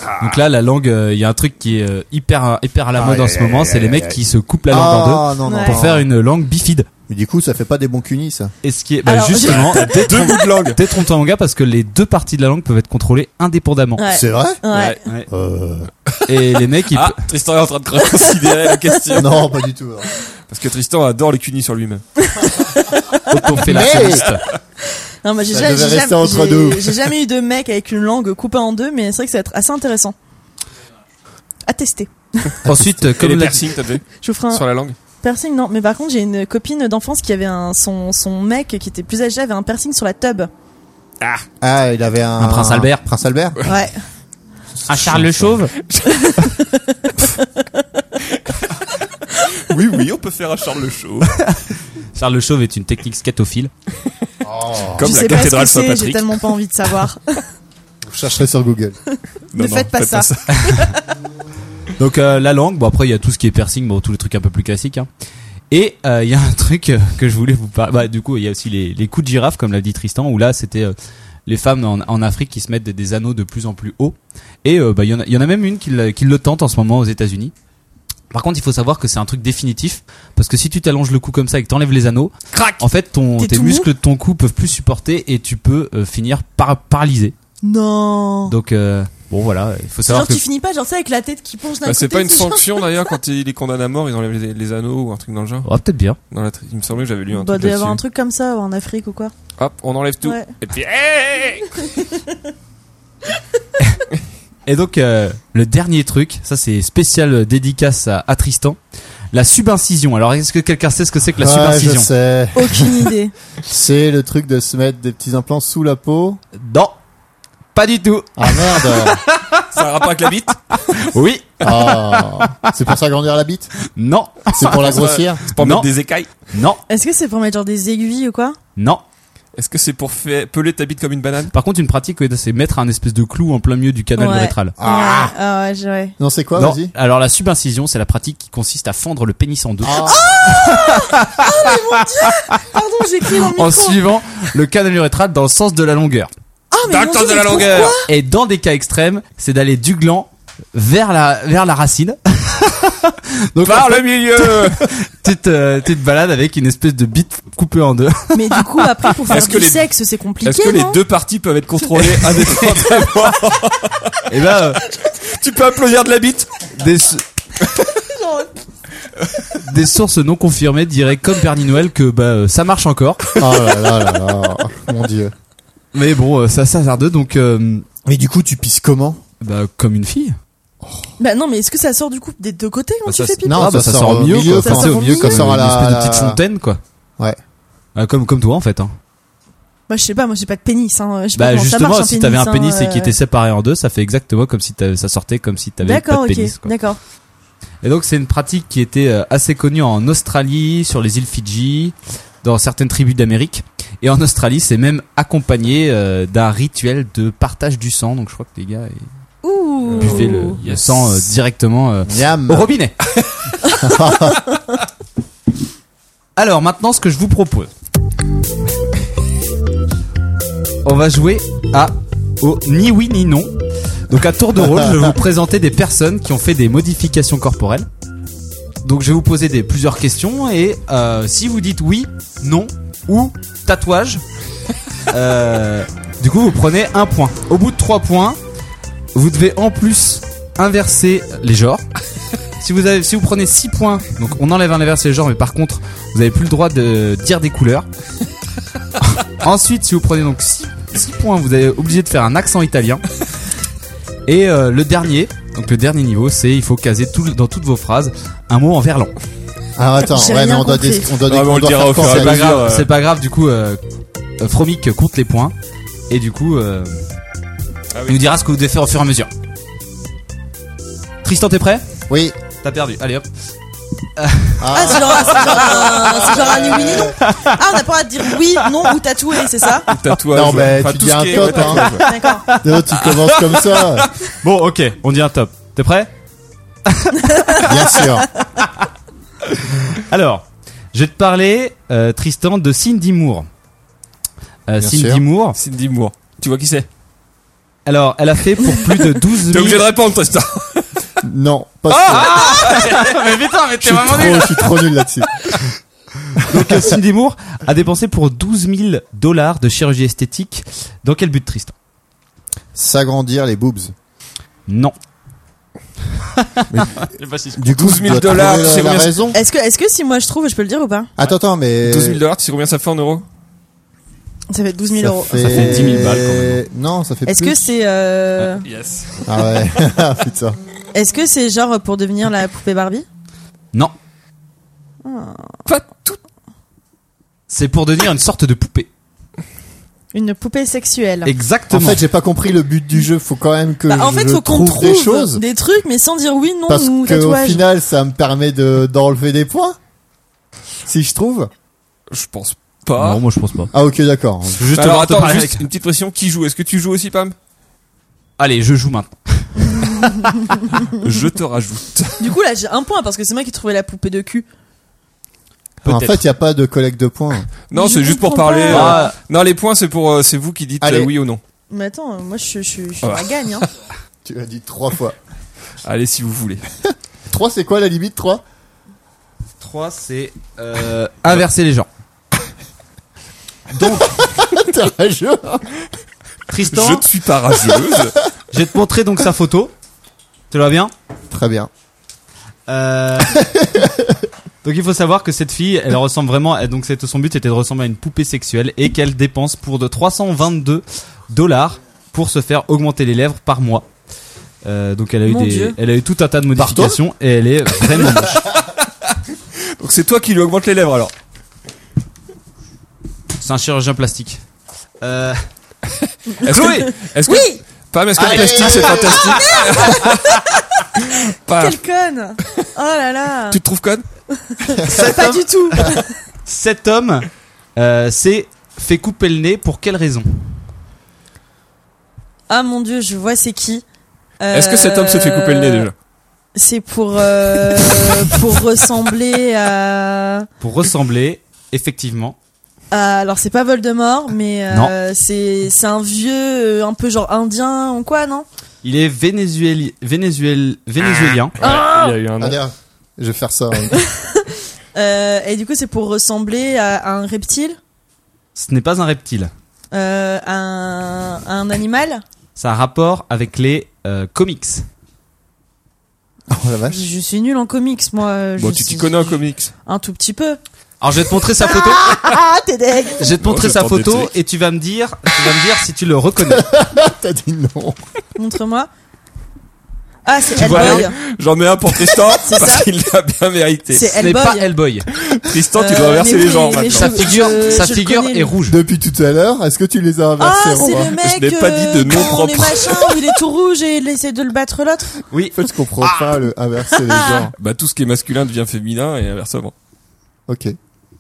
[SPEAKER 5] Ah.
[SPEAKER 7] Donc là, la langue, euh, il y a un truc qui est euh, hyper hyper à la mode en ce moment. C'est les mecs qui se coupent la langue en deux
[SPEAKER 4] Ah, non,
[SPEAKER 6] Ah. Ouais.
[SPEAKER 4] non.
[SPEAKER 7] pour faire une langue bifide.
[SPEAKER 4] Mais du coup, ça fait pas des bons cunis, ça.
[SPEAKER 7] Et ce qui est bah,
[SPEAKER 6] Alors,
[SPEAKER 7] justement deux bouts de langue. Détrompe-toi mon gars parce que les deux parties de la langue peuvent être contrôlées indépendamment.
[SPEAKER 6] Ouais.
[SPEAKER 4] C'est vrai
[SPEAKER 6] Ouais.
[SPEAKER 4] euh...
[SPEAKER 7] Et les mecs ils
[SPEAKER 5] Ah, Tristan est en train de reconsidérer la question.
[SPEAKER 4] Non, pas du tout. hein.
[SPEAKER 5] Parce que Tristan adore les cunis sur lui-même.
[SPEAKER 7] peuvent on fait la
[SPEAKER 4] Mais-
[SPEAKER 7] soliste.
[SPEAKER 6] Non, mais j'ai
[SPEAKER 4] Ça
[SPEAKER 6] jamais,
[SPEAKER 4] devait
[SPEAKER 6] j'ai
[SPEAKER 4] rester
[SPEAKER 6] jamais-
[SPEAKER 4] entre
[SPEAKER 6] j'ai-
[SPEAKER 4] nous.
[SPEAKER 6] j'ai jamais eu de mec avec une langue coupée en deux, mais c'est vrai que ça va être assez intéressant. À tester.
[SPEAKER 7] Ensuite euh,
[SPEAKER 5] Comme
[SPEAKER 7] comme
[SPEAKER 5] les
[SPEAKER 7] l'a
[SPEAKER 5] piercings, t'as vu
[SPEAKER 6] Je vous ferai un
[SPEAKER 5] Sur la langue
[SPEAKER 6] piercing, non. Mais par contre, j'ai une copine d'enfance qui avait un, son, son mec qui était plus âgé avait un piercing sur la tube.
[SPEAKER 4] Ah, il avait un...
[SPEAKER 7] Un prince Albert.
[SPEAKER 4] Prince Albert
[SPEAKER 6] Ouais.
[SPEAKER 8] Un Charles le Chauve
[SPEAKER 5] Oui, oui, on peut faire un Charles le Show.
[SPEAKER 7] dit- Charles le Chauve est une technique scatophile.
[SPEAKER 5] Oh.
[SPEAKER 7] Oh.
[SPEAKER 5] Comme
[SPEAKER 6] je
[SPEAKER 5] la
[SPEAKER 6] sais pas ce
[SPEAKER 5] cathédrale
[SPEAKER 6] que c'est, j'ai
[SPEAKER 5] Saint-Patrick.
[SPEAKER 6] tellement pas envie de savoir.
[SPEAKER 4] Je chercherai sur Google.
[SPEAKER 5] Non,
[SPEAKER 6] ne
[SPEAKER 5] non,
[SPEAKER 6] faites pas
[SPEAKER 5] faites
[SPEAKER 6] ça.
[SPEAKER 5] pas ça.
[SPEAKER 7] Donc euh, la langue, bon après il y a tout ce qui est piercing, bon tous les trucs un peu plus classiques hein. Et euh, il y a un truc euh, que je voulais vous parler. Bah, du coup, il y a aussi les, les coups de girafe, comme l'a dit Tristan, où là, c'était euh, les femmes en, en Afrique qui se mettent des, des anneaux de plus en plus hauts. Et euh, bah, il y, en a- il y en a même une qui, le- qui le tente en ce moment aux États-Unis. Par contre, il faut savoir que c'est un truc définitif, parce que si tu t'allonges le cou comme ça et que t'enlèves les anneaux,
[SPEAKER 5] Crac
[SPEAKER 7] en fait, ton,
[SPEAKER 6] T'es
[SPEAKER 7] tes
[SPEAKER 6] tout mou.
[SPEAKER 7] muscles de ton cou peuvent plus supporter et tu peux euh, finir par paralysé.
[SPEAKER 6] Non.
[SPEAKER 7] Donc euh, bon, voilà, il faut savoir
[SPEAKER 6] Genre,
[SPEAKER 7] que
[SPEAKER 6] tu finis pas, genre, tu sais, avec la tête qui penche d'un
[SPEAKER 5] Bah,
[SPEAKER 6] côté.
[SPEAKER 5] c'est pas une
[SPEAKER 6] genre-
[SPEAKER 5] sanction d'ailleurs quand il est condamné à mort, ils enlèvent les, les anneaux ou un truc dans le genre.
[SPEAKER 7] oh, peut-être bien.
[SPEAKER 5] Dans la tri- il me semblait que j'avais lu un
[SPEAKER 6] Bah,
[SPEAKER 5] truc.
[SPEAKER 6] doit y avoir un
[SPEAKER 5] là-dessus.
[SPEAKER 6] truc comme ça en Afrique ou quoi.
[SPEAKER 5] Hop, on enlève tout.
[SPEAKER 6] Ouais.
[SPEAKER 5] Et puis, eh, hey
[SPEAKER 7] Et donc euh, le dernier truc, ça c'est spécial dédicace à, à Tristan, la subincision. Alors est-ce que quelqu'un sait ce que c'est que la
[SPEAKER 4] ouais, je
[SPEAKER 7] subincision
[SPEAKER 4] sais.
[SPEAKER 6] Aucune idée.
[SPEAKER 4] C'est le truc de se mettre des petits implants sous la peau.
[SPEAKER 7] Non, pas du tout.
[SPEAKER 4] Ah merde
[SPEAKER 5] Ça a un rapport avec la bite
[SPEAKER 7] Oui,
[SPEAKER 4] Ah. C'est pour s'agrandir la bite
[SPEAKER 7] non,
[SPEAKER 4] C'est pour la grossir
[SPEAKER 5] C'est pour
[SPEAKER 7] Non.
[SPEAKER 5] mettre des écailles
[SPEAKER 7] non,
[SPEAKER 6] Est-ce que c'est pour mettre genre des aiguilles ou quoi
[SPEAKER 7] non.
[SPEAKER 5] Est-ce que c'est pour faire peler ta bite comme une banane
[SPEAKER 7] Par contre une pratique oui, c'est mettre un espèce de clou en plein milieu du canal
[SPEAKER 6] Ouais.
[SPEAKER 7] urétral.
[SPEAKER 4] Ah.
[SPEAKER 6] Ouais, ah ouais, je- ouais.
[SPEAKER 4] Non, c'est quoi
[SPEAKER 7] non.
[SPEAKER 4] Vas-y.
[SPEAKER 7] Alors la subincision, c'est la pratique qui consiste à fendre le pénis en deux
[SPEAKER 4] Ah.
[SPEAKER 6] Pardon, j'ai crié dans le micro.
[SPEAKER 7] en suivant le canal urétral dans le sens de la longueur.
[SPEAKER 6] Ah, mais
[SPEAKER 5] Dans le
[SPEAKER 6] mon
[SPEAKER 5] sens
[SPEAKER 6] Dieu,
[SPEAKER 5] de la
[SPEAKER 6] mais
[SPEAKER 5] longueur.
[SPEAKER 6] pourquoi
[SPEAKER 7] Et dans des cas extrêmes, c'est d'aller du gland vers la vers la racine. donc
[SPEAKER 5] Par le milieu
[SPEAKER 7] tu te, tu te balades avec une espèce de bite coupée en deux.
[SPEAKER 6] Mais du coup, après, pour faire
[SPEAKER 5] Est-ce
[SPEAKER 6] du
[SPEAKER 5] que les-
[SPEAKER 6] sexe, c'est compliqué.
[SPEAKER 5] Est-ce que les
[SPEAKER 6] non
[SPEAKER 5] deux parties peuvent être contrôlées indépendamment
[SPEAKER 7] Et ben euh,
[SPEAKER 5] Tu peux applaudir de la bite
[SPEAKER 7] Des, sou- des sources non confirmées diraient comme Bernie Noël que bah, euh, ça marche encore.
[SPEAKER 4] Oh là là là là. Mon dieu.
[SPEAKER 7] Mais bon, euh, ça hasardeux, donc euh,
[SPEAKER 4] Mais du coup, tu pisses comment
[SPEAKER 7] bah, comme une fille.
[SPEAKER 6] Bah non, mais est-ce que ça sort du coup des deux côtés quand
[SPEAKER 7] Bah,
[SPEAKER 6] tu
[SPEAKER 7] ça,
[SPEAKER 6] fais
[SPEAKER 7] c'est-
[SPEAKER 6] pipi
[SPEAKER 4] Non,
[SPEAKER 7] Ah, bah,
[SPEAKER 4] ça
[SPEAKER 7] ça,
[SPEAKER 4] sort
[SPEAKER 7] sort
[SPEAKER 4] au
[SPEAKER 7] au mieux, quoi.
[SPEAKER 4] milieu,
[SPEAKER 6] ça
[SPEAKER 7] C'est
[SPEAKER 6] sort
[SPEAKER 7] au mieux
[SPEAKER 6] au milieu,
[SPEAKER 7] comme
[SPEAKER 4] ça sort à
[SPEAKER 7] une
[SPEAKER 4] la-
[SPEAKER 7] espèce de
[SPEAKER 4] la-
[SPEAKER 7] petite fontaine, quoi.
[SPEAKER 4] Ouais.
[SPEAKER 7] Ah, comme, comme toi, en fait. Hein.
[SPEAKER 6] Bah je sais pas, moi j'ai pas de pénis. Hein. Je sais pas
[SPEAKER 7] Bah,
[SPEAKER 6] comment ça
[SPEAKER 7] justement,
[SPEAKER 6] marche,
[SPEAKER 7] si t'avais un pénis
[SPEAKER 6] hein,
[SPEAKER 7] et qui
[SPEAKER 6] euh,
[SPEAKER 7] était séparé en deux, ça fait exactement comme si t'avais- ça sortait comme si t'avais pas de
[SPEAKER 6] D'accord, ok,
[SPEAKER 7] pénis. Quoi.
[SPEAKER 6] d'accord.
[SPEAKER 7] Et donc, c'est une pratique qui était euh, assez connue en Australie, sur les îles Fidji, dans certaines tribus d'Amérique. Et en Australie, c'est même accompagné euh, d'un rituel de partage du sang. Donc, je crois que les gars,
[SPEAKER 6] Ouh.
[SPEAKER 7] buvez le,
[SPEAKER 6] Oh.
[SPEAKER 7] le sang euh, directement euh,
[SPEAKER 4] Miam.
[SPEAKER 5] Oh.
[SPEAKER 7] au robinet. Alors maintenant, ce que je vous propose, on va jouer à au ni oui ni non. Donc à tour de rôle, je vais vous présenter des personnes qui ont fait des modifications corporelles. Donc je vais vous poser des, plusieurs questions et euh, si vous dites oui, non ou tatouage, euh, du coup vous prenez un point. Au bout de trois points, vous devez en plus inverser les genres. Si vous, avez, si vous prenez 6 points, donc on enlève un inverser les genres, mais par contre, vous avez plus le droit de dire des couleurs. Ensuite, si vous prenez donc 6, points, vous êtes obligé de faire un accent italien. Et euh, le dernier, Donc le dernier niveau, c'est il faut caser tout- dans toutes vos phrases un mot en verlan.
[SPEAKER 4] Ah, attends,
[SPEAKER 6] J'ai
[SPEAKER 4] ouais, mais
[SPEAKER 6] rien
[SPEAKER 4] on doit,
[SPEAKER 6] compris.
[SPEAKER 4] des, on doit, des,
[SPEAKER 5] Ouais, mais on le
[SPEAKER 4] doit
[SPEAKER 5] dira
[SPEAKER 4] faire
[SPEAKER 5] au fur et à
[SPEAKER 4] corps,
[SPEAKER 7] C'est pas
[SPEAKER 5] mesure,
[SPEAKER 7] grave,
[SPEAKER 5] euh.
[SPEAKER 7] c'est pas grave, du coup, euh, euh, Fromic compte les points. Et du coup, euh, il nous dira ce que vous devez faire au fur et à mesure. Tristan, t'es prêt
[SPEAKER 4] Oui.
[SPEAKER 7] T'as perdu, allez hop.
[SPEAKER 6] Ah, c'est genre, c'est genre un, c'est genre un oui, oui, non. Ah, on a pas le droit de dire oui, non ou tatoué, c'est ça
[SPEAKER 5] Tatouage.
[SPEAKER 4] Non, mais
[SPEAKER 5] Enfin,
[SPEAKER 4] tu
[SPEAKER 5] tout
[SPEAKER 4] dis
[SPEAKER 5] ce
[SPEAKER 4] un
[SPEAKER 5] qui est-
[SPEAKER 4] top,
[SPEAKER 5] ouais, tatouage.
[SPEAKER 4] hein.
[SPEAKER 6] D'accord.
[SPEAKER 4] Non, tu commences comme ça,
[SPEAKER 7] Bon, ok, on dit un top. T'es prêt
[SPEAKER 4] bien sûr.
[SPEAKER 7] Alors, je vais te parler, euh, Tristan, de Cindy Moore. Euh,
[SPEAKER 4] Bien
[SPEAKER 7] Cindy
[SPEAKER 4] sûr.
[SPEAKER 7] Moore.
[SPEAKER 5] Cindy Moore. Tu vois qui c'est
[SPEAKER 7] Alors, elle a fait pour plus de 12
[SPEAKER 5] T'es
[SPEAKER 7] 000...
[SPEAKER 5] obligé de répondre, Tristan.
[SPEAKER 4] Non, pas
[SPEAKER 5] Ah,
[SPEAKER 3] mais putain, mais
[SPEAKER 4] je,
[SPEAKER 3] t'es
[SPEAKER 4] suis
[SPEAKER 3] vraiment
[SPEAKER 4] trop,
[SPEAKER 3] nul.
[SPEAKER 4] je suis trop nul là-dessus.
[SPEAKER 7] Donc euh, Cindy Moore a dépensé pour 12 000 dollars de chirurgie esthétique. Dans quel but, Tristan
[SPEAKER 4] S'agrandir les boobs.
[SPEAKER 7] Non.
[SPEAKER 4] Du coup,
[SPEAKER 5] 12 000
[SPEAKER 4] je dois
[SPEAKER 5] dollars,
[SPEAKER 4] trouver
[SPEAKER 5] c'est
[SPEAKER 4] la, la
[SPEAKER 5] combien ça-
[SPEAKER 4] raison.
[SPEAKER 6] Est-ce que, est-ce que si moi je trouve, je peux le dire ou pas
[SPEAKER 4] Attends, attends, mais
[SPEAKER 5] 12 000 dollars, tu sais combien ça fait en euros
[SPEAKER 6] Ça fait 12 000
[SPEAKER 4] ça
[SPEAKER 6] euros.
[SPEAKER 4] fait...
[SPEAKER 7] Ça fait 10 000 balles, quand
[SPEAKER 4] Non, ça fait
[SPEAKER 6] Est-ce
[SPEAKER 4] plus.
[SPEAKER 6] que c'est, euh,
[SPEAKER 5] Yes.
[SPEAKER 4] Ah ouais, Ah, putain.
[SPEAKER 6] est-ce que c'est genre pour devenir la poupée Barbie
[SPEAKER 7] Non.
[SPEAKER 5] Pas tout.
[SPEAKER 7] C'est pour devenir une sorte de poupée.
[SPEAKER 6] Une poupée sexuelle.
[SPEAKER 4] En
[SPEAKER 7] Exactement.
[SPEAKER 4] fait, j'ai pas compris le but du jeu. Faut quand même que
[SPEAKER 6] Bah, en
[SPEAKER 4] je
[SPEAKER 6] fait, faut qu'on
[SPEAKER 4] trouve,
[SPEAKER 6] trouve
[SPEAKER 4] des choses.
[SPEAKER 6] des trucs, mais sans dire oui, non
[SPEAKER 4] Parce
[SPEAKER 6] ou
[SPEAKER 4] que au
[SPEAKER 6] tatouage.
[SPEAKER 4] final, ça me permet de d'enlever des points. Si je trouve.
[SPEAKER 5] Je pense pas.
[SPEAKER 7] moi je pense pas.
[SPEAKER 4] Ah ok, d'accord.
[SPEAKER 7] Juste
[SPEAKER 5] Alors
[SPEAKER 7] voir te
[SPEAKER 5] attends,
[SPEAKER 7] parler
[SPEAKER 5] juste
[SPEAKER 7] avec-
[SPEAKER 5] une petite pression. Qui joue Est-ce que tu joues aussi, Pam
[SPEAKER 7] Allez, je joue maintenant.
[SPEAKER 5] Je te rajoute.
[SPEAKER 6] Du coup, là, j'ai un point parce que c'est moi qui trouvais la poupée de cul.
[SPEAKER 4] En fait, il y a pas de collecte de points.
[SPEAKER 5] Non,
[SPEAKER 6] Mais je
[SPEAKER 5] c'est juste pour
[SPEAKER 6] comprends
[SPEAKER 5] parler. euh,
[SPEAKER 6] pas.
[SPEAKER 5] Non, les points, c'est pour euh, c'est vous qui dites
[SPEAKER 4] Allez.
[SPEAKER 5] euh, oui ou non.
[SPEAKER 6] Mais attends, moi, je, je, je, je
[SPEAKER 5] Ah.
[SPEAKER 6] la gagne, hein.
[SPEAKER 4] Tu l'as dit trois fois.
[SPEAKER 5] Allez, si vous voulez.
[SPEAKER 4] Trois, c'est quoi la limite Trois.
[SPEAKER 7] 3 c'est euh, inverser les gens.
[SPEAKER 4] T'as un jeu.
[SPEAKER 7] Tristan,
[SPEAKER 5] Je ne suis pas rageuse.
[SPEAKER 7] je vais te montrer donc sa photo. Tu l'as bien
[SPEAKER 4] Très bien.
[SPEAKER 7] Euh, Donc il faut savoir que cette fille, elle ressemble vraiment. elle- Donc c'était- son but était de ressembler à une poupée sexuelle et qu'elle dépense pour de 322 dollars pour se faire augmenter les lèvres par mois. Euh, donc elle a eu
[SPEAKER 6] Mon
[SPEAKER 7] des,
[SPEAKER 6] Dieu.
[SPEAKER 7] elle a eu tout un tas de modifications et elle est vraiment moche.
[SPEAKER 5] Donc c'est toi qui lui augmente les lèvres alors.
[SPEAKER 7] C'est un chirurgien plastique. Euh,
[SPEAKER 5] Est-ce
[SPEAKER 7] Chloé
[SPEAKER 5] que, est-ce que
[SPEAKER 6] Oui! Ah,
[SPEAKER 5] Pam, est-ce que le
[SPEAKER 4] Allez.
[SPEAKER 5] plastique c'est fantastique Pam,
[SPEAKER 6] Quelle conne! Oh là là!
[SPEAKER 5] Ah. tu te trouves conne
[SPEAKER 6] Pas du tout!
[SPEAKER 7] cet homme euh, s'est fait couper le nez pour quelle raison
[SPEAKER 6] Ah mon dieu, je vois c'est qui. Euh,
[SPEAKER 5] Est-ce que cet homme se fait couper le nez déjà
[SPEAKER 6] C'est pour euh, pour ressembler à.
[SPEAKER 7] Pour ressembler effectivement
[SPEAKER 6] à- Euh, alors c'est pas Voldemort, mais euh, c'est c'est un vieux euh, un peu genre indien ou quoi non
[SPEAKER 7] Il est vénézuéli- vénézuél- vénézuélien.
[SPEAKER 5] Il y a eu
[SPEAKER 6] Ah,
[SPEAKER 5] un
[SPEAKER 4] Allez, je vais faire ça. Oh,
[SPEAKER 6] Euh, Et du coup c'est pour ressembler à, à un reptile,
[SPEAKER 7] Ce n'est pas un reptile.
[SPEAKER 6] euh, à, un, à un animal.
[SPEAKER 7] Ça a rapport avec les euh, comics.
[SPEAKER 4] Oh la vache.
[SPEAKER 6] Je, je suis nulle en comics moi. euh,
[SPEAKER 5] Bon,
[SPEAKER 6] je
[SPEAKER 5] tu t'y
[SPEAKER 6] suis-
[SPEAKER 5] connais en comics.
[SPEAKER 6] Un tout petit peu.
[SPEAKER 7] Alors je vais te montrer sa photo.
[SPEAKER 6] Ah t'es deg.
[SPEAKER 7] Je vais te montrer
[SPEAKER 5] Non,
[SPEAKER 7] sa
[SPEAKER 5] j'attends des
[SPEAKER 7] photo
[SPEAKER 5] trucs.
[SPEAKER 7] et tu vas me dire, tu vas me dire si tu le reconnais.
[SPEAKER 4] T'as dit non.
[SPEAKER 6] Montre-moi. Ah c'est
[SPEAKER 5] vois, hein.
[SPEAKER 6] Hellboy.
[SPEAKER 5] J'en ai un pour Tristan
[SPEAKER 6] C'est
[SPEAKER 5] parce
[SPEAKER 6] ça.
[SPEAKER 5] qu'il l'a bien mérité.
[SPEAKER 6] C'est
[SPEAKER 7] Ce n'est pas
[SPEAKER 6] Hellboy.
[SPEAKER 7] Hellboy.
[SPEAKER 5] Tristan, tu
[SPEAKER 6] Euh,
[SPEAKER 5] dois inverser
[SPEAKER 6] mais
[SPEAKER 5] les
[SPEAKER 6] oui,
[SPEAKER 5] genres
[SPEAKER 6] mais
[SPEAKER 5] maintenant.
[SPEAKER 7] Sa
[SPEAKER 6] Je-
[SPEAKER 7] figure,
[SPEAKER 6] je-
[SPEAKER 7] sa
[SPEAKER 6] je
[SPEAKER 7] figure
[SPEAKER 6] connais
[SPEAKER 7] est
[SPEAKER 6] le-
[SPEAKER 7] rouge.
[SPEAKER 4] Depuis tout à l'heure, est-ce que tu les as
[SPEAKER 6] Ah,
[SPEAKER 4] inversés
[SPEAKER 6] c'est
[SPEAKER 4] Romain
[SPEAKER 6] le mec.
[SPEAKER 5] n'ai pas dit de
[SPEAKER 6] euh,
[SPEAKER 5] nom
[SPEAKER 6] quand
[SPEAKER 5] propre.
[SPEAKER 6] Le machin où il est tout rouge et il essaie de le battre l'autre.
[SPEAKER 7] Oui.
[SPEAKER 4] En fait, je comprends pas le inverser les
[SPEAKER 6] Ah.
[SPEAKER 4] genres.
[SPEAKER 5] Bah tout ce qui est masculin devient féminin et inversement.
[SPEAKER 4] Ok.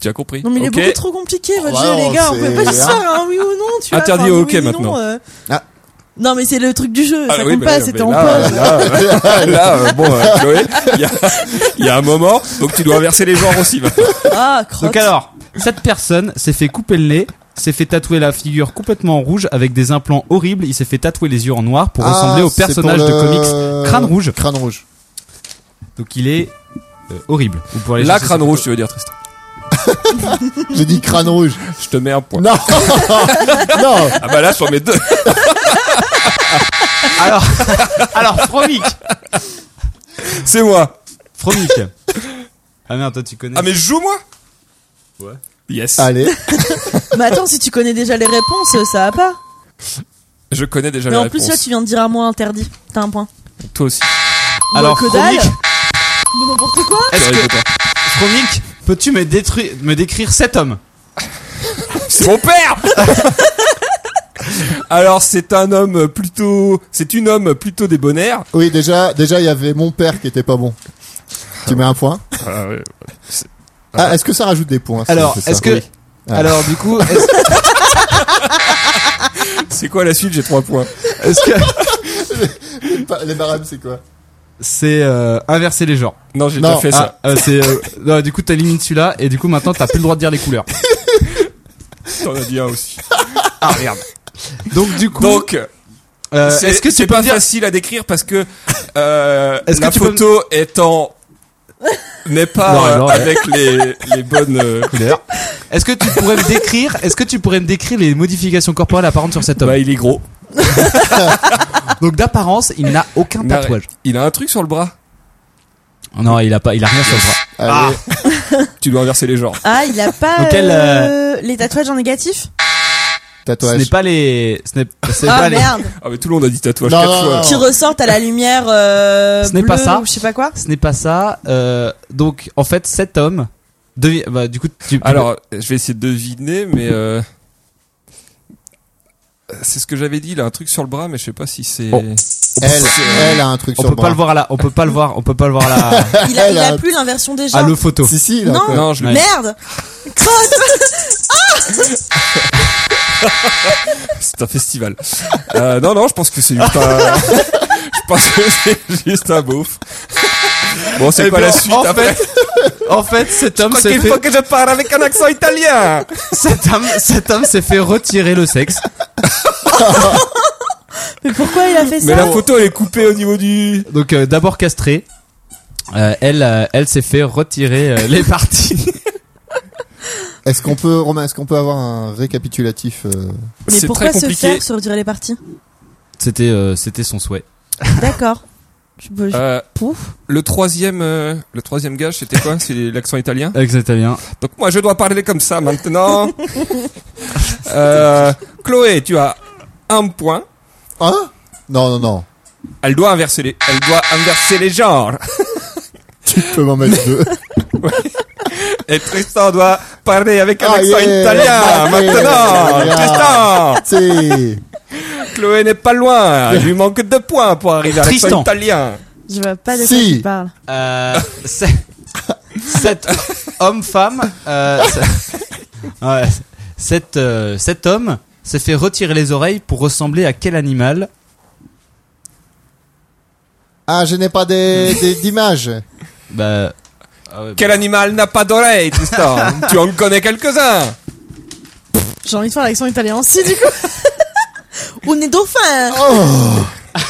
[SPEAKER 5] Tu as compris
[SPEAKER 6] Non, mais il
[SPEAKER 5] Ok.
[SPEAKER 6] est beaucoup trop compliqué, votre
[SPEAKER 4] Oh,
[SPEAKER 6] jeu,
[SPEAKER 4] non,
[SPEAKER 6] les gars. On
[SPEAKER 4] c'est-
[SPEAKER 6] peut pas juste faire un oui ou non, tu vois.
[SPEAKER 5] Interdit
[SPEAKER 6] enfin,
[SPEAKER 5] au
[SPEAKER 6] oui
[SPEAKER 5] hockey,
[SPEAKER 6] ou non,
[SPEAKER 5] maintenant.
[SPEAKER 6] euh.
[SPEAKER 4] Ah.
[SPEAKER 6] Non, mais c'est le truc du jeu.
[SPEAKER 5] Ah,
[SPEAKER 6] ça
[SPEAKER 5] oui,
[SPEAKER 6] compte
[SPEAKER 5] bah,
[SPEAKER 6] pas,
[SPEAKER 5] oui,
[SPEAKER 6] c'était
[SPEAKER 5] mais
[SPEAKER 6] en
[SPEAKER 5] là,
[SPEAKER 6] poche.
[SPEAKER 5] Là, euh, là, euh, bon, euh, Chloé, il y a, il y a un moment, donc tu dois inverser les genres aussi. maintenant.
[SPEAKER 6] Ah, crotte.
[SPEAKER 7] Donc alors, cette personne s'est fait couper le nez, s'est fait tatouer la figure complètement rouge avec des implants horribles, il s'est fait tatouer les yeux en noir pour ressembler
[SPEAKER 4] Ah,
[SPEAKER 7] au
[SPEAKER 4] c'est
[SPEAKER 7] personnage
[SPEAKER 4] pour
[SPEAKER 7] de
[SPEAKER 4] le-
[SPEAKER 7] comics. Crâne rouge.
[SPEAKER 4] Crâne rouge.
[SPEAKER 7] Donc il est euh, horrible. Vous pouvez aller
[SPEAKER 5] La
[SPEAKER 7] chercher
[SPEAKER 5] crâne
[SPEAKER 7] sa
[SPEAKER 5] rouge,
[SPEAKER 7] photo.
[SPEAKER 5] tu veux dire Tristan
[SPEAKER 4] J'ai dit crâne rouge.
[SPEAKER 5] Je te mets un point.
[SPEAKER 4] Non. non.
[SPEAKER 5] Ah bah là, je t'en mets deux.
[SPEAKER 7] Alors, alors Fromic,
[SPEAKER 5] C'est moi.
[SPEAKER 7] Fromic. Ah merde, toi tu connais.
[SPEAKER 5] Ah mais je joue moi Ouais. Yes.
[SPEAKER 4] Allez.
[SPEAKER 6] Mais attends, si tu connais déjà les réponses, euh, ça va pas.
[SPEAKER 5] Je connais déjà
[SPEAKER 6] Mais
[SPEAKER 5] la
[SPEAKER 6] en plus,
[SPEAKER 5] réponse.
[SPEAKER 6] là, tu viens de dire un mot interdit. T'as un point.
[SPEAKER 5] Toi aussi.
[SPEAKER 7] Alors,
[SPEAKER 6] que dalle.
[SPEAKER 7] Chronique,
[SPEAKER 6] Mais n'importe quoi
[SPEAKER 7] est-ce que- Chronique, peux-tu me, détruire, me décrire cet homme
[SPEAKER 5] C'est mon père Alors c'est un homme plutôt, c'est une homme plutôt débonnaire.
[SPEAKER 4] Oui, déjà, déjà, il y avait mon père qui était pas bon. Tu mets un point. Ah, est-ce que ça rajoute des points ça,
[SPEAKER 7] Alors,
[SPEAKER 4] c'est ça
[SPEAKER 7] est-ce que.
[SPEAKER 4] Oui. Ah.
[SPEAKER 7] Alors, du coup, est-ce
[SPEAKER 5] C'est quoi la suite J'ai trois points.
[SPEAKER 7] est-ce que.
[SPEAKER 4] Pa- les barèmes, c'est quoi
[SPEAKER 7] C'est euh, inverser les genres.
[SPEAKER 5] Non, j'ai
[SPEAKER 4] Non,
[SPEAKER 5] déjà fait ça.
[SPEAKER 7] Ah, euh, c'est, euh, non, du coup, t'élimines celui-là, et du coup, maintenant, t'as plus le droit de dire les couleurs.
[SPEAKER 5] T'en as dit un aussi.
[SPEAKER 7] Ah, merde. Donc, du coup.
[SPEAKER 5] Donc,
[SPEAKER 7] euh,
[SPEAKER 5] c'est-
[SPEAKER 7] est-ce que
[SPEAKER 5] c'est
[SPEAKER 7] tu
[SPEAKER 5] pas
[SPEAKER 7] peux me dire.
[SPEAKER 5] facile à décrire parce que euh,
[SPEAKER 7] Est-ce que
[SPEAKER 5] la
[SPEAKER 7] tu peux me-
[SPEAKER 5] photo étant n'est pas
[SPEAKER 7] Non,
[SPEAKER 5] euh,
[SPEAKER 7] non, ouais.
[SPEAKER 5] avec les, les bonnes euh, couleurs.
[SPEAKER 7] Est-ce que tu pourrais me décrire, est-ce que tu pourrais me décrire les modifications corporelles apparentes sur cet homme
[SPEAKER 5] Bah, il est gros.
[SPEAKER 7] Donc d'apparence, il n'a aucun
[SPEAKER 5] Il a-
[SPEAKER 7] tatouage.
[SPEAKER 5] Il a un truc sur le bras.
[SPEAKER 9] Non, il a pas, il a rien sur le bras.
[SPEAKER 7] Ah,
[SPEAKER 4] Allez.
[SPEAKER 5] Tu dois inverser les genres.
[SPEAKER 6] Ah, il a pas
[SPEAKER 7] Donc elle,
[SPEAKER 6] euh, les tatouages en négatif
[SPEAKER 7] Ce n'est
[SPEAKER 4] Tatouage.
[SPEAKER 7] pas les, ce n'est c'est
[SPEAKER 6] Ah
[SPEAKER 7] pas les-
[SPEAKER 6] merde
[SPEAKER 5] Ah mais tout le monde a dit tatouage
[SPEAKER 4] Non,
[SPEAKER 5] quatre
[SPEAKER 4] non,
[SPEAKER 5] fois.
[SPEAKER 4] non.
[SPEAKER 6] Qui ressortent à la lumière euh,
[SPEAKER 7] Ce n'est pas
[SPEAKER 6] bleue
[SPEAKER 7] ça.
[SPEAKER 6] ou je sais pas quoi
[SPEAKER 7] ce n'est pas ça. euh, donc en fait, cet homme devient, bah, du coup, tu,
[SPEAKER 5] Alors, je vais essayer de deviner, mais euh, c'est ce que j'avais dit. Il a un truc sur le bras, mais je sais pas si c'est.
[SPEAKER 7] Bon.
[SPEAKER 4] Elle, elle a un truc
[SPEAKER 7] on
[SPEAKER 4] sur
[SPEAKER 7] peut
[SPEAKER 4] le
[SPEAKER 7] pas
[SPEAKER 4] bras.
[SPEAKER 7] le voir à la, on peut pas le voir, on peut pas le voir à la,
[SPEAKER 6] Il a,
[SPEAKER 4] Elle
[SPEAKER 6] il a
[SPEAKER 4] a-
[SPEAKER 6] plus l'inversion des
[SPEAKER 7] à
[SPEAKER 6] genres.
[SPEAKER 7] Ah, le photo.
[SPEAKER 4] Si, si, là.
[SPEAKER 6] Non,
[SPEAKER 5] Non, je l'ai.
[SPEAKER 6] merde Crotte
[SPEAKER 5] C'est un festival. Euh, non, non, je pense que c'est juste un. je pense que c'est juste un beauf. Bon, c'est
[SPEAKER 7] Eh
[SPEAKER 5] quoi
[SPEAKER 7] bien,
[SPEAKER 5] la suite
[SPEAKER 7] en
[SPEAKER 5] après
[SPEAKER 7] En fait, cet homme s'est
[SPEAKER 5] Il
[SPEAKER 7] fait,
[SPEAKER 5] faut que je parle avec un accent italien.
[SPEAKER 7] cet homme, cet homme s'est fait retirer le sexe.
[SPEAKER 6] Mais pourquoi il a fait
[SPEAKER 5] Mais
[SPEAKER 6] ça
[SPEAKER 5] la photo, elle est coupée au niveau du.
[SPEAKER 7] Donc euh, d'abord castré. Euh, elle, euh, elle s'est fait retirer euh, les parties.
[SPEAKER 4] Est-ce qu'on peut, Romain, est-ce qu'on peut avoir un récapitulatif euh,
[SPEAKER 6] Mais
[SPEAKER 5] C'est
[SPEAKER 6] pourquoi
[SPEAKER 5] très
[SPEAKER 6] se
[SPEAKER 5] compliqué.
[SPEAKER 6] faire se retirer les parties
[SPEAKER 9] C'était, euh, c'était son souhait.
[SPEAKER 6] D'accord. Je peux- je-
[SPEAKER 5] Euh,
[SPEAKER 6] Pouf.
[SPEAKER 5] le troisième, euh, le troisième gage, c'était quoi C'est l'accent italien.
[SPEAKER 9] Avec cet italien.
[SPEAKER 5] Donc moi, je dois parler comme ça maintenant. Euh, Chloé, tu as un point.
[SPEAKER 4] Hein Non, non, non.
[SPEAKER 5] Elle doit inverser les, elle doit inverser les genres.
[SPEAKER 4] Tu peux m'en mettre deux.
[SPEAKER 5] Et Tristan doit parler avec un
[SPEAKER 4] Ah,
[SPEAKER 5] accent
[SPEAKER 4] yeah.
[SPEAKER 5] italien.
[SPEAKER 4] Ah,
[SPEAKER 5] Maintenant,
[SPEAKER 4] yeah.
[SPEAKER 5] Tristan,
[SPEAKER 4] C'est
[SPEAKER 5] Chloé n'est pas loin. Il lui manque deux points pour arriver à l'accent
[SPEAKER 9] Tristan.
[SPEAKER 5] italien.
[SPEAKER 6] Je vois pas de quoi
[SPEAKER 4] Si.
[SPEAKER 6] tu parles.
[SPEAKER 7] Euh, c'est- cet homme-femme, euh, c'est- ouais, cet, euh, cet homme s'est fait retirer les oreilles pour ressembler à quel animal
[SPEAKER 4] Ah, je n'ai pas des des- d'images.
[SPEAKER 7] Bah, ah ouais, bah,
[SPEAKER 5] Quel animal n'a pas d'oreille, Tristan Tu en connais quelques-uns.
[SPEAKER 6] J'ai envie de faire l'accent italien aussi, du coup. On est dauphin
[SPEAKER 4] Oh.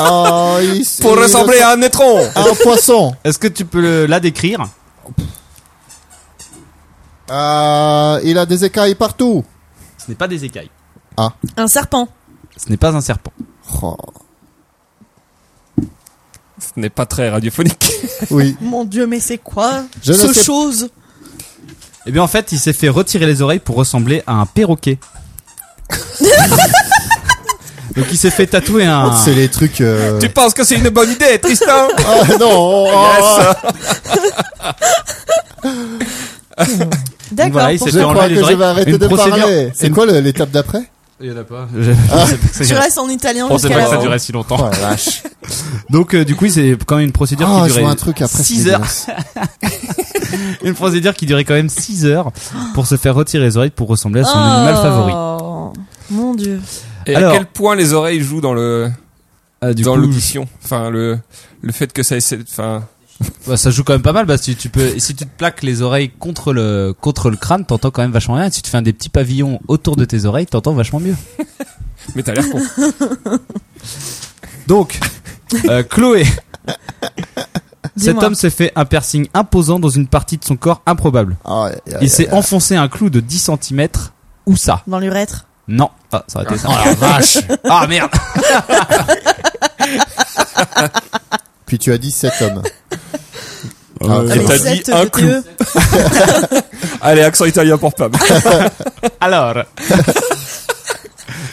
[SPEAKER 4] oh il-
[SPEAKER 5] Pour
[SPEAKER 4] il-
[SPEAKER 5] ressembler à un étron.
[SPEAKER 4] à un poisson.
[SPEAKER 7] Est-ce que tu peux le- la décrire
[SPEAKER 4] Euh, il a des écailles partout.
[SPEAKER 7] Ce n'est pas des écailles.
[SPEAKER 6] Un serpent.
[SPEAKER 7] Ce n'est pas un serpent.
[SPEAKER 4] Oh,
[SPEAKER 5] Ce n'est pas très radiophonique.
[SPEAKER 4] Oui.
[SPEAKER 6] Mon dieu, mais c'est quoi
[SPEAKER 4] Je ne
[SPEAKER 6] ce
[SPEAKER 4] sais-
[SPEAKER 6] chose
[SPEAKER 7] Eh bien, en fait, il s'est fait retirer les oreilles pour ressembler à un perroquet. Donc, il s'est fait tatouer un.
[SPEAKER 9] Oh,
[SPEAKER 4] Oh, C'est les trucs. euh,
[SPEAKER 5] Tu penses que c'est une bonne idée, Tristan
[SPEAKER 4] Ah non. oh,
[SPEAKER 6] D'accord.
[SPEAKER 7] Voilà, il
[SPEAKER 6] pour-
[SPEAKER 7] s'est
[SPEAKER 4] Je
[SPEAKER 7] fait
[SPEAKER 4] crois
[SPEAKER 7] enlever les
[SPEAKER 4] que je
[SPEAKER 7] oreilles.
[SPEAKER 4] vais arrêter
[SPEAKER 7] Une
[SPEAKER 4] de
[SPEAKER 7] procédure-
[SPEAKER 4] parler. C'est
[SPEAKER 7] une-
[SPEAKER 4] quoi le- l'étape d'après
[SPEAKER 7] Il y en a pas. Je- je sais pas que c'est
[SPEAKER 6] Tu
[SPEAKER 7] grave.
[SPEAKER 6] restes en italien
[SPEAKER 9] On sait
[SPEAKER 6] jusqu'à
[SPEAKER 9] pas
[SPEAKER 6] la
[SPEAKER 9] que ça
[SPEAKER 6] fin.
[SPEAKER 9] durait si longtemps.
[SPEAKER 4] Oh la vache.
[SPEAKER 7] Donc, euh, du coup, c'est quand même une procédure
[SPEAKER 4] Ah,
[SPEAKER 7] qui
[SPEAKER 4] je
[SPEAKER 7] durait.
[SPEAKER 4] vois un truc après.
[SPEAKER 7] six
[SPEAKER 4] c'est
[SPEAKER 7] heures.
[SPEAKER 4] dégueulasse.
[SPEAKER 7] Une procédure qui durait quand même 6 heures pour se faire retirer les oreilles pour ressembler à
[SPEAKER 6] Oh.
[SPEAKER 7] son animal favori.
[SPEAKER 6] favori. Mon dieu.
[SPEAKER 5] Et
[SPEAKER 7] Alors-
[SPEAKER 5] à quel point les oreilles jouent dans le
[SPEAKER 7] Ah, du
[SPEAKER 5] dans
[SPEAKER 7] coup,
[SPEAKER 5] l'audition Enfin, le le fait que ça essaie. Enfin,
[SPEAKER 7] bah, ça joue quand même pas mal parce que tu peux, si tu te plaques les oreilles contre le contre le crâne, t'entends quand même vachement rien. Si tu te fais un des petits pavillons autour de tes oreilles, t'entends vachement mieux.
[SPEAKER 5] mais t'as l'air con.
[SPEAKER 7] Donc, euh, Chloé, cet
[SPEAKER 6] Dis-moi.
[SPEAKER 7] homme s'est fait un piercing imposant dans une partie de son corps improbable.
[SPEAKER 4] Ah, ouais, ouais,
[SPEAKER 7] Il s'est enfoncé un clou de 10 cm. Où ça
[SPEAKER 6] Dans l'urètre.
[SPEAKER 7] Non. Ah, ça aurait été ça.
[SPEAKER 5] vache
[SPEAKER 7] Ah merde
[SPEAKER 4] Puis tu as dit sept hommes. Ah,
[SPEAKER 5] Et
[SPEAKER 4] ouais.
[SPEAKER 5] t'as
[SPEAKER 6] Euh, Les
[SPEAKER 5] dit
[SPEAKER 6] sept
[SPEAKER 5] un
[SPEAKER 6] de
[SPEAKER 5] clou.
[SPEAKER 6] TE.
[SPEAKER 5] Allez, accent italien pour Pam.
[SPEAKER 7] Alors.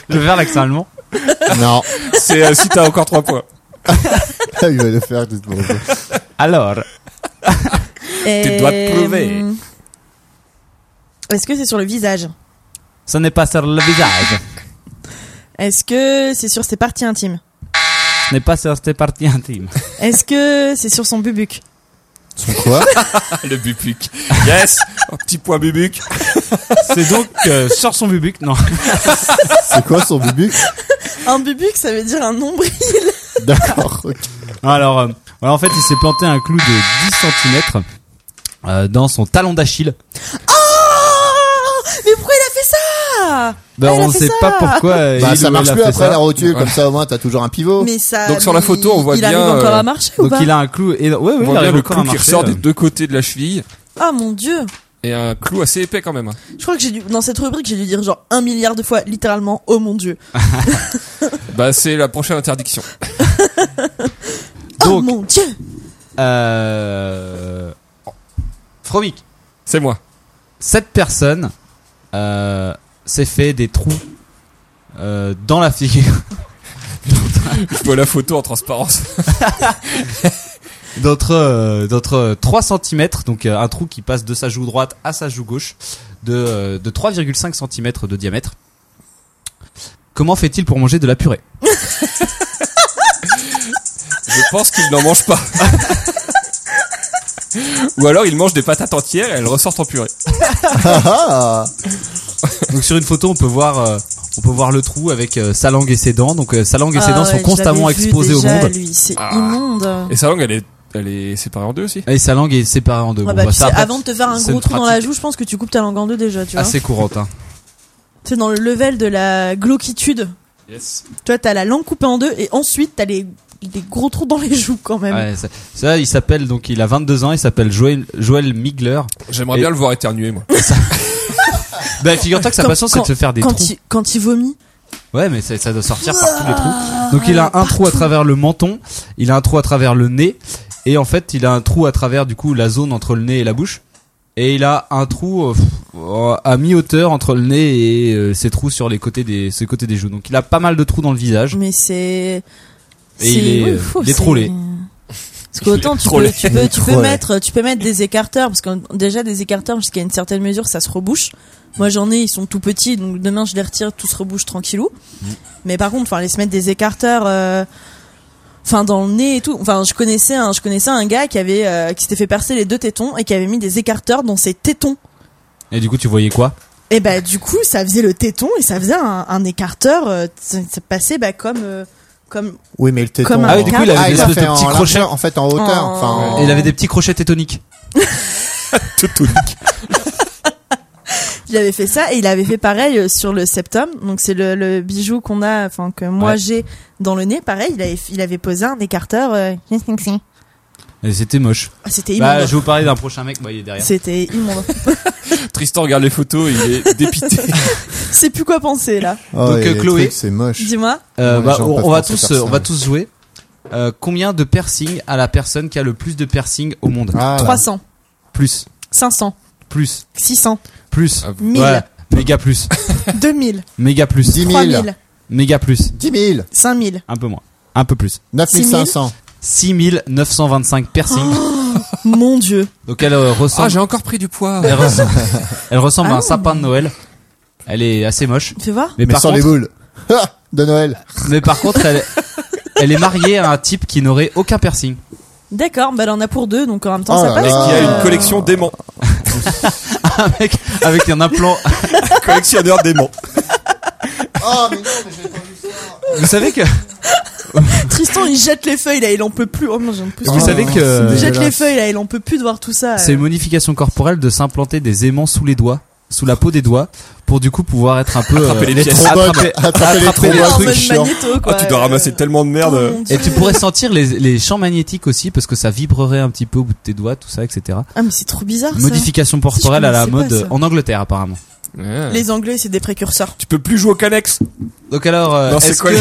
[SPEAKER 7] Je vais faire l'accent allemand.
[SPEAKER 4] Non.
[SPEAKER 5] C'est euh, si t'as encore trois points.
[SPEAKER 4] Il va le faire juste pour ça.
[SPEAKER 7] Alors,
[SPEAKER 6] Et,
[SPEAKER 5] dois te prouver.
[SPEAKER 6] hum, Est-ce que c'est sur le visage
[SPEAKER 7] ça n'est pas sur le visage.
[SPEAKER 6] Est-ce que c'est sur ses parties intimes
[SPEAKER 7] Ce n'est pas sur tes parties intimes.
[SPEAKER 6] Est-ce que c'est sur son bubuc
[SPEAKER 4] Son quoi
[SPEAKER 5] Ah, Le bubuc. Ah Yes Un petit point bubuc.
[SPEAKER 7] C'est donc euh, sur son bubuc, non.
[SPEAKER 4] C'est quoi son bubu
[SPEAKER 6] Un bubuc, ça veut dire un nombril.
[SPEAKER 4] D'accord. ok.
[SPEAKER 7] Alors, euh, voilà, en fait, il s'est planté un clou de 10 cm dans son talon d'Achille.
[SPEAKER 6] Oh Mais pourquoi il a fait ça
[SPEAKER 7] Ben,
[SPEAKER 6] Ah, il a
[SPEAKER 7] on ne
[SPEAKER 6] fait
[SPEAKER 7] sait
[SPEAKER 6] ça
[SPEAKER 7] pas pourquoi. euh,
[SPEAKER 4] Bah,
[SPEAKER 7] il
[SPEAKER 4] ça
[SPEAKER 7] ou
[SPEAKER 4] marche
[SPEAKER 7] elle a
[SPEAKER 4] plus
[SPEAKER 7] fait
[SPEAKER 4] après
[SPEAKER 7] ça.
[SPEAKER 4] la rotule, comme ça au moins t'as toujours un
[SPEAKER 7] Oh.
[SPEAKER 4] pivot.
[SPEAKER 6] Mais ça.
[SPEAKER 5] Donc, sur la
[SPEAKER 6] mais
[SPEAKER 5] photo, on voit
[SPEAKER 6] il Il
[SPEAKER 5] bien,
[SPEAKER 6] arrive encore
[SPEAKER 5] euh,
[SPEAKER 6] à marcher ou
[SPEAKER 7] Donc
[SPEAKER 6] pas
[SPEAKER 7] il a un clou et ouais, ouais,
[SPEAKER 5] On
[SPEAKER 7] il
[SPEAKER 5] voit bien
[SPEAKER 7] arrive
[SPEAKER 5] le
[SPEAKER 7] encore
[SPEAKER 5] clou
[SPEAKER 7] à
[SPEAKER 5] qui
[SPEAKER 7] marcher,
[SPEAKER 5] ressort
[SPEAKER 7] là.
[SPEAKER 5] des deux côtés de la cheville
[SPEAKER 6] Ah mon dieu
[SPEAKER 5] et un clou assez épais quand même. hein.
[SPEAKER 6] Je crois que j'ai dû. Dans cette rubrique, j'ai dû dire genre un milliard de fois, littéralement, oh mon dieu
[SPEAKER 5] Bah c'est la prochaine interdiction.
[SPEAKER 6] Oh
[SPEAKER 7] Donc-
[SPEAKER 6] mon dieu
[SPEAKER 7] Euh... Fromic,
[SPEAKER 5] C'est moi.
[SPEAKER 7] cette personne euh, s'est fait des trous euh, dans la figure,
[SPEAKER 5] Je vois la photo en transparence.
[SPEAKER 7] d'entre euh, d'entre 3 cm, donc euh, un trou qui passe de sa joue droite à sa joue gauche, de, euh, de 3,5 cm de diamètre. Comment fait-il pour manger de la purée
[SPEAKER 5] Je pense qu'il n'en mange pas. Ou alors il mange des patates entières et elles ressortent en purée.
[SPEAKER 4] Ah, ah.
[SPEAKER 7] Donc sur une photo, on peut voir euh, on peut voir le trou avec euh, sa langue et ses dents. Donc euh, sa langue et ses
[SPEAKER 6] Ah
[SPEAKER 7] dents
[SPEAKER 6] ouais,
[SPEAKER 7] sont
[SPEAKER 6] je
[SPEAKER 7] constamment
[SPEAKER 6] l'avais vu
[SPEAKER 7] exposées au
[SPEAKER 6] déjà,
[SPEAKER 7] monde.
[SPEAKER 6] lui, C'est
[SPEAKER 5] Ah.
[SPEAKER 6] immonde
[SPEAKER 5] Et sa langue elle est, elle est séparée en deux aussi.
[SPEAKER 7] Et sa langue est séparée en deux.
[SPEAKER 6] Ah
[SPEAKER 7] Bon,
[SPEAKER 6] bah,
[SPEAKER 7] bah,
[SPEAKER 6] tu
[SPEAKER 7] ça,
[SPEAKER 6] sais,
[SPEAKER 7] après,
[SPEAKER 6] avant de te faire un
[SPEAKER 7] c'est
[SPEAKER 6] gros
[SPEAKER 7] une
[SPEAKER 6] trou dans la
[SPEAKER 7] pratique
[SPEAKER 6] joue, je pense que tu coupes ta langue en deux déjà, tu vois.
[SPEAKER 7] assez courante. Hein.
[SPEAKER 6] C'est dans le level de la glauquitude.
[SPEAKER 5] Yes.
[SPEAKER 6] Tu vois, t'as la langue coupée en deux et ensuite t'as les, les gros trous dans les joues quand même.
[SPEAKER 7] Ouais, ça, ça, il s'appelle donc il a 22 ans, il s'appelle Joël, Joël Migler.
[SPEAKER 5] J'aimerais
[SPEAKER 7] Et-
[SPEAKER 5] bien le voir éternuer moi.
[SPEAKER 7] Bah figure-toi que sa
[SPEAKER 6] Quand-
[SPEAKER 7] passion c'est de se faire des
[SPEAKER 6] quand
[SPEAKER 7] trous.
[SPEAKER 6] Il, quand il Ah, vomit.
[SPEAKER 7] Ouais, mais ça, ça doit sortir par tous les trous. Donc il a un trou à travers le menton, il a un trou à travers le nez et en fait, il a un trou à travers du coup la zone entre le nez et la bouche. Et il a un trou euh, pff, euh, à mi-hauteur entre le nez et euh, ses trous sur les côtés des ses côtés des joues. Donc il a pas mal de trous dans le visage.
[SPEAKER 6] Mais c'est.
[SPEAKER 7] Et il
[SPEAKER 6] c'est-
[SPEAKER 7] est,
[SPEAKER 6] oui,
[SPEAKER 7] euh,
[SPEAKER 6] fou,
[SPEAKER 7] il est
[SPEAKER 6] c'est-
[SPEAKER 7] trollé.
[SPEAKER 6] Parce qu'autant tu peux,
[SPEAKER 5] trollé.
[SPEAKER 6] tu peux, tu peux
[SPEAKER 4] Trollé.
[SPEAKER 6] mettre, tu peux mettre des écarteurs, parce que déjà des écarteurs jusqu'à une certaine mesure ça se rebouche. Moi j'en ai, ils sont tout petits, donc demain je les retire, tout se rebouche tranquillou.
[SPEAKER 7] Mm.
[SPEAKER 6] Mais par contre, enfin, aller se mettre des écarteurs, euh, enfin dans le nez et tout. Enfin, je connaissais un, je connaissais un gars qui avait, euh, qui s'était fait percer les deux tétons et qui avait mis des écarteurs dans ses tétons.
[SPEAKER 7] Et du coup, tu voyais quoi
[SPEAKER 6] Et bah du coup, ça faisait le téton et ça faisait un, un écarteur. euh, ça ça passait bah comme, euh, comme
[SPEAKER 4] Oui, mais le téton.
[SPEAKER 6] Comme un Ah oui, du coup, il avait
[SPEAKER 4] Ah,
[SPEAKER 6] une
[SPEAKER 4] l'a
[SPEAKER 7] espèce de
[SPEAKER 4] fait en
[SPEAKER 7] petit
[SPEAKER 4] largeur,
[SPEAKER 7] crochet.
[SPEAKER 4] En fait, en hauteur.
[SPEAKER 6] Oh.
[SPEAKER 4] Enfin, en-
[SPEAKER 7] hein. Et il avait des petits crochets tétoniques.
[SPEAKER 6] Il avait fait ça et il avait fait pareil euh, sur le septum. Donc c'est le, le bijou qu'on a, enfin que moi
[SPEAKER 7] Ouais.
[SPEAKER 6] j'ai dans le nez. Pareil, il avait, il avait posé un écarteur. euh,
[SPEAKER 7] Et c'était moche.
[SPEAKER 6] ah, C'était immonde.
[SPEAKER 7] Bah, je vais vous parler d'un prochain mec, bah, il est derrière.
[SPEAKER 6] C'était immonde.
[SPEAKER 5] Tristan regarde les photos, il est dépité.
[SPEAKER 6] Je sais plus quoi penser là.
[SPEAKER 4] oh,
[SPEAKER 7] Donc,
[SPEAKER 4] il y a
[SPEAKER 7] euh,
[SPEAKER 4] des
[SPEAKER 7] Chloé.
[SPEAKER 4] trucs, C'est moche.
[SPEAKER 6] Dis-moi.
[SPEAKER 7] Euh,
[SPEAKER 4] Ouais,
[SPEAKER 7] bah,
[SPEAKER 4] les gens
[SPEAKER 7] on,
[SPEAKER 4] peuvent
[SPEAKER 7] on va
[SPEAKER 4] penser
[SPEAKER 7] tous,
[SPEAKER 4] faire
[SPEAKER 7] euh,
[SPEAKER 4] ça,
[SPEAKER 7] on
[SPEAKER 4] ouais.
[SPEAKER 7] va tous jouer. Euh, combien de piercings a la personne qui a le plus de piercings au monde
[SPEAKER 4] Ah, là.
[SPEAKER 6] 300,
[SPEAKER 7] Plus,
[SPEAKER 6] 500,
[SPEAKER 7] plus,
[SPEAKER 6] 600,
[SPEAKER 7] plus.
[SPEAKER 5] Ah,
[SPEAKER 6] 1000,
[SPEAKER 7] Ouais, méga plus,
[SPEAKER 6] 2000,
[SPEAKER 7] méga plus,
[SPEAKER 4] 10 000.
[SPEAKER 6] 3000,
[SPEAKER 7] méga plus,
[SPEAKER 4] 10 000.
[SPEAKER 6] 5000.
[SPEAKER 7] un peu moins, un peu plus.
[SPEAKER 4] 9500.
[SPEAKER 7] 6925 piercings.
[SPEAKER 6] Mon dieu.
[SPEAKER 7] Donc elle euh,
[SPEAKER 5] Ah
[SPEAKER 7] ressemble,
[SPEAKER 5] j'ai encore pris du poids.
[SPEAKER 7] elle ressemble, elle ressemble à
[SPEAKER 6] Ah.
[SPEAKER 7] un sapin de Noël. Elle est assez moche.
[SPEAKER 6] Fais voir.
[SPEAKER 7] Mais,
[SPEAKER 4] Mais
[SPEAKER 7] par,
[SPEAKER 4] sans les
[SPEAKER 7] contre,
[SPEAKER 4] boules. Ah, De Noël.
[SPEAKER 7] mais par contre, elle, elle est mariée à un type qui n'aurait aucun piercing.
[SPEAKER 6] D'accord, bah elle en a pour deux, donc en même temps
[SPEAKER 4] Oh
[SPEAKER 6] ça
[SPEAKER 4] là
[SPEAKER 6] passe.
[SPEAKER 5] Et qui a
[SPEAKER 4] Euh.
[SPEAKER 5] une collection d'aimants.
[SPEAKER 7] Un mec avec un implant.
[SPEAKER 5] Collectionneur d'aimants.
[SPEAKER 4] Oh, mais non, mais j'ai pas vu ça.
[SPEAKER 7] Vous savez que,
[SPEAKER 6] Tristan il jette les feuilles là, il en peut plus. Oh non, j'en peux
[SPEAKER 7] vous
[SPEAKER 4] Oh,
[SPEAKER 7] savez que. Euh,
[SPEAKER 4] c'est déjà-
[SPEAKER 6] Il jette les
[SPEAKER 4] dégueulasse.
[SPEAKER 6] feuilles là, il en peut plus de voir tout ça.
[SPEAKER 7] C'est
[SPEAKER 6] euh.
[SPEAKER 7] une modification corporelle de s'implanter des aimants sous les doigts, sous la peau des doigts, pour du coup pouvoir être un peu euh,
[SPEAKER 5] Attraper les pièces.
[SPEAKER 4] Trombones.
[SPEAKER 7] attraper-
[SPEAKER 4] Attraper les
[SPEAKER 7] attraper
[SPEAKER 6] Ouais, en
[SPEAKER 4] trombones.
[SPEAKER 6] mode
[SPEAKER 4] chiant.
[SPEAKER 6] magnéto, quoi.
[SPEAKER 5] Ah tu dois
[SPEAKER 6] Euh,
[SPEAKER 5] ramasser tellement de
[SPEAKER 6] oh
[SPEAKER 5] merde.
[SPEAKER 6] mon Dieu.
[SPEAKER 7] Et tu pourrais sentir les, les champs magnétiques aussi parce que ça vibrerait un petit peu au bout de tes doigts, tout ça, etc.
[SPEAKER 6] Ah, mais c'est trop bizarre,
[SPEAKER 7] Modification corporelle à la
[SPEAKER 6] connaissais
[SPEAKER 7] mode
[SPEAKER 6] pas, ça.
[SPEAKER 7] euh, en Angleterre apparemment.
[SPEAKER 6] ça. Les Anglais, c'est des précurseurs.
[SPEAKER 5] Tu peux plus jouer au Canex.
[SPEAKER 7] Donc alors, euh,
[SPEAKER 5] Non, c'est
[SPEAKER 7] est-ce
[SPEAKER 5] quoi
[SPEAKER 7] que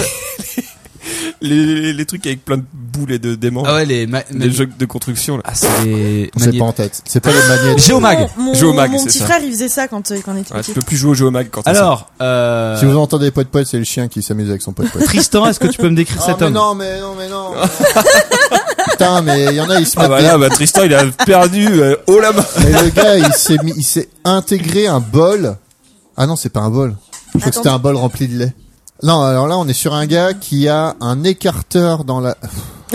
[SPEAKER 5] les... les, les trucs avec plein de boules et de démons.
[SPEAKER 7] Ah ouais, les, ma-
[SPEAKER 5] Les jeux de construction, là.
[SPEAKER 7] Ah, c'est les
[SPEAKER 4] C'est
[SPEAKER 7] magné-
[SPEAKER 4] pas en tête. C'est pas les magnettes.
[SPEAKER 7] Géomag.
[SPEAKER 6] Mon, mon-
[SPEAKER 5] Joue au mag,
[SPEAKER 6] mon
[SPEAKER 5] c'est
[SPEAKER 6] petit
[SPEAKER 5] ça.
[SPEAKER 6] frère, il faisait ça quand, euh, quand on était
[SPEAKER 5] Ouais, tu
[SPEAKER 6] petit.
[SPEAKER 5] peux plus jouer au jeu au mag quand t'as
[SPEAKER 7] Alors, euh,
[SPEAKER 4] Si vous entendez poète poète, c'est le chien qui s'amuse avec son poète poète.
[SPEAKER 7] Tristan, est-ce que tu peux me décrire
[SPEAKER 4] Ah,
[SPEAKER 7] cet
[SPEAKER 4] mais
[SPEAKER 7] homme
[SPEAKER 4] non, mais non, mais non. Putain, mais il y en a, ils se
[SPEAKER 5] ça. Ah
[SPEAKER 4] mettent
[SPEAKER 5] bah
[SPEAKER 4] des-
[SPEAKER 5] là, bah, Tristan, il a perdu euh, haut la main.
[SPEAKER 4] Mais le gars, il s'est mis, il s'est intégré un bol. Ah non, c'est pas un bol. Je crois que
[SPEAKER 6] Attends.
[SPEAKER 4] c'était un bol rempli de lait. Non, alors là, on est sur un gars qui a un écarteur dans la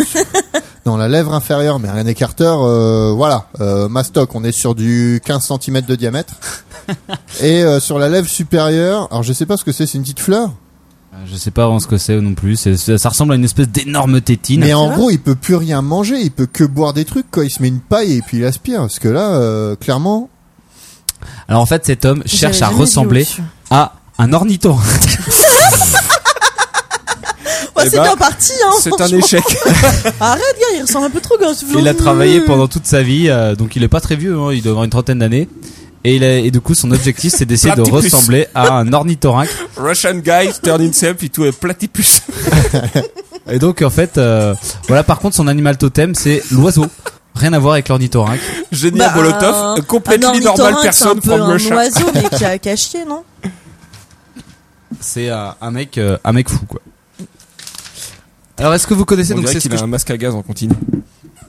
[SPEAKER 4] dans la lèvre inférieure, mais un écarteur, euh, voilà, euh, mastoc. On est sur du 15 cm de diamètre. Et euh, sur la lèvre supérieure, alors je sais pas ce que c'est, c'est une petite fleur.
[SPEAKER 7] Euh, Je sais pas vraiment ce que c'est non plus. C'est- Ça, ça ressemble à une espèce d'énorme tétine.
[SPEAKER 4] Mais en gros, il peut plus rien manger, il peut que boire des trucs. Quoi, il se met une paille et puis il aspire. Parce que là, euh, clairement,
[SPEAKER 7] Alors en fait, cet homme cherche
[SPEAKER 6] J'avais
[SPEAKER 7] à
[SPEAKER 6] jamais vu
[SPEAKER 7] ressembler
[SPEAKER 6] au-dessus.
[SPEAKER 5] Eh
[SPEAKER 7] à Ah, un ornithorynque.
[SPEAKER 6] Ouais,
[SPEAKER 5] Eh
[SPEAKER 6] c'est
[SPEAKER 5] ben,
[SPEAKER 6] bien parti, hein.
[SPEAKER 5] C'est un
[SPEAKER 6] franchement.
[SPEAKER 5] échec.
[SPEAKER 6] Arrête, gars, il ressemble un peu trop gosse.
[SPEAKER 7] Il a travaillé pendant toute sa vie, euh, donc il est pas très vieux, hein, il doit avoir une trentaine d'années. Et, il a- et du coup, son objectif, c'est d'essayer
[SPEAKER 5] Un
[SPEAKER 7] de
[SPEAKER 5] petit plus.
[SPEAKER 7] ressembler à un ornithorynque.
[SPEAKER 5] Russian guy turn himself into a platypus.
[SPEAKER 7] Et donc, en fait, euh, voilà. Par contre, son animal totem, c'est l'oiseau. Rien à voir avec l'ornithorynque.
[SPEAKER 5] Génie
[SPEAKER 6] Bah, un-
[SPEAKER 5] Molotov,
[SPEAKER 6] un
[SPEAKER 5] complètement
[SPEAKER 6] ornithorynque,
[SPEAKER 5] normal personne
[SPEAKER 6] C'est un peu
[SPEAKER 5] from
[SPEAKER 6] un
[SPEAKER 5] Russia.
[SPEAKER 6] oiseau, mais qui a caché, non
[SPEAKER 7] C'est euh, un mec, euh, un mec fou, quoi. Alors, est-ce que vous connaissez
[SPEAKER 5] On
[SPEAKER 7] donc
[SPEAKER 5] dirait
[SPEAKER 7] c'est ce
[SPEAKER 5] qu'il
[SPEAKER 7] que
[SPEAKER 5] a un masque à gaz en continu.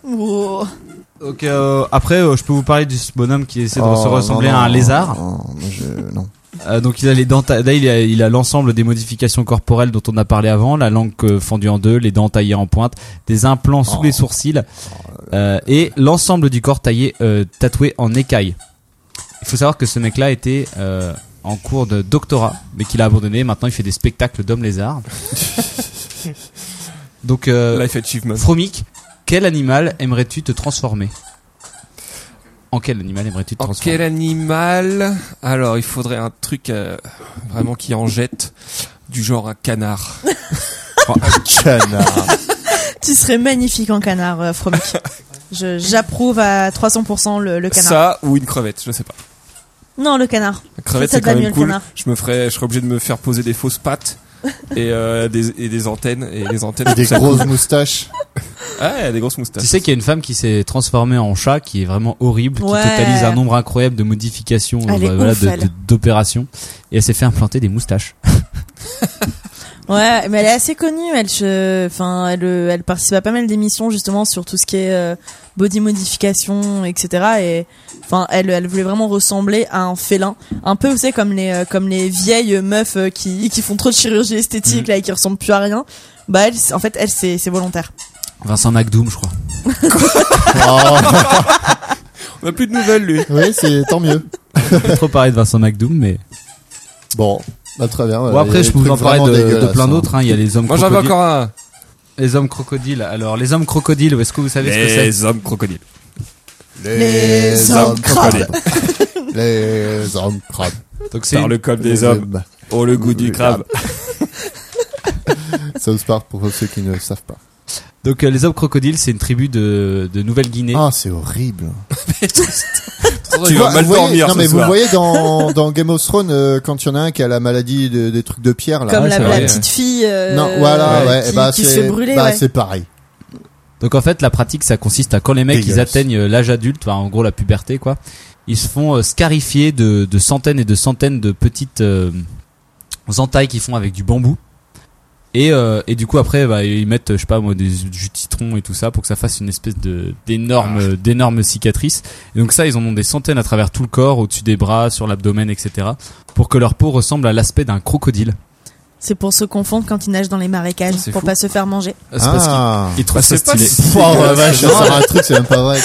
[SPEAKER 6] Oh.
[SPEAKER 7] je- donc, euh, après, euh, je peux vous parler du bonhomme qui essaie de
[SPEAKER 4] Oh,
[SPEAKER 7] se ressembler
[SPEAKER 4] non,
[SPEAKER 7] à un
[SPEAKER 4] non,
[SPEAKER 7] lézard.
[SPEAKER 4] non, non, je- non.
[SPEAKER 7] Euh, donc il a les dents, ta- là il a il a l'ensemble des modifications corporelles dont on a parlé avant, la langue euh, fendue en deux, les dents taillées en pointe, des implants sous
[SPEAKER 4] Oh.
[SPEAKER 7] les sourcils euh, et l'ensemble du corps taillé euh, tatoué en écaille. Il faut savoir que ce mec-là était euh, en cours de doctorat, mais qu'il a abandonné. Maintenant il fait des spectacles d'hommes lézards. donc euh,
[SPEAKER 5] Life Achievement.
[SPEAKER 7] Fromic, quel animal aimerais-tu te transformer En quel animal aimerais-tu te
[SPEAKER 5] En
[SPEAKER 7] transformer
[SPEAKER 5] quel animal Alors, il faudrait un truc euh, vraiment qui en jette, du genre un canard.
[SPEAKER 4] Oh, Canard.
[SPEAKER 6] Tu serais magnifique en canard, euh, Fromic. Je- J'approuve à 300% le, le canard.
[SPEAKER 5] Ça ou une crevette, je sais pas.
[SPEAKER 6] Non, le canard.
[SPEAKER 5] La crevette c'est
[SPEAKER 6] Ça, ça te va
[SPEAKER 5] quand
[SPEAKER 6] mieux,
[SPEAKER 5] même
[SPEAKER 6] le
[SPEAKER 5] cool.
[SPEAKER 6] canard.
[SPEAKER 5] Je me ferais, je serais obligé de me faire poser des fausses pattes et, euh, des, et des antennes et les antennes. Ah,
[SPEAKER 4] Des
[SPEAKER 5] ça-
[SPEAKER 4] grosses moustaches.
[SPEAKER 5] Ouais, des grosses
[SPEAKER 7] Tu
[SPEAKER 5] moustaches.
[SPEAKER 7] sais qu'il y a une femme qui s'est transformée en chat, qui est vraiment horrible,
[SPEAKER 6] Ouais.
[SPEAKER 7] qui totalise un nombre incroyable de modifications, euh,
[SPEAKER 6] Elle est
[SPEAKER 7] voilà,
[SPEAKER 6] ouf,
[SPEAKER 7] de-
[SPEAKER 6] elle.
[SPEAKER 7] de- d'opérations, et elle s'est fait implanter des moustaches.
[SPEAKER 6] Ouais, mais elle est assez connue. Elle, je- enfin, elle, euh, elle participe à pas mal d'émissions justement sur tout ce qui est euh, body modification, etc. Et enfin, elle, elle voulait vraiment ressembler à un félin, un peu, vous savez, comme les, euh, comme les vieilles meufs euh, qui, qui font trop de chirurgie esthétique
[SPEAKER 7] Mm.
[SPEAKER 6] là et qui ressemblent plus à rien. Bah, elle, c'est- en fait, elle, c'est c'est volontaire.
[SPEAKER 7] Vincent McDoom, je crois.
[SPEAKER 4] Oh,
[SPEAKER 5] On a plus de nouvelles lui.
[SPEAKER 4] oui, c'est tant mieux.
[SPEAKER 7] Pas trop parler de Vincent McDoom, mais
[SPEAKER 4] Bon, bah, très bien.
[SPEAKER 7] bon, après je peux vous en parler de, de plein d'autres. hein. Il y a les hommes
[SPEAKER 5] Moi j'en veux
[SPEAKER 7] crocodiles.
[SPEAKER 5] encore un.
[SPEAKER 7] Les hommes crocodiles. Alors les hommes crocodiles, est-ce que vous savez ce que c'est
[SPEAKER 5] Les hommes crocodiles.
[SPEAKER 6] Les hommes crabes.
[SPEAKER 4] Les hommes crabes.
[SPEAKER 7] Donc c'est
[SPEAKER 5] Par
[SPEAKER 7] une-
[SPEAKER 5] le col des hommes. Oh le goût du
[SPEAKER 4] Les
[SPEAKER 5] crabe.
[SPEAKER 4] South Park pour ceux qui ne le savent pas.
[SPEAKER 7] donc euh, les hommes crocodiles, c'est une tribu de, de Nouvelle-Guinée.
[SPEAKER 4] Ah, c'est horrible.
[SPEAKER 5] Tu vas mal
[SPEAKER 4] vous voyez-
[SPEAKER 5] dormir
[SPEAKER 4] Non,
[SPEAKER 5] ce
[SPEAKER 4] mais vous
[SPEAKER 5] soir.
[SPEAKER 4] voyez dans, dans Game of Thrones, euh, quand il y en a un qui a la maladie de- des trucs de pierre, là.
[SPEAKER 6] Comme
[SPEAKER 7] ouais,
[SPEAKER 6] la,
[SPEAKER 7] c'est
[SPEAKER 6] la
[SPEAKER 7] vrai,
[SPEAKER 6] petite fille euh,
[SPEAKER 4] non, voilà, ouais,
[SPEAKER 6] qui,
[SPEAKER 4] eh bah,
[SPEAKER 6] qui
[SPEAKER 4] c'est-
[SPEAKER 6] se fait brûler.
[SPEAKER 4] bah,
[SPEAKER 6] ouais.
[SPEAKER 4] c'est pareil.
[SPEAKER 7] Donc en fait, la pratique, ça consiste à quand les mecs ils
[SPEAKER 4] Dégueulasse.
[SPEAKER 7] atteignent euh, l'âge adulte, enfin, en gros la puberté quoi, ils se font euh, scarifier de, de centaines et de centaines de petites euh, entailles qu'ils font avec du bambou. Et, euh, et du coup après bah, ils mettent je sais pas moi des jus de citron et tout ça pour que ça fasse une espèce de d'énorme
[SPEAKER 5] Ah.
[SPEAKER 7] euh, d'énorme cicatrice. Et donc ça ils en ont des centaines à travers tout le corps, au-dessus des bras, sur l'abdomen, etc. Pour que leur peau ressemble à l'aspect d'un crocodile.
[SPEAKER 6] C'est pour se confondre quand ils nagent dans les marécages,
[SPEAKER 5] C'est
[SPEAKER 6] pour
[SPEAKER 5] fou.
[SPEAKER 6] pas se faire manger.
[SPEAKER 7] C'est parce qu'ils- ils trouvent
[SPEAKER 5] Bah,
[SPEAKER 7] ça
[SPEAKER 5] Ah. c'est pas
[SPEAKER 7] stylé.
[SPEAKER 5] si-
[SPEAKER 4] Ah. Oh, la vache, non, un truc, c'est même pas vrai.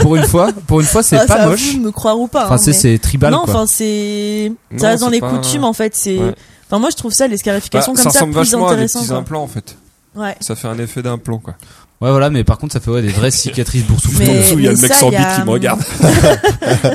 [SPEAKER 7] pour une fois, pour une fois c'est
[SPEAKER 6] Ah,
[SPEAKER 7] pas
[SPEAKER 6] ça,
[SPEAKER 7] moche.
[SPEAKER 6] Vous de me croire ou pas.
[SPEAKER 7] Enfin
[SPEAKER 6] hein,
[SPEAKER 7] c'est
[SPEAKER 6] mais-
[SPEAKER 7] c'est tribal
[SPEAKER 6] non,
[SPEAKER 7] quoi.
[SPEAKER 6] enfin c'est
[SPEAKER 5] Non,
[SPEAKER 6] ça reste dans
[SPEAKER 5] c'est
[SPEAKER 6] les
[SPEAKER 5] pas-
[SPEAKER 6] coutumes en fait. C'est
[SPEAKER 5] Ouais.
[SPEAKER 6] enfin moi je trouve ça les
[SPEAKER 5] Bah,
[SPEAKER 6] scarifications
[SPEAKER 5] ça
[SPEAKER 6] comme ça
[SPEAKER 5] ressemble
[SPEAKER 6] plus
[SPEAKER 5] vachement à des
[SPEAKER 6] intéressant.
[SPEAKER 5] petits
[SPEAKER 6] quoi.
[SPEAKER 5] implants en fait.
[SPEAKER 6] Ouais.
[SPEAKER 7] Bah,
[SPEAKER 5] Ça fait un effet d'implant quoi.
[SPEAKER 7] Ouais, voilà, mais par contre, ça fait ouais, des vraies cicatrices boursouflées.
[SPEAKER 5] En
[SPEAKER 6] Mais-
[SPEAKER 5] dessous, il y a le mec
[SPEAKER 6] ça,
[SPEAKER 5] sans
[SPEAKER 6] il y
[SPEAKER 5] bite
[SPEAKER 6] a-
[SPEAKER 5] qui me regarde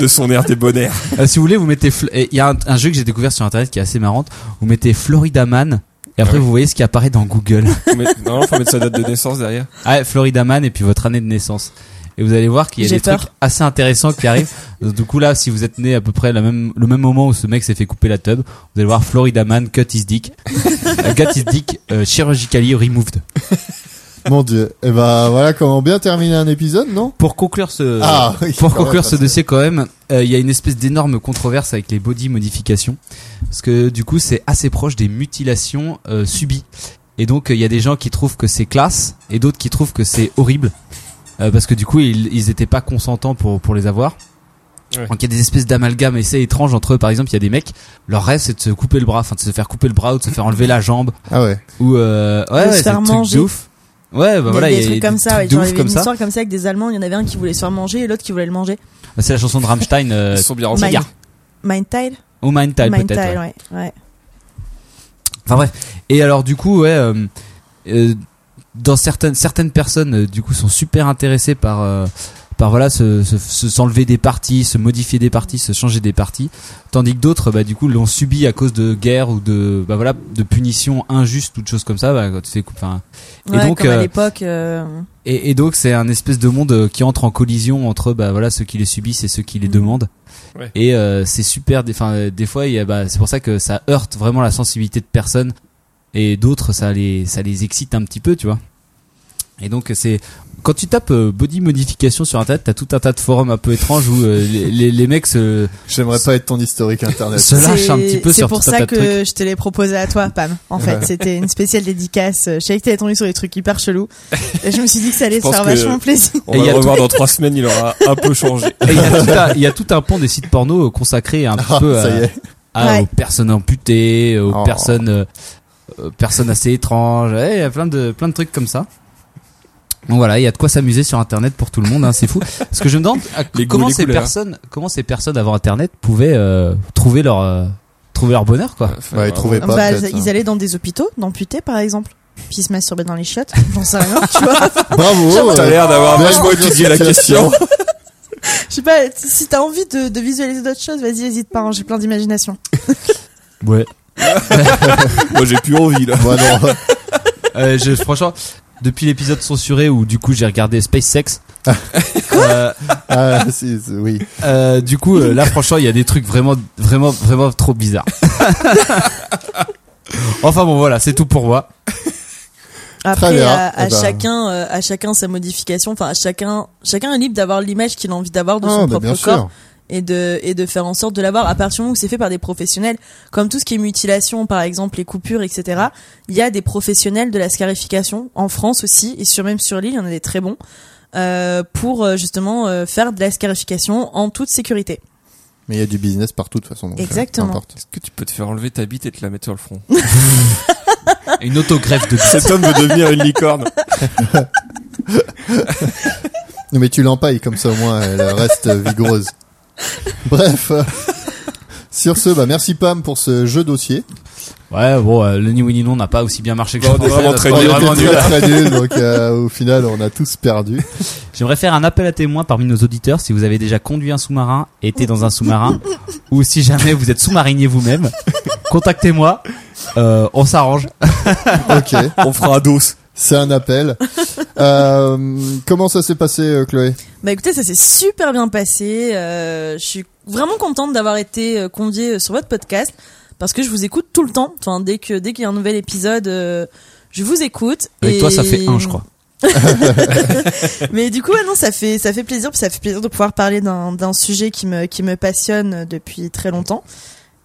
[SPEAKER 5] de son air débonnaire.
[SPEAKER 7] Euh, si vous voulez, vous mettez. fl- et Il y a un, un jeu que j'ai découvert sur internet qui est assez marrante. Vous mettez Florida Man et
[SPEAKER 5] Ah
[SPEAKER 7] après
[SPEAKER 5] oui.
[SPEAKER 7] vous voyez ce qui apparaît dans Google.
[SPEAKER 5] Mais, non, faut mettre sa date de naissance derrière.
[SPEAKER 7] ah, ouais, Florida Man et puis votre année de naissance. Et vous allez voir qu'il y a
[SPEAKER 6] J'ai
[SPEAKER 7] des
[SPEAKER 6] peur.
[SPEAKER 7] trucs assez intéressants qui arrivent. du coup, là, si vous êtes né à peu près la même, le même moment où ce mec s'est fait couper la tub, vous allez voir Florida Man cut his dick. Euh, cut his dick euh, chirurgically removed.
[SPEAKER 4] Mon dieu. Et ben voilà comment bien terminer un épisode, non
[SPEAKER 7] Pour conclure ce,
[SPEAKER 4] Ah, oui,
[SPEAKER 7] pour
[SPEAKER 4] quand même,
[SPEAKER 7] conclure ce
[SPEAKER 4] parce que-
[SPEAKER 7] dossier quand même, euh, il y a une espèce d'énorme controverse avec les body modifications, parce que du coup c'est assez proche des mutilations euh, subies. Et donc euh, il y a des gens qui trouvent que c'est classe et d'autres qui trouvent que c'est horrible, euh, parce que du coup ils ils étaient pas consentants pour pour les avoir.
[SPEAKER 5] Ouais.
[SPEAKER 7] Donc il y a des espèces d'amalgames assez étranges entre eux. Par exemple, il y a des mecs, leur rêve c'est de se couper le bras, enfin de se faire couper le bras ou de se faire enlever la jambe
[SPEAKER 4] Ah ouais.
[SPEAKER 7] ou euh, ouais,
[SPEAKER 6] De se
[SPEAKER 7] ouais, c'est
[SPEAKER 6] faire
[SPEAKER 7] des trucs
[SPEAKER 6] manger.
[SPEAKER 7] de ouf. Ouais, bah
[SPEAKER 6] Il y a
[SPEAKER 7] voilà,
[SPEAKER 6] des trucs comme ça, ouais.
[SPEAKER 7] trucs de
[SPEAKER 6] Genre, il y
[SPEAKER 7] ouf
[SPEAKER 6] avait
[SPEAKER 7] comme
[SPEAKER 6] une
[SPEAKER 7] ça.
[SPEAKER 6] histoire comme ça avec des Allemands. Il y en avait un qui voulait se faire manger et l'autre qui voulait le manger.
[SPEAKER 7] Bah, C'est la chanson de Rammstein, euh,
[SPEAKER 5] Ils sont bien
[SPEAKER 6] Mind-
[SPEAKER 5] ensemble.
[SPEAKER 6] Mindtile
[SPEAKER 7] ou Mindtile peut-être. ouais.
[SPEAKER 6] Mindtile, ouais. ouais.
[SPEAKER 7] Enfin bref. Et alors du coup, ouais, euh, euh, dans certaines certaines personnes euh, du coup sont super intéressées par euh, par voilà se se- se- s'enlever des parties, se modifier des parties, se changer des parties, tandis que d'autres bah du coup l'ont subi à cause de guerre ou de bah voilà de punitions injustes ou de choses comme ça. Bah, quand tu fais coup- enfin,
[SPEAKER 6] Ouais,
[SPEAKER 7] donc,
[SPEAKER 6] comme
[SPEAKER 7] euh,
[SPEAKER 6] à l'époque. euh,
[SPEAKER 7] et, et donc c'est un espèce de monde euh, qui entre en collision entre bah voilà ceux qui les subissent et ceux qui les
[SPEAKER 6] Mhm.
[SPEAKER 7] demandent.
[SPEAKER 5] Ouais.
[SPEAKER 7] Et euh, c'est super. des- Enfin euh, des fois il y a bah c'est pour ça que ça heurte vraiment la sensibilité de personnes et d'autres ça les ça les excite un petit peu tu vois. Et donc c'est quand tu tapes euh, body modification sur internet t'as tout un tas de forums un peu étranges où euh, les, les les mecs se
[SPEAKER 4] J'aimerais pas être ton historique internet.
[SPEAKER 7] se lâchent un
[SPEAKER 6] c'est-
[SPEAKER 7] petit peu
[SPEAKER 6] C'est
[SPEAKER 7] sur
[SPEAKER 6] pour
[SPEAKER 7] tout un
[SPEAKER 6] ça
[SPEAKER 7] tas de trucs.
[SPEAKER 6] que je te l'ai proposé à toi, Pam. En fait, c'était une spéciale dédicace. Je savais que t'allais tomber sur des trucs hyper chelous. Et je me suis dit que ça allait te
[SPEAKER 5] pense
[SPEAKER 6] faire
[SPEAKER 5] que-
[SPEAKER 6] vachement plaisir.
[SPEAKER 5] On
[SPEAKER 7] Et
[SPEAKER 5] va
[SPEAKER 7] il y
[SPEAKER 5] le
[SPEAKER 7] a
[SPEAKER 5] revoir dans trois semaines, il aura un peu changé.
[SPEAKER 7] Et Il y, a tout un- il y a tout un pont des sites porno euh, consacré un petit
[SPEAKER 4] Ah,
[SPEAKER 7] peu à,
[SPEAKER 4] ça y est.
[SPEAKER 7] Ah,
[SPEAKER 6] Ouais.
[SPEAKER 7] aux personnes amputées, aux
[SPEAKER 4] Oh.
[SPEAKER 7] personnes, euh, aux personnes assez étranges. Ouais, Il y a plein de, plein de trucs comme ça. Donc voilà, il y a de quoi s'amuser sur Internet pour tout le monde, hein, c'est fou. Parce que je me demande à-
[SPEAKER 5] Les goûts,
[SPEAKER 7] comment
[SPEAKER 5] les
[SPEAKER 7] ces
[SPEAKER 5] couleurs.
[SPEAKER 7] personnes, comment ces personnes avant Internet pouvaient euh, trouver leur, euh, trouver leur bonheur, quoi.
[SPEAKER 5] Enfin,
[SPEAKER 4] Ouais,
[SPEAKER 5] vraiment.
[SPEAKER 4] trouvez pas.
[SPEAKER 6] Bah,
[SPEAKER 4] peut-être,
[SPEAKER 6] ils
[SPEAKER 4] hein.
[SPEAKER 6] allaient dans des hôpitaux, d'amputés par exemple. Puis ils se masturbaient dans les chiottes. J'en sais rien, tu vois.
[SPEAKER 4] Bravo.
[SPEAKER 5] T'as l'air
[SPEAKER 6] Ah,
[SPEAKER 5] d'avoir
[SPEAKER 4] Belle
[SPEAKER 5] vachement étudié la question.
[SPEAKER 6] Je sais pas, t- si t'as envie de, de visualiser d'autres choses, vas-y, hésite pas, hein, j'ai plein d'imagination.
[SPEAKER 7] Ouais.
[SPEAKER 5] Moi, j'ai plus envie, là.
[SPEAKER 4] Bon, non.
[SPEAKER 7] Euh, je, franchement, depuis l'épisode censuré où du coup j'ai regardé SpaceX. euh,
[SPEAKER 4] Ah, si, si, oui.
[SPEAKER 7] euh, du coup, euh, là, franchement, il y a des trucs vraiment, vraiment, vraiment trop bizarres. enfin bon, voilà, c'est tout pour moi.
[SPEAKER 4] Très
[SPEAKER 6] Après,
[SPEAKER 4] bien.
[SPEAKER 6] à, à
[SPEAKER 4] Eh ben.
[SPEAKER 6] chacun, euh, à chacun sa modification, enfin, à chacun, chacun est libre d'avoir l'image qu'il a envie d'avoir de
[SPEAKER 4] Ah,
[SPEAKER 6] son
[SPEAKER 4] bah,
[SPEAKER 6] propre
[SPEAKER 4] bien
[SPEAKER 6] corps.
[SPEAKER 4] sûr.
[SPEAKER 6] et de et de faire en sorte de l'avoir à partir du moment où c'est fait par des professionnels comme tout ce qui est mutilation par exemple les coupures etc il y a des professionnels de la scarification en France aussi et sur même sur l'île il y en a des très bons euh, pour euh, justement euh, faire de la scarification en toute sécurité
[SPEAKER 4] Mais il y a du business partout de toute façon. donc, euh, peu
[SPEAKER 6] Exactement.
[SPEAKER 4] importe.
[SPEAKER 5] Est-ce que tu peux te faire enlever ta bite et te la mettre sur le front
[SPEAKER 7] Une autogreffe de
[SPEAKER 5] Cet homme veut devenir une licorne.
[SPEAKER 4] Non, mais tu l'empailles comme ça au moins elle reste euh, vigoureuse. Bref. euh, Sur ce, bah merci Pam pour ce jeu dossier.
[SPEAKER 7] Ouais, bon, euh, le ni oui ni non n'a pas aussi bien marché que
[SPEAKER 5] Bon,
[SPEAKER 7] je
[SPEAKER 5] on est
[SPEAKER 7] pensais,
[SPEAKER 5] vraiment
[SPEAKER 7] parce
[SPEAKER 5] très
[SPEAKER 7] qu'on est
[SPEAKER 5] nuls.
[SPEAKER 7] vraiment
[SPEAKER 4] était
[SPEAKER 7] nuls.
[SPEAKER 4] très, très nuls, donc euh, au final on a tous perdu.
[SPEAKER 7] J'aimerais faire un appel à témoins parmi nos auditeurs si vous avez déjà conduit un sous-marin, été dans un sous-marin, ou si jamais vous êtes sous-marinier vous-même, contactez-moi, euh, on s'arrange.
[SPEAKER 4] Ok,
[SPEAKER 5] On fera un dos.
[SPEAKER 4] c'est un appel. Euh, comment ça s'est passé, euh, Chloé
[SPEAKER 6] bah écoutez ça s'est super bien passé euh, je suis vraiment contente d'avoir été euh, conviée euh, sur votre podcast parce que je vous écoute tout le temps enfin dès que dès qu'il y a un nouvel épisode euh, je vous écoute
[SPEAKER 7] Avec
[SPEAKER 6] Et-
[SPEAKER 7] toi, ça fait un, je crois.
[SPEAKER 6] Mais du coup, ouais, non, ça fait ça fait plaisir, puis ça fait plaisir de pouvoir parler d'un d'un sujet qui me qui me passionne depuis très longtemps.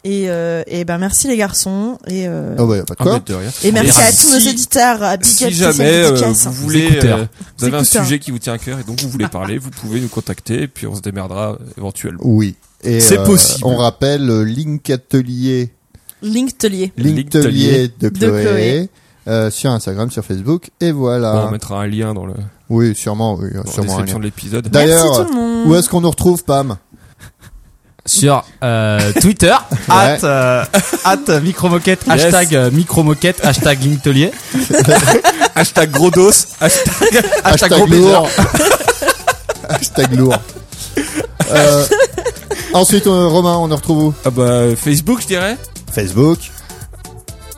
[SPEAKER 6] Et, euh, et ben merci les garçons et euh,
[SPEAKER 4] Oh bah y a pas de quoi.
[SPEAKER 5] de rien.
[SPEAKER 6] et merci
[SPEAKER 5] merde.
[SPEAKER 6] à tous
[SPEAKER 5] Si-
[SPEAKER 6] nos auditeurs. À Big Up
[SPEAKER 5] Si
[SPEAKER 6] Social
[SPEAKER 5] jamais euh,
[SPEAKER 6] Dédicace.
[SPEAKER 5] vous voulez,
[SPEAKER 7] écouteurs.
[SPEAKER 5] euh, vous avez un
[SPEAKER 6] écouteurs.
[SPEAKER 5] sujet qui vous tient à cœur et donc vous voulez parler, vous pouvez nous contacter et puis on se démerdera euh, éventuellement.
[SPEAKER 4] Oui. Et, euh,
[SPEAKER 5] C'est possible.
[SPEAKER 4] On rappelle euh, Link Atelier,
[SPEAKER 6] Link Telier.
[SPEAKER 4] Link Atelier de Chloé,
[SPEAKER 6] Chloé.
[SPEAKER 4] euh, sur Instagram, sur Facebook, et
[SPEAKER 5] Bon,
[SPEAKER 4] voilà.
[SPEAKER 5] on mettra un lien dans, le, dans
[SPEAKER 4] Oui, sûrement, oui,
[SPEAKER 5] la
[SPEAKER 4] Ah. sûrement. un
[SPEAKER 5] description
[SPEAKER 4] lien.
[SPEAKER 5] de l'épisode.
[SPEAKER 4] D'ailleurs,
[SPEAKER 6] Merci tout le monde.
[SPEAKER 4] Où est-ce qu'on nous retrouve, Pam
[SPEAKER 7] Sur euh, Twitter, at, euh, at micromoquette,
[SPEAKER 5] Yes.
[SPEAKER 7] hashtag euh, micromoquette, hashtag linktelier.
[SPEAKER 5] Hashtag gros dos. Hashtag
[SPEAKER 7] Hashtag gros baiser.
[SPEAKER 4] lourd. Hashtag lourd. Euh, ensuite, euh, Romain, on nous retrouve où
[SPEAKER 5] ah bah, Facebook, je dirais.
[SPEAKER 4] Facebook.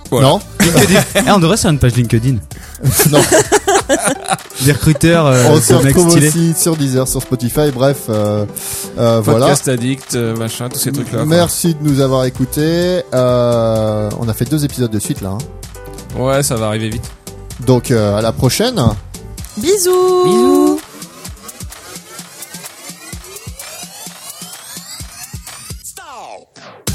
[SPEAKER 5] Voilà.
[SPEAKER 4] Non
[SPEAKER 7] Eh, on devrait sur une page LinkedIn.
[SPEAKER 4] Non.
[SPEAKER 7] Des recruteurs, euh,
[SPEAKER 4] on se
[SPEAKER 7] des mecs
[SPEAKER 4] retrouve
[SPEAKER 7] stylés.
[SPEAKER 4] aussi sur Deezer, sur Spotify, bref, euh, euh, voilà.
[SPEAKER 5] Podcast addict, euh, machin, tous ces trucs-là. quoi.
[SPEAKER 4] Merci de nous avoir écoutés. Euh, on a fait deux épisodes de suite là. hein.
[SPEAKER 5] Ouais, ça va arriver vite.
[SPEAKER 4] Donc euh, à la prochaine.
[SPEAKER 6] Bisous.
[SPEAKER 8] Bisous.
[SPEAKER 10] Stop!